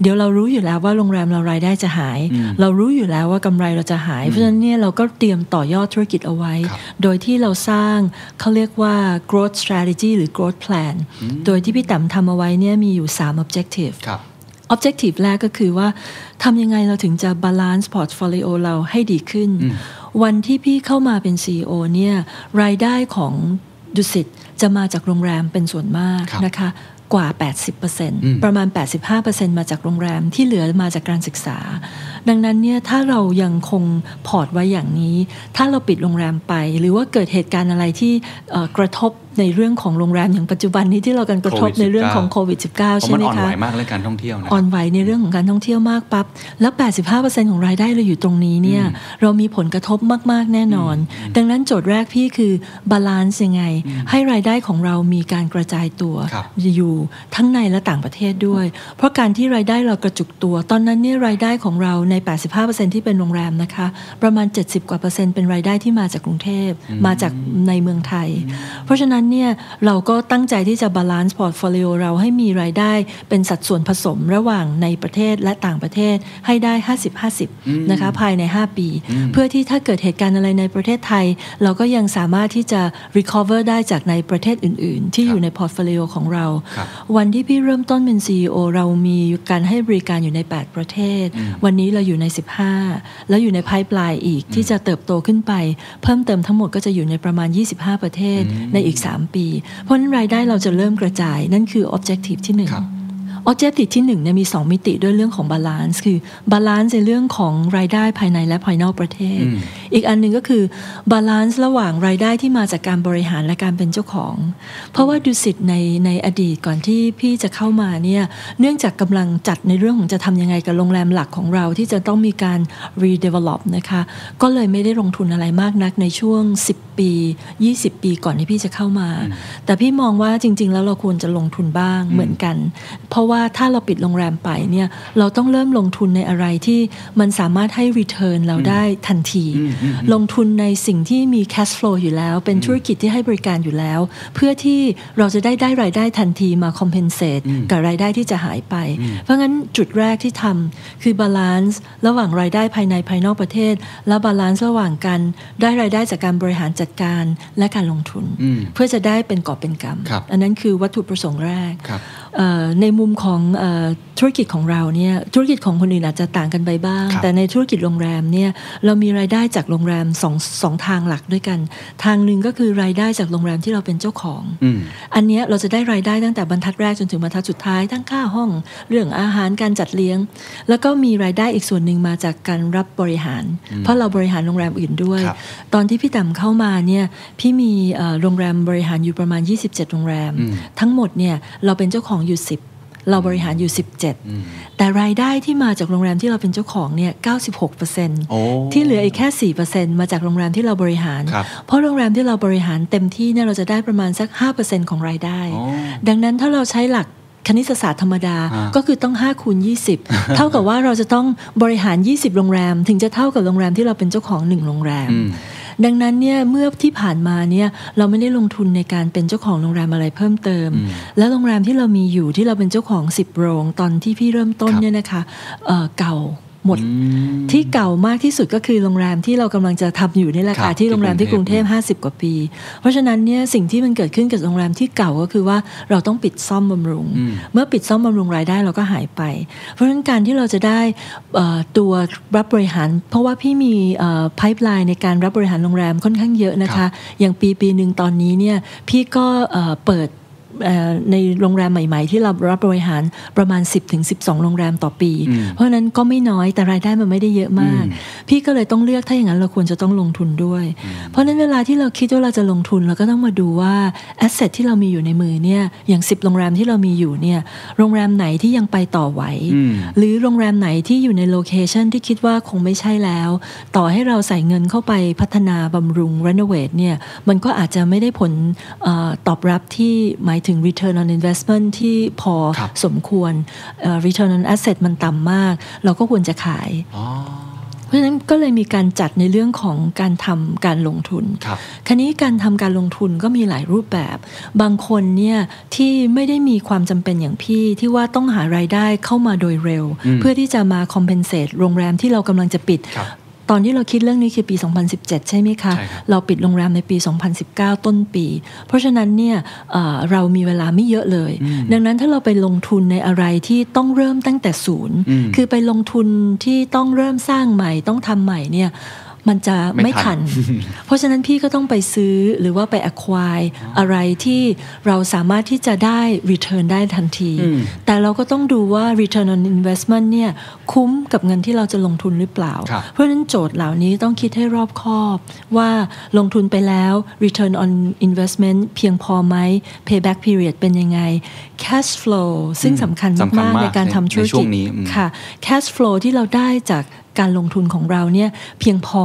Speaker 6: เดี๋ยวเรารู้อยู่แล้วว่าโรงแรมเรารายได้จะหาย เรารู้อยู่แล้วว่ากำไรเราจะหาย เพราะฉะนั้นเนี่ยเราก็เตรียมต่อยอดธุรกิจเอาไว้ โดยที่เราสร้างเขาเรียกว่า growth strategy หรือ growth plan โดยที่พี่แต๋มทำเอาไว้เนี่ยมีอยู่ 3 objective
Speaker 3: ครับ
Speaker 6: Objective แรกก็คือว่าทำยังไงเราถึงจะ balance portfolio เราให้ดีขึ้น วันที่พี่เข้ามาเป็น CEO เนี่ยรายได้ของดุสิตจะมาจากโรงแรมเป็นส่วนมาก
Speaker 3: ครับ
Speaker 6: นะคะกว่า 80%ประมาณ 85%มาจากโรงแรมที่เหลือมาจากการศึกษา ดังนั้นเนี่ยถ้าเรายังคงพอร์ตไว้อย่างนี้ ถ้าเราปิดโรงแรมไป หรือว่าเกิดเหตุการณ์อะไรที่เอ่อกระทบในเรื่องของโรงแรมอย่างปัจจุบันนี้ที่เรากำลังกระทบในเรื่องของ
Speaker 3: โค
Speaker 6: โค
Speaker 3: วิ
Speaker 6: วิ
Speaker 3: ด
Speaker 6: ด -19
Speaker 3: เพราะ
Speaker 6: ใช่
Speaker 3: มัน
Speaker 6: ไห
Speaker 3: อ่อน
Speaker 6: มคะ
Speaker 3: ไหวมากเรื่องการท่องเที่ยวนะ
Speaker 6: อ่อนไหวในเรื่องของการท่องเที่ยวมากปั๊บ แล้ว 85%ของรายได้เราอยู่ตรงนี้เนี่ยเรามีผลกระทบมาก ๆ แน่นอน ดังนั้นโจทย์แรกพี่คือบาลานซ์ยังไง ให้รายได้ของเรามีการกระจายตัว
Speaker 3: ครับ
Speaker 6: อยู่ทั้งในและต่างประเทศด้วย เพราะการที่รายได้เรากระจุกตัว ตอนนั้นเนี่ยรายได้ของเราใน 85%ที่เป็นโรงแรมนะคะ ประมาณ 70 กว่าเปอร์เซ็นต์เป็นรายได้ที่มาจากกรุงเทพ มาจากในเมืองไทย เพราะฉะนั้นเนี่ยเราก็ตั้งใจที่จะบาลานซ์พอร์ตโฟลิโอเราให้มีรายได้เป็นสัดส่วนผสมระหว่างในประเทศและต่างประเทศให้ได้ 50-50 นะคะภายใน 5 ปี เพื่อที่ถ้าเกิดเหตุการณ์อะไรในประเทศไทย เราก็ยังสามารถที่จะ recover ได้จากในประเทศอื่น ๆ ที่อยู่ในพอร์ตโฟลิโอของเรา
Speaker 3: ครับ
Speaker 6: วันที่พี่เริ่มต้นเป็น CEO เรามีการให้บริการอยู่ใน 8 ประเทศ วันนี้เราอยู่ใน 15 แล้วอยู่ในไพ่ปลายอีกที่จะเติบโตขึ้นไป เพิ่มเติมทั้งหมดก็จะอยู่ในประมาณ 25 ประเทศในอีก 3 ปี เพราะฉะนั้นรายได้เราจะเริ่มกระจาย นั่นคือ objective ที่ 1
Speaker 3: ครับ
Speaker 6: objective ที่1เนี่ยมี 2 มิติด้วยเรื่องของ balance คือ balance ในเรื่องของรายได้ภายในและภายนอกประเทศ อีกอันหนึ่งก็คือ balance ระหว่างรายได้ที่มาจากการบริหารและการเป็นเจ้าของ เพราะว่าดุสิตในในอดีตก่อนที่พี่จะเข้ามาเนี่ยเนื่องจากกำลังจัดในเรื่องของจะทำยังไงกับโรงแรมหลักของเราที่จะต้องมีการ redevelop นะคะก็เลยไม่ได้ลงทุนอะไรมากนักในช่วง 10 ปี 20 ปีก่อนที่พี่จะเข้ามา แต่พี่มองว่าจริง ๆ แล้วเราควรจะลงทุนบ้างเหมือนกัน เพราะว่าถ้าเราปิดโรงแรมไปเนี่ยเราต้องเริ่มลงทุนในอะไรที่มันสามารถให้ return เราได้ทันที ลงทุนในสิ่งที่มี cash flow อยู่แล้ว เป็นธุรกิจที่ให้บริการอยู่แล้ว เพื่อที่เราจะได้ได้รายได้ทันทีมา compensate กับรายได้ที่จะหายไป เพราะงั้นจุดแรกที่ทำคือ balance ระหว่างรายได้ภายในภายนอกประเทศ และ balance ระหว่างกันได้รายได้จากการบริหารจัดการและการลงทุน เพื่อจะได้เป็นกอบเป็นก
Speaker 3: ครับ
Speaker 6: ำ อันนั้นคือวัตถุประสงค์แรก
Speaker 3: ครับ
Speaker 6: เอ่อในมุมของเออธุรกิจของเราเนี่ยธุรกิจของคนอื่นอาจจะต่างกันไปบ้าง
Speaker 3: ครับ
Speaker 6: แต่ในธุรกิจโรงแรมเนี่ยเรามีรายได้จากโรงแรมสองสองทางหลักด้วยกัน ทางหนึ่งก็คือรายได้จากโรงแรมที่เราเป็นเจ้าของ
Speaker 3: อืม
Speaker 6: อันเนี้ยเราจะได้รายได้ตั้งแต่บรรทัดแรกจนถึงบรรทัดสุดท้ายทั้งค่าห้องเรื่องอาหารการจัดเลี้ยง แล้วก็มีรายได้อีกส่วนหนึ่งมาจากการรับบริหาร เพราะเราบริหารโรงแรมอื่นด้วย
Speaker 3: ครับ
Speaker 6: ตอนที่พี่ต่ำเข้ามาเนี่ยพี่มีเอ่อโรงแรมบริหารอยู่ประมาณ 27 โรงแรม ทั้งหมดเนี่ยเราเป็นเจ้าของอยู่ 10 เราบริหารอยู่ 17 แต่รายได้ที่มาจากโรงแรมที่เราเป็นเจ้าของเนี่ย96%
Speaker 3: โอ้
Speaker 6: ที่เหลืออีกแค่ 4%มาจากโรงแรมที่เราบริหาร
Speaker 3: ครับ
Speaker 6: เพราะโรงแรมที่เราบริหารเต็มที่เนี่ยเราจะได้ประมาณสัก 5%ของรายได้
Speaker 3: โอ้
Speaker 6: ดังนั้นถ้าเราใช้หลักคณิตศาสตร์ธรรมดา
Speaker 3: อ่า
Speaker 6: ก็คือต้อง5คูณ20 เท่ากับว่าเราจะต้องบริหาร 20 โรงแรม ถึงจะเท่ากับโรงแรมที่เราเป็นเจ้าของ 1 โรงแรม
Speaker 3: อืม
Speaker 6: ดังนั้นเนี่ยเมื่อที่ผ่านมาเนี่ยเราไม่ได้ลงทุนในการเป็นเจ้าของโรงแรมอะไรเพิ่มเติม และโรงแรมที่เรามีอยู่ที่เราเป็นเจ้าของ 10 โรง ตอนที่พี่เริ่มต้นเนี่ยนะคะเอ่อเก่าหมด ที่เก่ามากที่สุดก็คือโรงแรมที่เรากำลังจะทำอยู่นี่แหละ
Speaker 3: ครั
Speaker 6: ค่ะ
Speaker 3: บ
Speaker 6: ที่โรงแรมที่
Speaker 3: ที่
Speaker 6: ก
Speaker 3: กรุ
Speaker 6: รุง
Speaker 3: ง
Speaker 6: เท
Speaker 3: เท
Speaker 6: พ
Speaker 3: พ
Speaker 6: 50 กว่าปี เพราะฉะนั้นเนี่ยสิ่งที่มันเกิดขึ้นกับโรงแรมที่เก่าก็คือว่าเราต้องปิดซ่อมบำรุง เมื่อปิดซ่อมบำรุงรายได้เราก็หายไป เพราะฉะนั้นการที่เราจะได้เอ่อตัวรับบริหาร เพราะว่าพี่มีไพ p e ล i n e ในการรับบริหารโรงแรมค่อนข้างเยอะนะคะ อย่างปีปีหนึ่งตอนนี้เนี่ยพี่ก็เอ่อเปิด เอ่อในโรงแรมใหม่ ๆ ที่เรารับบริหารประมาณ 10-12 โรงแรมต่อปี เพราะฉะนั้นก็ไม่น้อยแต่รายได้มันไม่ได้เยอะมาก พี่ก็เลยต้องเลือกถ้าอย่างนั้นเราควรจะต้องลงทุนด้วย เพราะฉะนั้นเวลาที่เราคิดว่าเราจะลงทุนเราก็ต้องมาดูว่าแอสเซทที่เรามีอยู่ในมือเนี่ยอย่าง 10 โรงแรมที่เรามีอยู่เนี่ยโรงแรมไหนที่ยังไปต่อไหว หรือโรงแรมไหนที่อยู่ในโลเคชันที่คิดว่าคงไม่ใช่แล้ว ต่อให้เราใส่เงินเข้าไปพัฒนาบำรุงรีโนเวทเนี่ยมันก็อาจจะไม่ได้ผลเออตอบรับที่หมาย ถึง return on investment ที่พอ
Speaker 3: ครับ
Speaker 6: สมควรเอ่อ return on asset มันต่ำมาก เราก็ควรจะขาย
Speaker 3: อ๋อ
Speaker 6: เพราะฉะนั้นก็เลยมีการจัดในเรื่องของการทำการลงทุน
Speaker 3: ครับ
Speaker 6: คราวนี้การทำการลงทุนก็มีหลายรูปแบบ บางคนเนี่ยที่ไม่ได้มีความจำเป็นอย่างพี่ที่ว่าต้องหารายได้เข้ามาโดยเร็ว เพื่อที่จะมา compensate โรงแรมที่เรากำลังจะปิด
Speaker 3: ครับ
Speaker 6: ตอนที่เราคิดเรื่องนี้คือปี 2017 ใช่ไหมคะ
Speaker 3: ใช่ครับ
Speaker 6: เราปิดโรงแรมในปี 2019 ต้นปี เพราะฉะนั้นเนี่ยเอ่อเรามีเวลาไม่เยอะเลย ดังนั้นถ้าเราไปลงทุนในอะไรที่ต้องเริ่มตั้งแต่ศูนย์
Speaker 3: อืม
Speaker 6: คือไปลงทุนที่ต้องเริ่มสร้างใหม่ต้องทำใหม่เนี่ยมันจะ
Speaker 3: ไม่
Speaker 6: ไม่
Speaker 3: ทั
Speaker 6: ทั
Speaker 3: น
Speaker 6: น เพราะฉะนั้นพี่ ก็ต้องไปซื้อหรือว่าไป acquire อะไรที่เราสามารถที่จะได้ return ได้ทันที แต่เราก็ต้องดูว่า return on investment เนี่ยคุ้มกับเงินที่เราจะลงทุนหรือเปล่า
Speaker 3: ครับ
Speaker 6: เพราะฉะนั้นโจทย์เหล่านี้ต้องคิดให้รอบคอบว่าลงทุนไปแล้ว return on investment เพียงพอไหม payback period เป็นยังไง cash flow ซึ่งสำคัญ
Speaker 3: สำคัญ
Speaker 6: มาก
Speaker 3: มาก
Speaker 6: ในการทำธุร
Speaker 3: ในช่
Speaker 6: กิ
Speaker 3: ว
Speaker 6: จ
Speaker 3: งนี้อืม
Speaker 6: ค่ะ cash flow ที่เราได้จากการลงทุนของเราเนี่ยเพียงพอ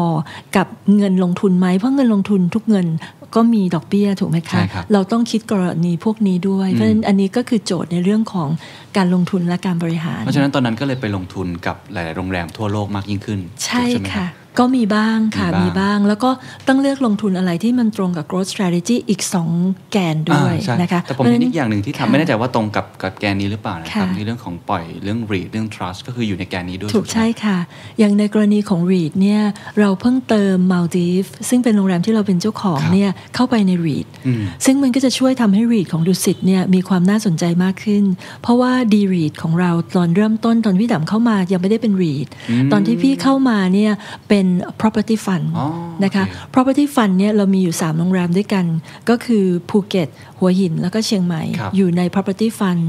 Speaker 6: กับเงินลงทุนไหม เพราะเงินลงทุนทุกเงินก็มีดอกเบี้ยถูกไหม
Speaker 3: ใช่
Speaker 6: คะ
Speaker 3: ครับ
Speaker 6: เราต้องคิดกรณีพวกนี้ด้วย เพราะฉะนั้นอันนี้ก็คือโจทย์ในเรื่องของการลงทุนและการบริหาร
Speaker 3: เพราะฉะนั้นตอนนั้นก็เลยไปลงทุนกับหลาย ๆ โรงแรมทั่วโลกมากยิ่งขึ้น
Speaker 6: ใช่
Speaker 3: ถูกไหมรั
Speaker 6: ค่ะ
Speaker 3: บ
Speaker 6: ก็มีบ้างค่ะ
Speaker 3: มี
Speaker 6: มี
Speaker 3: บ้าง
Speaker 6: บ้าง แล้วก็ต้องเลือกลงทุนอะไรที่มันตรงกับ growth strategy อีก 2 แกนด้วย
Speaker 3: อ่าใช่
Speaker 6: นะคะ
Speaker 3: แต่ผมเห็นอีกอ
Speaker 6: เพระฉะ
Speaker 3: ย่างหนึ่งที่ทำ
Speaker 6: ค่ะ
Speaker 3: ไม่แน่ใจว่าตรงกับกับแกนนี้หรือเปล่านะครับ
Speaker 6: ค่ะ
Speaker 3: ในเรื่องของปล่อยเรื่อง read เรื่อง trust ก็คืออยู่ในแกนนี้ด้วย
Speaker 6: ถูก
Speaker 3: ไหม
Speaker 6: ใช่ค่ะ อย่างในกรณีของ REIT เนี่ยเราเพิ่งเติมมาลดีฟซึ่งเป็นโรงแรมที่เราเป็นเจ้าของ
Speaker 3: ครับ
Speaker 6: เนี่ยเข้าไปใน REIT
Speaker 3: อืม
Speaker 6: ซึ่งมันก็จะช่วยทำให้ REIT ของดุสิตเนี่ยมีความน่าสนใจมากขึ้น เพราะว่า d r e i t ของเราตอนเริ่มต้นตอนพี่ดำเข้ามายังไม่ได้เป็น REIT ตอนที่พี่เข้ามาเนี่ยเป็น property fund
Speaker 3: อ๋อ
Speaker 6: นะคะ
Speaker 3: โอเค
Speaker 6: property fund เนี่ยเรามีอยู่ 3 โรงแรมด้วยกัน ก็คือภูเก็ต หัวหินแล้วก็เชียงใหม่
Speaker 3: ครับ
Speaker 6: อยู่ใน property fund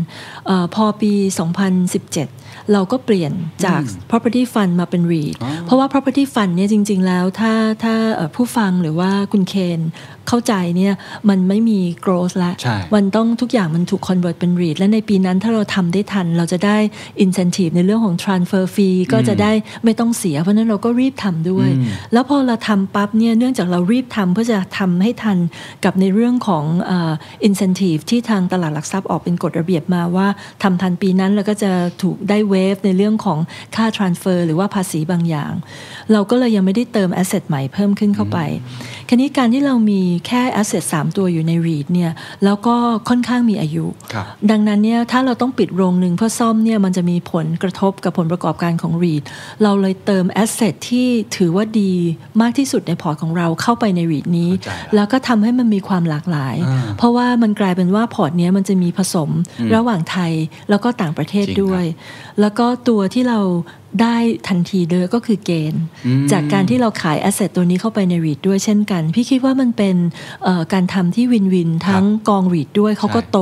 Speaker 6: เออพอปี 2017 เราก็เปลี่ยนจาก property fund มาเป็น REIT เพราะว่า property fund เนี่ยจริง ๆ แล้วถ้าถ้าเอ่อผู้ฟังหรือว่าคุณเคนเข้าใจเนี่ยมันไม่มี growth ละ
Speaker 3: ใช่
Speaker 6: มันต้องทุกอย่างมันถูก convert เป็น REIT และในปีนั้นถ้าเราทำได้ทัน เราจะได้ incentive ในเรื่องของ transfer fee ก็จะได้ไม่ต้องเสีย เพราะฉะนั้นเราก็รีบทำด้วย แล้วพอเราทำปั๊บเนี่ยเนื่องจากเรารีบทำเพื่อจะทำให้ทันกับในเรื่องของเอ่อ incentive ที่ทางตลาดหลักทรัพย์ออกเป็นกฎระเบียบมาว่าทำทันปีนั้นเราก็จะถูกได้ waive ในเรื่องของค่า transfer หรือว่าภาษีบางอย่าง เราก็เลยยังไม่ได้เติม asset ใหม่เพิ่มขึ้นเข้าไป คันนี้การที่เรามีแค่ asset 3 ตัวอยู่ใน REIT เนี่ยแล้วก็ค่อนข้างมีอายุ
Speaker 3: ครับ
Speaker 6: ดังนั้นเนี่ยถ้าเราต้องปิดโรงหนึ่งเพื่อซ่อมเนี่ยมันจะมีผลกระทบกับผลประกอบการของ REIT เราเลยเติม asset ที่ถือว่าดีมากที่สุดในพอร์ตของเราเข้าไปใน REIT นี้
Speaker 3: เข้าใจแล้ว
Speaker 6: แล้วก็ทำให้มันมีความหลากหลาย เพราะว่ามันกลายเป็นว่าพอร์ตเนี้ยมันจะมีผสมระหว่างไทยแล้วก็ต่างประเทศด้วย แล้วก็ตัวที่เราได้ทันทีเลยก็คือเกณฑ์ จากการที่เราขายแอสเซทตัวนี้เข้าไปในรีดด้วยเช่นกัน พี่คิดว่ามันเป็นเอ่อการทำที่วินวินทั้งกองรีดด้วยเขาก็โต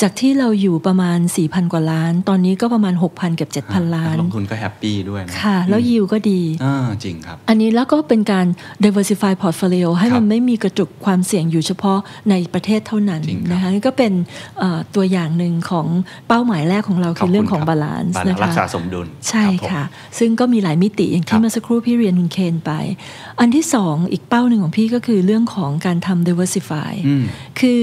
Speaker 6: จากที่เราอยู่ประมาณ 4,000 กว่าล้าน ตอนนี้ก็ประมาณ 6,000เกับ7,000 ล้าน
Speaker 3: ลงทุนก็แฮปปี้ด้วยนะ
Speaker 6: ค่ะ แล้วยิวก็ดี
Speaker 3: อ่าจริงครับ
Speaker 6: อันนี้แล้วก็เป็นการ diversify portfolio ให้
Speaker 3: ครับ
Speaker 6: มันไม่มีกระจุกความเสี่ยงอยู่เฉพาะในประเทศเท่านั้น
Speaker 3: จริงครับ
Speaker 6: นะคะนี่ก็เป็นเอ่อตัวอย่างหนึ่งของเป้าหมายแรกของเราคือเรื่องของ balance
Speaker 3: นะ
Speaker 6: นะ
Speaker 3: ค
Speaker 6: คะ
Speaker 3: รักษาสมดุล
Speaker 6: ใช่
Speaker 3: รับผม
Speaker 6: ค่ะ ซึ่งก็มีหลายมิติอย่าง
Speaker 3: ครั
Speaker 6: ที่
Speaker 3: บ
Speaker 6: เมื่อสักครู่พี่เรียนคุณเคนไป อันที่สองอีกเป้าหนึ่งของพี่ก็คือเรื่องของการทำ diversify คือ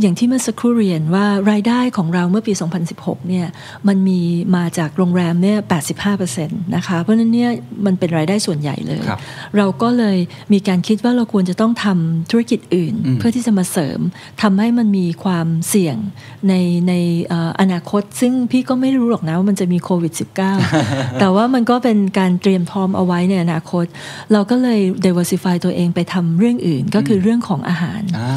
Speaker 6: อย่างที่เมื่อสักครู่เรียนว่ารายได้ของเราเมื่อปี 2016 เนี่ยมันมีมาจากโรงแรมเนี่ย 85%นะคะ เพราะฉะนั้นเนี่ยมันเป็นรายได้ส่วนใหญ่เลย
Speaker 3: ครับ
Speaker 6: เราก็เลยมีการคิดว่าเราควรจะต้องทำธุรกิจอื่น เพื่อที่จะมาเสริมทำให้มันมีความเสี่ยงในในเอ่ออนาคต ซึ่งพี่ก็ไม่รู้หรอกนะว่ามันจะมีโควิด -19 แต่ว่ามันก็เป็นการเตรียมพร้อมเอาไว้ในอนาคต เราก็เลย diversify ตัวเองไปทำเรื่องอื่นก็คือเรื่องของอาหาร
Speaker 3: อ่า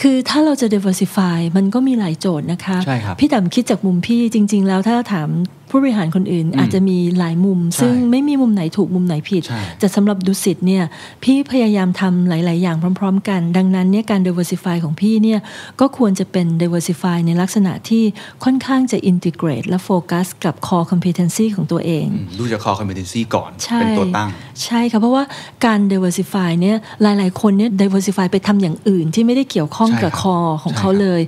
Speaker 6: คือถ้าเราจะ diversify มันก็มีหลายโจทย์นะคะ
Speaker 3: ใช่ครับ
Speaker 6: พี่ต่ำคิดจากมุมพี่จริง ๆ แล้วถ้าถามผู้บริหารคนอื่น อาจจะมีหลายมุม
Speaker 3: ใช่
Speaker 6: ซึ่งไม่มีมุมไหนถูกมุมไหนผิด
Speaker 3: ใช่
Speaker 6: แต่สำหรับดุสิตเนี่ยพี่พยายามทำหลาย ๆ อย่างพร้อม ๆ กัน ดังนั้นเนี่ยการ diversify ของพี่เนี่ยก็ควรจะเป็น diversify ในลักษณะที่ค่อนข้างจะ integrate และโฟกัสกับ core competency ของตัวเอง
Speaker 3: อืมดูจากคอ competency ก่อน
Speaker 6: ใช่
Speaker 3: เป็นตัวตั้ง
Speaker 6: ใช่ค่ะเพราะว่าการ diversify เนี่ยหลาย ๆ คนเนี่ย diversify ไปทำอย่างอื่นที่ไม่ได้เกี่ยวข้องกับ
Speaker 3: ใช่ครับ
Speaker 6: คอของ
Speaker 3: ใช่
Speaker 6: เขา
Speaker 3: ครับ
Speaker 6: เลย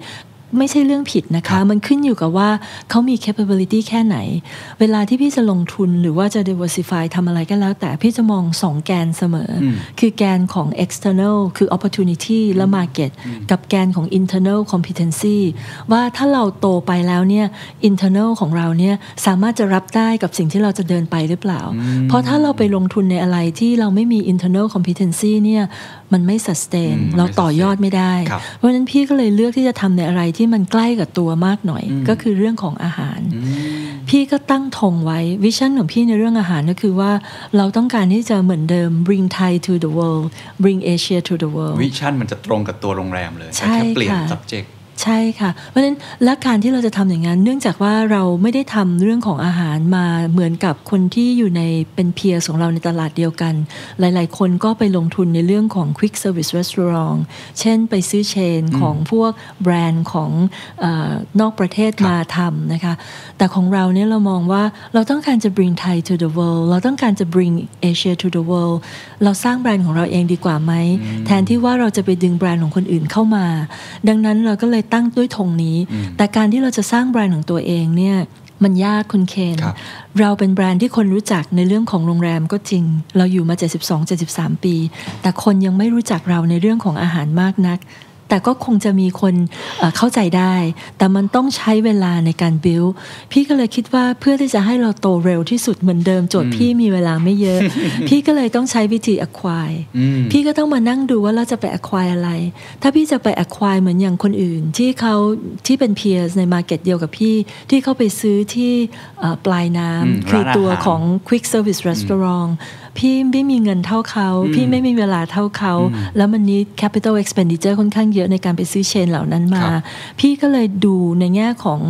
Speaker 6: ไม่ใช่เรื่องผิดนะคะ มันขึ้นอยู่กับว่าเขามี capability แค่ไหน เวลาที่พี่จะลงทุนหรือว่าจะ diversify ทำอะไรก็แล้ว แต่พี่จะมองสองแกนเสมออคือแกนของ external คือ opportunity และ market กับแกนของ internal competency ว่าถ้าเราโตไปแล้วเนี่ย internal ของเราเนี่ยสามารถจะรับได้กับสิ่งที่เราจะเดินไปหรือเปล่า เพราะถ้าเราไปลงทุนในอะไรที่เราไม่มี internal competency เนี่ยมันไม่ sustain
Speaker 2: อืมมันไม่
Speaker 6: เราต่อยอดไม่ได้
Speaker 2: ครับ
Speaker 6: เพราะฉะนั้นพี่ก็เลยเลือกที่จะทำในอะไรที่มันใกล้กับตัวมากหน่อย ก็คือเรื่องของอาหาร พี่ก็ตั้งธงไว้วิชั่นของพี่ในเรื่องอาหารก็คือว่าเราต้องการที่จะเหมือนเดิม bring Thai to the world bring Asia to the world
Speaker 2: วิชั่นมันจะตรงกับตัวโรงแรมเลย
Speaker 6: ใช่
Speaker 2: แต่แค่เปลี่ยน
Speaker 6: ค่ะ
Speaker 2: subject
Speaker 6: ใช่ค่ะ เพราะฉะนั้นและการที่เราจะทำอย่างนั้น เนื่องจากว่าเราไม่ได้ทำเรื่องของอาหารมาเหมือนกับคนที่อยู่ในเป็นเพียร์ของเราในตลาดเดียวกัน หลายๆ คนก็ไปลงทุนในเรื่องของ quick service restaurant เช่นไปซื้อเชนของพวกแบรนด์ของเออนอกประเทศมาทำนะคะ แต่ของเราเนี่ยเรามองว่าเราต้องการจะ bring Thai to the world เราต้องการจะ bring Asia to the world เราสร้างแบรนด์ของเราเองดีกว่าไหม แทนที่ว่าเราจะไปดึงแบรนด์ของคนอื่นเข้ามา ดังนั้นเราก็เลยตั้งด้วยธงนี้ แต่การที่เราจะสร้างแบรนด์ของตัวเองเนี่ยมันยากคุณเคน
Speaker 2: ครับ
Speaker 6: เราเป็นแบรนด์ที่คนรู้จักในเรื่องของโรงแรมก็จริง เราอยู่มา 72-73 ปี แต่คนยังไม่รู้จักเราในเรื่องของอาหารมากนัก แต่ก็คงจะมีคนเอ่อเข้าใจได้ แต่มันต้องใช้เวลาในการ build พี่ก็เลยคิดว่าเพื่อที่จะให้เราโตเร็วที่สุดเหมือนเดิมโจทย์พี่มีเวลาไม่ เยอะ พี่ก็เลยต้องใช้วิธี acquire พี่ก็ต้องมานั่งดูว่าเราจะไป acquire อะไร ถ้าพี่จะไป acquire เหมือนอย่างคนอื่น ที่เขาที่เป็น peers ใน market เดียวกับพี่ ที่เขาไปซื้อที่เอ่อปลายน้
Speaker 2: อืม
Speaker 6: ำคือ
Speaker 2: ร้านอาหาร
Speaker 6: ตัวของ quick service restaurant พี่ไม่มีเงินเท่าเขา พี่ไม่มีเวลาเท่าเขา แล้วมันนี้ capital expenditure ค่อนข้างเยอะในการไปซื้อเชนเหล่านั้นมา
Speaker 2: ครับ
Speaker 6: พี่ก็เลยดูในแง่ของ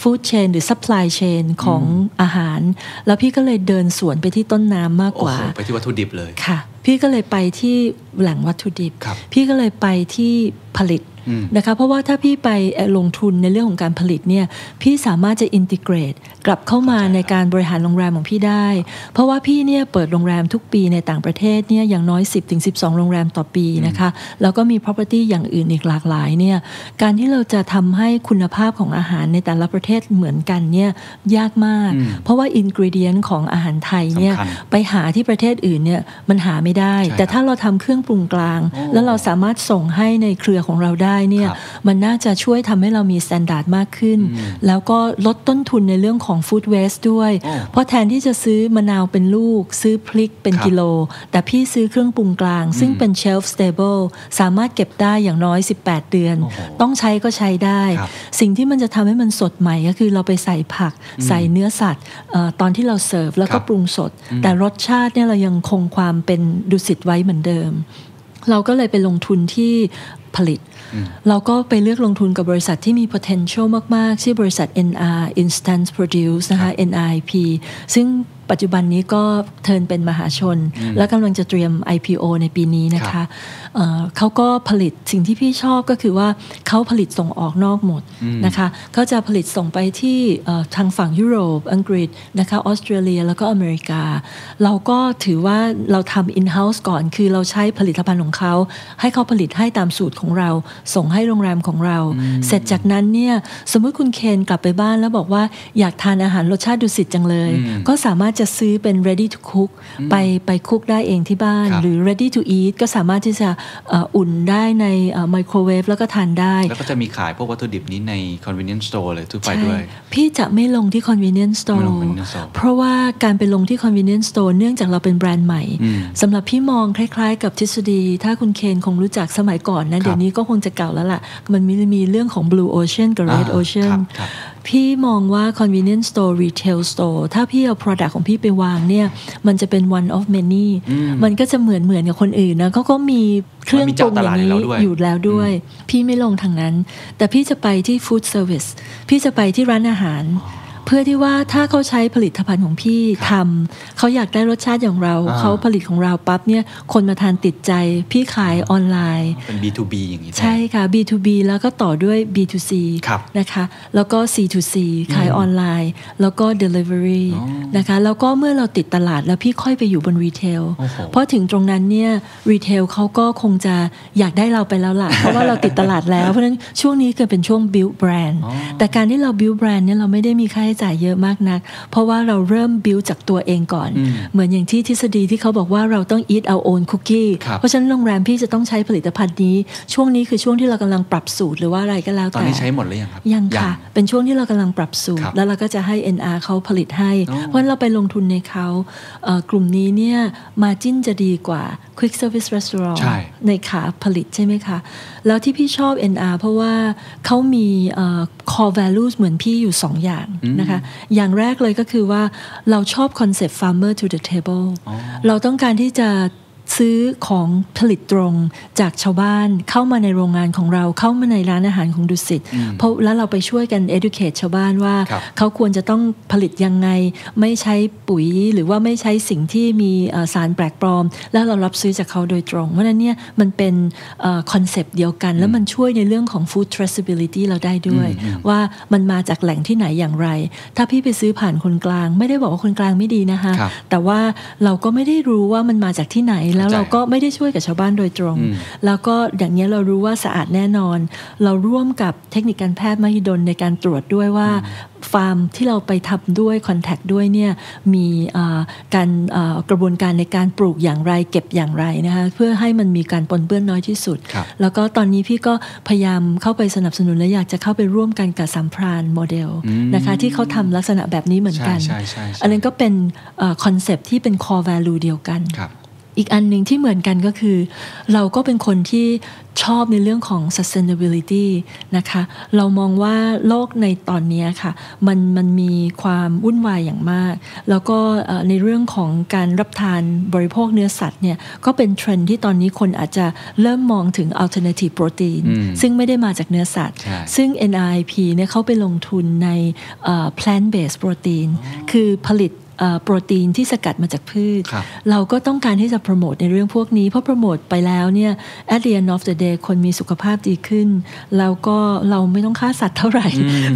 Speaker 6: food chain หรือ supply chain ของอาหาร แล้วพี่ก็เลยเดินสวนไปที่ต้นน้ำมาก
Speaker 2: โอ้
Speaker 6: กว่า
Speaker 2: โหไปที่วัตถุดิบเลย
Speaker 6: ค่ะ พี่ก็เลยไปที่แหล่งวัตถุดิบ
Speaker 2: ครับ
Speaker 6: พี่ก็เลยไปที่ผลิต
Speaker 2: อืม
Speaker 6: นะคะ เพราะว่าถ้าพี่ไปเอ่อลงทุนในเรื่องของการผลิตเนี่ย พี่สามารถจะอินทิเกรตกลับเข้ามาในการบริหารโรงแรมของพี่ได้ เพราะว่าพี่เนี่ยเปิดโรงแรมทุกปีในต่างประเทศเนี่ยอย่างน้อย 10-12 โรงแรมต่อปีนะคะ แล้วก็มี property อย่างอื่นอีกหลากหลายเนี่ย การที่เราจะทำให้คุณภาพของอาหารในแต่ละประเทศเหมือนกันเนี่ยยากมาก เพราะว่าอินกริเดียนของอาหารไทยเนี่ย
Speaker 2: สำคัญ
Speaker 6: ไปหาที่ประเทศอื่นเนี่ยมันหาไม่ได้
Speaker 2: ใช่ครับ
Speaker 6: แต่ถ้าเราทำเครื่องปรุงกลาง แล้วเราสามารถส่งให้ในเครือของเราได้เนี่ย
Speaker 2: ครับ
Speaker 6: มันน่าจะช่วยทำให้เรามีสแตนดาร์ดมากขึ้น แล้วก็ลดต้นทุนในเรื่องของฟู้ดเวสต์ด้วย
Speaker 2: โอ้
Speaker 6: เพราะแทนที่จะซื้อมะนาวเป็นลูก ซื้อพริกเป็น
Speaker 2: ครับ
Speaker 6: กิโล แต่พี่ซื้อเครื่องปรุงกลาง ซึ่งเป็นเชลฟ์สเตเบิลสามารถเก็บได้อย่างน้อย 18 เดือน
Speaker 2: โอ้โห
Speaker 6: ต้องใช้ก็ใช้ได้
Speaker 2: ครับ
Speaker 6: สิ่งที่มันจะทำให้มันสดใหม่ก็คือเราไปใส่ผัก ใส่เนื้อสัตว์เอ่อตอนที่เราเสิร์ฟแล้ว
Speaker 2: ครั
Speaker 6: ก็
Speaker 2: บ
Speaker 6: ปรุงสด แต่รสชาติเนี่ยเรายังคงความเป็นดุสิตไว้เหมือนเดิม เราก็เลยไปลงทุนที่ผลิต เราก็ไปเลือกลงทุนกับบริษัทที่มี potential มาก ๆ ชื่อบริษัท NR Instant Produce นะคะ NRIP ซึ่งปัจจุบันนี้ก็เทิร์นเป็นมหาชน และกำลังจะเตรียม IPO ในปีนี้นะ
Speaker 2: ครั
Speaker 6: คะ
Speaker 2: บ
Speaker 6: เอ่อเขาก็ผลิตสิ่งที่พี่ชอบก็คือว่าเขาผลิตส่งออกนอกหมดนะคะเขาจะผลิตส่งไปที่เอ่อทางฝั่งยุโรป อังกฤษนะคะออสเตรเลียแล้วก็อเมริกา เราก็ถือว่าเราทำ in-house ก่อน คือเราใช้ผลิตภัณฑ์ของเขา ให้เขาผลิตให้ตามสูตรของเรา ส่งให้โรงแรมของเรา เสร็จจากนั้นเนี่ยสมมติคุณเคนกลับไปบ้านแล้วบอกว่าอยากทานอาหารรสชาติดุสิตจังเลย ก็สามารถจะซื้อเป็น ready to cook ไปไปคุกได้เองที่บ้าน
Speaker 2: ครับ
Speaker 6: หรือ ready to eat ก็สามารถที่จะเอ่ออุ่นได้ในไมโครเวฟแล้วก็ทานได้
Speaker 2: แล้วก็จะมีขายพวกวัตถุดิบนี้ใน convenience store เลยทุกไปด้วย
Speaker 6: ใช่พี่จะไม่ลงที่ convenience
Speaker 2: ไม่
Speaker 6: store
Speaker 2: ลง convenience store
Speaker 6: เพราะว่าการไปลงที่ convenience store เนื่องจากเราเป็นแบรนด์ใหม่สำหรับพี่มองคล้ายๆ กับทฤษฎี ถ้าคุณเคนคงรู้จักสมัยก่อนนะ เดี๋ยวนี้ก็คงจะเก่าแล้วล่ะ มันมีมีเรื่องของ blue ocean กับ red
Speaker 2: อ่า
Speaker 6: ocean
Speaker 2: ครับครับ
Speaker 6: พี่มองว่า convenience store retail store ถ้าพี่เอา product ของพี่ไปวางเนี่ย มันจะเป็น one of many มันก็จะเหมือนเหมือนๆกับคนอื่นนะเขาก็มีเครื่อง
Speaker 2: มันมี
Speaker 6: ปรุ
Speaker 2: เจ้าง
Speaker 6: อ
Speaker 2: ต
Speaker 6: ย่าง
Speaker 2: ลาดอยู่แล้วด้
Speaker 6: นี้
Speaker 2: วย
Speaker 6: อยู่ อยู่แล้วด้วย พี่ไม่ลงทางนั้น แต่พี่จะไปที่ฟู้ดเซอร์วิสพี่จะไปที่ร้านอาหาร เ พื่อที่ว่าถ้าเขาใช้ผลิตภัณฑ์ของพี่ทำเขาอยากได้รสชาติอย่างเรา
Speaker 2: อ่า
Speaker 6: เขาผลิตของเราปั๊บเนี่ยคนมาทานติดใจพี่ขายออนไลน์
Speaker 2: เป็น B2B อย่างนี้แทน
Speaker 6: ใช่ค่ะ B2B แล้วก็ต่อด้วย B2C
Speaker 2: ครับ
Speaker 6: นะคะ แล้วก็ C2C ขายออนไลน์ แล้วก็ Delivery
Speaker 2: อ๋อ
Speaker 6: นะคะ แล้วก็เมื่อเราติดตลาดแล้วพี่ค่อยไปอยู่บนรีเทล
Speaker 2: โอ้โห
Speaker 6: เพราะถึงตรงนั้นเนี่ยรีเทลเขาก็คงจะอยากได้เราไปแล้ว ล่ะ เพราะว่าเราติดตลาดแล้ว เพราะฉะนั้นช่วงนี้เกิดเป็นช่วง build brand แต่การที่เรา build brand เนี่ยเราไม่ได้มีค่าใช้จ่ายเยอะมากนัก เพราะว่าเราเริ่ม build จากตัวเองก่อน เหมือนอย่างที่ทฤษฎีที่เขาบอกว่าเราต้อง eat our own cookie
Speaker 2: ครับ
Speaker 6: เพราะฉะนั้นโรงแรมพี่จะต้องใช้ผลิตภัณฑ์นี้ ช่วงนี้คือช่วงที่เรากำลังปรับสูตรหรือว่าอะไรก็แล้ว
Speaker 2: ตอน
Speaker 6: แต่
Speaker 2: นี้ใช้หมดหรือยังครับ
Speaker 6: ยังค่ะ เป็นช่วงที่เรากำลังปรับสูต
Speaker 2: ครั
Speaker 6: ร
Speaker 2: บ
Speaker 6: แล้วเราก็จะให้ NR เขาผลิตให้
Speaker 2: อ๋อ
Speaker 6: เพราะฉะนั้นเราไปลงทุนในเขาเอ่อกลุ่มนี้เนี่ยมาจิ้นจะดีกว่า Quick Service Restaurant
Speaker 2: ใช่
Speaker 6: ในขาผลิตใช่ไหมคะ แล้วที่พี่ชอบ NR เพราะว่าเขามีเอ่อ core values เหมือนพี่อยู่ 2 อย่างนะคะ อย่างแรกเลยก็คือว่าเราชอบคอนเซปต์ farmer to the table เราต้องการที่จะซื้อของผลิตตรงจากชาวบ้านเข้ามาในโรงงานของเราเข้ามาในร้านอาหารของดุสิตเพราะแล้วเราไปช่วยกัน educate ชาวบ้านว่า
Speaker 2: ครับ
Speaker 6: เขาควรจะต้องผลิตยังไง ไม่ใช้ปุ๋ยหรือว่าไม่ใช้สิ่งที่มีเอ่อสารแปลกปลอม แล้วเรารับซื้อจากเขาโดยตรง เพราะฉะนั้นเนี่ยมันเป็นคอนเซปต์เดียวกัน แล้วมันช่วยในเรื่องของ food traceability เราได้ด้วย ว่ามันมาจากแหล่งที่ไหนอย่างไร ถ้าพี่ไปซื้อผ่านคนกลาง ไม่ได้บอกว่าคนกลางไม่ดีนะคะ
Speaker 2: ครับ
Speaker 6: แต่ว่าเราก็ไม่ได้รู้ว่ามันมาจากที่ไหนแล้ว
Speaker 2: เข้าใจ
Speaker 6: เราก็ ก็ไม่ได้ช่วยกับชาวบ้านโดยตรง แล้วก็อย่างนี้ยเรารู้ว่าสะอาดแน่นอน เราร่วมกับเทคนิคการแพทย์มหิดลในการตรวจด้วยว่า ฟาร์มที่เราไปทำด้วยคอนแทคด้วยเนี่ยมีเอ่อการเอ่อกระบวนการในการปลูกอย่างไร เก็บอย่างไรนะคะเพื่อให้มันมีการปนเปื้อนน้อยที่สุด
Speaker 2: ครับ
Speaker 6: แล้วก็ตอนนี้พี่ก็พยายามเข้าไปสนับสนุนและอยากจะเข้าไปร่วมกันกับสัมพรานโมเดลนะคะที่เขาทำลักษณะแบบนี้เหมือน
Speaker 2: ใช่
Speaker 6: กัน
Speaker 2: ใช่ใช่ใช่
Speaker 6: อันนั้นก็เป็นคอนเซปที่เป็น core value เดียวกัน
Speaker 2: ครับ
Speaker 6: อีกอันหนึ่งที่เหมือนกันก็คือ เราก็เป็นคนที่ชอบในเรื่องของ sustainability นะคะ เรามองว่าโลกในตอนเนี้ยค่ะ มันมันมีความวุ่นวายอย่างมาก แล้วก็เอ่อในเรื่องของการรับทานบริโภคเนื้อสัตว์เนี่ยก็เป็นเทรนด์ที่ตอนนี้คนอาจจะเริ่มมองถึง alternative protein
Speaker 2: อืม
Speaker 6: ซึ่งไม่ได้มาจากเนื้อสัตว์
Speaker 2: ใช่
Speaker 6: ซึ่ง NIP เนี่ยเขาไปลงทุนในเอ่อ plant based protein คือผลิตเอ่อโปรตีนที่สกัดมาจากพืช
Speaker 2: ครับ
Speaker 6: เราก็ต้องการที่จะโปรโมทในเรื่องพวกนี้ เพราะโปรโมทไปแล้วเนี่ย at the end of the day คนมีสุขภาพดีขึ้น แล้วก็เราไม่ต้องฆ่าสัตว์เท่าไหร่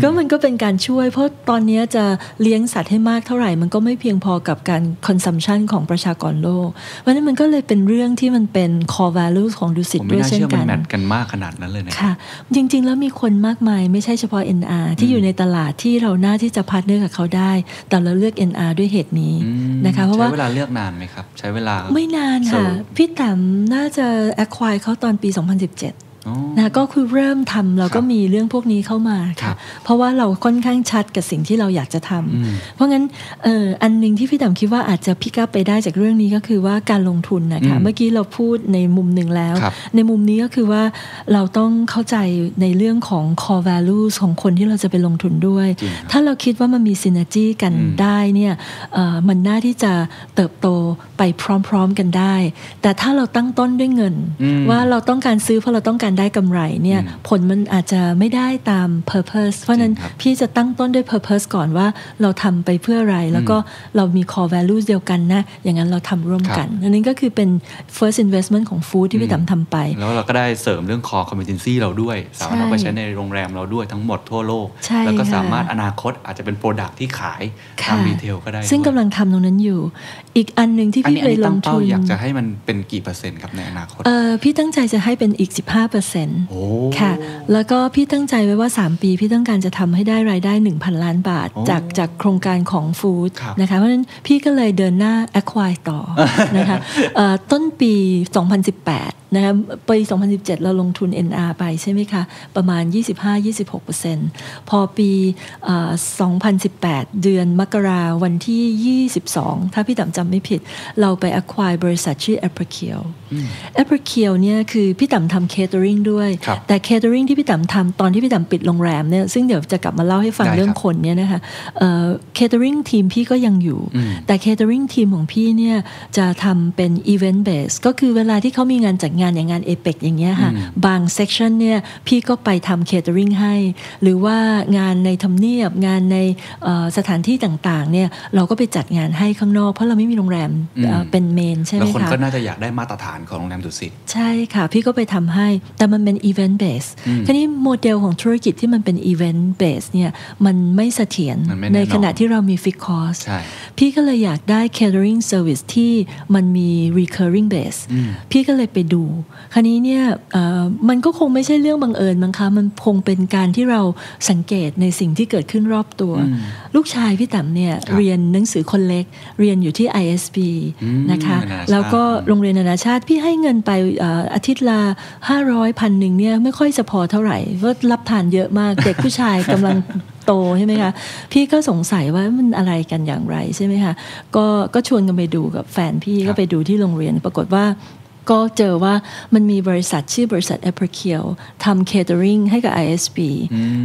Speaker 6: ก็มันก็เป็นการช่วย เพราะตอนเนี้ยจะเลี้ยงสัตว์ให้มากเท่าไหร่ มันก็ไม่เพียงพอกับการ consumption ของประชากรโลก เพราะฉะนั้นมันก็เลยเป็นเรื่องที่มันเป็น core values ของดุสิ
Speaker 2: ผ
Speaker 6: ต
Speaker 2: มไม่
Speaker 6: ด้วย
Speaker 2: น่า
Speaker 6: เช่น
Speaker 2: เชื่อมั
Speaker 6: กัน น
Speaker 2: แมทกันมากขนาดนั้นเลยนะ
Speaker 6: ค่ะ จริงๆ แล้วมีคนมากมายไม่ใช่เฉพาะ NR ที่อยู่ในตลาดที่เราน่าที่จะพาร์ทเนอร์กับเขาได้ แต่เราเลือก NR ด้วยเหตุนี้
Speaker 2: อืม
Speaker 6: นะคะเพราะว่า
Speaker 2: ใช้เวลาเลือกนานไหมครับ ใช้เวลา
Speaker 6: ไม่นานค่ะ
Speaker 2: So-
Speaker 6: พี่แต้มน่าจะ acquire เขาตอนปี 2017
Speaker 2: อ๋อ
Speaker 6: นะก็คือเริ่มทำเราก็
Speaker 2: ครับ
Speaker 6: มีเรื่องพวกนี้เข้ามา
Speaker 2: ครั
Speaker 6: ค่ะ
Speaker 2: บ
Speaker 6: เพราะว่าเราค่อนข้างชัดกับสิ่งที่เราอยากจะท
Speaker 2: อืม
Speaker 6: ำเพราะงั้นเอ่ออันหนึ่งที่พี่ต่ำคิดว่าอาจจะพิกับไปได้จากเรื่องนี้ก็คือว่าการลงทุนนะคะ
Speaker 2: อืม
Speaker 6: เมื่อกี้เราพูดในมุมหนึ่งแล้ว
Speaker 2: ครับ
Speaker 6: ในมุมนี้ก็คือว่าเราต้องเข้าใจในเรื่องของ core values ของคนที่เราจะไปลงทุนด้วย
Speaker 2: จริงครับ
Speaker 6: ถ้าเราคิดว่ามันมี synergy กัน
Speaker 2: อืม
Speaker 6: ได้เนี่ยเอ่อมันน่าที่จะเติบโตไปพร้อม ๆกันได้ แต่ถ้าเราตั้งต้นด้วยเงิน
Speaker 2: อืม
Speaker 6: ว่าเราต้องการซื้อเพราะเราต้องการได้กำไรเนี่ยผลมันอาจจะไม่ได้ตาม purpose เพราะฉะนั้น
Speaker 2: จริงครับ
Speaker 6: พี่จะตั้งต้นด้วย purpose ก่อนว่าเราทำไปเพื่ออะไร แล้วก็เรามี core values เดียวกันนะ อย่างนั้นเราทำร่วมกันอันนี้ก็คือเป็น first investment ของ food ที่พี่
Speaker 2: อืม
Speaker 6: ต๋ำทำไป
Speaker 2: แล้วเราก็ได้เสริมเรื่องคอคอมมิชชั่นซี่เราด้วย สามารถ
Speaker 6: ใช่
Speaker 2: เอาไปใช้ในโรงแรมเราด้วยทั้งหมดทั่วโลก
Speaker 6: ใช่
Speaker 2: แล้วก็
Speaker 6: ค่ะ
Speaker 2: สามารถอนาคตอาจจะเป็นโปรดักที่ขายทา
Speaker 6: ค่ะ
Speaker 2: งรีเทลก็ได้
Speaker 6: ซึ่ง
Speaker 2: ด้วย
Speaker 6: กำลังทำตรงนั้นอยู่ อีกอันหนึ่งที่
Speaker 2: อัน
Speaker 6: พี่
Speaker 2: นี้อั
Speaker 6: เคน ย
Speaker 2: นี้
Speaker 6: ล
Speaker 2: ตั้
Speaker 6: ง
Speaker 2: งเป้า
Speaker 6: ทุน
Speaker 2: อยากจะให้มันเป็นกี่เปอร์เซ็นต์ครับในอนาคต
Speaker 6: เอ่อพี่ตั้งใจจะให้เป็นอีก 15%
Speaker 2: โอ้
Speaker 6: ค่ะ แล้วก็พี่ตั้งใจไว้ว่า 3 ปี พี่ต้องการจะทำให้ได้รายได้ 1,000 ล้านบาท
Speaker 2: โอ้
Speaker 6: จากจากโครงการของฟู้ด
Speaker 2: ครับ
Speaker 6: นะคะ เพราะฉะนั้นพี่ก็เลยเดินหน้า acquire ต่อ นะคะเอ่อต้นปี 2018 นะคะปี 2017 เราลงทุน NR ไปใช่ไหมคะ ประมาณ 25-26%พอปีเอ่อ2018 เดือนมกราวันที่ 22 ถ้าพี่ต่ำจำไม่ผิด เราไป acquire บริษัทชื่อ a p r i c i l แอปเปิลเคียวเนี่ยคือพี่ต่ำทำ catering ด้วย
Speaker 2: ครับ
Speaker 6: แต่ catering ที่พี่ต่ำทำตอนที่พี่ต่ำปิดโรงแรมเนี่ยซึ่งเดี๋ยวจะกลับมาเล่าให้ฟัง
Speaker 2: ได้ครับ
Speaker 6: เรื่องคนเนี่ยนะคะเอ่อ catering ทีมพี่ก็ยังอยู่
Speaker 2: อืม
Speaker 6: แต่ catering ทีมของพี่เนี่ยจะทำเป็น event base ก็คือเวลาที่เขามีงานจัดง งานอย่างงานเอเปกอย่างเงี้ยค่ะ บางเซกชันเนี่ยพี่ก็ไปทำเคเตอริงให้ หรือว่างานในทำเนียบงานในเอ่อสถานที่ต่างๆเนี่ยเราก็ไปจัดงานให้ข้างนอก เพราะเราไม่มีโรงแรม
Speaker 2: อืม
Speaker 6: เอ่อเป็นเมนใช่ไหม
Speaker 2: แล้ว
Speaker 6: คะ
Speaker 2: คนก็น่าจะอยากได้มาตรฐานของโรงแรมดุสิต
Speaker 6: ใช่ค่ะ พี่ก็ไปทำให้ แต่มันเป็น event base ทีนี้โมเดลของธุรกิจที่มันเป็น event base เนี่ยมันไม่เสถียร
Speaker 2: มันไม่แน่นอน
Speaker 6: ในขณะที่เรามี fixed cost
Speaker 2: ใช่
Speaker 6: พี่ก็เลยอยากได้ catering service ที่มันมี recurring base พี่ก็เลยไปดู คราวนี้เนี่ยเอ่อมันก็คงไม่ใช่เรื่องบังเอิญมั้งคะ มันคงเป็นการที่เราสังเกตในสิ่งที่เกิดขึ้นรอบตัว ลูกชายพี่ต๋ำเนี่ย
Speaker 2: ครับ
Speaker 6: เรียนหนังสือคนเล็ก เรียนอยู่ที่ ISB
Speaker 2: อืม
Speaker 6: นะคะ
Speaker 2: นานาชาติ
Speaker 6: แล้วก็ โรงเรียนนานาชาติ พี่ให้เงินไปเอ่ออาทิตย์ละห้าร้อยพันหนึ่งเนี่ยไม่ค่อยจะพอเท่าไหร่เพราะรับทานเยอะ มาก เด็กผู้ชายกำลังโตใช่ไหมคะ พี่ก็สงสัยว่ามันอะไรกันอย่างไรใช่ไหมคะก็ก็ชวนกันไปดูกับแฟนพี่ก็ไปดูที่โรงเรียนปรากฏว่า ก็เจอว่ามันมีบริษัทชื่อบริษัท a p r i c a l ทำ catering ให้กับ ISB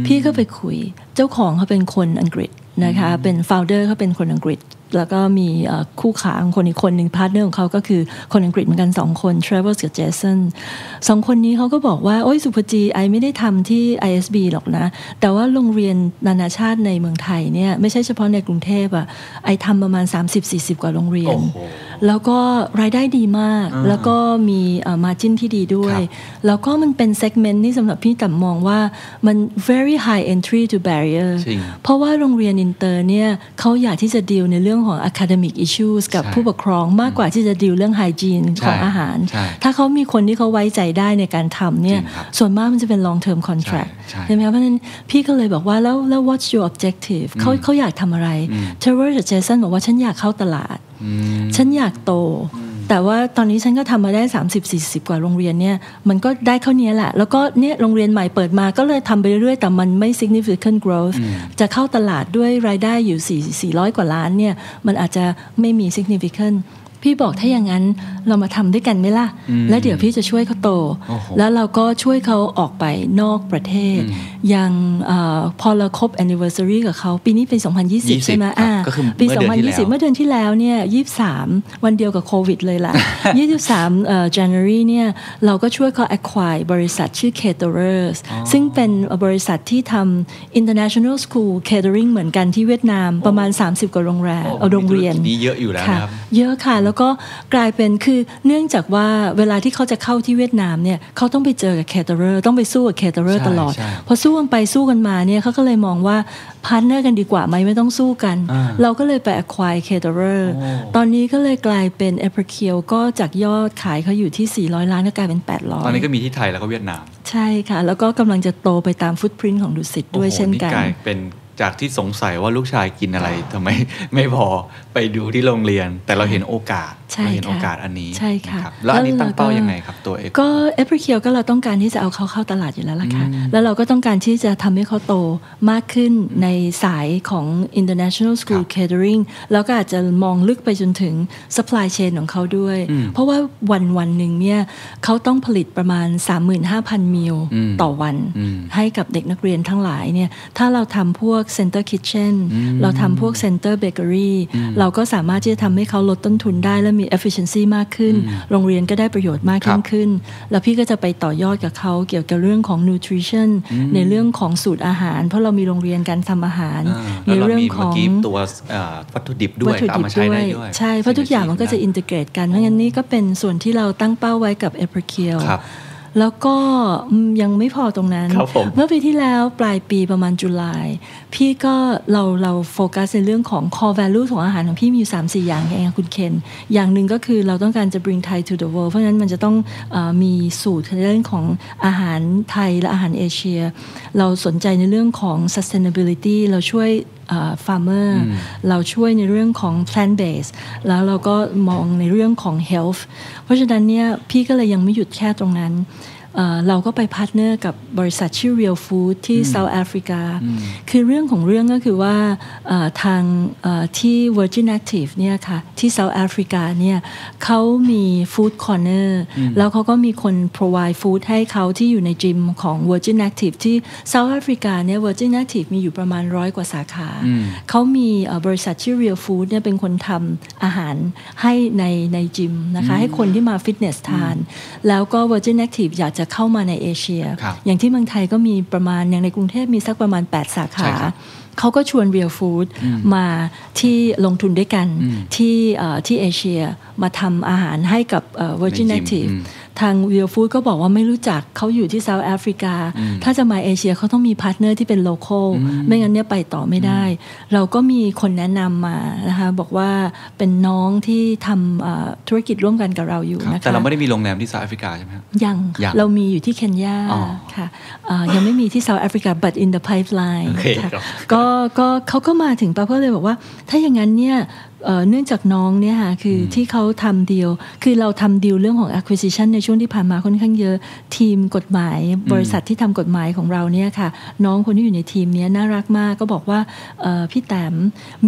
Speaker 6: พี่ก็ไปคุย เจ้าของเขาเป็นคนอังกฤษนะคะ เป็น founder เขาเป็นคนอังกฤษ แล้วก็มีเอ่อคู่ขาของคนอีกคนหนึ่งพาร์ทเนอร์ของเขาก็คือคนอังกฤษเหมือนกันสองคน Travers กับ Jason สองคนนี้เขาก็บอกว่า โอ้ยสุภจีไอไม่ได้ทำที่ ISB หรอกนะ แต่ว่าโรงเรียนนานาชาติในเมืองไทยเนี่ยไม่ใช่เฉพาะในกรุงเทพอะไอทำประมาณ 30-40 กว่าโรงเรียน แล้วก็รายได้ดีมาก แล้วก็มีมาจิ้นที่ดีด้วย แล้วก็มันเป็นเซกเมนต์ที่สำหรับพี่ต่ำมองว่ามัน very high entry to barrier
Speaker 2: จริง
Speaker 6: เพราะว่าโรงเรียนอินเตอร์เนี่ยเขาอยากที่จะดีลในเรื่องของ academic issues กับ
Speaker 2: ใช่
Speaker 6: ผู้ปกครองมากกว่าที่จะดีลเรื่อง hygiene
Speaker 2: ใช่
Speaker 6: ของอาหาร
Speaker 2: ใช่
Speaker 6: ถ้าเขามีคนที่เขาไว้ใจได้ในการทำเนี่
Speaker 2: จ
Speaker 6: ย
Speaker 2: ริงครับ
Speaker 6: ส่วนมากมันจะเป็น long term contract
Speaker 2: ใช่ใช่
Speaker 6: ใช่ไหมคะเพราะฉะนั้นพี่ก็เลยบอกว่าแล้วแล้ว what's your objective เขาเขาอยากทำอะไร Trevor กับ Jason บอกว่าฉันอยากเข้าตลาด
Speaker 2: อืม
Speaker 6: ฉันอยากโต แต่ว่าตอนนี้ฉันก็ทำมาได้ 30 40 กว่าโรงเรียนเนี่ย มันก็ได้เท่านี้แหละ แล้วก็เนี่ยโรงเรียนใหม่เปิดมาก็เลยทำไปเรื่อยๆ แต่มันไม่ significant growth จะเข้าตลาดด้วยรายได้อยู่ 4 400 กว่าล้านเนี่ย มันอาจจะไม่มี significant พี่บอกถ้าอย่างนั้นเรามาทำด้วยกันไหมล่ะ แล้วเดี๋ยวพี่จะช่วยเขาโต
Speaker 2: โอ้โห
Speaker 6: แล้วเราก็ช่วยเขาออกไปนอกประเทศ อย่างเออพอเราครบ anniversary กับเขาปีนี้เป็น 2020 ใช่ไหม
Speaker 2: 20ครับ
Speaker 6: อ่า
Speaker 2: ก็คือ
Speaker 6: ปี
Speaker 2: เมื่อเดือนที่แล้ว
Speaker 6: 2020 เมื่อเดือนที่แล้วเนี่ย23 วันเดียวกับโควิดเลย ล่ะ 23เอ่อ January เนี่ยเราก็ช่วยเขา acquire บริษัทชื่อ Caterers ซึ่งเป็นบริษัทที่ทำ international school catering เหมือนกันที่เวียดนามประมาณ 30 กว่าโรงแรมเอ่อโรงเรียน
Speaker 2: มีธุกิจนี้เยอะอยู่แล้วนะครับ
Speaker 6: เยอะค่ะ แล้วก็กลายเป็นคือเนื่องจากว่าเวลาที่เขาจะเข้าที่เวียดนามเนี่ยเขาต้องไปเจอกับแคเตอร์ต้องไปสู้กับแคเตอ
Speaker 2: ใช่
Speaker 6: ร์ตลอด
Speaker 2: ใช่
Speaker 6: พอสู้กันไปสู้กันมาเนี่ยเขาก็เลยมองว่าพาร์ทเนอร์กันดีกว่าไหมไม่ต้องสู้กัน
Speaker 2: อ่า
Speaker 6: เราก็เลยไป acquire caterer
Speaker 2: โอ้
Speaker 6: ตอนนี้ก็เลยกลายเป็น a p r i c a l ก็จากยอดขายเขาอยู่ที่ 400 ล้านก็กลายเป็น 800
Speaker 2: ตอนนี้ก็มีที่ไทยแล้วก็เวียดนาม
Speaker 6: ใช่ค่ะ แล้วก็กำลังจะโตไปตามฟุตพิ้นของดุสิตด้วย
Speaker 2: โอ้โห
Speaker 6: เช่นกัน
Speaker 2: ลายเป็นจากที่สงสัยว่าลูกชายกินอะไรทำไม ไม่พอไปดูที่โรงเรียน แต่เราเห็นโอกาส
Speaker 6: ใช่
Speaker 2: เราเห็น
Speaker 6: ค่ะ
Speaker 2: โอกาสอันนี้
Speaker 6: ใช่ค่ะ
Speaker 2: นรับแล้วอันนี้
Speaker 6: แล้ว
Speaker 2: ตั้งเป้า
Speaker 6: เราก็
Speaker 2: ยังไงครับตัวเอก
Speaker 6: ก็เอ r เคียวก็เราต้องการที่จะเอาเขาเข้าตลาดอยู่แล้วล่ะค่ะ แล้วเราก็ต้องการที่จะทำให้เขาโตมากขึ้นในสายของ international school
Speaker 2: ครับ
Speaker 6: catering แล้วก็อาจจะมองลึกไปจนถึง supply chain ของเขาด้วย เพราะว่าวันวันหนึ่งเนี่ยเขาต้องผลิตประมาณ 35,000 มิลต่อวัน ให้กับเด็กนักเรียนทั้งหลายเนี่ยถ้าเราทำพวก center kitchen เราทำพวก center bakery เราก็สามารถที่จะทำให้เขาลดต้นทุนได้และมี efficiency มากขึ้น โรงเรียนก็ได้ประโยชน์มาก
Speaker 2: ครั
Speaker 6: ยิ่
Speaker 2: บ
Speaker 6: ง ขึ้นแล้วพี่ก็จะไปต่อยอดกับเขาเกี่ยวกับเรื่องของ nutrition ในเรื่องของสูตรอาหาร เพราะเรามีโรงเรียนการทำอาหาร
Speaker 2: อ่า
Speaker 6: ใน
Speaker 2: แล้วเรา
Speaker 6: เรื่อง
Speaker 2: มี
Speaker 6: ข
Speaker 2: เมื่อ
Speaker 6: อง
Speaker 2: กี้ตัวเอ่อวัตถุดิบด้ว
Speaker 6: วั
Speaker 2: ย
Speaker 6: ตถุ
Speaker 2: เอา
Speaker 6: ดิบ
Speaker 2: มาใช้
Speaker 6: ด้ว
Speaker 2: ได้
Speaker 6: ย
Speaker 2: ด้วย
Speaker 6: ใช่ เพราะทุกอย่างมันก็จะอินทิเกรตกัน เพราะงั้นนี่ก็เป็นส่วนที่เราตั้งเป้าไว้กับ a p r i c a l
Speaker 2: ครับ
Speaker 6: แล้วก็อืมยังไม่พอตรงนั้น
Speaker 2: ครับผม
Speaker 6: เมื่อปีที่แล้วปลายปีประมาณจุลายพี่ก็เราเราโฟกัสในเรื่องของ core value ของอาหารของพี่มีอยู่ 3 4 อย่างเองค่ะคุณเคน อย่างหนึ่งก็คือเราต้องการจะ bring Thai to the world เพราะฉะนั้นมันจะต้องเออมีสูตรในเรื่องของอาหารไทยและอาหารเอเชีย เราสนใจในเรื่องของ sustainability เราช่วยเอ่อ farmer เราช่วยในเรื่องของ plant based แล้วเราก็มองในเรื่องของ health เพราะฉะนั้นเนี่ยพี่ก็เลยยังไม่หยุดแค่ตรงนั้น เอ่อเราก็ไปพาร์ทเนอร์กับบริษัทชื่อ Real Food ที่เซาท์แอฟริกา คือเรื่องของเรื่องก็คือว่าเอ่อทางเอ่อที่ Virgin Active เนี่ยค่ะที่เซาท์แอฟริกาเนี่ยเขามี Food Corner แล้วเขาก็มีคน provide food ให้เขาที่อยู่ในจิมของ Virgin Active ที่เซาท์แอฟริกาเนี่ย Virgin Active มีอยู่ประมาณร้อยกว่าสาขา เขามีเอ่อบริษัทชื่อ Real Food เนี่ยเป็นคนทำอาหารให้ในในจิมนะคะให้คนที่มาฟิตเนสทาน แล้วก็ Virgin Active อยากจะเข้ามาในเอเชีย
Speaker 2: ครับ
Speaker 6: อย่างที่เมืองไทยก็มีประมาณอย่างในกรุงเทพมีสักประมาณ 8 สา
Speaker 2: ใช่
Speaker 6: ขา
Speaker 2: ครับ
Speaker 6: เขาก็ชวน Real Food มาที่ลงทุนด้วยกันที่เอ่อที่เอเชียมาทำอาหารให้กับเอ่อ Virgin
Speaker 2: ในจิม
Speaker 6: Active
Speaker 2: อืม
Speaker 6: ทาง Real Food ก็บอกว่าไม่รู้จักเขาอยู่ที่เซาท์แอฟริกา ถ้าจะมาเอเชียเขาต้องมีพาร์ทเนอร์ที่เป็นโลโ a l ไม่งั้นเนี่ยไปต่อไม่ได้ เราก็มีคนแนะนำมานะคะบอกว่าเป็นน้องที่ทำเอ่อธุรกิจร่วมกันกับเราอยู่
Speaker 2: ครับ
Speaker 6: นะคะ
Speaker 2: แต่เราไม่ได้มีโรงแรมที่เซาท์แอฟริกาใช่ไหมครับ
Speaker 6: ยังค่ะ
Speaker 2: ยัง
Speaker 6: เรามีอยู่ที่เคนยา
Speaker 2: อ๋อ
Speaker 6: ค่ะเอ่อยังไม่มีที่ South Africa but in the pipeline
Speaker 2: โอเค
Speaker 6: ค่ะ
Speaker 2: ครับ
Speaker 6: ก็ก็เขาก็มาถึงปั๊บก็เลยบอกว่า ถ้าอย่างนั้นเนี่ยเอ่อเนื่องจากน้องเนี่ยค่ะคืออที่เขาทำดีลคือเราทำดีลเรื่องของ acquisition ในช่วงที่ผ่านมาค่อนข้างเยอะ ทีมกฎหมายบริษัทที่ทำกฎหมายของเราเนี่ยค่ะ น้องคนที่อยู่ในทีมเนี้ยน่ารักมากก็บอกว่าเอ่อพี่แต้ม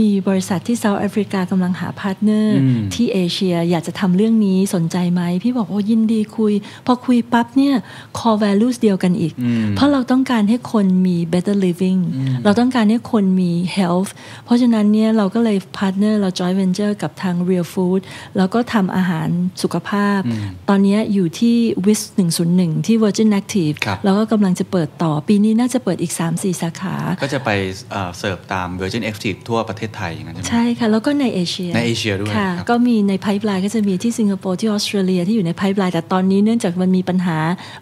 Speaker 6: มีบริษัทที่ South Africa กำลังหาพาร์ทเนอร์
Speaker 2: อืม
Speaker 6: ที่เอเชียอยากจะทำเรื่องนี้สนใจไหม พี่บอกโอ้ยินดีคุย พอคุยปั๊บเนี่ย core values เดียวกันอีก เพราะเราต้องการให้คนมี better living เราต้องการให้คนมี health เพราะฉะนั้นเนี่ยเราก็เลย partner เรา joint venture กับทาง real food แล้วก็ทำอาหารสุขภาพ ตอนเนี้ยอยู่ที่ wis 101 ที่ virgin active
Speaker 2: ครับ
Speaker 6: แล้วก็กำลังจะเปิดต่อปีนี้น่าจะเปิดอีก 3-4 สาขา
Speaker 2: ก็จะไปเอ่อเสิร์ฟตาม Virgin Active ทั่วประเทศไทยอย่างนั้นใช่ไหม
Speaker 6: ใช่ค่ะ แล้วก็ในเอเชีย
Speaker 2: ในเอเชียด้วยค
Speaker 6: ค่ะ
Speaker 2: รับ
Speaker 6: ก็มีในไพ p e ไลน์ก็จะมีที่สิงคโปร์ที่ออสเตรเลียที่อยู่ในไพ p e ไลน์แต่ตอนนี้เนื่องจากมันมีปัญหา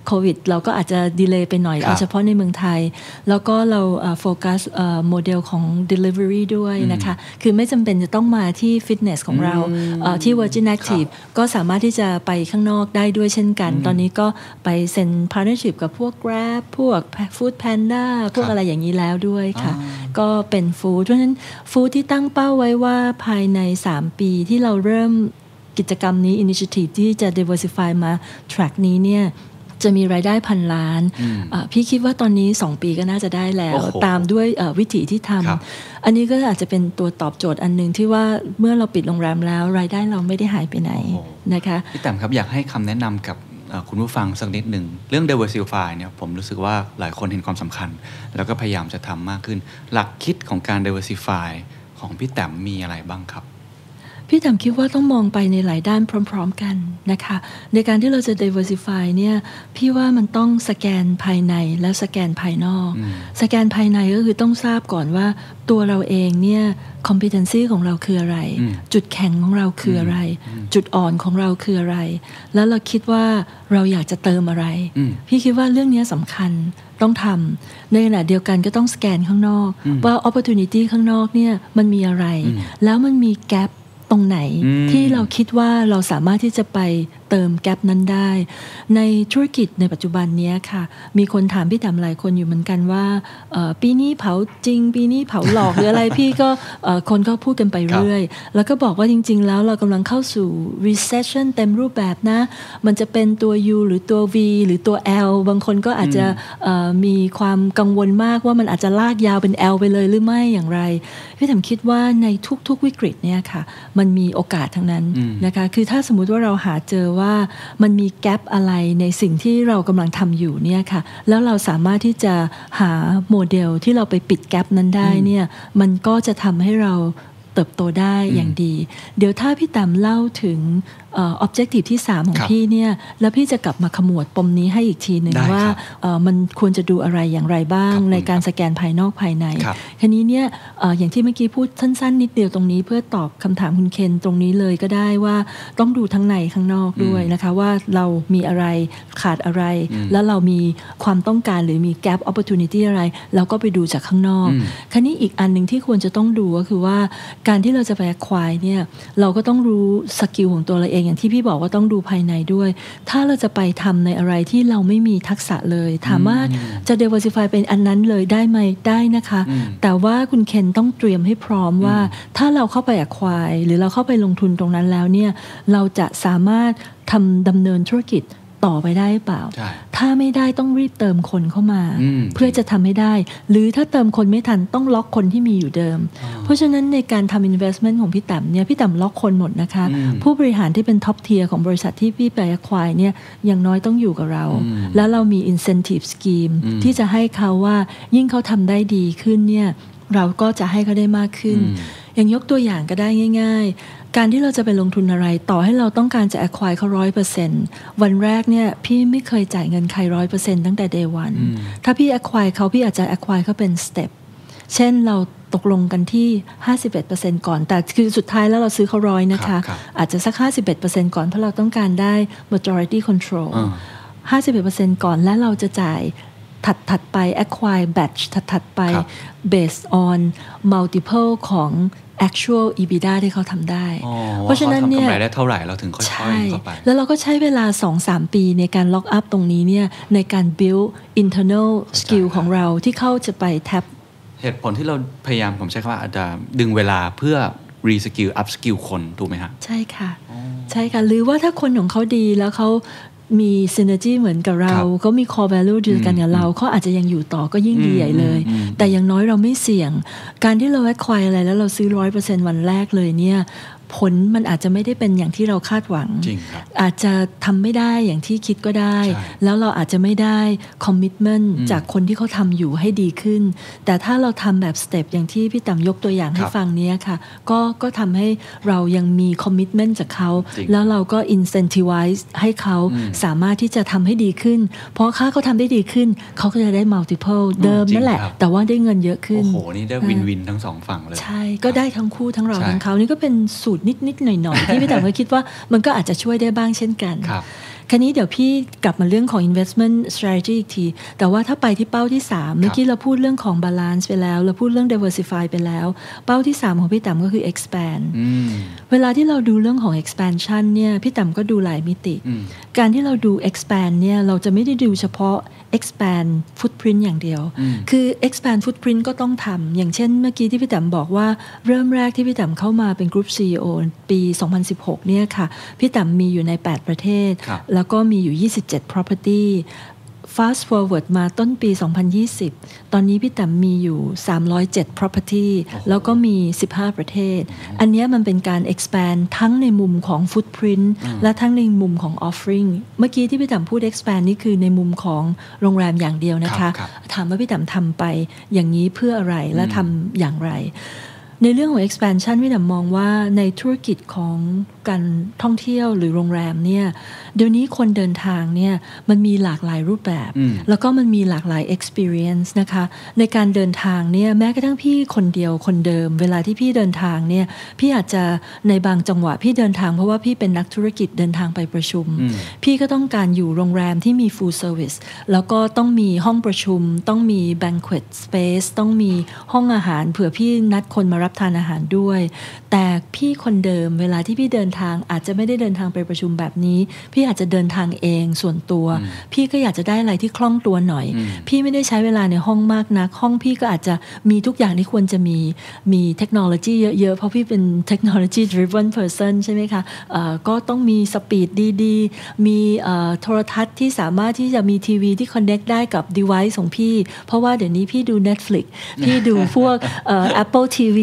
Speaker 6: โควิด เราก็อาจจะดีเลย์ไปหน่อย
Speaker 2: ครับ
Speaker 6: เอาเฉพาะในเมืองไทย แล้วก็เราโฟกัสโมเดลของ Delivery ด้วยนะคะ คือไม่จำเป็นจะต้องมาที่ฟิตเนสของเราเอ่อที่ Virgin Active ก็สามารถที่จะไปข้างนอกได้ด้วยเช่นกัน ตอนนี้ก็ไปเซ็นพาร์ n เนอร์ชิพกับพวก Grab พวก Food Panda
Speaker 2: ค
Speaker 6: พว
Speaker 2: รั
Speaker 6: ก
Speaker 2: บ
Speaker 6: อะไรอย่างนี้แล้วด้วยค่ะ ก็เป็นฟู้ดเพราะฉะนั้นฟู้ดที่ตั้งเป้าไว้ว่าภายใน 3 ปีที่เราเริ่มกิจกรรมนี้ initiative ที่จะ diversify มา track นี้เนี่ยจะมีรายได้พันล้านอ่ะพี่คิดว่าตอนนี้ 2 ปีก็น่าจะได้แล้ว
Speaker 2: โอ้โห
Speaker 6: ตามด้วยเอ่อวิถีที่ท
Speaker 2: ครับ
Speaker 6: ำอันนี้ก็อาจจะเป็นตัวตอบโจทย์อันหนึ่งที่ว่าเมื่อเราปิดโรงแรมแล้ว รายได้เราไม่ได้หายไปไหนนะคะ
Speaker 2: พี่แต้มครับอยากให้คำแนะนำกับเอ่อคุณผู้ฟังสักนิดหนึ่ง เรื่อง diversify เนี่ยผมรู้สึกว่าหลายคนเห็นความสำคัญ แล้วก็พยายามจะทำมากขึ้น หลักคิดของการ diversify ของพี่แต้มมีอะไรบ้างครับ
Speaker 6: พี่แต๋มคิดว่าต้องมองไปในหลายด้านพร้อม ๆ กันนะคะ ในการที่เราจะ diversify เนี่ยพี่ว่ามันต้องสแกนภายในแล้วสแกนภายนอก สแกนภายในก็คือต้องทราบก่อนว่าตัวเราเองเนี่ย competency ของเราคืออะไร
Speaker 2: อืม
Speaker 6: จุดแข็งของเราคืออะไร จุดอ่อนของเราคืออะไร แล้วเราคิดว่าเราอยากจะเติมอะไร
Speaker 2: อืม
Speaker 6: พี่คิดว่าเรื่องเนี้ยสำคัญต้องทำในขณะเดียวกันก็ต้องสแกนข้างนอก ว่า opportunity ข้างนอกเนี่ยมันมีอะไร แล้วมันมีแกลบตรงไหน
Speaker 2: อืม
Speaker 6: ที่เราคิดว่าเราสามารถที่จะไปเติมแกลบนั้นได้ ในธุรกิจในปัจจุบันเนี้ยค่ะ มีคนถามพี่แตมหลายคนอยู่เหมือนกันว่าเอ่อปีนี้เผาจริง ปีนี้เผาหลอกหรืออะไร พี่ก็เอ่อคนก็พูดกันไปเรื่อย แล้วก็บอกว่าจริง ๆ แล้วเรากำลังเข้าสู่ recession เต็มรูปแบบนะ มันจะเป็นตัว U หรือตัว V หรือตัว L บางคนก็อาจจะเอ่อมีความกังวลมากว่ามันอาจจะลากยาวเป็น L ไปเลยหรือไม่อย่างไร พี่แตมคิดว่าในทุกๆวิกฤตเนี่ยค่ะ มันมีโอกาสทั้งนั้นนะคะ คือถ้าสมมุติว่าเราหาเจอว่ามันมีแกลบอะไรในสิ่งที่เรากำลังทำอยู่เนี่ยค่ะ แล้วเราสามารถที่จะหาโมเดลที่เราไปปิดแกลบนั้นได้เนี่ย มันก็จะทำให้เราเติบโตได้อย่างดี เดี๋ยวถ้าพี่ตามเล่าถึงเอ่อ objective ที่ 3 ของ
Speaker 2: ครับ
Speaker 6: พี่เนี่ย แล้วพี่จะกลับมาขมวดปมนี้ให้อีกทีหนึ่ง
Speaker 2: ได้
Speaker 6: ว่า
Speaker 2: ครับ
Speaker 6: เอ่อมันควรจะดูอะไรอย่างไรบ้าง
Speaker 2: ขอบคุณ
Speaker 6: ในการสแกนภายนอกภายใน
Speaker 2: ครับ
Speaker 6: ทีนี้เนี่ยเอออย่างที่เมื่อกี้พูดสั้นๆ นิดเดียวตรงนี้เพื่อตอบคำถามคุณเคนตรงนี้เลยก็ได้ว่าต้องดูทั้งในข้างนอกด้วยนะคะว่าเรามีอะไรขาดอะไร แล้วเรามีความต้องการหรือมี gap opportunity อะไร เราก็ไปดูจากข้างนอก คันนี้อีกอันหนึ่งที่ควรจะต้องดูก็คือว่าการที่เราจะไปควายเนี่ยเราก็ต้องรู้สกิลของตัวเราเองอย่างที่พี่บอกว่าต้องดูภายในด้วย ถ้าเราจะไปทำในอะไรที่เราไม่มีทักษะเลยถามว่าจะ diversify เป็นอันนั้นเลยได้ไหมได้นะคะ แต่ว่าคุณเคนต้องเตรียมให้พร้อมว่า ถ้าเราเข้าไปอควายหรือเราเข้าไปลงทุนตรงนั้นแล้วเนี่ยเราจะสามารถทำดำเนินธุรกิจ ต่อไปได้หรือเปล่า
Speaker 2: ใช่
Speaker 6: ถ้าไม่ได้ต้องรีบเติมคนเข้ามา
Speaker 2: อืม
Speaker 6: เพื่อจะทำให้ได้ หรือถ้าเติมคนไม่ทันต้องล็อกคนที่มีอยู่เดิม เพราะฉะนั้นในการทำ investment ของพี่ต่ำเนี่ยพี่ต่ำล็อกคนหมดนะคะ
Speaker 2: อืม
Speaker 6: ผู้บริหารที่เป็นท็อปเทียของบริษัทที่พี่ไปควายเนี่ยอย่างน้อยต้องอยู่กับเรา
Speaker 2: อืม
Speaker 6: แล้วเรามี incentive scheme
Speaker 2: อืม
Speaker 6: ที่จะให้เขาว่ายิ่งเขาทำได้ดีขึ้นเนี่ยเราก็จะให้เขาได้มากขึ้น อย่างยกตัวอย่างก็ได้ง่ายๆ การที่เราจะไปลงทุนอะไร ต่อให้เราต้องการจะ acquire เขาร้อยเปอร์เซนต์วันแรกเนี่ยพี่ไม่เคยจ่ายเงินใครร้อยเปอร์เซนต์ตั้งแต่ day one ถ้าพี่ acquire เขาพี่อาจจะ acquire เขาเป็น step เช่นเราตกลงกันที่ 51%ก่อน แต่คือสุดท้ายแล้วเราซื้อเขาร้อยนะคะ
Speaker 2: ครับ
Speaker 6: อาจจะสัก 51%ก่อนเพราะเราต้องการได้ majority control
Speaker 2: อ่า
Speaker 6: 51%ก่อนและเราจะจ่ายถัดถัดๆไป acquire batch ถัดถัดๆไป
Speaker 2: ครับ
Speaker 6: based on multiple ของ actual EBITDA ที่เขาทำได้
Speaker 2: อ๋อ
Speaker 6: เพราะฉะนั้นเนี่ย
Speaker 2: ว่ขทำกำไรได้เท่าไหร่เราถึงค่อย
Speaker 6: ใช่
Speaker 2: ๆเข้าไป
Speaker 6: แล้วเราก็ใช้เวลา 2-3 ปีในการล็อกอัพตรงนี้เนี่ยในการ build internal
Speaker 2: ค
Speaker 6: skill
Speaker 2: รับ
Speaker 6: ของเราที่เข้าจะไป tap
Speaker 2: เหตุผลที่เราพยายามผมใช้คำว่าอาจจะดึงเวลาเพื่อรีสกิลอัพสกิลคนถูกไหมฮะ
Speaker 6: ใช่ค่ะ ใช่ค่ะ หรือว่าถ้าคนของเขาดีแล้วเขามี synergy เหมือนกับเรา
Speaker 2: ครับ
Speaker 6: เขามี core value เดียวกันกับเราเขาอาจจะยังอยู่ต่อก็ยิ่งดี
Speaker 2: อืม
Speaker 6: ใหญ่เลย
Speaker 2: อืมอืม
Speaker 6: แต่อย่างน้อยเราไม่เสี่ยง การที่เราแวะควายอะไรแล้วเราซื้อร้อยเปอร์เซ็นวันแรกเลยเนี่ย ผลมันอาจจะไม่ได้เป็นอย่างที่เราคาดหวัง
Speaker 2: จริงครับ
Speaker 6: อาจจะทำไม่ได้อย่างที่คิดก็ได้
Speaker 2: ใช่
Speaker 6: แล้วเราอาจจะไม่ได้คอมมิชเมนต์
Speaker 2: อืม
Speaker 6: จากคนที่เขาทำอยู่ให้ดีขึ้น แต่ถ้าเราทำแบบสเต็ปอย่างที่พี่ต่ำยกตัวอย่างให้
Speaker 2: ครับ
Speaker 6: ฟังเนี้ยค่ะ ก็ก็ทำให้เรายังมีคอมมิชเมนต์จากเขา
Speaker 2: จริง
Speaker 6: แล้วเราก็อินเซนティ i ไ e ให้เขา
Speaker 2: อืม
Speaker 6: สามารถที่จะทำให้ดีขึ้น เพราะค่าเขาทำได้ดีขึ้น เขาก็จะได้ multiple เดิมนั่นแหละ
Speaker 2: จริงครับ
Speaker 6: แต่ว่าได้เงินเยอะขึ้น
Speaker 2: โอ้โห นี่ได้วินวินทั้งสองฝั่งเลย
Speaker 6: ใช่ก็ได้ทั้งคู่ทั้งเรา
Speaker 2: ใช่
Speaker 6: ทั้งเขานี่ก็เป็นสูตรนิดๆหน่อยๆที่พี่แต่ก็คิดว่ามันก็อาจจะช่วยได้บ้างเช่นกัน
Speaker 2: ครับ
Speaker 6: คันนี้เดี๋ยวพี่กลับมาเรื่องของ investment strategy อีกที แต่ว่าถ้าไปที่เป้าที่ 3 เมื่อกี้เราพูดเรื่องของ balance ไปแล้ว เราพูดเรื่อง diversify ไปแล้ว เป้าที่ 3 ของพี่ต่ำก็คือ expand
Speaker 2: อืม
Speaker 6: เวลาที่เราดูเรื่องของ expansion เนี่ยพี่ต่ำก็ดูหลายมิติ
Speaker 2: อืม
Speaker 6: การที่เราดู expand เนี่ยเราจะไม่ได้ดูเฉพาะ expand footprint อย่างเดียว คือ expand footprint ก็ต้องทำ อย่างเช่นเมื่อกี้ที่พี่แต๋มบอกว่าเริ่มแรกที่พี่แต๋มเข้ามาเป็น Group CEO ปี 2016 เนี่ยค่ะ พี่แต๋มมีอยู่ใน 8 ประเทศ
Speaker 2: ครับ
Speaker 6: แล้วก็มีอยู่ 27 property fast forward มาต้นปี 2020 ตอนนี้พี่แต๋มมีอยู่ 307 property แล้วก็มี 15 ประเทศ อันเนี้ยมันเป็นการ expand ทั้งในมุมของ footprint และทั้งในมุมของ offering เมื่อกี้ที่พี่แต๋มพูด expand นี่คือในมุมของโรงแรมอย่างเดียวนะ
Speaker 2: ครั
Speaker 6: คะ
Speaker 2: บครับ
Speaker 6: ถามว่าพี่ดำทำไปอย่างนี้เพื่ออะไรและทำอย่างไร ในเรื่องของ expansion พี่ดำมองว่าในธุรกิจของการท่องเที่ยวหรือโรงแรมเนี่ยเดี๋ยวนี้คนเดินทางเนี่ยมันมีหลากหลายรูปแบบ
Speaker 2: อืม
Speaker 6: แล้วก็มันมีหลากหลาย experience นะคะ ในการเดินทางเนี่ยแม้กระทั่งพี่คนเดียวคนเดิม เวลาที่พี่เดินทางเนี่ยพี่อาจจะในบางจังหวะพี่เดินทางเพราะว่าพี่เป็นนักธุรกิจเดินทางไปประชุม พี่ก็ต้องการอยู่โรงแรมที่มี full service แล้วก็ต้องมีห้องประชุม ต้องมี banquet space ต้องมีห้องอาหารเผื่อพี่นัดคนมารับทานอาหารด้วย แต่พี่คนเดิมเวลาที่พี่เดินทางอาจจะไม่ได้เดินทางไปประชุมแบบนี้ พี่อาจจะเดินทางเองส่วนตัว พี่ก็อยากจะได้อะไรที่คล่องตัวหน่อย พี่ไม่ได้ใช้เวลาในห้องมากนัก ห้องพี่ก็อาจจะมีทุกอย่างที่ควรจะมี มีเทคโนโลยีเยอะๆ เพราะพี่เป็นเทคโนโลยี driven person ใช่ไหมคะเอ่อก็ต้องมีสปีดดีๆ มีเอ่อโทรทัศน์ที่สามารถที่จะมีทีวีที่ connect ได้กับ device ของพี่ เพราะว่าเดี๋ยวนี้พี่ดู Netflix พี่ดูพ วกเอ่อ Apple TV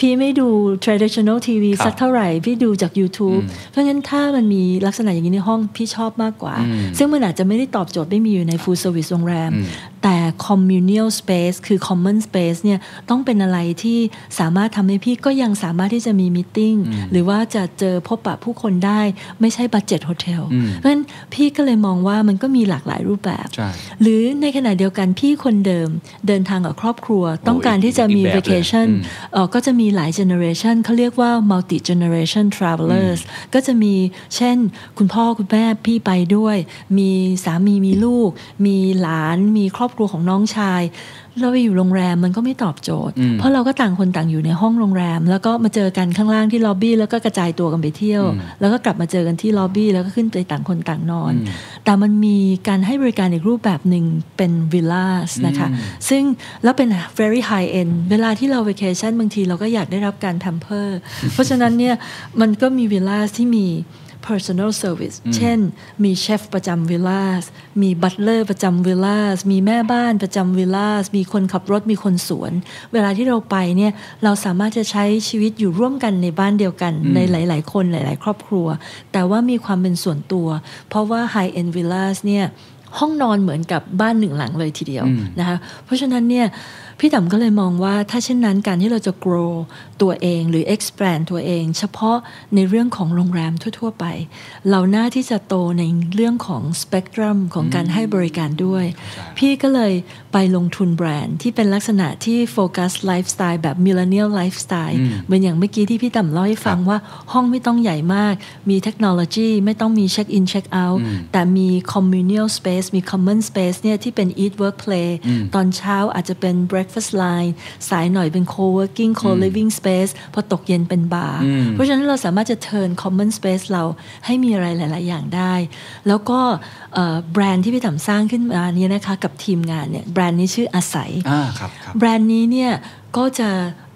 Speaker 6: พี่ไม่ดู traditional TV
Speaker 2: ครับ
Speaker 6: สักเท่าไหร่ พี่ดูจาก YouTube เพราะงั้นถ้ามันมีลักษณะอย่างนี้ในห้องพี่ชอบมากกว่า ซึ่งมันอาจจะไม่ได้ตอบโจทย์ไม่มีอยู่ใน full service โรงแรม แต่ communal space คือ common space เนี่ยต้องเป็นอะไรที่สามารถทำให้พี่ก็ยังสามารถที่จะมีม e e t ิ n g หรือว่าจะเจอพบปะผู้คนได้ไม่ใช่บั d เจ็ตโฮเทลเพราะฉะนั้นพี่ก็เลยมองว่ามันก็มีหลากหลายรูปแบบ
Speaker 2: ใช่
Speaker 6: หรือในขณะเดียวกันพี่คนเดิมเดินทางกับครอบครัว ต้องการที่จะมี
Speaker 2: อีกแบบเลย
Speaker 6: vacation เอ่อก็จะมีหลาย generation เขาเรียกว่า multi generation travelers ก็จะมีเช่น คุณพ่อคุณแม่พี่ไปด้วย มีสามีมีลูก มีหลานมีครอบครัวของน้องชาย เราไปอยู่โรงแรมมันก็ไม่ตอบโจทย์ เพราะเราก็ต่างคนต่างอยู่ในห้องโรงแรม แล้วก็มาเจอกันข้างล่างที่ล็อบบี้แล้วก็กระจายตัวกันไปเที่ยว แล้วก็กลับมาเจอกันที่ล็อบบี้แล้วก็ขึ้นไปต่างคนต่างนอน แต่มันมีการให้บริการอีกรูปแบบหนึ่งเป็นวิลล่านะคะ ซึ่งแล้วเป็น very high end เวลาที่เรา vacation บางทีเราก็อยากได้รับการ pamper เพราะฉะนั้นเนี่ยมันก็มีวิลล่าที่มี personal service เช่น มีเชฟประจำวิลล่าสมีบัตเลอร์ประจำวิลล่าสมีแม่บ้านประจำวิลล่าสมีคนขับรถมีคนสวน เวลาที่เราไปเนี่ยเราสามารถจะใช้ชีวิตอยู่ร่วมกันในบ้านเดียวกันในหลาย ๆ คนหลาย ๆ ครอบครัว แต่ว่ามีความเป็นส่วนตัว เพราะว่า high end villas เนี่ย ห้องนอนเหมือนกับบ้านหนึ่งหลังเลยทีเดียวนะคะเพราะฉะนั้นเนี่ยพี่ต่ำก็เลยมองว่าถ้าเช่นนั้นการที่เราจะ grow ตัวเองหรือ expand ตัวเอง เฉพาะในเรื่องของโรงแรมทั่ว ๆ ไป เราหน้าที่จะโตในเรื่องของ spectrum ของการให้บริการด้วย พี่ก็เลยไปลงทุนแบรนด์ที่เป็นลักษณะที่โฟกัสไลฟ์สไตล์แบบ millennial lifestyle เหมือนอย่างเมื่อกี้ที่พี่ต่ำเล่าให้ฟังว่าห้องไม่ต้องใหญ่มาก มีเทคโนโลยีไม่ต้องมีเช็คอินเช็คเอาท์แต่มี communal space มี common space เนี่ยที่เป็น eat work play ตอนเช้าอาจจะเป็น breakfast line สายหน่อยเป็น co-working co-living space พอตกเย็นเป็นบาร์ เพราะฉะนั้นเราสามารถจะ turn common space เราให้มีอะไรหลาย ๆ อย่างได้ แล้วก็เอ่อแบรนด์ที่พี่ต่ำสร้างขึ้นมาเนี่ยนะคะกับทีมงานเนี่ยแบรนด์นี้ชื่ออาศัย
Speaker 2: อ่าครับครับ
Speaker 6: แบรนด์นี้เนี่ยก็จะ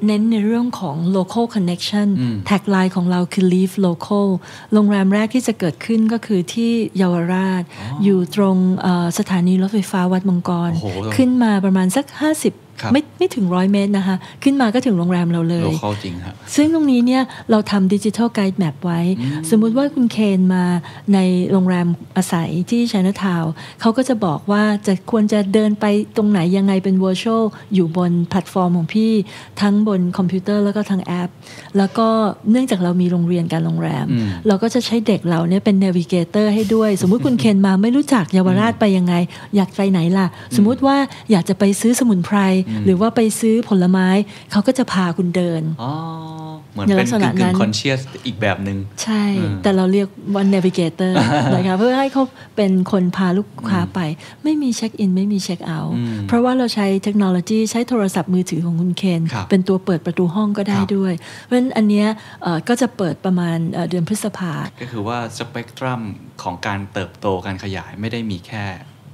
Speaker 6: เน้นในเรื่องของ local connection แท็กไลน์ของเราคือ live local โรงแรมแรกที่จะเกิดขึ้นก็คือที่เยาวราช อยู่ตรงเอ่อสถานีรถไฟฟ้าวัดมังกร
Speaker 2: โอ้โห
Speaker 6: ขึ้นมาประมาณสัก
Speaker 2: ครับ
Speaker 6: 50 ไม่ไม่ถึงร้อยเมตรนะคะ ขึ้นมาก็ถึงโรงแรมเราเล
Speaker 2: โล
Speaker 6: ย
Speaker 2: เคอลจริงฮะ
Speaker 6: ซึ่งตรงนี้เนี่ยเราทำดิจิทัลไกด์แมปไว้ สมมุติว่าคุณเคนมาในโรงแรมอาศัยที่ช i น a ทาวเขาก็จะบอกว่าจะควรจะเดินไปตรงไหนยังไงเป็นเวอร์ชวลอยู่บนแพลตฟอร์มของพี่ ทั้งบนคอมพิวเตอร์แล้วก็ทางแอป แล้วก็เนื่องจากเรามีโรงเรียนการโรงแรม เราก็จะใช้เด็กเราเนี่ยเป็นเนวิเกเตอร์ให้ด้วย สมมุติคุณเคนมาไม่รู้จักเยาวราชไปยังไง อยากไปไหนล่ะ สมมุติว่าอยากจะไปซื้อสมุนไพรหรือว่าไปซื้อผลไม้เขาก็จะพาคุณเดิน
Speaker 2: อ๋อ เหมือน
Speaker 6: ในลั
Speaker 2: เป็น
Speaker 6: กษณะ
Speaker 2: กึ่งกึ่
Speaker 6: นั้น
Speaker 2: งคอนเชียสอีกแบบหนึ่ง
Speaker 6: ใช่ แต่เราเรียกว่า navigator นะคะเพื่อให้เขาเป็นคนพาลูกค้าไป ไม่มีเช็คอินไม่มีเช็คเอาท์
Speaker 2: อืม
Speaker 6: เพราะว่าเราใช้เทคโนโลยีใช้โทรศัพท์มือถือของคุณเคน
Speaker 2: ครับ
Speaker 6: เป็นตัวเปิดประตูห้องก็ได้
Speaker 2: ครับ
Speaker 6: ด้วย เพราะฉะนั้นอันเนี้ยเอ่อก็จะเปิดประมาณเอ่อเดือนพฤษภา
Speaker 2: ก็คือว่าสเปกตรัมของการเติบโตการขยายไม่ได้มีแค่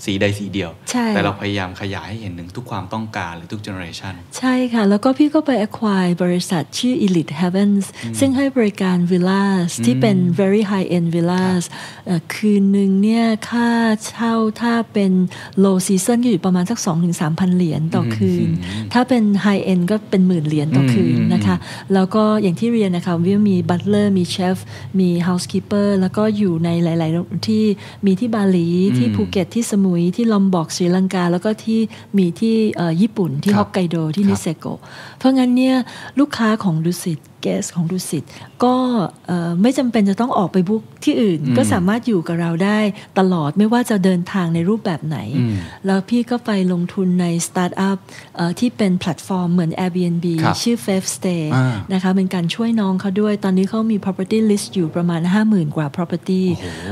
Speaker 2: สีใดสีเดียว
Speaker 6: ใช่
Speaker 2: แต่เราพยายามขยายให้เห็นถึงทุกความต้องการหรือทุกเจเนอเรชัน
Speaker 6: ใช่ค่ะ แล้วก็พี่ก็ไป acquire บริษัทชื่อ Elite Heavens ซึ่งให้บริการวิลล่าที่เป็น very high end villas เอ่อคืนหนึ่งเนี่ย ค่าเช่าถ้าเป็น low season ก็อยู่ประมาณสัก 2-3,000 เหรียญต่อคืน ถ้าเป็น high end ก็เป็นหมื่นเหรียญต่อคืนนะคะ แล้วก็อย่างที่เรียนนะคะวิวมีบัตเลอร์มีเชฟมี housekeeper แล้วก็อยู่ในหลาย ๆ ที่มีที่บาหลีที่ภูเก็ตที่สมุยที่ลอมบอกศรีลังกา แล้วก็ที่มีที่เอ่อญี่ปุ่นที่
Speaker 2: ครับ
Speaker 6: ฮอกไกโดที่นิเซโกะเพราะงั้นเนี่ยลูกค้าของดุสิตเกสของดุสิตก็เอ่อไม่จำเป็นจะต้องออกไปบุ๊กที่อื่น ก็สามารถอยู่กับเราได้ตลอดไม่ว่าจะเดินทางในรูปแบบไหน แล้วพี่ก็ไปลงทุนในสตาร์ทอัพเอ่อที่เป็นแพลตฟอร์มเหมือน Airbnb
Speaker 2: ครับ
Speaker 6: ชื่อ Faith Stay
Speaker 2: อ่า
Speaker 6: นะคะเป็นการช่วยน้องเขาด้วย ตอนนี้เขามี property list อยู่ประมาณ 50,000 กว่า property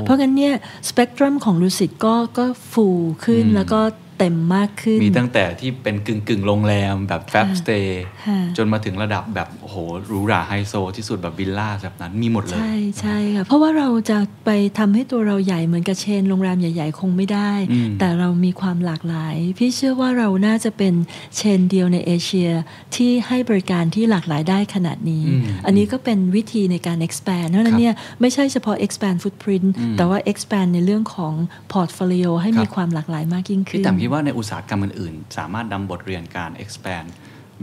Speaker 6: เพราะงั้นเนี่ยสเปกตรัมของลูสิตก็ก็ฟูขึ้นแล้วก็เต็มมากขึ้น
Speaker 2: มีตั้งแต่ที่เป็นกึ่งกึ่งๆโรงแรมแบบแฟบสเตย์
Speaker 6: ค่ะ
Speaker 2: จนมาถึงระดับแบบโอ้โหหรูหราไฮโซที่สุดแบบวิลล่าแบบนั้นมีหมดเลย
Speaker 6: ใช่ใช่ค่ะ เพราะว่าเราจะไปทำให้ตัวเราใหญ่เหมือนกับเชนโรงแรมใหญ่ ๆ คงไม่ได้
Speaker 2: อืม
Speaker 6: แต่เรามีความหลากหลาย พี่เชื่อว่าเราน่าจะเป็นเชนเดียวในเอเชียที่ให้บริการที่หลากหลายได้ขนาดนี้ อันนี้ก็เป็นวิธีในการ expand เพราะฉะนั้นเนี่ยไม่ใช่เฉพาะ expand footprint แต่ว่า expand ในเรื่องของ portfolio ให้มีความหลากหลายมากยิ่งขึ้
Speaker 2: พี่
Speaker 6: น
Speaker 2: ต่ำคิดว่าในอุตสาหกรรมอื่นๆ สามารถนำบทเรียนการ expand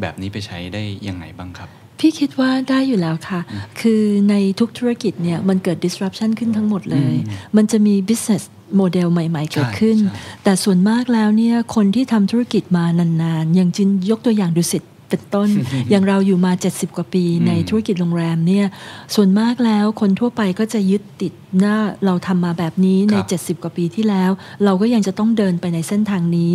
Speaker 2: แบบนี้ไปใช้ได้ยังไงบ้างครับ
Speaker 6: พี่คิดว่าได้อยู่แล้วค่ะ คือในทุกธุรกิจเนี่ยมันเกิด disruption ขึ้นทั้งหมดเลย มันจะมี business model ใหม่ ๆ เกิดขึ้น
Speaker 2: ใช่
Speaker 6: แต่ส่วนมากแล้วเนี่ยคนที่ทำธุรกิจมานานๆ อย่างจินยกตัวอย่างดุสิตเป็น ต้น อย่างเราอยู่มา 70 กว่าปีในธุรกิจโรงแรมเนี่ยส่วนมากแล้วคนทั่วไปก็จะยึดติดหน้าเราทำมาแบบนี้ใน 70 กว่าปีที่แล้ว เราก็ยังจะต้องเดินไปในเส้นทางนี้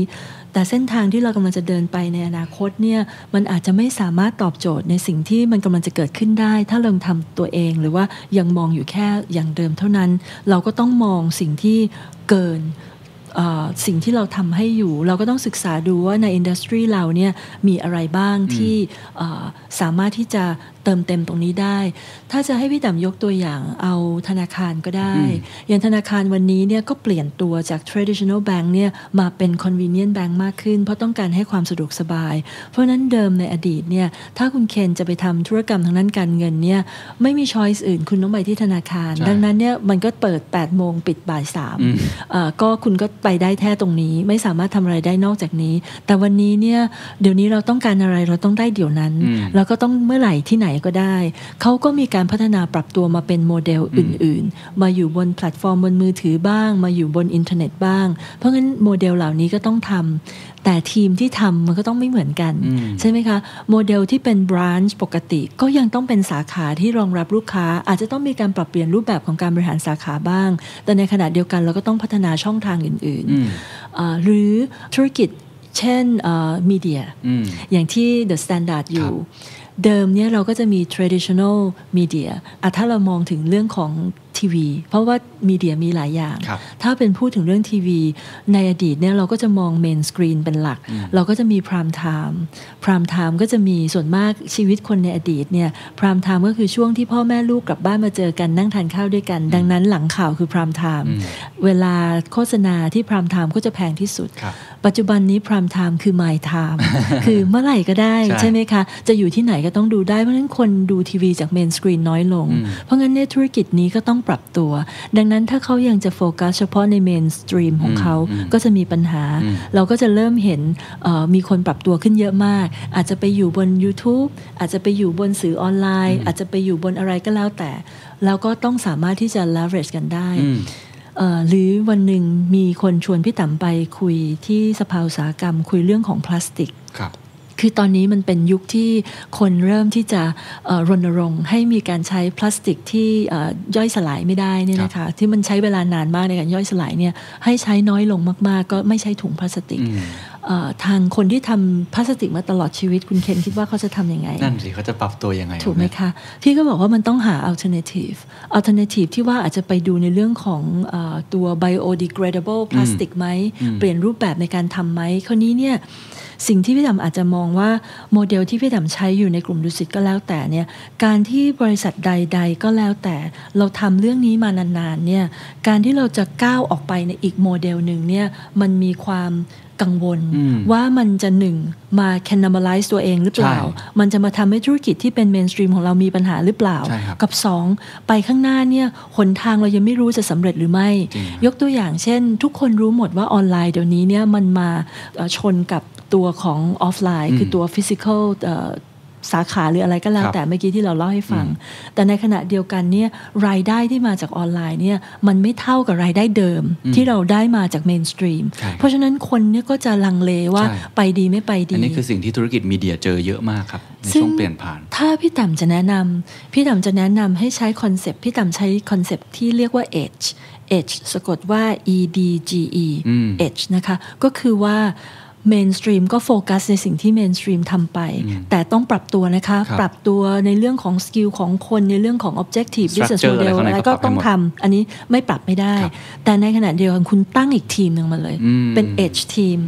Speaker 6: แต่เส้นทางที่เรากำลังจะเดินไปในอนาคตเนี่ยมันอาจจะไม่สามารถตอบโจทย์ในสิ่งที่มันกำลังจะเกิดขึ้นได้ ถ้าเรายังทำตัวเองหรือว่ายังมองอยู่แค่อย่างเดิมเท่านั้น เราก็ต้องมองสิ่งที่เกิน เอ่อสิ่งที่เราทำให้อยู่ เราก็ต้องศึกษาดูว่าในอินดัสทรีเราเนี่ยมีอะไรบ้างที่เอ่อสามารถที่จะ เติมเต็มตรงนี้ได้ ถ้าจะให้พี่ดำยกตัวอย่างเอาธนาคารก็ได้ อย่างธนาคารวันนี้เนี่ยก็เปลี่ยนตัวจาก traditional bank เนี่ยมาเป็น convenient bank มากขึ้น เพราะต้องการให้ความสะดวกสบาย เพราะฉะนั้นเดิมในอดีตเนี่ยถ้าคุณเคนจะไปทำธุรกรรมทางด้านการเงินเนี่ยไม่มี choice อื่นคุณต้องไปที่ธนาคาร
Speaker 2: ใช่
Speaker 6: ดังนั้นเนี่ยมันก็เปิด 8 โมงปิดบ่าย3เอ่อก็คุณก็ไปได้แค่ตรงนี้ไม่สามารถทำอะไรได้นอกจากนี้ แต่วันนี้เนี่ยเดี๋ยวนี้เราต้องการอะไรเราต้องได้เดี๋ยวนั้น
Speaker 2: อืม
Speaker 6: แล้วก็ต้องเมื่อไหร่ที่ไหนก็ได้ เขาก็มีการพัฒนาปรับตัวมาเป็นโมเดลอื่น ๆ มาอยู่บนแพลตฟอร์มบนมือถือบ้าง มาอยู่บนอินเทอร์เน็ตบ้าง เพราะงั้นโมเดลเหล่านี้ก็ต้องทำแต่ทีมที่ทำมันก็ต้องไม่เหมือนกัน ใช่ไหมคะ โมเดลที่เป็น branch ปกติก็ยังต้องเป็นสาขาที่รองรับลูกค้า อาจจะต้องมีการปรับเปลี่ยนรูปแบบของการบริหารสาขาบ้าง แต่ในขณะเดียวกันเราก็ต้องพัฒนาช่องทางอื่น
Speaker 2: อืม
Speaker 6: ๆอ่าหรือธุรกิจเช่นมีเดีย
Speaker 2: อืม
Speaker 6: อย่างที่ The Standard อยู่ เดิมเนี่ยเราก็จะมี traditional media อ่ะถ้าเรามองถึงเรื่องของทีวี เพราะว่ามีเดียมีหลายอย่าง
Speaker 2: ครับ
Speaker 6: ถ้าเป็นพูดถึงเรื่องทีวี ในอดีตเนี่ยเราก็จะมองเมนสกรีนเป็นหลัก เราก็จะมีพรามไทม์พรามไทม์ก็จะมีส่วนมากชีวิตคนในอดีตเนี่ยพรามไทม์ก็คือช่วงที่พ่อแม่ลูกกลับบ้านมาเจอกันนั่งทานข้าวด้วยกัน ดังนั้นหลังข่าวคือพรามไทม์เวลาโฆษณาที่พรามไทม์ก็จะแพงที่สุด
Speaker 2: ครับ
Speaker 6: ปัจจุบันนี้พรามไทม์คือ my time คือเมื่อไหร่ก็ได้
Speaker 2: ใช่
Speaker 6: ใช่ไหมคะ จะอยู่ที่ไหนก็ต้องดูได้ เพราะฉะนั้นคนดูทีวีจากเมนสกรีนน้อยลง เพราะงั้นเนี่ยธุรกิจนี้ก็ต้องปรับตัว ดังนั้นถ้าเขายังจะโฟกัสเฉพาะในเมนสตรีมของเขาก็จะมีปัญหา เราก็จะเริ่มเห็นเอ่อมีคนปรับตัวขึ้นเยอะมาก อาจจะไปอยู่บน YouTube อาจจะไปอยู่บนสื่อออนไลน์ อาจจะไปอยู่บนอะไรก็แล้วแต่ แล้วก็ต้องสามารถที่จะ leverage กันได้
Speaker 2: อืม
Speaker 6: เอ่อหรือวันหนึ่งมีคนชวนพี่ต่ำไปคุยที่สภาอุตสาหกรรมคุยเรื่องของพลาสติก
Speaker 2: ครับ
Speaker 6: คือตอนนี้มันเป็นยุคที่คนเริ่มที่จะเอ่อรณรงค์ให้มีการใช้พลาสติกที่เอ่อย่อยสลายไม่ได้เนี่ยนะคะที่มันใช้เวลานานมากในการย่อยสลายเนี่ยให้ใช้น้อยลงมากๆ ก็ไม่ใช้ถุงพลาสติกเอ่อทางคนที่ทำพลาสติกมาตลอดชีวิตคุณเคนคิดว่าเขาจะทำยังไง
Speaker 2: นั่นสิเขาจะปรับตัวยังไง
Speaker 6: ถูกไหมคะ พี่ก็บอกว่ามันต้องหา alternative alternative ที่ว่าอาจจะไปดูในเรื่องของเออตัว biodegradable plastic ไหม เปลี่ยนรูปแบบในการทำไหมคราวนี้เนี่ยสิ่งที่พี่ดำอาจจะมองว่าโมเดลที่พี่ดำใช้อยู่ในกลุ่มดุสิตก็แล้วแต่เนี่ยการที่บริษัทใด ๆ ก็แล้วแต่เราทำเรื่องนี้มานานๆเนี่ยการที่เราจะก้าวออกไปในอีกโมเดลหนึ่งเนี่ยมันมีความกังวลว่ามันจะหนึ่งมา cannibalize ตัวเองหรือเปล่า มันจะมาทำให้ธุรกิจที่เป็นเมนสตรีมของเรามีปัญหาหรือเปล่า
Speaker 2: ใช่ครับ
Speaker 6: กับสองไปข้างหน้าเนี่ยหนทางเรายังไม่รู้จะสำเร็จหรือไม่ ยกตัวอย่างเช่น ทุกคนรู้หมดว่าออนไลน์เดี๋ยวนี้เนี่ยมันมาเอ่อชนกับตัวของออฟไลน์ คือตัวฟิสิกอลสาขาหรืออะไรก็แล้
Speaker 2: ค
Speaker 6: ว
Speaker 2: รับ
Speaker 6: แต่เมื่อกี้ที่เราเล่าให้ฟัง แต่ในขณะเดียวกันเนี่ยรายได้ที่มาจากออนไลน์เนี่ยมันไม่เท่ากับรายได้เดิมที่เราได้มาจากเมนสตรีม
Speaker 2: ใช่ครับ
Speaker 6: เพราะฉะนั้นคนเนี่ยก็จะลังเลว่า
Speaker 2: ใช่
Speaker 6: ไปดีไม่ไปดี
Speaker 2: อันนี้คือสิ่งที่ธุรกิจมีเดียเจอเยอะมากครับ ใน
Speaker 6: ซึ่ง
Speaker 2: ช่วงเปลี่ยนผ่าน
Speaker 6: ถ้าพี่ต่ำจะแนะนำพี่ต่ำจะแนะนำให้ใช้คอนเซปต์พี่ต่ำใช้คอนเซปต์ที่เรียกว่า edge edge สะกดว่า e d g e edge นะคะ ก็คือว่า mainstream ก็โฟกัสในสิ่งที่ mainstream ทำไป แต่ต้องปรับตัวนะคะ
Speaker 2: ครับ
Speaker 6: ปรับตัวในเรื่องของสกิลของคนในเรื่องของ objective business
Speaker 2: Structure
Speaker 6: model
Speaker 2: อะไร
Speaker 6: อะไร
Speaker 2: เขา
Speaker 6: ก็
Speaker 2: ปรับไป
Speaker 6: ต้อง
Speaker 2: หมด
Speaker 6: ทำอันนี้ไม่ปรับไม่ได้
Speaker 2: ครับ
Speaker 6: แต่ในขณะเดียวกันคุณตั้งอีกทีมหนึ่งมาเลย เป็น edge team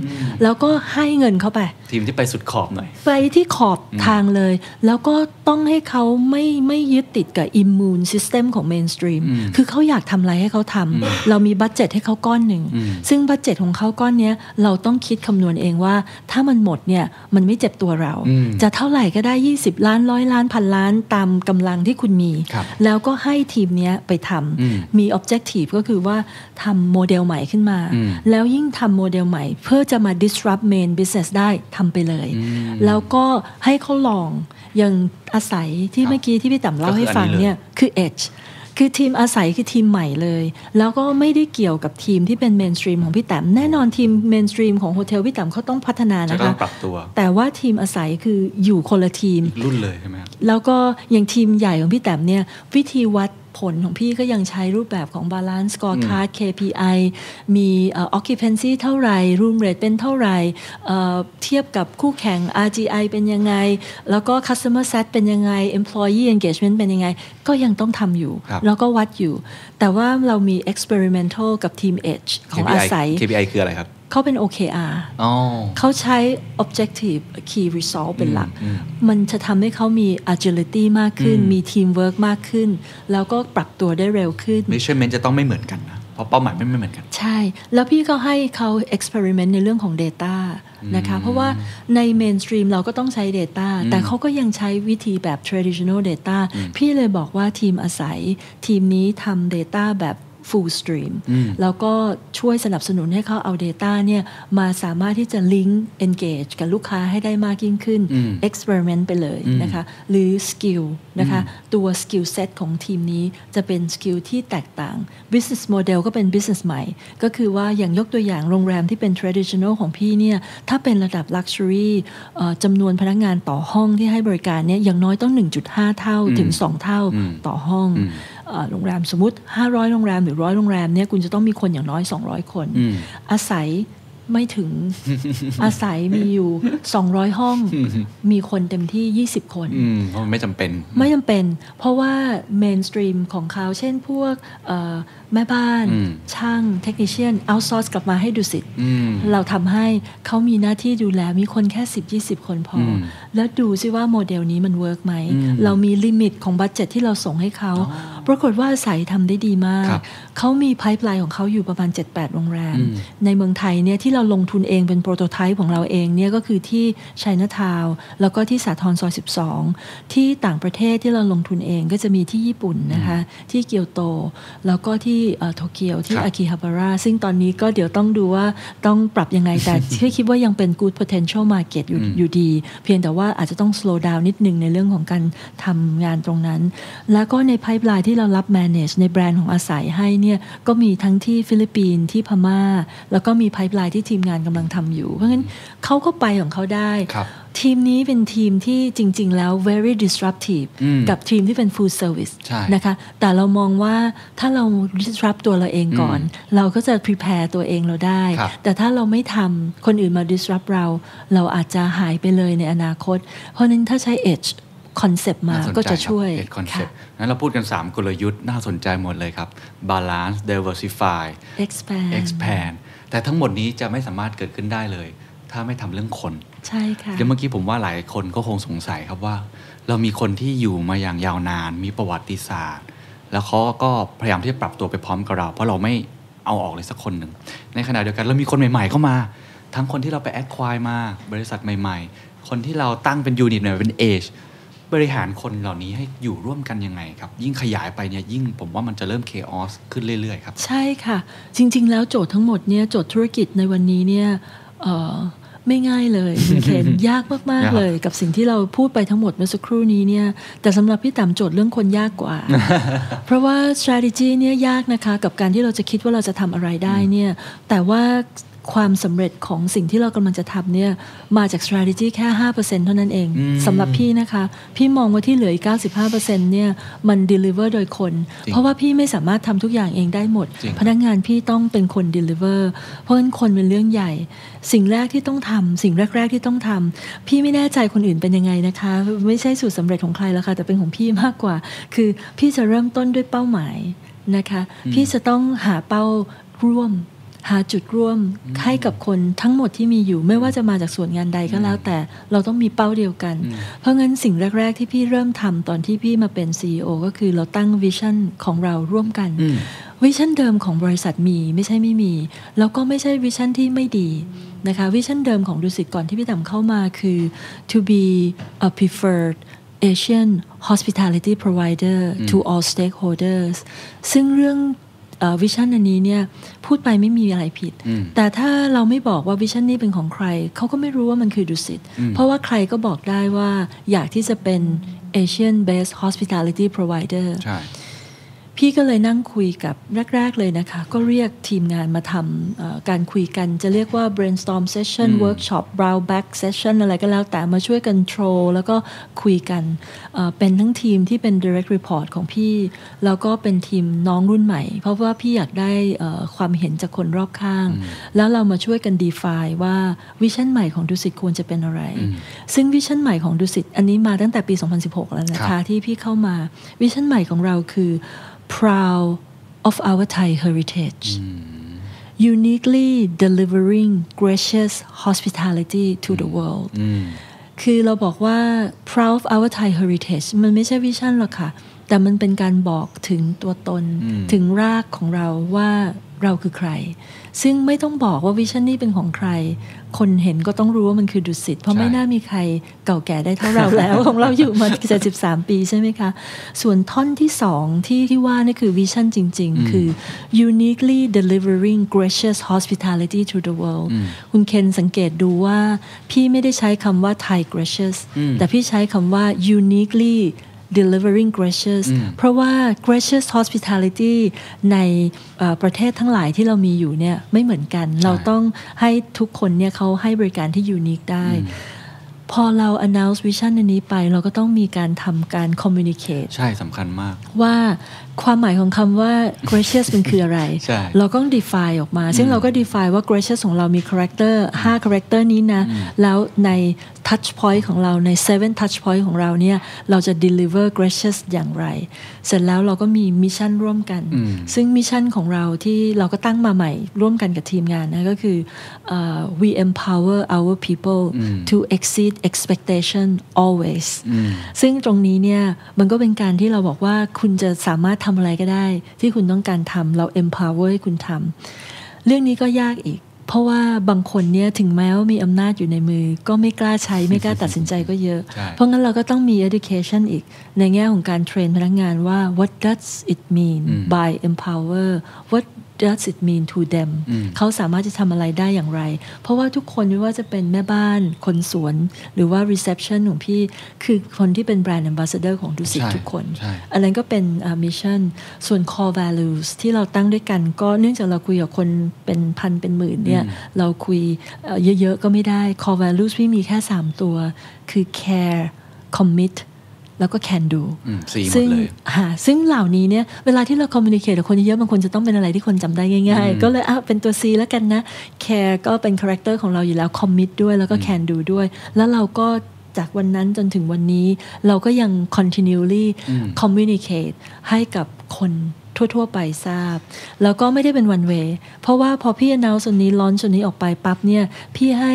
Speaker 6: แล้วก็ให้เงินเข้าไป
Speaker 2: ทีมที่ไปสุดขอบหน่อย
Speaker 6: ไปที่ขอบทางเลย แล้วก็ต้องให้เขาไม่ไม่ยึดติดกับ immune system ของ mainstream คือเขาอยากทำอะไรให้เขาทำเรามีบัตเจ็ตให้เขาก้อนหนึ่ง ซึ่งบัตเจ็ตของเขาก้อนเนี้ยเราต้องคิดคำนวณเองว่า ถ้ามันหมดเนี่ยมันไม่เจ็บตัวเรา จะเท่าไหร่ก็ได้ 20 ล้านร้อยล้านพันล้านตามกำลังที่คุณมี
Speaker 2: ครับ
Speaker 6: แล้วก็ให้ทีมเนี้ยไปทำมี objective ก็คือว่าทำโมเดลใหม่ขึ้นมา แล้วยิ่งทำโมเดลใหม่ เพื่อจะมา disrupt main business ได้ทำไปเลย แล้วก็ให้เขาลองอย่างอาศัย
Speaker 2: ค
Speaker 6: ที่
Speaker 2: รับ
Speaker 6: เมื่อกี้ที่พี่ต่ำเล่า
Speaker 2: ก็คือ
Speaker 6: ให้ฟัง
Speaker 2: อันนี้เลย
Speaker 6: เนี่ยคือ edge คือทีมอาศัยคือทีมใหม่เลย แล้วก็ไม่ได้เกี่ยวกับทีมที่เป็นเมนสตรีมของพี่แต้มแน่นอนทีมเมนสตรีมของโฮเทลพี่แต้มเขาต้องพัฒนา
Speaker 2: จะ
Speaker 6: นะ
Speaker 2: ต้อ
Speaker 6: คะ
Speaker 2: งปรับตัว
Speaker 6: แต่ว่าทีมอาศัยคืออยู่คนละทีม
Speaker 2: รุ่นเลยใช่ไหมครับ
Speaker 6: แล้วก็อย่างทีมใหญ่ของพี่แต้มเนี่ยวิธีวัดผลของพี่ก็ยังใช้รูปแบบของ Balance Scorecard KPI มีเอ่อ occupancy เท่าไหร่ room rate เป็นเท่าไหร่เอ่อเทียบกับคู่แข่ง RGI เป็นยังไง แล้วก็ customer set เป็นยังไง employee engagement เป็นยังไง ก็ยังต้องทำอยู่
Speaker 2: ครับ
Speaker 6: แล้วก็วัดอยู่ แต่ว่าเรามี experimental กับทีม edge ของ
Speaker 2: KPI
Speaker 6: อาศัย
Speaker 2: KPI คืออะไรครับ
Speaker 6: เขาเป็น OKR
Speaker 2: อ๋อ
Speaker 6: เขาใช้ objective key result เป็นหลัก
Speaker 2: อืมอืม
Speaker 6: มันจะทำให้เขามี agility มากขึ้น มี teamwork มากขึ้น แล้วก็ปรับตัวได้เร็วขึ้น
Speaker 2: m e a s u r e m e n t จะต้องไม่เหมือนกันนะ เพราะเป้าหมายไม่เหมือนกัน
Speaker 6: ใช่ แล้วพี่ก็ให้เขา experiment ในเรื่องของ Data นะคะ เพราะว่าใน mainstream เราก็ต้องใช้ Data แต่เขาก็ยังใช้วิธีแบบ traditional data พี่เลยบอกว่าทีมอาศัย ทีมนี้ทำ Data แบบ full stream แล้วก็ช่วยสนับสนุนให้เขาเอา Data เนี่ยมาสามารถที่จะ link engage กับลูกค้าให้ได้มากยิ่งขึ้น experiment ไปเลยนะคะ หรือ skill นะคะ ตัว skill set ของทีมนี้จะเป็น skill ที่แตกต่าง business model ก็เป็น business ใหม่ ก็คือว่าอย่างยกตัวอย่างโรงแรมที่เป็น traditional ของพี่เนี่ย ถ้าเป็นระดับ luxury เอ่อจำนวนพนักงานต่อห้องที่ให้บริการเนี่ยอย่างน้อยต้อง 1.5 เท่าถึง 2 เท่าต่อห้องเอ่อโรงแรมสมมติ 500 โรงแรมหรือ 100 โรงแรมเนี่ยคุณจะต้องมีคนอย่างน้อย 200 คน อาศัยไม่ ถึง อาศัยมีอยู่ 200 ห้อง มีคนเต็มที่ 20 คน
Speaker 2: อืม เพราะมันไม่จำเป็น
Speaker 6: ไม่จำเป็น เพราะว่าเมนสตรีมของเขาเช่นพวกเอ่อแม่บ้าน
Speaker 2: อืม
Speaker 6: ช่างเทคนิชเชียนเอาซอร์สกลับมาให้ดูสิทธิ์
Speaker 2: อืม
Speaker 6: เราทำให้เขามีหน้าที่ดูแลมีคนแค่ 10 20 คนพออ
Speaker 2: ม
Speaker 6: แล้วดูซิว่าโมเดลนี้มันเวิร์กไหม
Speaker 2: อืม
Speaker 6: เรามีลิมิตของบัตเจ็ตที่เราส่งให้เขา ปรากฏว่าอาศัยทำได้ดีมาก
Speaker 2: ครับ
Speaker 6: เขามีไพ p e ไลน์ของเขาอยู่ประมาณ 7-8 โรงแรม
Speaker 2: อืม
Speaker 6: ในเมืองไทยเนี่ยที่เราลงทุนเองเป็นโปรโตไทป์ของเราเองเนี่ยก็คือที่ชัยนาทาวแล้วก็ที่สาทรซอย 12 ที่ต่างประเทศที่เราลงทุนเองก็จะมีที่ญี่ปุ่นนะคะที่เกียวโต แล้วก็ที่เอ่อโตเกียวที่
Speaker 2: ครับ
Speaker 6: อากิฮาบาระซึ่งตอนนี้ก็เดี๋ยวต้องดูว่าต้องปรับยังไง แต่เชื่อคิดว่ายังเป็น good potential market อยู่อยู่ดี เพียงแต่ว่าอาจจะต้อง slow down นิดหนึ่งในเรื่องของการทำงานตรงนั้น แล้วก็ใน pipeline ที่เรารับ manage ในแบรนด์ของอาศัยให้เนี่ยก็มีทั้งที่ฟิลิปปินส์ที่พม่า แล้วก็มี pipeline ที่ทีมงานกำลังทำอยู่ เพราะงั้นเขาก็ไปของเขาได้
Speaker 2: ครับ
Speaker 6: ทีมนี้เป็นทีมที่จริง ๆ แล้ว very disruptive
Speaker 2: อืม
Speaker 6: กับทีมที่เป็น full service
Speaker 2: ใช่
Speaker 6: นะคะ แต่เรามองว่าถ้าเรา disrupt ตัวเราเองก่อน เราก็จะ prepare ตัวเองเราได้
Speaker 2: ครับ
Speaker 6: แต่ถ้าเราไม่ทำคนอื่นมา disrupt เรา เราอาจจะหายไปเลยในอนาคต เพราะฉะนั้นถ้าใช้ edge concept มา
Speaker 2: น่สน
Speaker 6: ก็จะช่วย
Speaker 2: คอนเซ็ป
Speaker 6: ค่ะ
Speaker 2: ต์นั้นเราพูดกัน 3 กลยุทธ์น่าสนใจหมดเลยครับ balance diversify
Speaker 6: expand
Speaker 2: expand แต่ทั้งหมดนี้จะไม่สามารถเกิดขึ้นได้เลย ถ้าไม่ทำเรื่องคน
Speaker 6: ใช่ค่ะ
Speaker 2: เดี๋ยวเมื่อกี้ผมว่าหลายคนก็คงสงสัยครับว่า เรามีคนที่อยู่มาอย่างยาวนาน มีประวัติศาสตร์ แล้วเขาก็พยายามที่จะปรับตัวไปพร้อมกับเรา เพราะเราไม่เอาออกเลยสักคนหนึ่งในขณะเดียวกันเรามีคนใหม่ๆเข้ามา ทั้งคนที่เราไปแอดควายมาบริษัทใหม่ๆ คนที่เราตั้งเป็นยูนิตใหม่เป็นเอชบริหารคนเหล่านี้ให้อยู่ร่วมกันยังไงครับ ยิ่งขยายไปเนี่ยยิ่งผมว่ามันจะเริ่มเคออสขึ้นเรื่อยๆครับ
Speaker 6: ใช่ค่ะ จริง ๆ แล้วโจทย์ทั้งหมดเนี่ยโจทย์ธุรกิจในวันนี้เนี่ยเอ่อไม่ง่าย เลยคุณเคน ยากมาก
Speaker 2: ยาก
Speaker 6: ๆเลย กับสิ่งที่เราพูดไปทั้งหมดเมื่อสักครู่นี้เนี่ยแต่สำหรับพี่ต๋มโจทย์เรื่องคนยากก ว่า เพราะว่า strategy เนี่ยยากนะคะ กับการที่เราจะคิดว่าเราจะทำอะไรได้เนี่ยแต่ว่าความสำเร็จของสิ่งที่เรากำลังจะทำเนี่ยมาจาก strategy แค่ 5%เท่านั้นเอง
Speaker 2: อืม
Speaker 6: สำหรับพี่นะคะ พี่มองว่าที่เหลืออีก95%เนี่ยมัน deliver โดยคน
Speaker 2: จริง
Speaker 6: เพราะว่าพี่ไม่สามารถทำทุกอย่างเองได้หมด
Speaker 2: จริง
Speaker 6: พนักงานพี่ต้องเป็นคน deliver เพราะฉะนั้นคนเป็นเรื่องใหญ่ สิ่งแรกที่ต้องทำสิ่งแรก ๆที่ต้องทำพี่ไม่แน่ใจคนอื่นเป็นยังไงนะคะ ไม่ใช่สูตรสำเร็จของใครแล้วค่ะ แต่เป็นของพี่มากกว่า คือพี่จะเริ่มต้นด้วยเป้าหมายนะคะ พี่จะต้องหาเป้าร่วม หาจุดร่วมให้กับคนทั้งหมดที่มีอยู่ไม่ว่าจะมาจากส่วนงานใดก็แล้วแต่เราต้องมีเป้าเดียวกัน เพราะงั้นสิ่งแรก ๆ ที่พี่เริ่มทำตอนที่พี่มาเป็น CEO ก็คือเราตั้งวิชั่นของเราร่วมกัน วิชั่นเดิมของบริษัทมีไม่ใช่ไม่มี แล้วก็ไม่ใช่วิชั่นที่ไม่ดีนะคะวิชั่นเดิมของดุสิตก่อนที่พี่ต่ำเข้ามาคือ to be a preferred Asian hospitality provider to all stakeholders ซึ่งเรื่อง วิชั่นอันนี้เนี่ยพูดไปไม่มีอะไรผิด แต่ถ้าเราไม่บอกว่าวิชั่นนี้เป็นของใคร เขาก็ไม่รู้ว่ามันคือดุสิตเพราะว่าใครก็บอกได้ว่าอยากที่จะเป็น Asian based hospitality provider
Speaker 2: ใช่
Speaker 6: พี่ก็เลยนั่งคุยกับแรก ๆ เลยนะคะ ก็เรียกทีมงานมาทำเอ่อการคุยกันจะเรียกว่า brainstorm session workshop brow back session อะไรก็แล้วแต่มาช่วยกันโทรแล้วก็คุยกันเอ่อเป็นทั้งทีมที่เป็น direct report ของพี่ แล้วก็เป็นทีมน้องรุ่นใหม่ เพราะว่าพี่อยากได้เอ่อความเห็นจากคนรอบข้าง แล้วเรามาช่วยกัน define ว่าวิชั่นใหม่ของดุสิตควรจะเป็นอะไร ซึ่งวิชั่นใหม่ของดุสิตอันนี้มาตั้งแต่ปี 2016 แล้วนะ
Speaker 2: ครั
Speaker 6: คะ
Speaker 2: บ
Speaker 6: ที่พี่เข้ามาวิชั่นใหม่ของเราคือ proud of our Thai heritage uniquely delivering gracious hospitality to the world คือเราบอกว่า proud of our Thai heritage มันไม่ใช่วิชั่นหรอกค่ะ แต่มันเป็นการบอกถึงตัวตน ถึงรากของเราว่าเราคือใคร ซึ่งไม่ต้องบอกว่าวิชั่นนี่เป็นของใคร คนเห็นก็ต้องรู้ว่ามันคือดุสิตเพราะ
Speaker 2: ใช่
Speaker 6: ไม่น่ามีใครเก่าแก่ได้เท่าเราแล้ว ของเราอยู่มา73ปีใช่ไหมคะ ส่วนท่อนที่สองที่ที่ว่านี่คือวิชั่นจริง ๆ คือ uniquely delivering gracious hospitality to the world คุณเคนสังเกตดูว่า พี่ไม่ได้ใช้คำว่า Thai gracious แต่พี่ใช้คำว่า uniquely delivering gracious เพราะว่า gracious hospitality ในเอ่อประเทศทั้งหลายที่เรามีอยู่เนี่ยไม่เหมือนกัน เราต้องให้ทุกคนเนี่ยเขาให้บริการที่ unique ได้ พอเรา announce vision อันนี้ไป เราก็ต้องมีการทำการ communicate
Speaker 2: ใช่สำคัญมาก
Speaker 6: ว่าความหมายของคำว่า gracious มันคืออะไร
Speaker 2: ใช่
Speaker 6: เราก็ต้อง define ออกมา ซึ่งเราก็ define ว่า gracious ของเรามี character 5 character นี้นะ แล้วใน touch point ของเราใน 7 touch point ของเราเนี่ย เราจะ deliver gracious อย่างไร เสร็จแล้วเราก็มีมิชชั่นร่วมกัน ซึ่งมิชชั่นของเราที่เราก็ตั้งมาใหม่ร่วมกันกับทีมงานนะ ก็คือเอ่อ we empower our people to exceed expectation always ซึ่งตรงนี้เนี่ย มันก็เป็นการที่เราบอกว่าคุณจะสามารถทำอะไรก็ได้ ที่คุณต้องการทำเรา empower ให้คุณทำเรื่องนี้ก็ยากอีก เพราะว่าบางคนเนี่ยถึงแม้ว่ามีอำนาจอยู่ในมือ ก็ไม่กล้าใช้ไม่กล้าตัดสินใจก็เยอะ
Speaker 2: ใช่
Speaker 6: เพราะงั้นเราก็ต้องมี education อีก ในแง่ของการเทรนพนักงานว่า what does it mean by empower what does it mean to them เขาสามารถจะทำอะไรได้อย่างไร เพราะว่าทุกคนไม่ว่าจะเป็นแม่บ้านคนสวน หรือว่า reception ของพี่ คือคนที่เป็น brand ambassador ของดุสิต
Speaker 2: ใช่
Speaker 6: ทุกคน
Speaker 2: ใช่
Speaker 6: อันนั้นก็เป็นมิชชั่น ส่วน core values ที่เราตั้งด้วยกันก็เนื่องจากเราคุยกับคนเป็นพันเป็นหมื่นเนี่ย เราคุยเอ่อเยอะๆ ก็ไม่ได้ core values พี่มีแค่ 3 ตัว คือ care commit แล้วก็ can do
Speaker 2: อืมสี่หม
Speaker 6: ซึ่
Speaker 2: ด
Speaker 6: ง
Speaker 2: เลย
Speaker 6: หาซึ่งเหล่านี้เนี่ยเวลาที่เราคอมมิ n น c a t e กับคนเยอะๆบางคนจะต้องเป็นอะไรที่คนจำได้ง่าย ๆ ก็เลยอ่ะเป็นตัว C แล้วกันนะ care ก็เป็นคาแรคเตอร์ของเราอยู่แล้ว commit ด้วยแล้วก็ can do ด้วย แล้วเราก็จากวันนั้นจนถึงวันนี้ เราก็ยัง continually communicate ให้กับคนทั่ว ๆ ไปทราบ แล้วก็ไม่ได้เป็น one way เพราะว่าพอพี่ announce ส่วนนี้ launch ส่วนนี้ออกไปปั๊บเนี่ยพี่ให้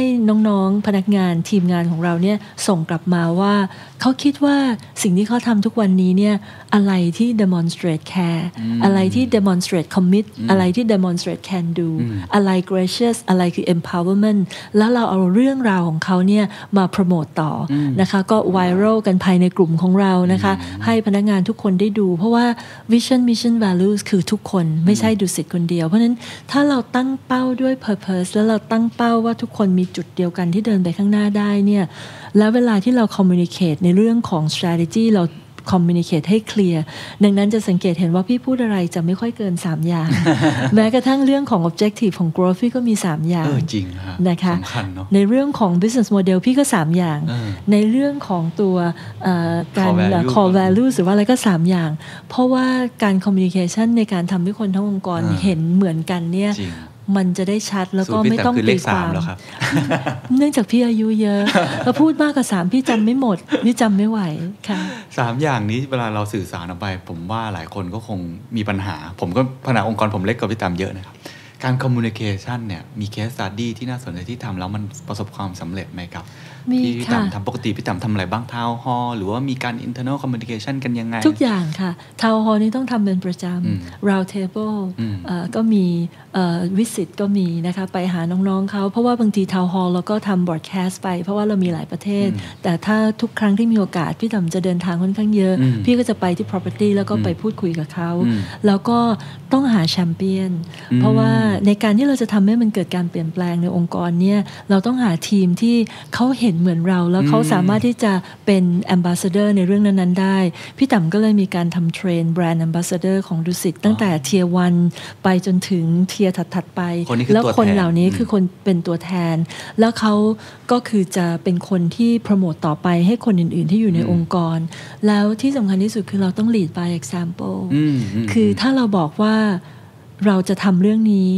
Speaker 6: น้องๆพนักงานทีมงานของเราเนี่ยส่งกลับมาว่า เขาคิดว่าสิ่งที่เขาทำทุกวันนี้เนี่ยอะไรที่ demonstrate care อะไรที่ demonstrate commit อะไรที่ demonstrate can do อะไร gracious อะไรคือ empowerment แล้วเราเอาเรื่องราวของเขาเนี่ยมาโปรโมตต่ออนะคะ ก็ viral กันภายในกลุ่มของเรานะคะ ให้พนักงานทุกคนได้ดู เพราะว่า vision mission values คือทุกคนไม่ใช่ดุสิตคนเดียว เพราะฉะนั้นถ้าเราตั้งเป้าด้วย purpose แล้วเราตั้งเป้าว่าทุกคนมีจุดเดียวกันที่เดินไปข้างหน้าได้เนี่ย แล้วเวลาที่เรา communicate ในเรื่องของ strategy เรา communicate ให้เคลียร์ ดังนั้นจะสังเกตเห็นว่าพี่พูดอะไรจะไม่ค่อยเกิน 3 อย่าง แม้กระทั่งเรื่องของ objective ของ growth พี่ก็มี 3 อย่า
Speaker 2: เอง อจริงฮะ
Speaker 6: นะคะ
Speaker 2: สำคัญเนาะ
Speaker 6: ในเรื่องของ business model พี่ก็ 3 อย่าง
Speaker 2: เออ
Speaker 6: ในเรื่องของตัวเอ่อการ
Speaker 2: Core value
Speaker 6: core value หรือว่าอะไรก็ 3 อย่าง เพราะว่าการ communication ในการทำให้คนทั้งองค์กร
Speaker 2: เออ
Speaker 6: เห็นเหมือนกันเนี่ย
Speaker 2: จริง
Speaker 6: มันจะได้ชัดแล้ว
Speaker 2: สู
Speaker 6: ก็
Speaker 2: ตรพี่
Speaker 6: ไม่
Speaker 2: แต่
Speaker 6: ต้อง
Speaker 2: คือเล
Speaker 6: ตี
Speaker 2: ขสาว
Speaker 6: คาม ม
Speaker 2: แล้วครับ
Speaker 6: เนื่องจากพี่อายุเยอะ แล้วพูดมากกว่าสามพี่จำไม่หมด พี่จำไม่ไหวค่ะ
Speaker 2: สามอย่างนี้เวลาเราสื่อสารออกไป ผมว่าหลายคนก็คงมีปัญหา ผมก็ผนาองค์กรผมเล็กกว่าพี่ตามเยอะนะครับ การคอมมูนิเคชันเนี่ยมีเคสสต t ดี้ที่น่าสนใจที่ทำแล้วมันประสบความสำเร็จไหมครับ
Speaker 6: มี
Speaker 2: ที่พี่ตาม
Speaker 6: ค่ะ
Speaker 2: ทำปกติพี่ตามทำอะไรบ้างทาวฮอหรือว่ามีการ internal communication กันยังไง
Speaker 6: ทุกอย่างค่ะ ทาวน์ฮอลล์นี่ต้องทำเป็นประจ
Speaker 2: อืม
Speaker 6: ำ round table
Speaker 2: อืม
Speaker 6: เอ่อก็มีเอ่อวิสิตก็มีนะคะ ไปหาน้องๆเขาเพราะว่าบางทีทาวน์ฮอลล์เราก็ทำบอร์ดแคสต์ไป เพราะว่าเรามีหลายประเทศ แต่ถ้าทุกครั้งที่มีโอกาส พี่ต่ำจะเดินทางค่อนข้างเยอะ
Speaker 2: อืม
Speaker 6: พี่ก็จะไปที่ property แล้วก็ไปพูดคุยกับเขา
Speaker 2: อืม
Speaker 6: แล้วก็ต้องหาแชมเปี้ยน
Speaker 2: อืม
Speaker 6: เพราะว่าในการที่เราจะทำให้มันเกิดการเปลี่ยนแปลงในองค์กรเนี่ยเราต้องหาทีมที่เขาเห็นเหมือนเราแล้วเขาสามารถ ที่จะเป็นแอมบาสเดอร์ในเรื่องนั้น ๆ ได้ พี่ต่ำก็เลยมีการทำเทรนแบรนด์แอมบาสเดอร์ของดุสิตตั้งแต่เทียวันไปจนถึงเทียถัด ๆ ไป
Speaker 2: คนนี้คือ
Speaker 6: แล้ว
Speaker 2: ตัวแทน
Speaker 6: คนเหล่านี้คือคนเป็นตัวแทน แล้วเขาก็คือจะเป็นคนที่โปรโมตต่อไปให้คนอื่น ๆ ที่อยู่ในองค์กร แล้วที่สำคัญที่สุดคือเราต้อง lead by example
Speaker 2: อืมม
Speaker 6: คือถ้าเราบอกว่าเราจะทำเรื่องนี้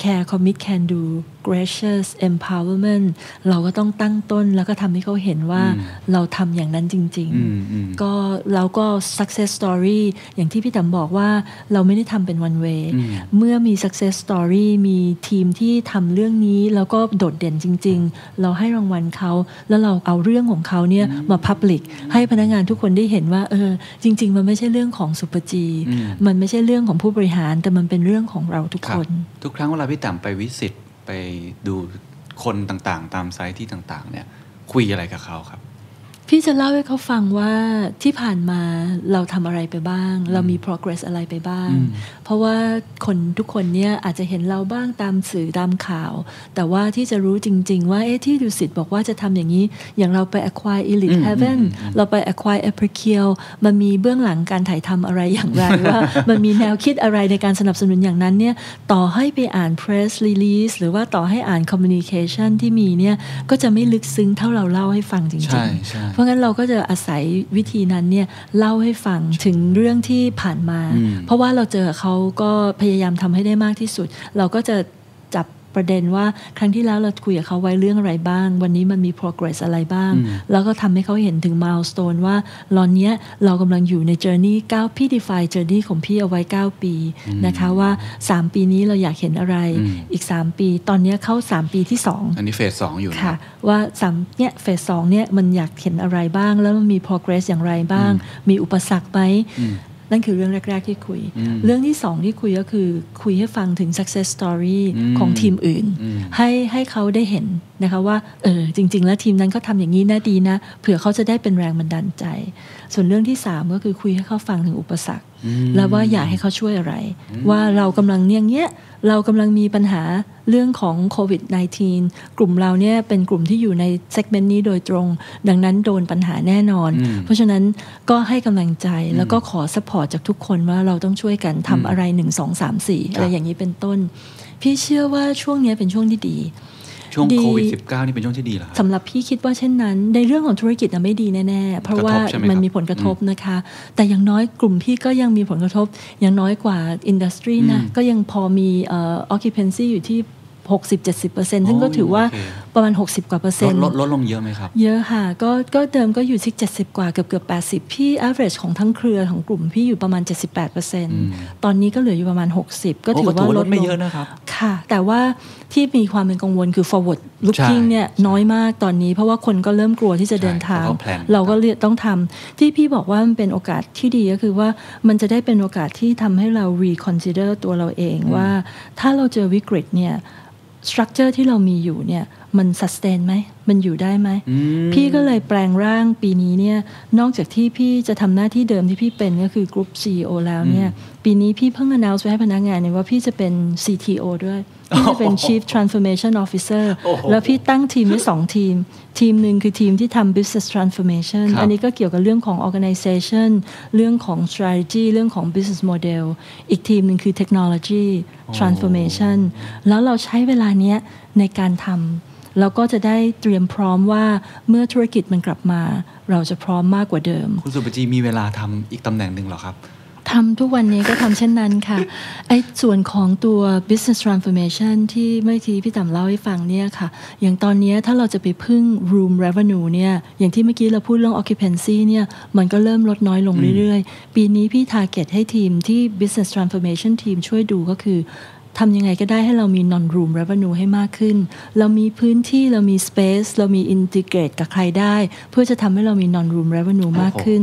Speaker 6: care commit can do gracious empowerment เราก็ต้องตั้งต้นแล้วก็ทำให้เขาเห็นว่าเราทำอย่างนั้นจริง
Speaker 3: อืมอืม
Speaker 6: ๆ ก็เราก็ success story อย่างที่พี่ต๋มบอกว่าเราไม่ได้ทำเป็น one way เมื่อมี success story มีทีมที่ทำเรื่องนี้แล้วก็โดดเด่นจริง ๆ เราให้รางวัลเขา แล้วเราเอาเรื่องของเขาเนี่ยมา public ให้พนักงานทุกคนได้เห็นว่าเออจริง ๆ มันไม่ใช่เรื่องของสุปจี มันไม่ใช่เรื่องของผู้บริหาร แต่มันเป็นเรื่องของเราทุก
Speaker 2: ครั
Speaker 6: ค
Speaker 2: บ
Speaker 6: น
Speaker 2: ทุกครั้งเวลาพี่ต่ำไปวิสิตไปดูคนต่างๆ ตามไซต์ที่ต่างๆ เนี่ย คุยอะไรกับเขาครับ
Speaker 6: พี่จะเล่าให้เขาฟังว่าที่ผ่านมาเราทำอะไรไปบ้าง เรามี progress อะไรไปบ้าง เพราะว่าคนทุกคนเนี่ยอาจจะเห็นเราบ้างตามสื่อตามข่าว แต่ว่าที่จะรู้จริง ๆ ว่าเอ๊ะที่ดูสิตบอกว่าจะทำอย่างนี้ อย่างเราไป acquire elite heaven เราไป acquire a p r i c i l มันมีเบื้องหลังการถ่ายทำอะไรอย่างไร ว่ามันมีแนวคิดอะไรในการสนับสนุนอย่างนั้นเนี่ยต่อให้ไปอ่าน press release หรือว่าต่อให้อ่าน communication ที่มีเนี่ยก็จะไม่ลึกซึ้งเท่าเราเล่าให้ฟังจริงๆ
Speaker 2: ใช่ใช่
Speaker 6: เพราะงั้นเราก็จะอาศัยวิธีนั้นเนี่ยเล่าให้ฟังถึงเรื่องที่ผ่านมา เพราะว่าเราเจอเขาก็พยายามทำให้ได้มากที่สุด เราก็จะจับประเด็นว่าครั้งที่แล้วเราคุยกับเขาไว้เรื่องอะไรบ้าง วันนี้มันมี progress อะไรบ้าง แล้วก็ทำให้เขาเห็นถึง milestone ว่าตอนเนี้ยเรากำลังอยู่ใน journey 9พี่ define journey ของพี่เอาไว้ 9 ปีนะคะว่า 3 ปีนี้เราอยากเห็นอะไรอีก 3 ปี ตอนเนี้ยเข้า 3 ปีที่ 2
Speaker 2: อันนี้เฟสสองอยู่นะ
Speaker 6: ค่ะว่าสามเนี่ยเฟสสองเนี่ยมันอยากเห็นอะไรบ้าง แล้วมันมี progress อย่างไรบ้าง มีอุปสรรคไหมนั่นคือเรื่องแรก ๆ ที่คุย เรื่องที่สองที่คุยก็คือคุยให้ฟังถึง success story ของทีมอื่น ให้ให้เขาได้เห็นนะคะว่าเออจริง ๆ แล้วทีมนั้นเขาทำอย่างนี้นะดีนะเผื่อเขาจะได้เป็นแรงบันดาลใจ ส่วนเรื่องที่สามก็คือคุยให้เขาฟังถึงอุปสรรค แล้วว่าอยากให้เขาช่วยอะไร ว่าเรากำลังเนี่ยเงี้ยเรากำลังมีปัญหาเรื่องของโควิด -19 กลุ่มเราเนี่ยเป็นกลุ่มที่อยู่ในเซกเมนต์นี้โดยตรง ดังนั้นโดนปัญหาแน่นอน เพราะฉะนั้นก็ให้กำลังใจแล้วก็ขอสปอร์ตจากทุกคนว่าเราต้องช่วยกันทำอะไร 1 2 3 4 อะไรอย่างนี้เป็นต้น พี่เชื่อว่าช่วงเนี้ยเป็นช่วงที่ดี
Speaker 2: ช่วง
Speaker 6: ดี
Speaker 2: โควิด -19 นี่เป็นช่วงที่ดีเหรอครับ
Speaker 6: สำหรับพี่คิดว่าเช่นนั้น ในเรื่องของธุรกิจน่ะไม่ดีแน่ๆ เพราะว่า
Speaker 2: ใช่ไหมครับ
Speaker 6: มันมีผลกระทบนะคะ แต่อย่างน้อยกลุ่มพี่ก็ยังมีผลกระทบอย่างน้อยกว่าอินดัสทรีนะก็ยังพอมีเอ่อ occupancy อยู่ที่ 60-70%ซึ่งก็ถือว่าประมาณ 60 กว่าเปอร์
Speaker 2: ล
Speaker 6: เซ็น
Speaker 2: ด
Speaker 6: ต์
Speaker 2: ลดลดลงเยอะไหมครับ
Speaker 6: เยอะค่ะก็ก็เดิมก็อยู่ที่70 กว่าเกือบเกือบ 80 พี่ average ของทั้งเครือของกลุ่มพี่อยู่ประมาณ 78%ตอนนี้ก็เหลืออยู่ประมาณ 60 ก็ถือ
Speaker 2: โอ้ก็ถื
Speaker 6: ว่า
Speaker 2: อว่า
Speaker 6: ล
Speaker 2: ล
Speaker 6: ด
Speaker 2: ด
Speaker 6: ลง
Speaker 2: ไม่เยอะนะครับ
Speaker 6: ค่ะ แต่ว่าที่มีความเป็นกังวลคือ forward looking
Speaker 2: ใช่
Speaker 6: เนี่ยน้อยมากตอนนี้ เพราะว่าคนก็เริ่มกลัวที่จะเดินทาง
Speaker 2: ใช่เขาก็แพลน
Speaker 6: เราก็เรียกต้องทำที่พี่บอกว่ามันเป็นโอกาสที่ดีก็คือว่ามันจะได้เป็นโอกาสที่ทำให้เรา reconsider ตัวเราเองว่า ถ้าเราเจอวิกฤตเนี่ย สตรัคเจอร์ที่เรามีอยู่เนี่ยมันสแตนไหมมันอยู่ได้ไหม พี่ก็เลยแปลงร่างปีนี้เนี่ยนอกจากที่พี่จะทำหน้าที่เดิมที่พี่เป็นก็คือกรุ๊ป CEO แล้วเนี่ยปีนี้พี่เพิ่ง announce ไว้ให้พนักงานเนี่ยว่าพี่จะเป็น CTO ด้วย พี่จะเป็น Chief Transformation Officer แล้วพี่ตั้งทีมไว้สองทีม ทีมหนึ่งคือทีมที่ทำ business transformation
Speaker 2: ครับ
Speaker 6: อันนี้ก็เกี่ยวกับเรื่องของ organization เรื่องของ strategy เรื่องของ business model อีกทีมหนึ่งคือ technology transformation แล้วเราใช้เวลาเนี้ยในการทำแล้วก็จะได้เตรียมพร้อมว่าเมื่อธุรกิจมันกลับมา เราจะพร้อมมากกว่าเดิม
Speaker 2: คุณสุปจีมีเวลาทำอีกตำแหน่งหนึ่งเหรอครับ
Speaker 6: ทำทุกวันนี้ก็ทำเช่นนั้นค่ะ ไอ้ส่วนของตัว business transformation ที่เมื่อทีพี่ต่ำเล่าให้ฟังเนี่ยค่ะ อย่างตอนนี้ถ้าเราจะไปพึ่ง room revenue เนี่ยอย่างที่เมื่อกี้เราพูดเรื่อง occupancy เนี่ยมันก็เริ่มลดน้อยลงเรื่อยๆ ปีนี้พี่ target ให้ทีมที่ business transformation team ช่วยดูก็คือทำยังไงก็ได้ให้เรามี non room revenue ให้มากขึ้น เรามีพื้นที่เรามี space เรามี integrate กับใครได้ เพื่อจะทำให้เรามี non room revenue มากขึ้น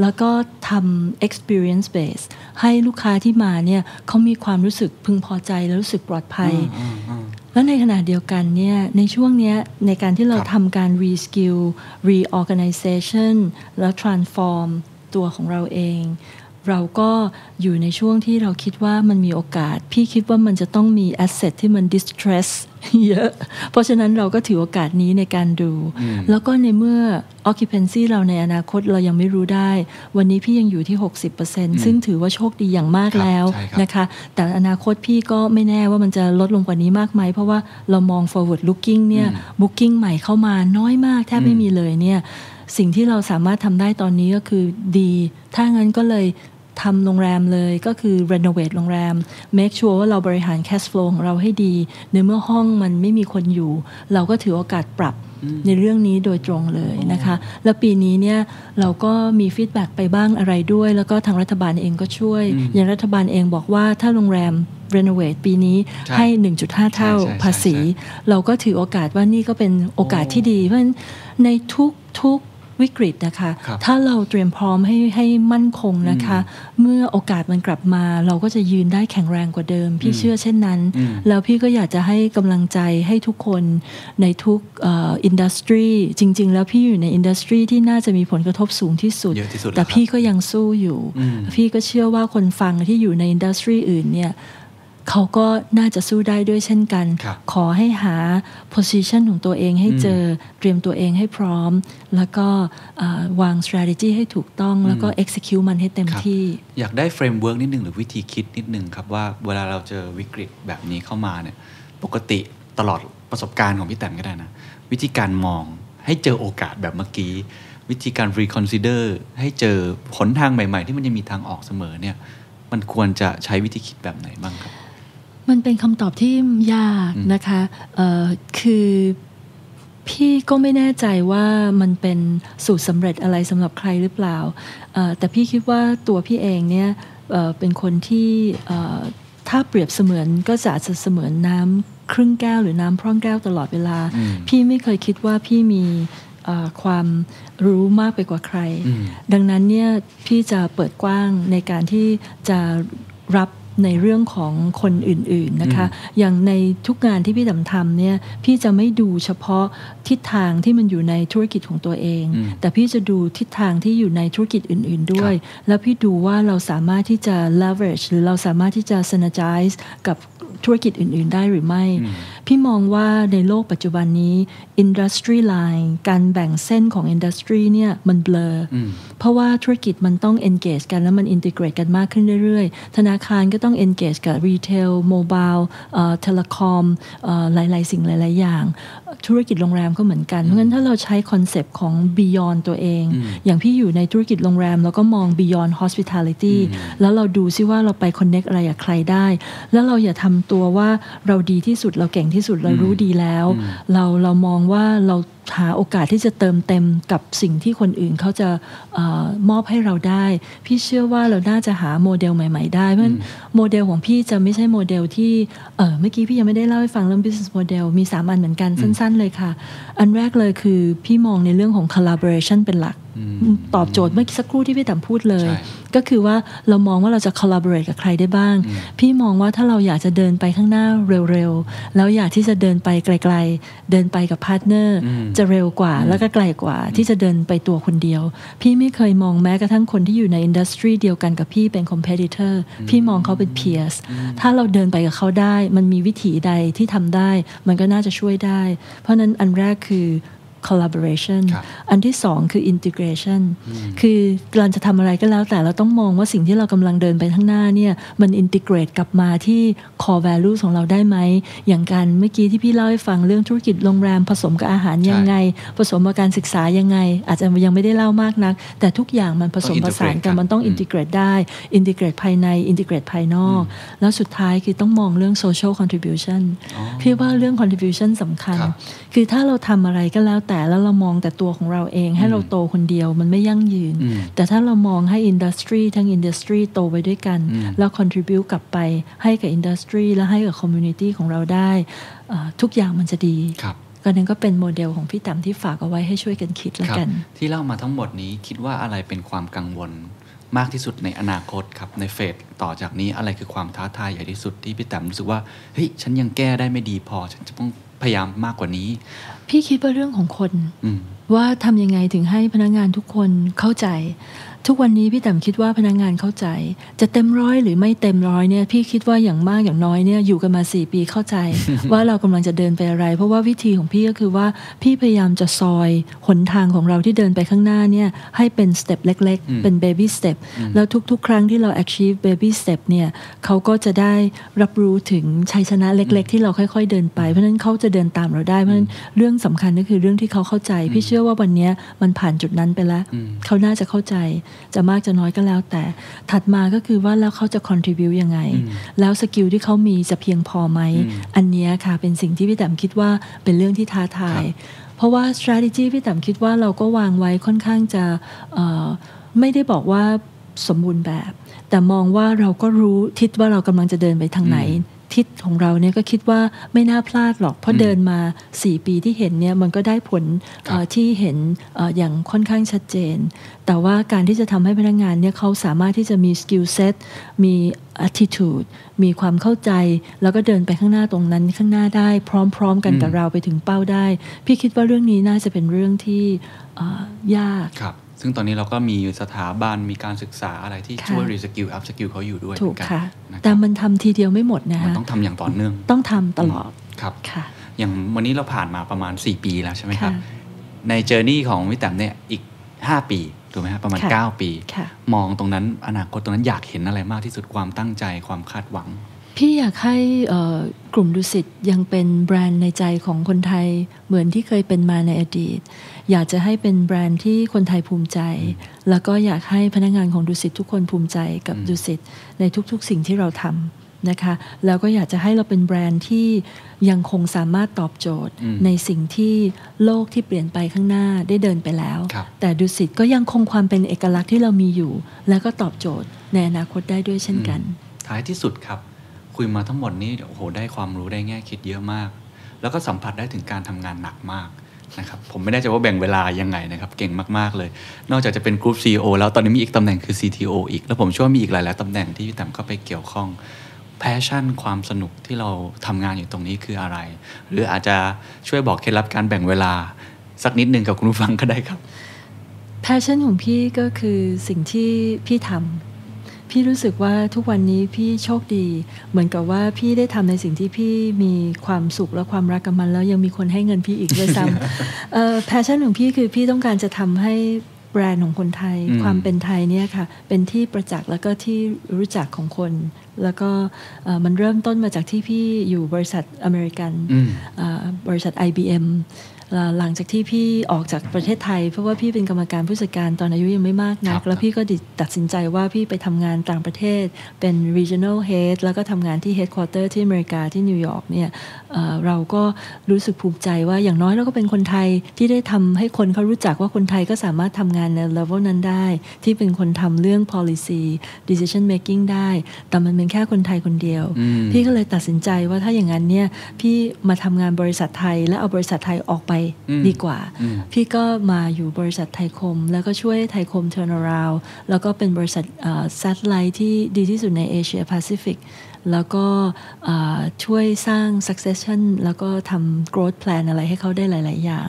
Speaker 6: แล้วก็ทำ experience base ให้ลูกค้าที่มาเนี่ยเขามีความรู้สึกพึงพอใจและรู้สึกปลอดภัย แล้วในขณะเดียวกันเนี่ยในช่วงเนี้ยในการที่เราทำการ reskill reorganization และ transform ตัวของเราเอง เราก็อยู่ในช่วงที่เราคิดว่ามันมีโอกาส พี่คิดว่ามันจะต้องมี asset ที่มัน distress เยอะ เพราะฉะนั้นเราก็ถือโอกาสนี้ในการดู แล้วก็ในเมื่อ occupancy เราในอนาคตเรายังไม่รู้ได้ วันนี้พี่ยังอยู่ที่ 60%ซึ่งถือว่าโชคดีอย่างมาก
Speaker 2: ครับ
Speaker 6: แล้ว
Speaker 2: ใช่ครับ
Speaker 6: นะ นะคะแต่อนาคตพี่ก็ไม่แน่ว่ามันจะลดลงกว่านี้มากไหม เพราะว่าเรามอง forward looking เนี่ย booking ใหม่เข้ามาน้อยมากแทบไม่มีเลยเนี่ย สิ่งที่เราสามารถทำได้ตอนนี้ก็คือดี ถ้างั้นก็เลย ทำโรงแรมเลยก็คือ renovate โรงแรม make sure ว่าเราบริหาร cash flow ของเราให้ดี ในเมื่อห้องมันไม่มีคนอยู่ เราก็ถือโอกาสปรับในเรื่องนี้โดยตรงเลยนะคะ แล้วปีนี้เนี่ยเราก็มีฟีดแบ็กไปบ้างอะไรด้วย แล้วก็ทางรัฐบาลเองก็ช่วย อย่างรัฐบาลเองบอกว่าถ้าโรงแรม renovate ปีนี้
Speaker 2: ใช่
Speaker 6: ให้ 1.5 เท่า
Speaker 2: ใช่ใช่ใช่
Speaker 6: ภาษี
Speaker 2: ใช่
Speaker 6: เราก็ถือโอกาสว่านี่ก็เป็นโอกาสที่ดี เพราะฉะนั้นในทุกทุกวิกฤตนะคะ
Speaker 2: ครับ
Speaker 6: ถ้าเราเตรียมพร้อมให้ให้มั่นคงนะคะ เมื่อโอกาสมันกลับมา เราก็จะยืนได้แข็งแรงกว่าเดิม พี่เชื่อเช่นนั้น แล้วพี่ก็อยากจะให้กำลังใจให้ทุกคนในทุกอินดัสทรีจริง ๆ แล้วพี่อยู่ในอินดัสทรีที่น่าจะมีผลกระทบสูงที่สุด
Speaker 2: เยอะที่สุดแล้ว
Speaker 6: แต่
Speaker 2: ครับ
Speaker 6: พี่ก็ยังสู้อยู่ พี่ก็เชื่อว่าคนฟังที่อยู่ในอินดัสทรีอื่นเนี่ย เขาก็น่าจะสู้ได้ด้วยเช่นกัน
Speaker 2: ครับ
Speaker 6: ขอให้หา position ของตัวเองให้เจอ เตรียมตัวเองให้พร้อม แล้วก็เอ่อวาง strategy ให้ถูกต้อง แล้วก็ execute มันให้เต็ม
Speaker 2: ครับ
Speaker 6: ที่
Speaker 2: อยากได้เฟรมเวิร์กนิดหนึ่งหรือวิธีคิดนิดหนึ่งครับ ว่าเวลาเราเจอวิกฤตแบบนี้เข้ามาเนี่ยปกติตลอดประสบการณ์ของพี่แตมก็ได้นะ วิธีการมองให้เจอโอกาสแบบเมื่อกี้ วิธีการ reconsider ให้เจอหนทางใหม่ ๆ ที่มันยังมีทางออกเสมอเนี่ยมันควรจะใช้วิธีคิดแบบไหนบ้างครับ
Speaker 6: มันเป็นคำตอบที่ยากนะคะเอ่อคือพี่ก็ไม่แน่ใจว่ามันเป็นสูตรสำเร็จอะไรสำหรับใครหรือเปล่าเอ่อแต่พี่คิดว่าตัวพี่เองเนี่ยเอ่อเป็นคนที่เอ่อถ้าเปรียบเสมือนก็จะอาจจะเสมือนน้ำครึ่งแก้วหรือน้ำพร่องแก้วตลอดเวลา
Speaker 2: อืม
Speaker 6: พี่ไม่เคยคิดว่าพี่มีเอ่อความรู้มากไปกว่าใคร
Speaker 2: อืม
Speaker 6: ดังนั้นเนี่ยพี่จะเปิดกว้างในการที่จะรับในเรื่องของคนอื่นๆนะคะ อย่างในทุกงานที่พี่ดำทำเนี่ยพี่จะไม่ดูเฉพาะทิศทางที่มันอยู่ในธุรกิจของตัวเอง
Speaker 2: อืม
Speaker 6: แต่พี่จะดูทิศทางที่อยู่ในธุรกิจอื่น ๆด้วย แล้วพี่ดูว่าเราสามารถที่จะ leverage หรือเราสามารถที่จะ synergize กับธุรกิจอื่น ๆ ได้หรือไม่
Speaker 2: อืม
Speaker 6: พี่มองว่าในโลกปัจจุบันนี้ industry line การแบ่งเส้นของ industry เนี่ยมันเบลออ
Speaker 2: อืม
Speaker 6: เพราะว่าธุรกิจมันต้อง engage กันแล้วมัน integrate กันมากขึ้นเรื่อยๆ ธนาคารก็ต้อง engage กับ retail mobile เอ่อ telecom เอ่อหลายๆ สิ่งหลายๆ อย่าง ธุรกิจโรงแรมก็เหมือนกัน เพราะฉะนั้นถ้าเราใช้คอนเซปต์ของ beyond ตัวเอง อย่างพี่อยู่ในธุรกิจโรงแรมเราก็มอง beyond hospitality แล้วเราดูซิว่าเราไป connect อะไรกับใครได้ แล้วเราอย่าทำตัวว่าเราดีที่สุดเราเก่งที่สุดเรารู้ดีแล้ว เราเรามองว่าเรา หาโอกาสที่จะเติมเต็มกับสิ่งที่คนอื่นเขาจะเออมอบให้เราได้ พี่เชื่อว่าเราน่าจะหาโมเดลใหม่ ๆ ได้เพราะฉะนั้นโมเดลของพี่จะไม่ใช่โมเดลที่เออเมื่อกี้พี่ยังไม่ได้เล่าให้ฟังเรื่อง business model มี 3 อันเหมือนกันสั้น ๆ เลยค่ะ อันแรกเลยคือพี่มองในเรื่องของ collaboration เป็นหลัก ตอบโจทย์เมื่อสักครู่ที่พี่ต่ำพูดเลย
Speaker 2: ใช่
Speaker 6: ก็คือว่าเรามองว่าเราจะ collaborate กับใครได้บ้าง พี่มองว่าถ้าเราอยากจะเดินไปข้างหน้าเร็วๆ แล้วอยากที่จะเดินไปไกลๆ เดินไปกับพาร์ทเนอร์จะเร็วกว่าแล้วก็ไกลกว่าที่จะเดินไปตัวคนเดียว พี่ไม่เคยมองแม้กระทั่งคนที่อยู่ในอินดัสทรีเดียวกันกับพี่เป็น competitor พี่มองเขาเป็น peers ถ้าเราเดินไปกับเขาได้ มันมีวิถีใดที่ทำได้ มันก็น่าจะช่วยได้ เพราะฉะนั้นอันแรกคือ collaboration
Speaker 2: ครับ
Speaker 6: อันที่สองคือ integration คือเราจะทำอะไรก็แล้วแต่เราต้องมองว่าสิ่งที่เรากำลังเดินไปข้างหน้าเนี่ยมัน integrate กลับมาที่ core value ของเราได้ไหม อย่างการเมื่อกี้ที่พี่เล่าให้ฟังเรื่องธุรกิจโรงแรม ผสมกับอาหารยังไง ผสมกับการศึกษายังไง อาจจะยังไม่ได้เล่ามากนัก แต่ทุกอย่างมันผสมผสานกันมันต้อง
Speaker 2: อืม
Speaker 6: อินทิเกรตได้ อินทิเกรตภายใน อินทิเกรตภายนอก แล้วสุดท้ายคือต้องมองเรื่อง social contribution พี่ว่าเรื่อง contribution สำคัญ
Speaker 2: ครับ
Speaker 6: คือถ้าเราทำอะไรก็แล้วแต่แล้วเรามองแต่ตัวของเราเอง ให้เราโตคนเดียวมันไม่ยั่งยืน
Speaker 2: อืม
Speaker 6: แต่ถ้าเรามองให้อินดัสทรีทั้งอินดัสทรีโตไปด้วยกัน
Speaker 2: อืม
Speaker 6: แล้ว contribute กลับไปให้กับอินดัสทรีและให้กับ community ของเราได้เอ่อทุกอย่างมันจะดี
Speaker 2: ครับ
Speaker 6: ก็นั้นก็เป็นโมเดลของพี่ต่ำที่ฝากเอาไว้ให้ช่วยกันคิดแล้ว
Speaker 2: ครับ
Speaker 6: กัน
Speaker 2: ที่เล่ามาทั้งหมดนี้คิดว่าอะไรเป็นความกังวลมากที่สุดในอนาคตครับในเฟสต่อจากนี้อะไรคือความท้าทายใหญ่ที่สุดที่พี่แตมรู้สึกว่าเฮ้ยฉันยังแก้ได้ไม่ดีพอ ฉันจะต้องพยายามมากกว่านี้
Speaker 6: พี่คิดว่าเรื่องของคน
Speaker 2: อืม
Speaker 6: ว่าทำยังไงถึงให้พนักงานทุกคนเข้าใจ ทุกวันนี้พี่แต๋มคิดว่าพนักงานเข้าใจ จะเต็มร้อยหรือไม่เต็มร้อยเนี่ยพี่คิดว่าอย่างมากอย่างน้อยเนี่ยอยู่กันมา 4 ปี เข้าใจ ว่าเรากำลังจะเดินไปอะไร เพราะว่าวิธีของพี่ก็คือว่าพี่พยายามจะซอยหนทางของเราที่เดินไปข้างหน้าเนี่ยให้เป็นสเต็ปเล็ก
Speaker 2: อืม
Speaker 6: ๆ เป็น baby step แล้วทุกๆ ครั้งที่เรา achieve baby step เนี่ยเขาก็จะได้รับรู้ถึงชัยชนะเล็ก ๆ ที่เราค่อย ๆ เดินไป เพราะฉะนั้นเขาจะเดินตามเราได้ เพราะฉะนั้นเรื่องสำคัญก็คือเรื่องที่เขาเข้าใจ พี่เชื่อว่าวันเนี้ยมันผ่านจุดนั้นไปแล้ว เขาน่าจะเข้าใจ จะมากจะน้อยก็แล้ว แต่ถัดมาก็คือว่าแล้วเขาจะ contribu ยังไง แล้วสกิลที่เขามีจะเพียงพอไหม อันเนี้ยค่ะเป็นสิ่งที่พี่แต้มคิดว่าเป็นเรื่องที่ท้าทาย เพราะว่า strategy พี่แต้มคิดว่าเราก็วางไว้ค่อนข้างจะเอ่อไม่ได้บอกว่าสมบูรณ์แบบ แต่มองว่าเราก็รู้ทิศว่าเรากำลังจะเดินไปทางไหน ทิศของเราเนี่ยก็คิดว่าไม่น่าพลาดหรอก เพราะเดินมา 4 ปีที่เห็นเนี่ยมันก็ได้ผลเอ่อที่เห็นเอ่ออย่างค่อนข้างชัดเจน แต่ว่าการที่จะทำให้พนักงานเนี่ยเขาสามารถที่จะมีสกิลเซ็ตมี attitude มีความเข้าใจ แล้วก็เดินไปข้างหน้าตรงนั้นข้างหน้าได้ พร้อมๆ กันกับเราไปถึงเป้าได้ พี่คิดว่าเรื่องนี้น่าจะเป็นเรื่องที่เอ่อยาก
Speaker 2: ครับ ซึ่งตอนนี้เราก็มีสถาบันมีการศึกษาอะไรที่
Speaker 6: ค่ะ
Speaker 2: ช่วยรีสกิลอัพสกิลเขาอยู่ด้วยเห
Speaker 6: ถู
Speaker 2: มื
Speaker 6: ก
Speaker 2: อนกัน
Speaker 6: ค่ะ
Speaker 2: นะค
Speaker 6: แต่
Speaker 2: รับ
Speaker 6: มันทำทีเดียวไม่หมดนะ
Speaker 2: มัน
Speaker 6: คะ
Speaker 2: ต้องทำอย่างต่อเนื่อง
Speaker 6: ต้องทำตลอด
Speaker 2: ครับ
Speaker 6: ค่ะ
Speaker 2: อย่างวันนี้เราผ่านมาประมาณ 4 ปีแล้วใช่ไหมครับ
Speaker 6: ค่ะ
Speaker 2: ในเจอร์นี่ของวิแตมเนี่ยอีก 5 ปีถูกไหมครับประมาณ
Speaker 6: ค่ะ
Speaker 2: 9 ปี
Speaker 6: ค่ะ
Speaker 2: มองตรงนั้นอนาคตตรงนั้นอยากเห็นอะไรมากที่สุดความตั้งใจความคาดหวัง
Speaker 6: พี่อยากให้เอ่อกลุ่มดุสิตยังเป็นแบรนด์ในใจของคนไทยเหมือนที่เคยเป็นมาในอดีต อยากจะให้เป็นแบรนด์ที่คนไทยภูมิใจ แล้วก็อยากให้พนักงานของดุสิตทุกคนภูมิใจกับดุสิตในทุกๆสิ่งที่เราทำนะคะแล้วก็อยากจะให้เราเป็นแบรนด์ที่ยังคงสามารถตอบโจทย์
Speaker 2: อืม
Speaker 6: ในสิ่งที่โลกที่เปลี่ยนไปข้างหน้าได้เดินไปแล้ว
Speaker 2: ครับ
Speaker 6: แต่ดุสิตก็ยังคงความเป็นเอกลักษณ์ที่เรามีอยู่ และก็ตอบโจทย์ในอนาคตได้ด้วยเช่นกัน
Speaker 2: ท้ายที่สุดครับ คุยมาทั้งหมดนี้โอ้โหได้ความรู้ได้แง่คิดเยอะมาก แล้วก็สัมผัสได้ถึงการทำงานหนักมากนะครับผมไม่แน่ใจว่าแบ่งเวลายังไงนะครับ เก่งมากๆเลย นอกจากจะเป็นกรุ๊ป CEO แล้วตอนนี้มีอีกตำแหน่งคือ CTO อีก แล้วผมเชื่อว่ามีอีกหลายๆตำแหน่งที่พี่แต้มเข้าไปเกี่ยวข้อง แพชชั่นความสนุกที่เราทำงานอยู่ตรงนี้คืออะไร หรืออาจจะช่วยบอกเคล็ดลับการแบ่งเวลา สักนิดหนึ่งกับคุณผู้ฟังก็ได้ครับ
Speaker 6: แพชชั่นของพี่ก็คือสิ่งที่พี่ทำพี่รู้สึกว่าทุกวันนี้พี่โชคดี เหมือนกับว่าพี่ได้ทำในสิ่งที่พี่มีความสุขและความรักกับมัน แล้วยังมีคนให้เงินพี่อีกด้วยซ้ ำแพชชั่นของพี่คือพี่ต้องการจะทำให้แบรนด์ของคนไทย
Speaker 2: อืม
Speaker 6: ความเป็นไทยเนี่ยค่ะเป็นที่ประจักษ์แล้วก็ที่รู้จักของคน แล้วก็เอ่อมันเริ่มต้นมาจากที่พี่อยู่บริษัทอเมริกัน
Speaker 2: อืม
Speaker 6: อ่าบริษัท IBM อ่าหลังจากที่พี่ออกจากประเทศไทย เพราะว่าพี่เป็นกรรมการผู้จัดการตอนอายุยังไม่มากนั
Speaker 2: ครั
Speaker 6: ก
Speaker 2: บ
Speaker 6: แล้วพี่ก็ดิตัดสินใจว่าพี่ไปทำงานต่างประเทศเป็น regional head แล้วก็ทำงานที่ headquarter ที่อเมริกาที่นิวยอร์กเนี่ยเอ่อเราก็รู้สึกภูมิใจว่าอย่างน้อยเราก็เป็นคนไทยที่ได้ทำให้คนเขารู้จักว่าคนไทยก็สามารถทำงานใน level นั้นได้ ที่เป็นคนทำเรื่อง policy decision making ได้ แต่มันเป็นแค่คนไทยคนเดียว
Speaker 2: อืม
Speaker 6: พี่ก็เลยตัดสินใจว่าถ้าอย่างนั้นเนี่ยพี่มาทำงานบริษัทไทยและเอาบริษัทไทยออกไป
Speaker 2: อืม
Speaker 6: ดีกว่า
Speaker 2: อืม
Speaker 6: พี่ก็มาอยู่บริษัทไทยคม แล้วก็ช่วยไทยคมเทอร์นาราวแล้วก็เป็นบริษัทซัตไลท์ที่ดีที่สุดในเอเชียแปซิฟิกแล้วก็เอ่อช่วยสร้าง succession แล้วก็ทำ growth plan อะไรให้เขาได้หลาย ๆ อย่าง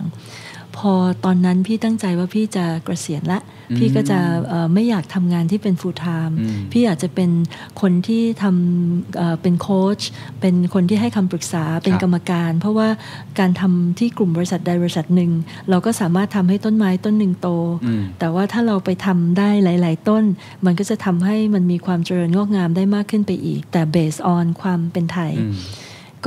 Speaker 6: พอตอนนั้นพี่ตั้งใจว่าพี่จะเกษียณละ พี่ก็จะเอ่อไม่อยากทำงานที่เป็น full time
Speaker 2: อืม
Speaker 6: พี่อาจจะเป็นคนที่ทำเอ่อเป็นโค้ชเป็นคนที่ให้คำปรึกษาเป็นกรรมการ เพราะว่าการทำที่กลุ่มบริษัทใดบริษัทหนึ่ง เราก็สามารถทำให้ต้นไม้ต้นหนึ่งโต
Speaker 2: อืม
Speaker 6: แต่ว่าถ้าเราไปทำได้หลาย ๆ ต้น มันก็จะทำให้มันมีความเจริญงอกงามได้มากขึ้นไปอีก แต่ based on ความเป็นไทย
Speaker 2: อืม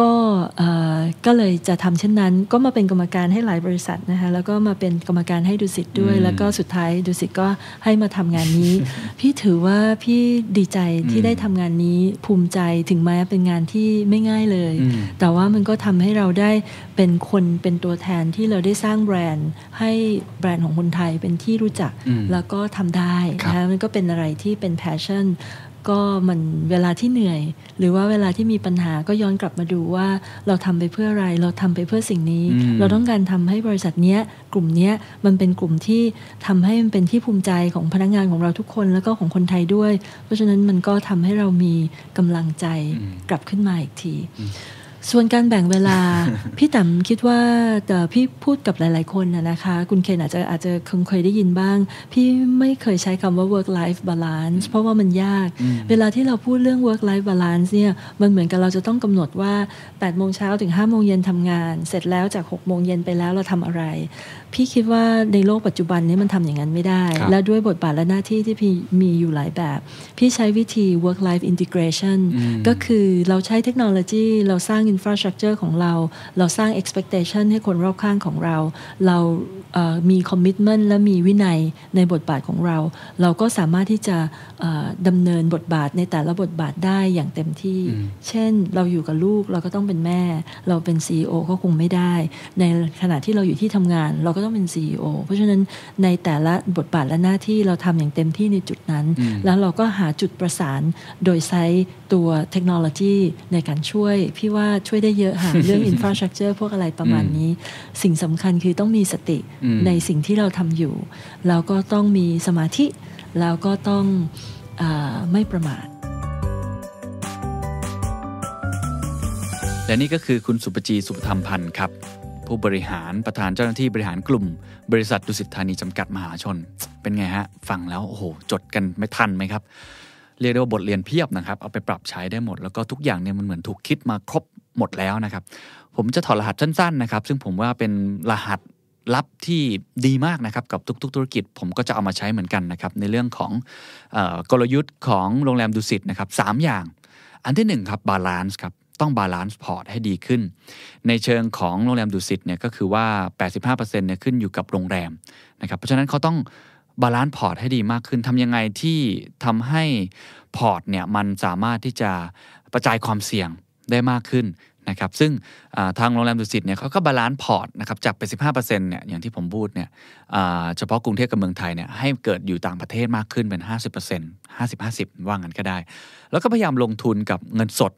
Speaker 6: ก็เอ่อก็เลยจะทำเช่นนั้น ก็มาเป็นกรรมการให้หลายบริษัทนะคะแล้วก็มาเป็นกรรมการให้ดุสิตด้วย
Speaker 2: อืม
Speaker 6: แล้วก็สุดท้ายดุสิตก็ให้มาทำงาน นี้ พี่ถือว่าพี่ดีใจที่
Speaker 2: อืม
Speaker 6: ได้ทำงานนี้ภูมิใจถึงแม้เป็นงานที่ไม่ง่ายเลย
Speaker 2: อืม
Speaker 6: แต่ว่ามันก็ทำให้เราได้เป็นคนเป็นตัวแทนที่เราได้สร้างแบรนด์ ให้แบรนด์ของคนไทยเป็นที่รู้จัก
Speaker 2: อืม
Speaker 6: แล้วก็ทำได้
Speaker 2: ครับ
Speaker 6: นะคะมันก็เป็นอะไรที่เป็นแพชชั่น ก็มันเวลาที่เหนื่อย หรือว่าเวลาที่มีปัญหาก็ย้อนกลับมาดูว่าเราทำไปเพื่ออะไร เราทำไปเพื่อสิ่งนี้
Speaker 2: อืม
Speaker 6: เราต้องการทำให้บริษัทเนี้ยกลุ่มเนี้ยมันเป็นกลุ่มที่ทำให้มันเป็นที่ภูมิใจของพนักงานของเราทุกคน แล้วก็ของคนไทยด้วย เพราะฉะนั้นมันก็ทำให้เรามีกำลังใจกลับขึ้นมาอีกที ส่วนการแบ่งเวลา พี่แต๋มคิดว่าแต่พี่พูดกับหลาย ๆ คนนะนะคะ คุณเคนอาจจะอาจจะคงเคยได้ยินบ้าง พี่ไม่เคยใช้คำว่า work life balance เพราะว่ามันยาก เวลาที่เราพูดเรื่อง work life balance เนี่ยมันเหมือนกับเราจะต้องกำหนดว่า8โมงเช้าถึง5โมงเย็นทำงาน เสร็จแล้วจาก6โมงเย็นไปแล้วเราทำอะไร พี่คิดว่าในโลกปัจจุบันนี้มันทำอย่างนั้นไม่ได้
Speaker 2: ครับ
Speaker 6: และด้วยบทบาทและหน้าที่ที่พี่มีอยู่หลายแบบ พี่ใช้วิธี work life integration ก็คือเราใช้เทคโนโลยีเราสร้าง environment infrastructure ของเรา เราสร้าง expectation ให้คนรอบข้างของเรา เราเอ่อมี commitment และมีวินัยในบทบาทของเรา เราก็สามารถที่จะเอ่อดำเนินบทบาทในแต่ละบทบาทได้อย่างเต็มที่ เช่น เราอยู่กับลูกเราก็ต้องเป็นแม่ เราเป็น CEO ก็คงไม่ได้ ในขณะที่เราอยู่ที่ทำงาน เราก็ต้องเป็น CEO เพราะฉะนั้นในแต่ละบทบาทและหน้าที่เราทำอย่างเต็มที่ในจุดนั้น แล้วเราก็หาจุดประสานโดยใช้ตัวเทคโนโลยีในการช่วย พี่ว่าช่วยได้เยอะ ค่ะ เรื่อง infrastructure พวกอะไรประมาณนี้ สิ่งสำคัญคือต้องมีสติ
Speaker 3: อืม
Speaker 6: ในสิ่งที่เราทำอยู่ แล้วก็ต้องมีสมาธิ แล้วก็ต้องอาไม่ประมาท
Speaker 3: และนี่ก็คือคุณสุปจีสุปธรรมพันธ์ครับ ผู้บริหารประธานเจ้าหน้าที่บริหารกลุ่ม บริษัทดุสิตธานีจำกัดมหาชน เป็นไงฮะ ฟังแล้ว โอ้โห จดกันไม่ทันไหมครับ เรียกได้ว่าบทเรียนเพียบนะครับ เอาไปปรับใช้ได้หมด แล้วก็ทุกอย่างเนี่ยมันเหมือนถูกคิดมาครบหมดแล้วนะครับ ผมจะถอดรหัสสั้นๆนะครับ ซึ่งผมว่าเป็นรหัสลับที่ดีมากนะครับ กับทุก ๆ ธุรกิจ ผมก็จะเอามาใช้เหมือนกันนะครับ ในเรื่องของเออกลยุทธ์ของโรงแรมดุสิตนะครับสามอย่าง อันที่หนึ่งครับบาลานซ์ครับ ต้องบาลานซ์พอร์ตให้ดีขึ้น ในเชิงของโรงแรมดุสิตเนี่ยก็คือว่า 85%เนี่ยขึ้นอยู่กับโรงแรมนะครับเพราะฉะนั้นเขาต้องบาลานซ์พอร์ตให้ดีมากขึ้นทำยังไงที่ทำให้พอร์ตเนี่ยมันสามารถที่จะกระจายความเสี่ยงได้มากขึ้นนะครับซึ่งอ่าทางโรงแรมดุสิตเนี่ยเขาก็บาลานซ์พอร์ตนะครับจาก 85%เนี่ยอย่างที่ผมพูดเนี่ยอ่าเฉพาะกรุงเทพกับเมืองไทยเนี่ยให้เกิดอยู่ต่างประเทศมากขึ้นเป็น 50% 50-50 ว่างั้นก็ได้ แล้วก็พยายามลงทุนกับเงินสด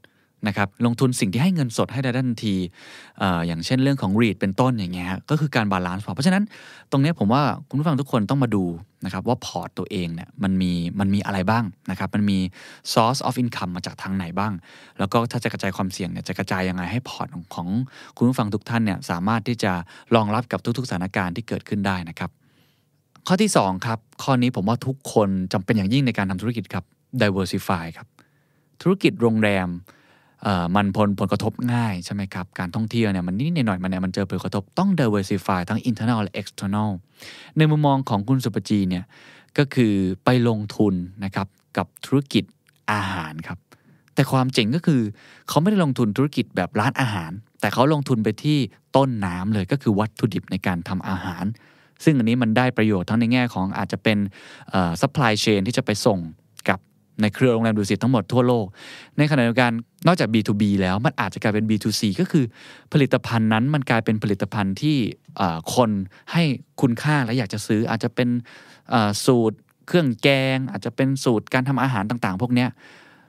Speaker 3: นะครับลงทุนสิ่งที่ให้เงินสดให้ได้ทันทีเอ่ออย่างเช่นเรื่องของ REIT เป็นต้นอย่างเงี้ยฮะก็คือการบาลานซ์พอร์ตเพราะฉะนั้นตรงเนี้ยผมว่าคุณผู้ฟังทุกคนต้องมาดูนะครับว่าพอร์ตตัวเองเนี่ยมันมีมันมีอะไรบ้างนะครับมันมี source of income มาจากทางไหนบ้าง แล้วก็ถ้าจะกระจายความเสี่ยงเนี่ยจะกระจายยังไงให้พอร์ตของของคุณผู้ฟังทุกท่านเนี่ยสามารถที่จะรองรับกับทุกๆสถานการณ์ที่เกิดขึ้นได้นะครับ ข้อที่สองครับข้อนี้ผมว่าทุกคนจำเป็นอย่างยิ่งในการทำธุรกิจครับ diversify ครับ ธุรกิจโรงแรมเอ่อมันผลผลกระทบง่ายใช่ไหมครับ การท่องเที่ยวเนี่ยมันนิดๆหน่อยๆมันเนี่ยมันเจอผลกระทบต้อง diversify ทั้ง internal และ external ในมุมมองของคุณสุปจีเนี่ยก็คือไปลงทุนนะครับกับธุรกิจอาหารครับ แต่ความเจ๋งก็คือเขาไม่ได้ลงทุนธุรกิจแบบร้านอาหาร แต่เขาลงทุนไปที่ต้นน้ำเลยก็คือวัตถุดิบในการทำอาหาร ซึ่งอันนี้มันได้ประโยชน์ทั้งในแง่ของอาจจะเป็นซัพพลายเชนที่จะไปส่งกับในเครือโรงแรมดุสิตทั้งหมดทั่วโลก ในขณะเดียวกันนอกจาก B2B แล้วมันอาจจะกลายเป็น B2C ก็คือผลิตภัณฑ์นั้นมันกลายเป็นผลิตภัณฑ์ที่เอ่อคนให้คุณค่าและอยากจะซื้ออาจจะเป็นเอ่อสูตรเครื่องแกง อาจจะเป็นสูตรการทำอาหารต่างๆ พวกเนี้ย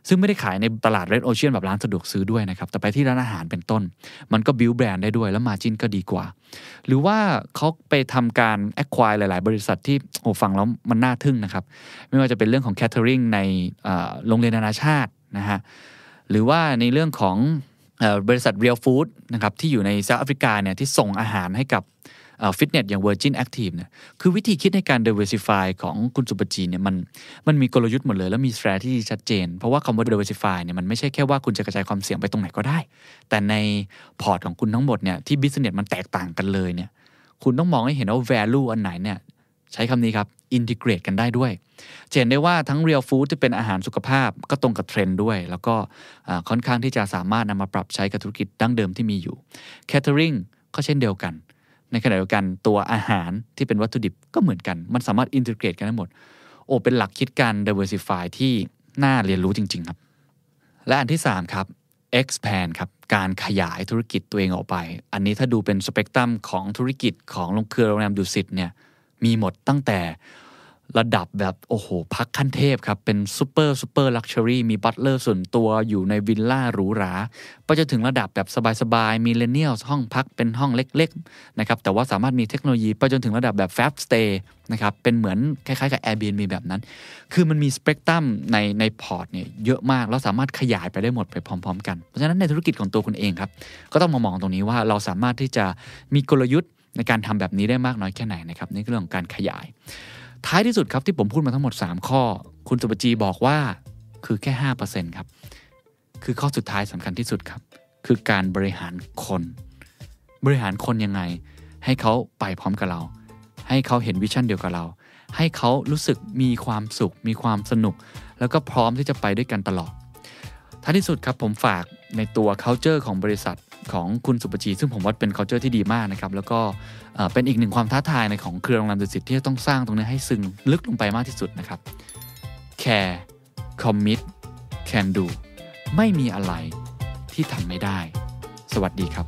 Speaker 3: ซึ่งไม่ได้ขายในตลาด Red Ocean แบบร้านสะดวกซื้อด้วยนะครับแต่ไปที่ร้านอาหารเป็นต้น มันก็บิวแบรนด์ได้ด้วยแล้วมาจินก็ดีกว่า หรือว่าเขาไปทำการแอ q ควายหลาย ๆ บริษัทที่โอ้ฟังแล้วมันน่าทึ่งนะครับ ไม่ว่าจะเป็นเรื่องของแคทเทอริงในเอ่อโรงเรียนนานาชาตินะฮะ หรือว่าในเรื่องของเอ่อบริษัท Real Food นะครับที่อยู่ในเซาท์แอฟริกาเนี่ยที่ส่งอาหารให้กับฟิตเนสอย่าง Virgin Active เนี่ยคือวิธีคิดในการ diversify ของคุณสุปจีเนี่ยมันมันมีกลยุทธ์หมดเลย แล้วมี strategy ชัดเจน เพราะว่าคำว่า diversify เนี่ยมันไม่ใช่แค่ว่าคุณจะกระจายความเสี่ยงไปตรงไหนก็ได้ แต่ในพอร์ตของคุณทั้งหมดเนี่ยที่ business มันแตกต่างกันเลยเนี่ยคุณต้องมองให้เห็นว่า value อันไหนเนี่ยใช้คำนี้ครับ integrate กันได้ด้วย จะเห็นได้ว่าทั้ง Real Food จะเป็นอาหารสุขภาพก็ตรงกับเทรนด์ด้วย แล้วก็อ่าค่อนข้างที่จะสามารถนำมาปรับใช้กับธุรกิจดั้งเดิมที่มีอยู่ Catering ก็เช่นเดียวกัน ในขณะเดียวกันตัวอาหารที่เป็นวัตถุดิบก็เหมือนกัน มันสามารถอินทิเกรตกันได้หมด โอ้เป็นหลักคิดการ diversify ที่น่าเรียนรู้จริง ๆ ครับ และอันที่ 3 ครับ expand ครับ การขยายธุรกิจตัวเองออกไป อันนี้ถ้าดูเป็นสเปกตรัมของธุรกิจของโรงเครือโรงแรมดุสิตเนี่ยมีหมดตั้งแต่ระดับแบบ โอ้โห พักขั้นเทพครับ เป็นซูเปอร์ซูเปอร์ลักชัวรี่มีบัตเลอร์ส่วนตัวอยู่ในวิลล่าหรูหราไปจนถึงระดับแบบสบายๆมีเลเนียลห้องพักเป็นห้องเล็ก ๆ นะครับ แต่ว่าสามารถมีเทคโนโลยีไปจนถึงระดับแบบแฟบสเตย์นะครับ เป็นเหมือนคล้ายๆกับ Airbnb แบบนั้น คือมันมีสเปกตรัมในในพอร์ตเนี่ยเยอะมาก แล้วสามารถขยายไปได้หมดไปพร้อม ๆ กัน เพราะฉะนั้นในธุรกิจของตัวคุณเองครับ ก็ต้องมามองตรงนี้ว่าเราสามารถที่จะมีกลยุทธ์ในการทำแบบนี้ได้มากน้อยแค่ไหนนะครับนี่คือเรื่องของการขยาย ท้ายที่สุดครับที่ผมพูดมาทั้งหมด 3 ข้อ คุณสุปจีบอกว่าคือแค่ 5%ครับ คือข้อสุดท้ายสำคัญที่สุดครับ คือการบริหารคน บริหารคนยังไง ให้เขาไปพร้อมกับเรา ให้เขาเห็นวิชั่นเดียวกับเรา ให้เขารู้สึกมีความสุข มีความสนุก แล้วก็พร้อมที่จะไปด้วยกันตลอด ท้ายที่สุดครับผมฝาก ในตัว culture ของบริษัทของคุณสุปจี ซึ่งผมว่าเป็น culture ที่ดีมากนะครับแล้วก็เอ่อเป็นอีกหนึ่งความท้าทายในของเครือโรงแรมดุสิตที่จะต้องสร้างตรงนี้ให้ซึงลึกลงไปมากที่สุดนะครับ care commit can do ไม่มีอะไรที่ทำไม่ได้ สวัสดีครับ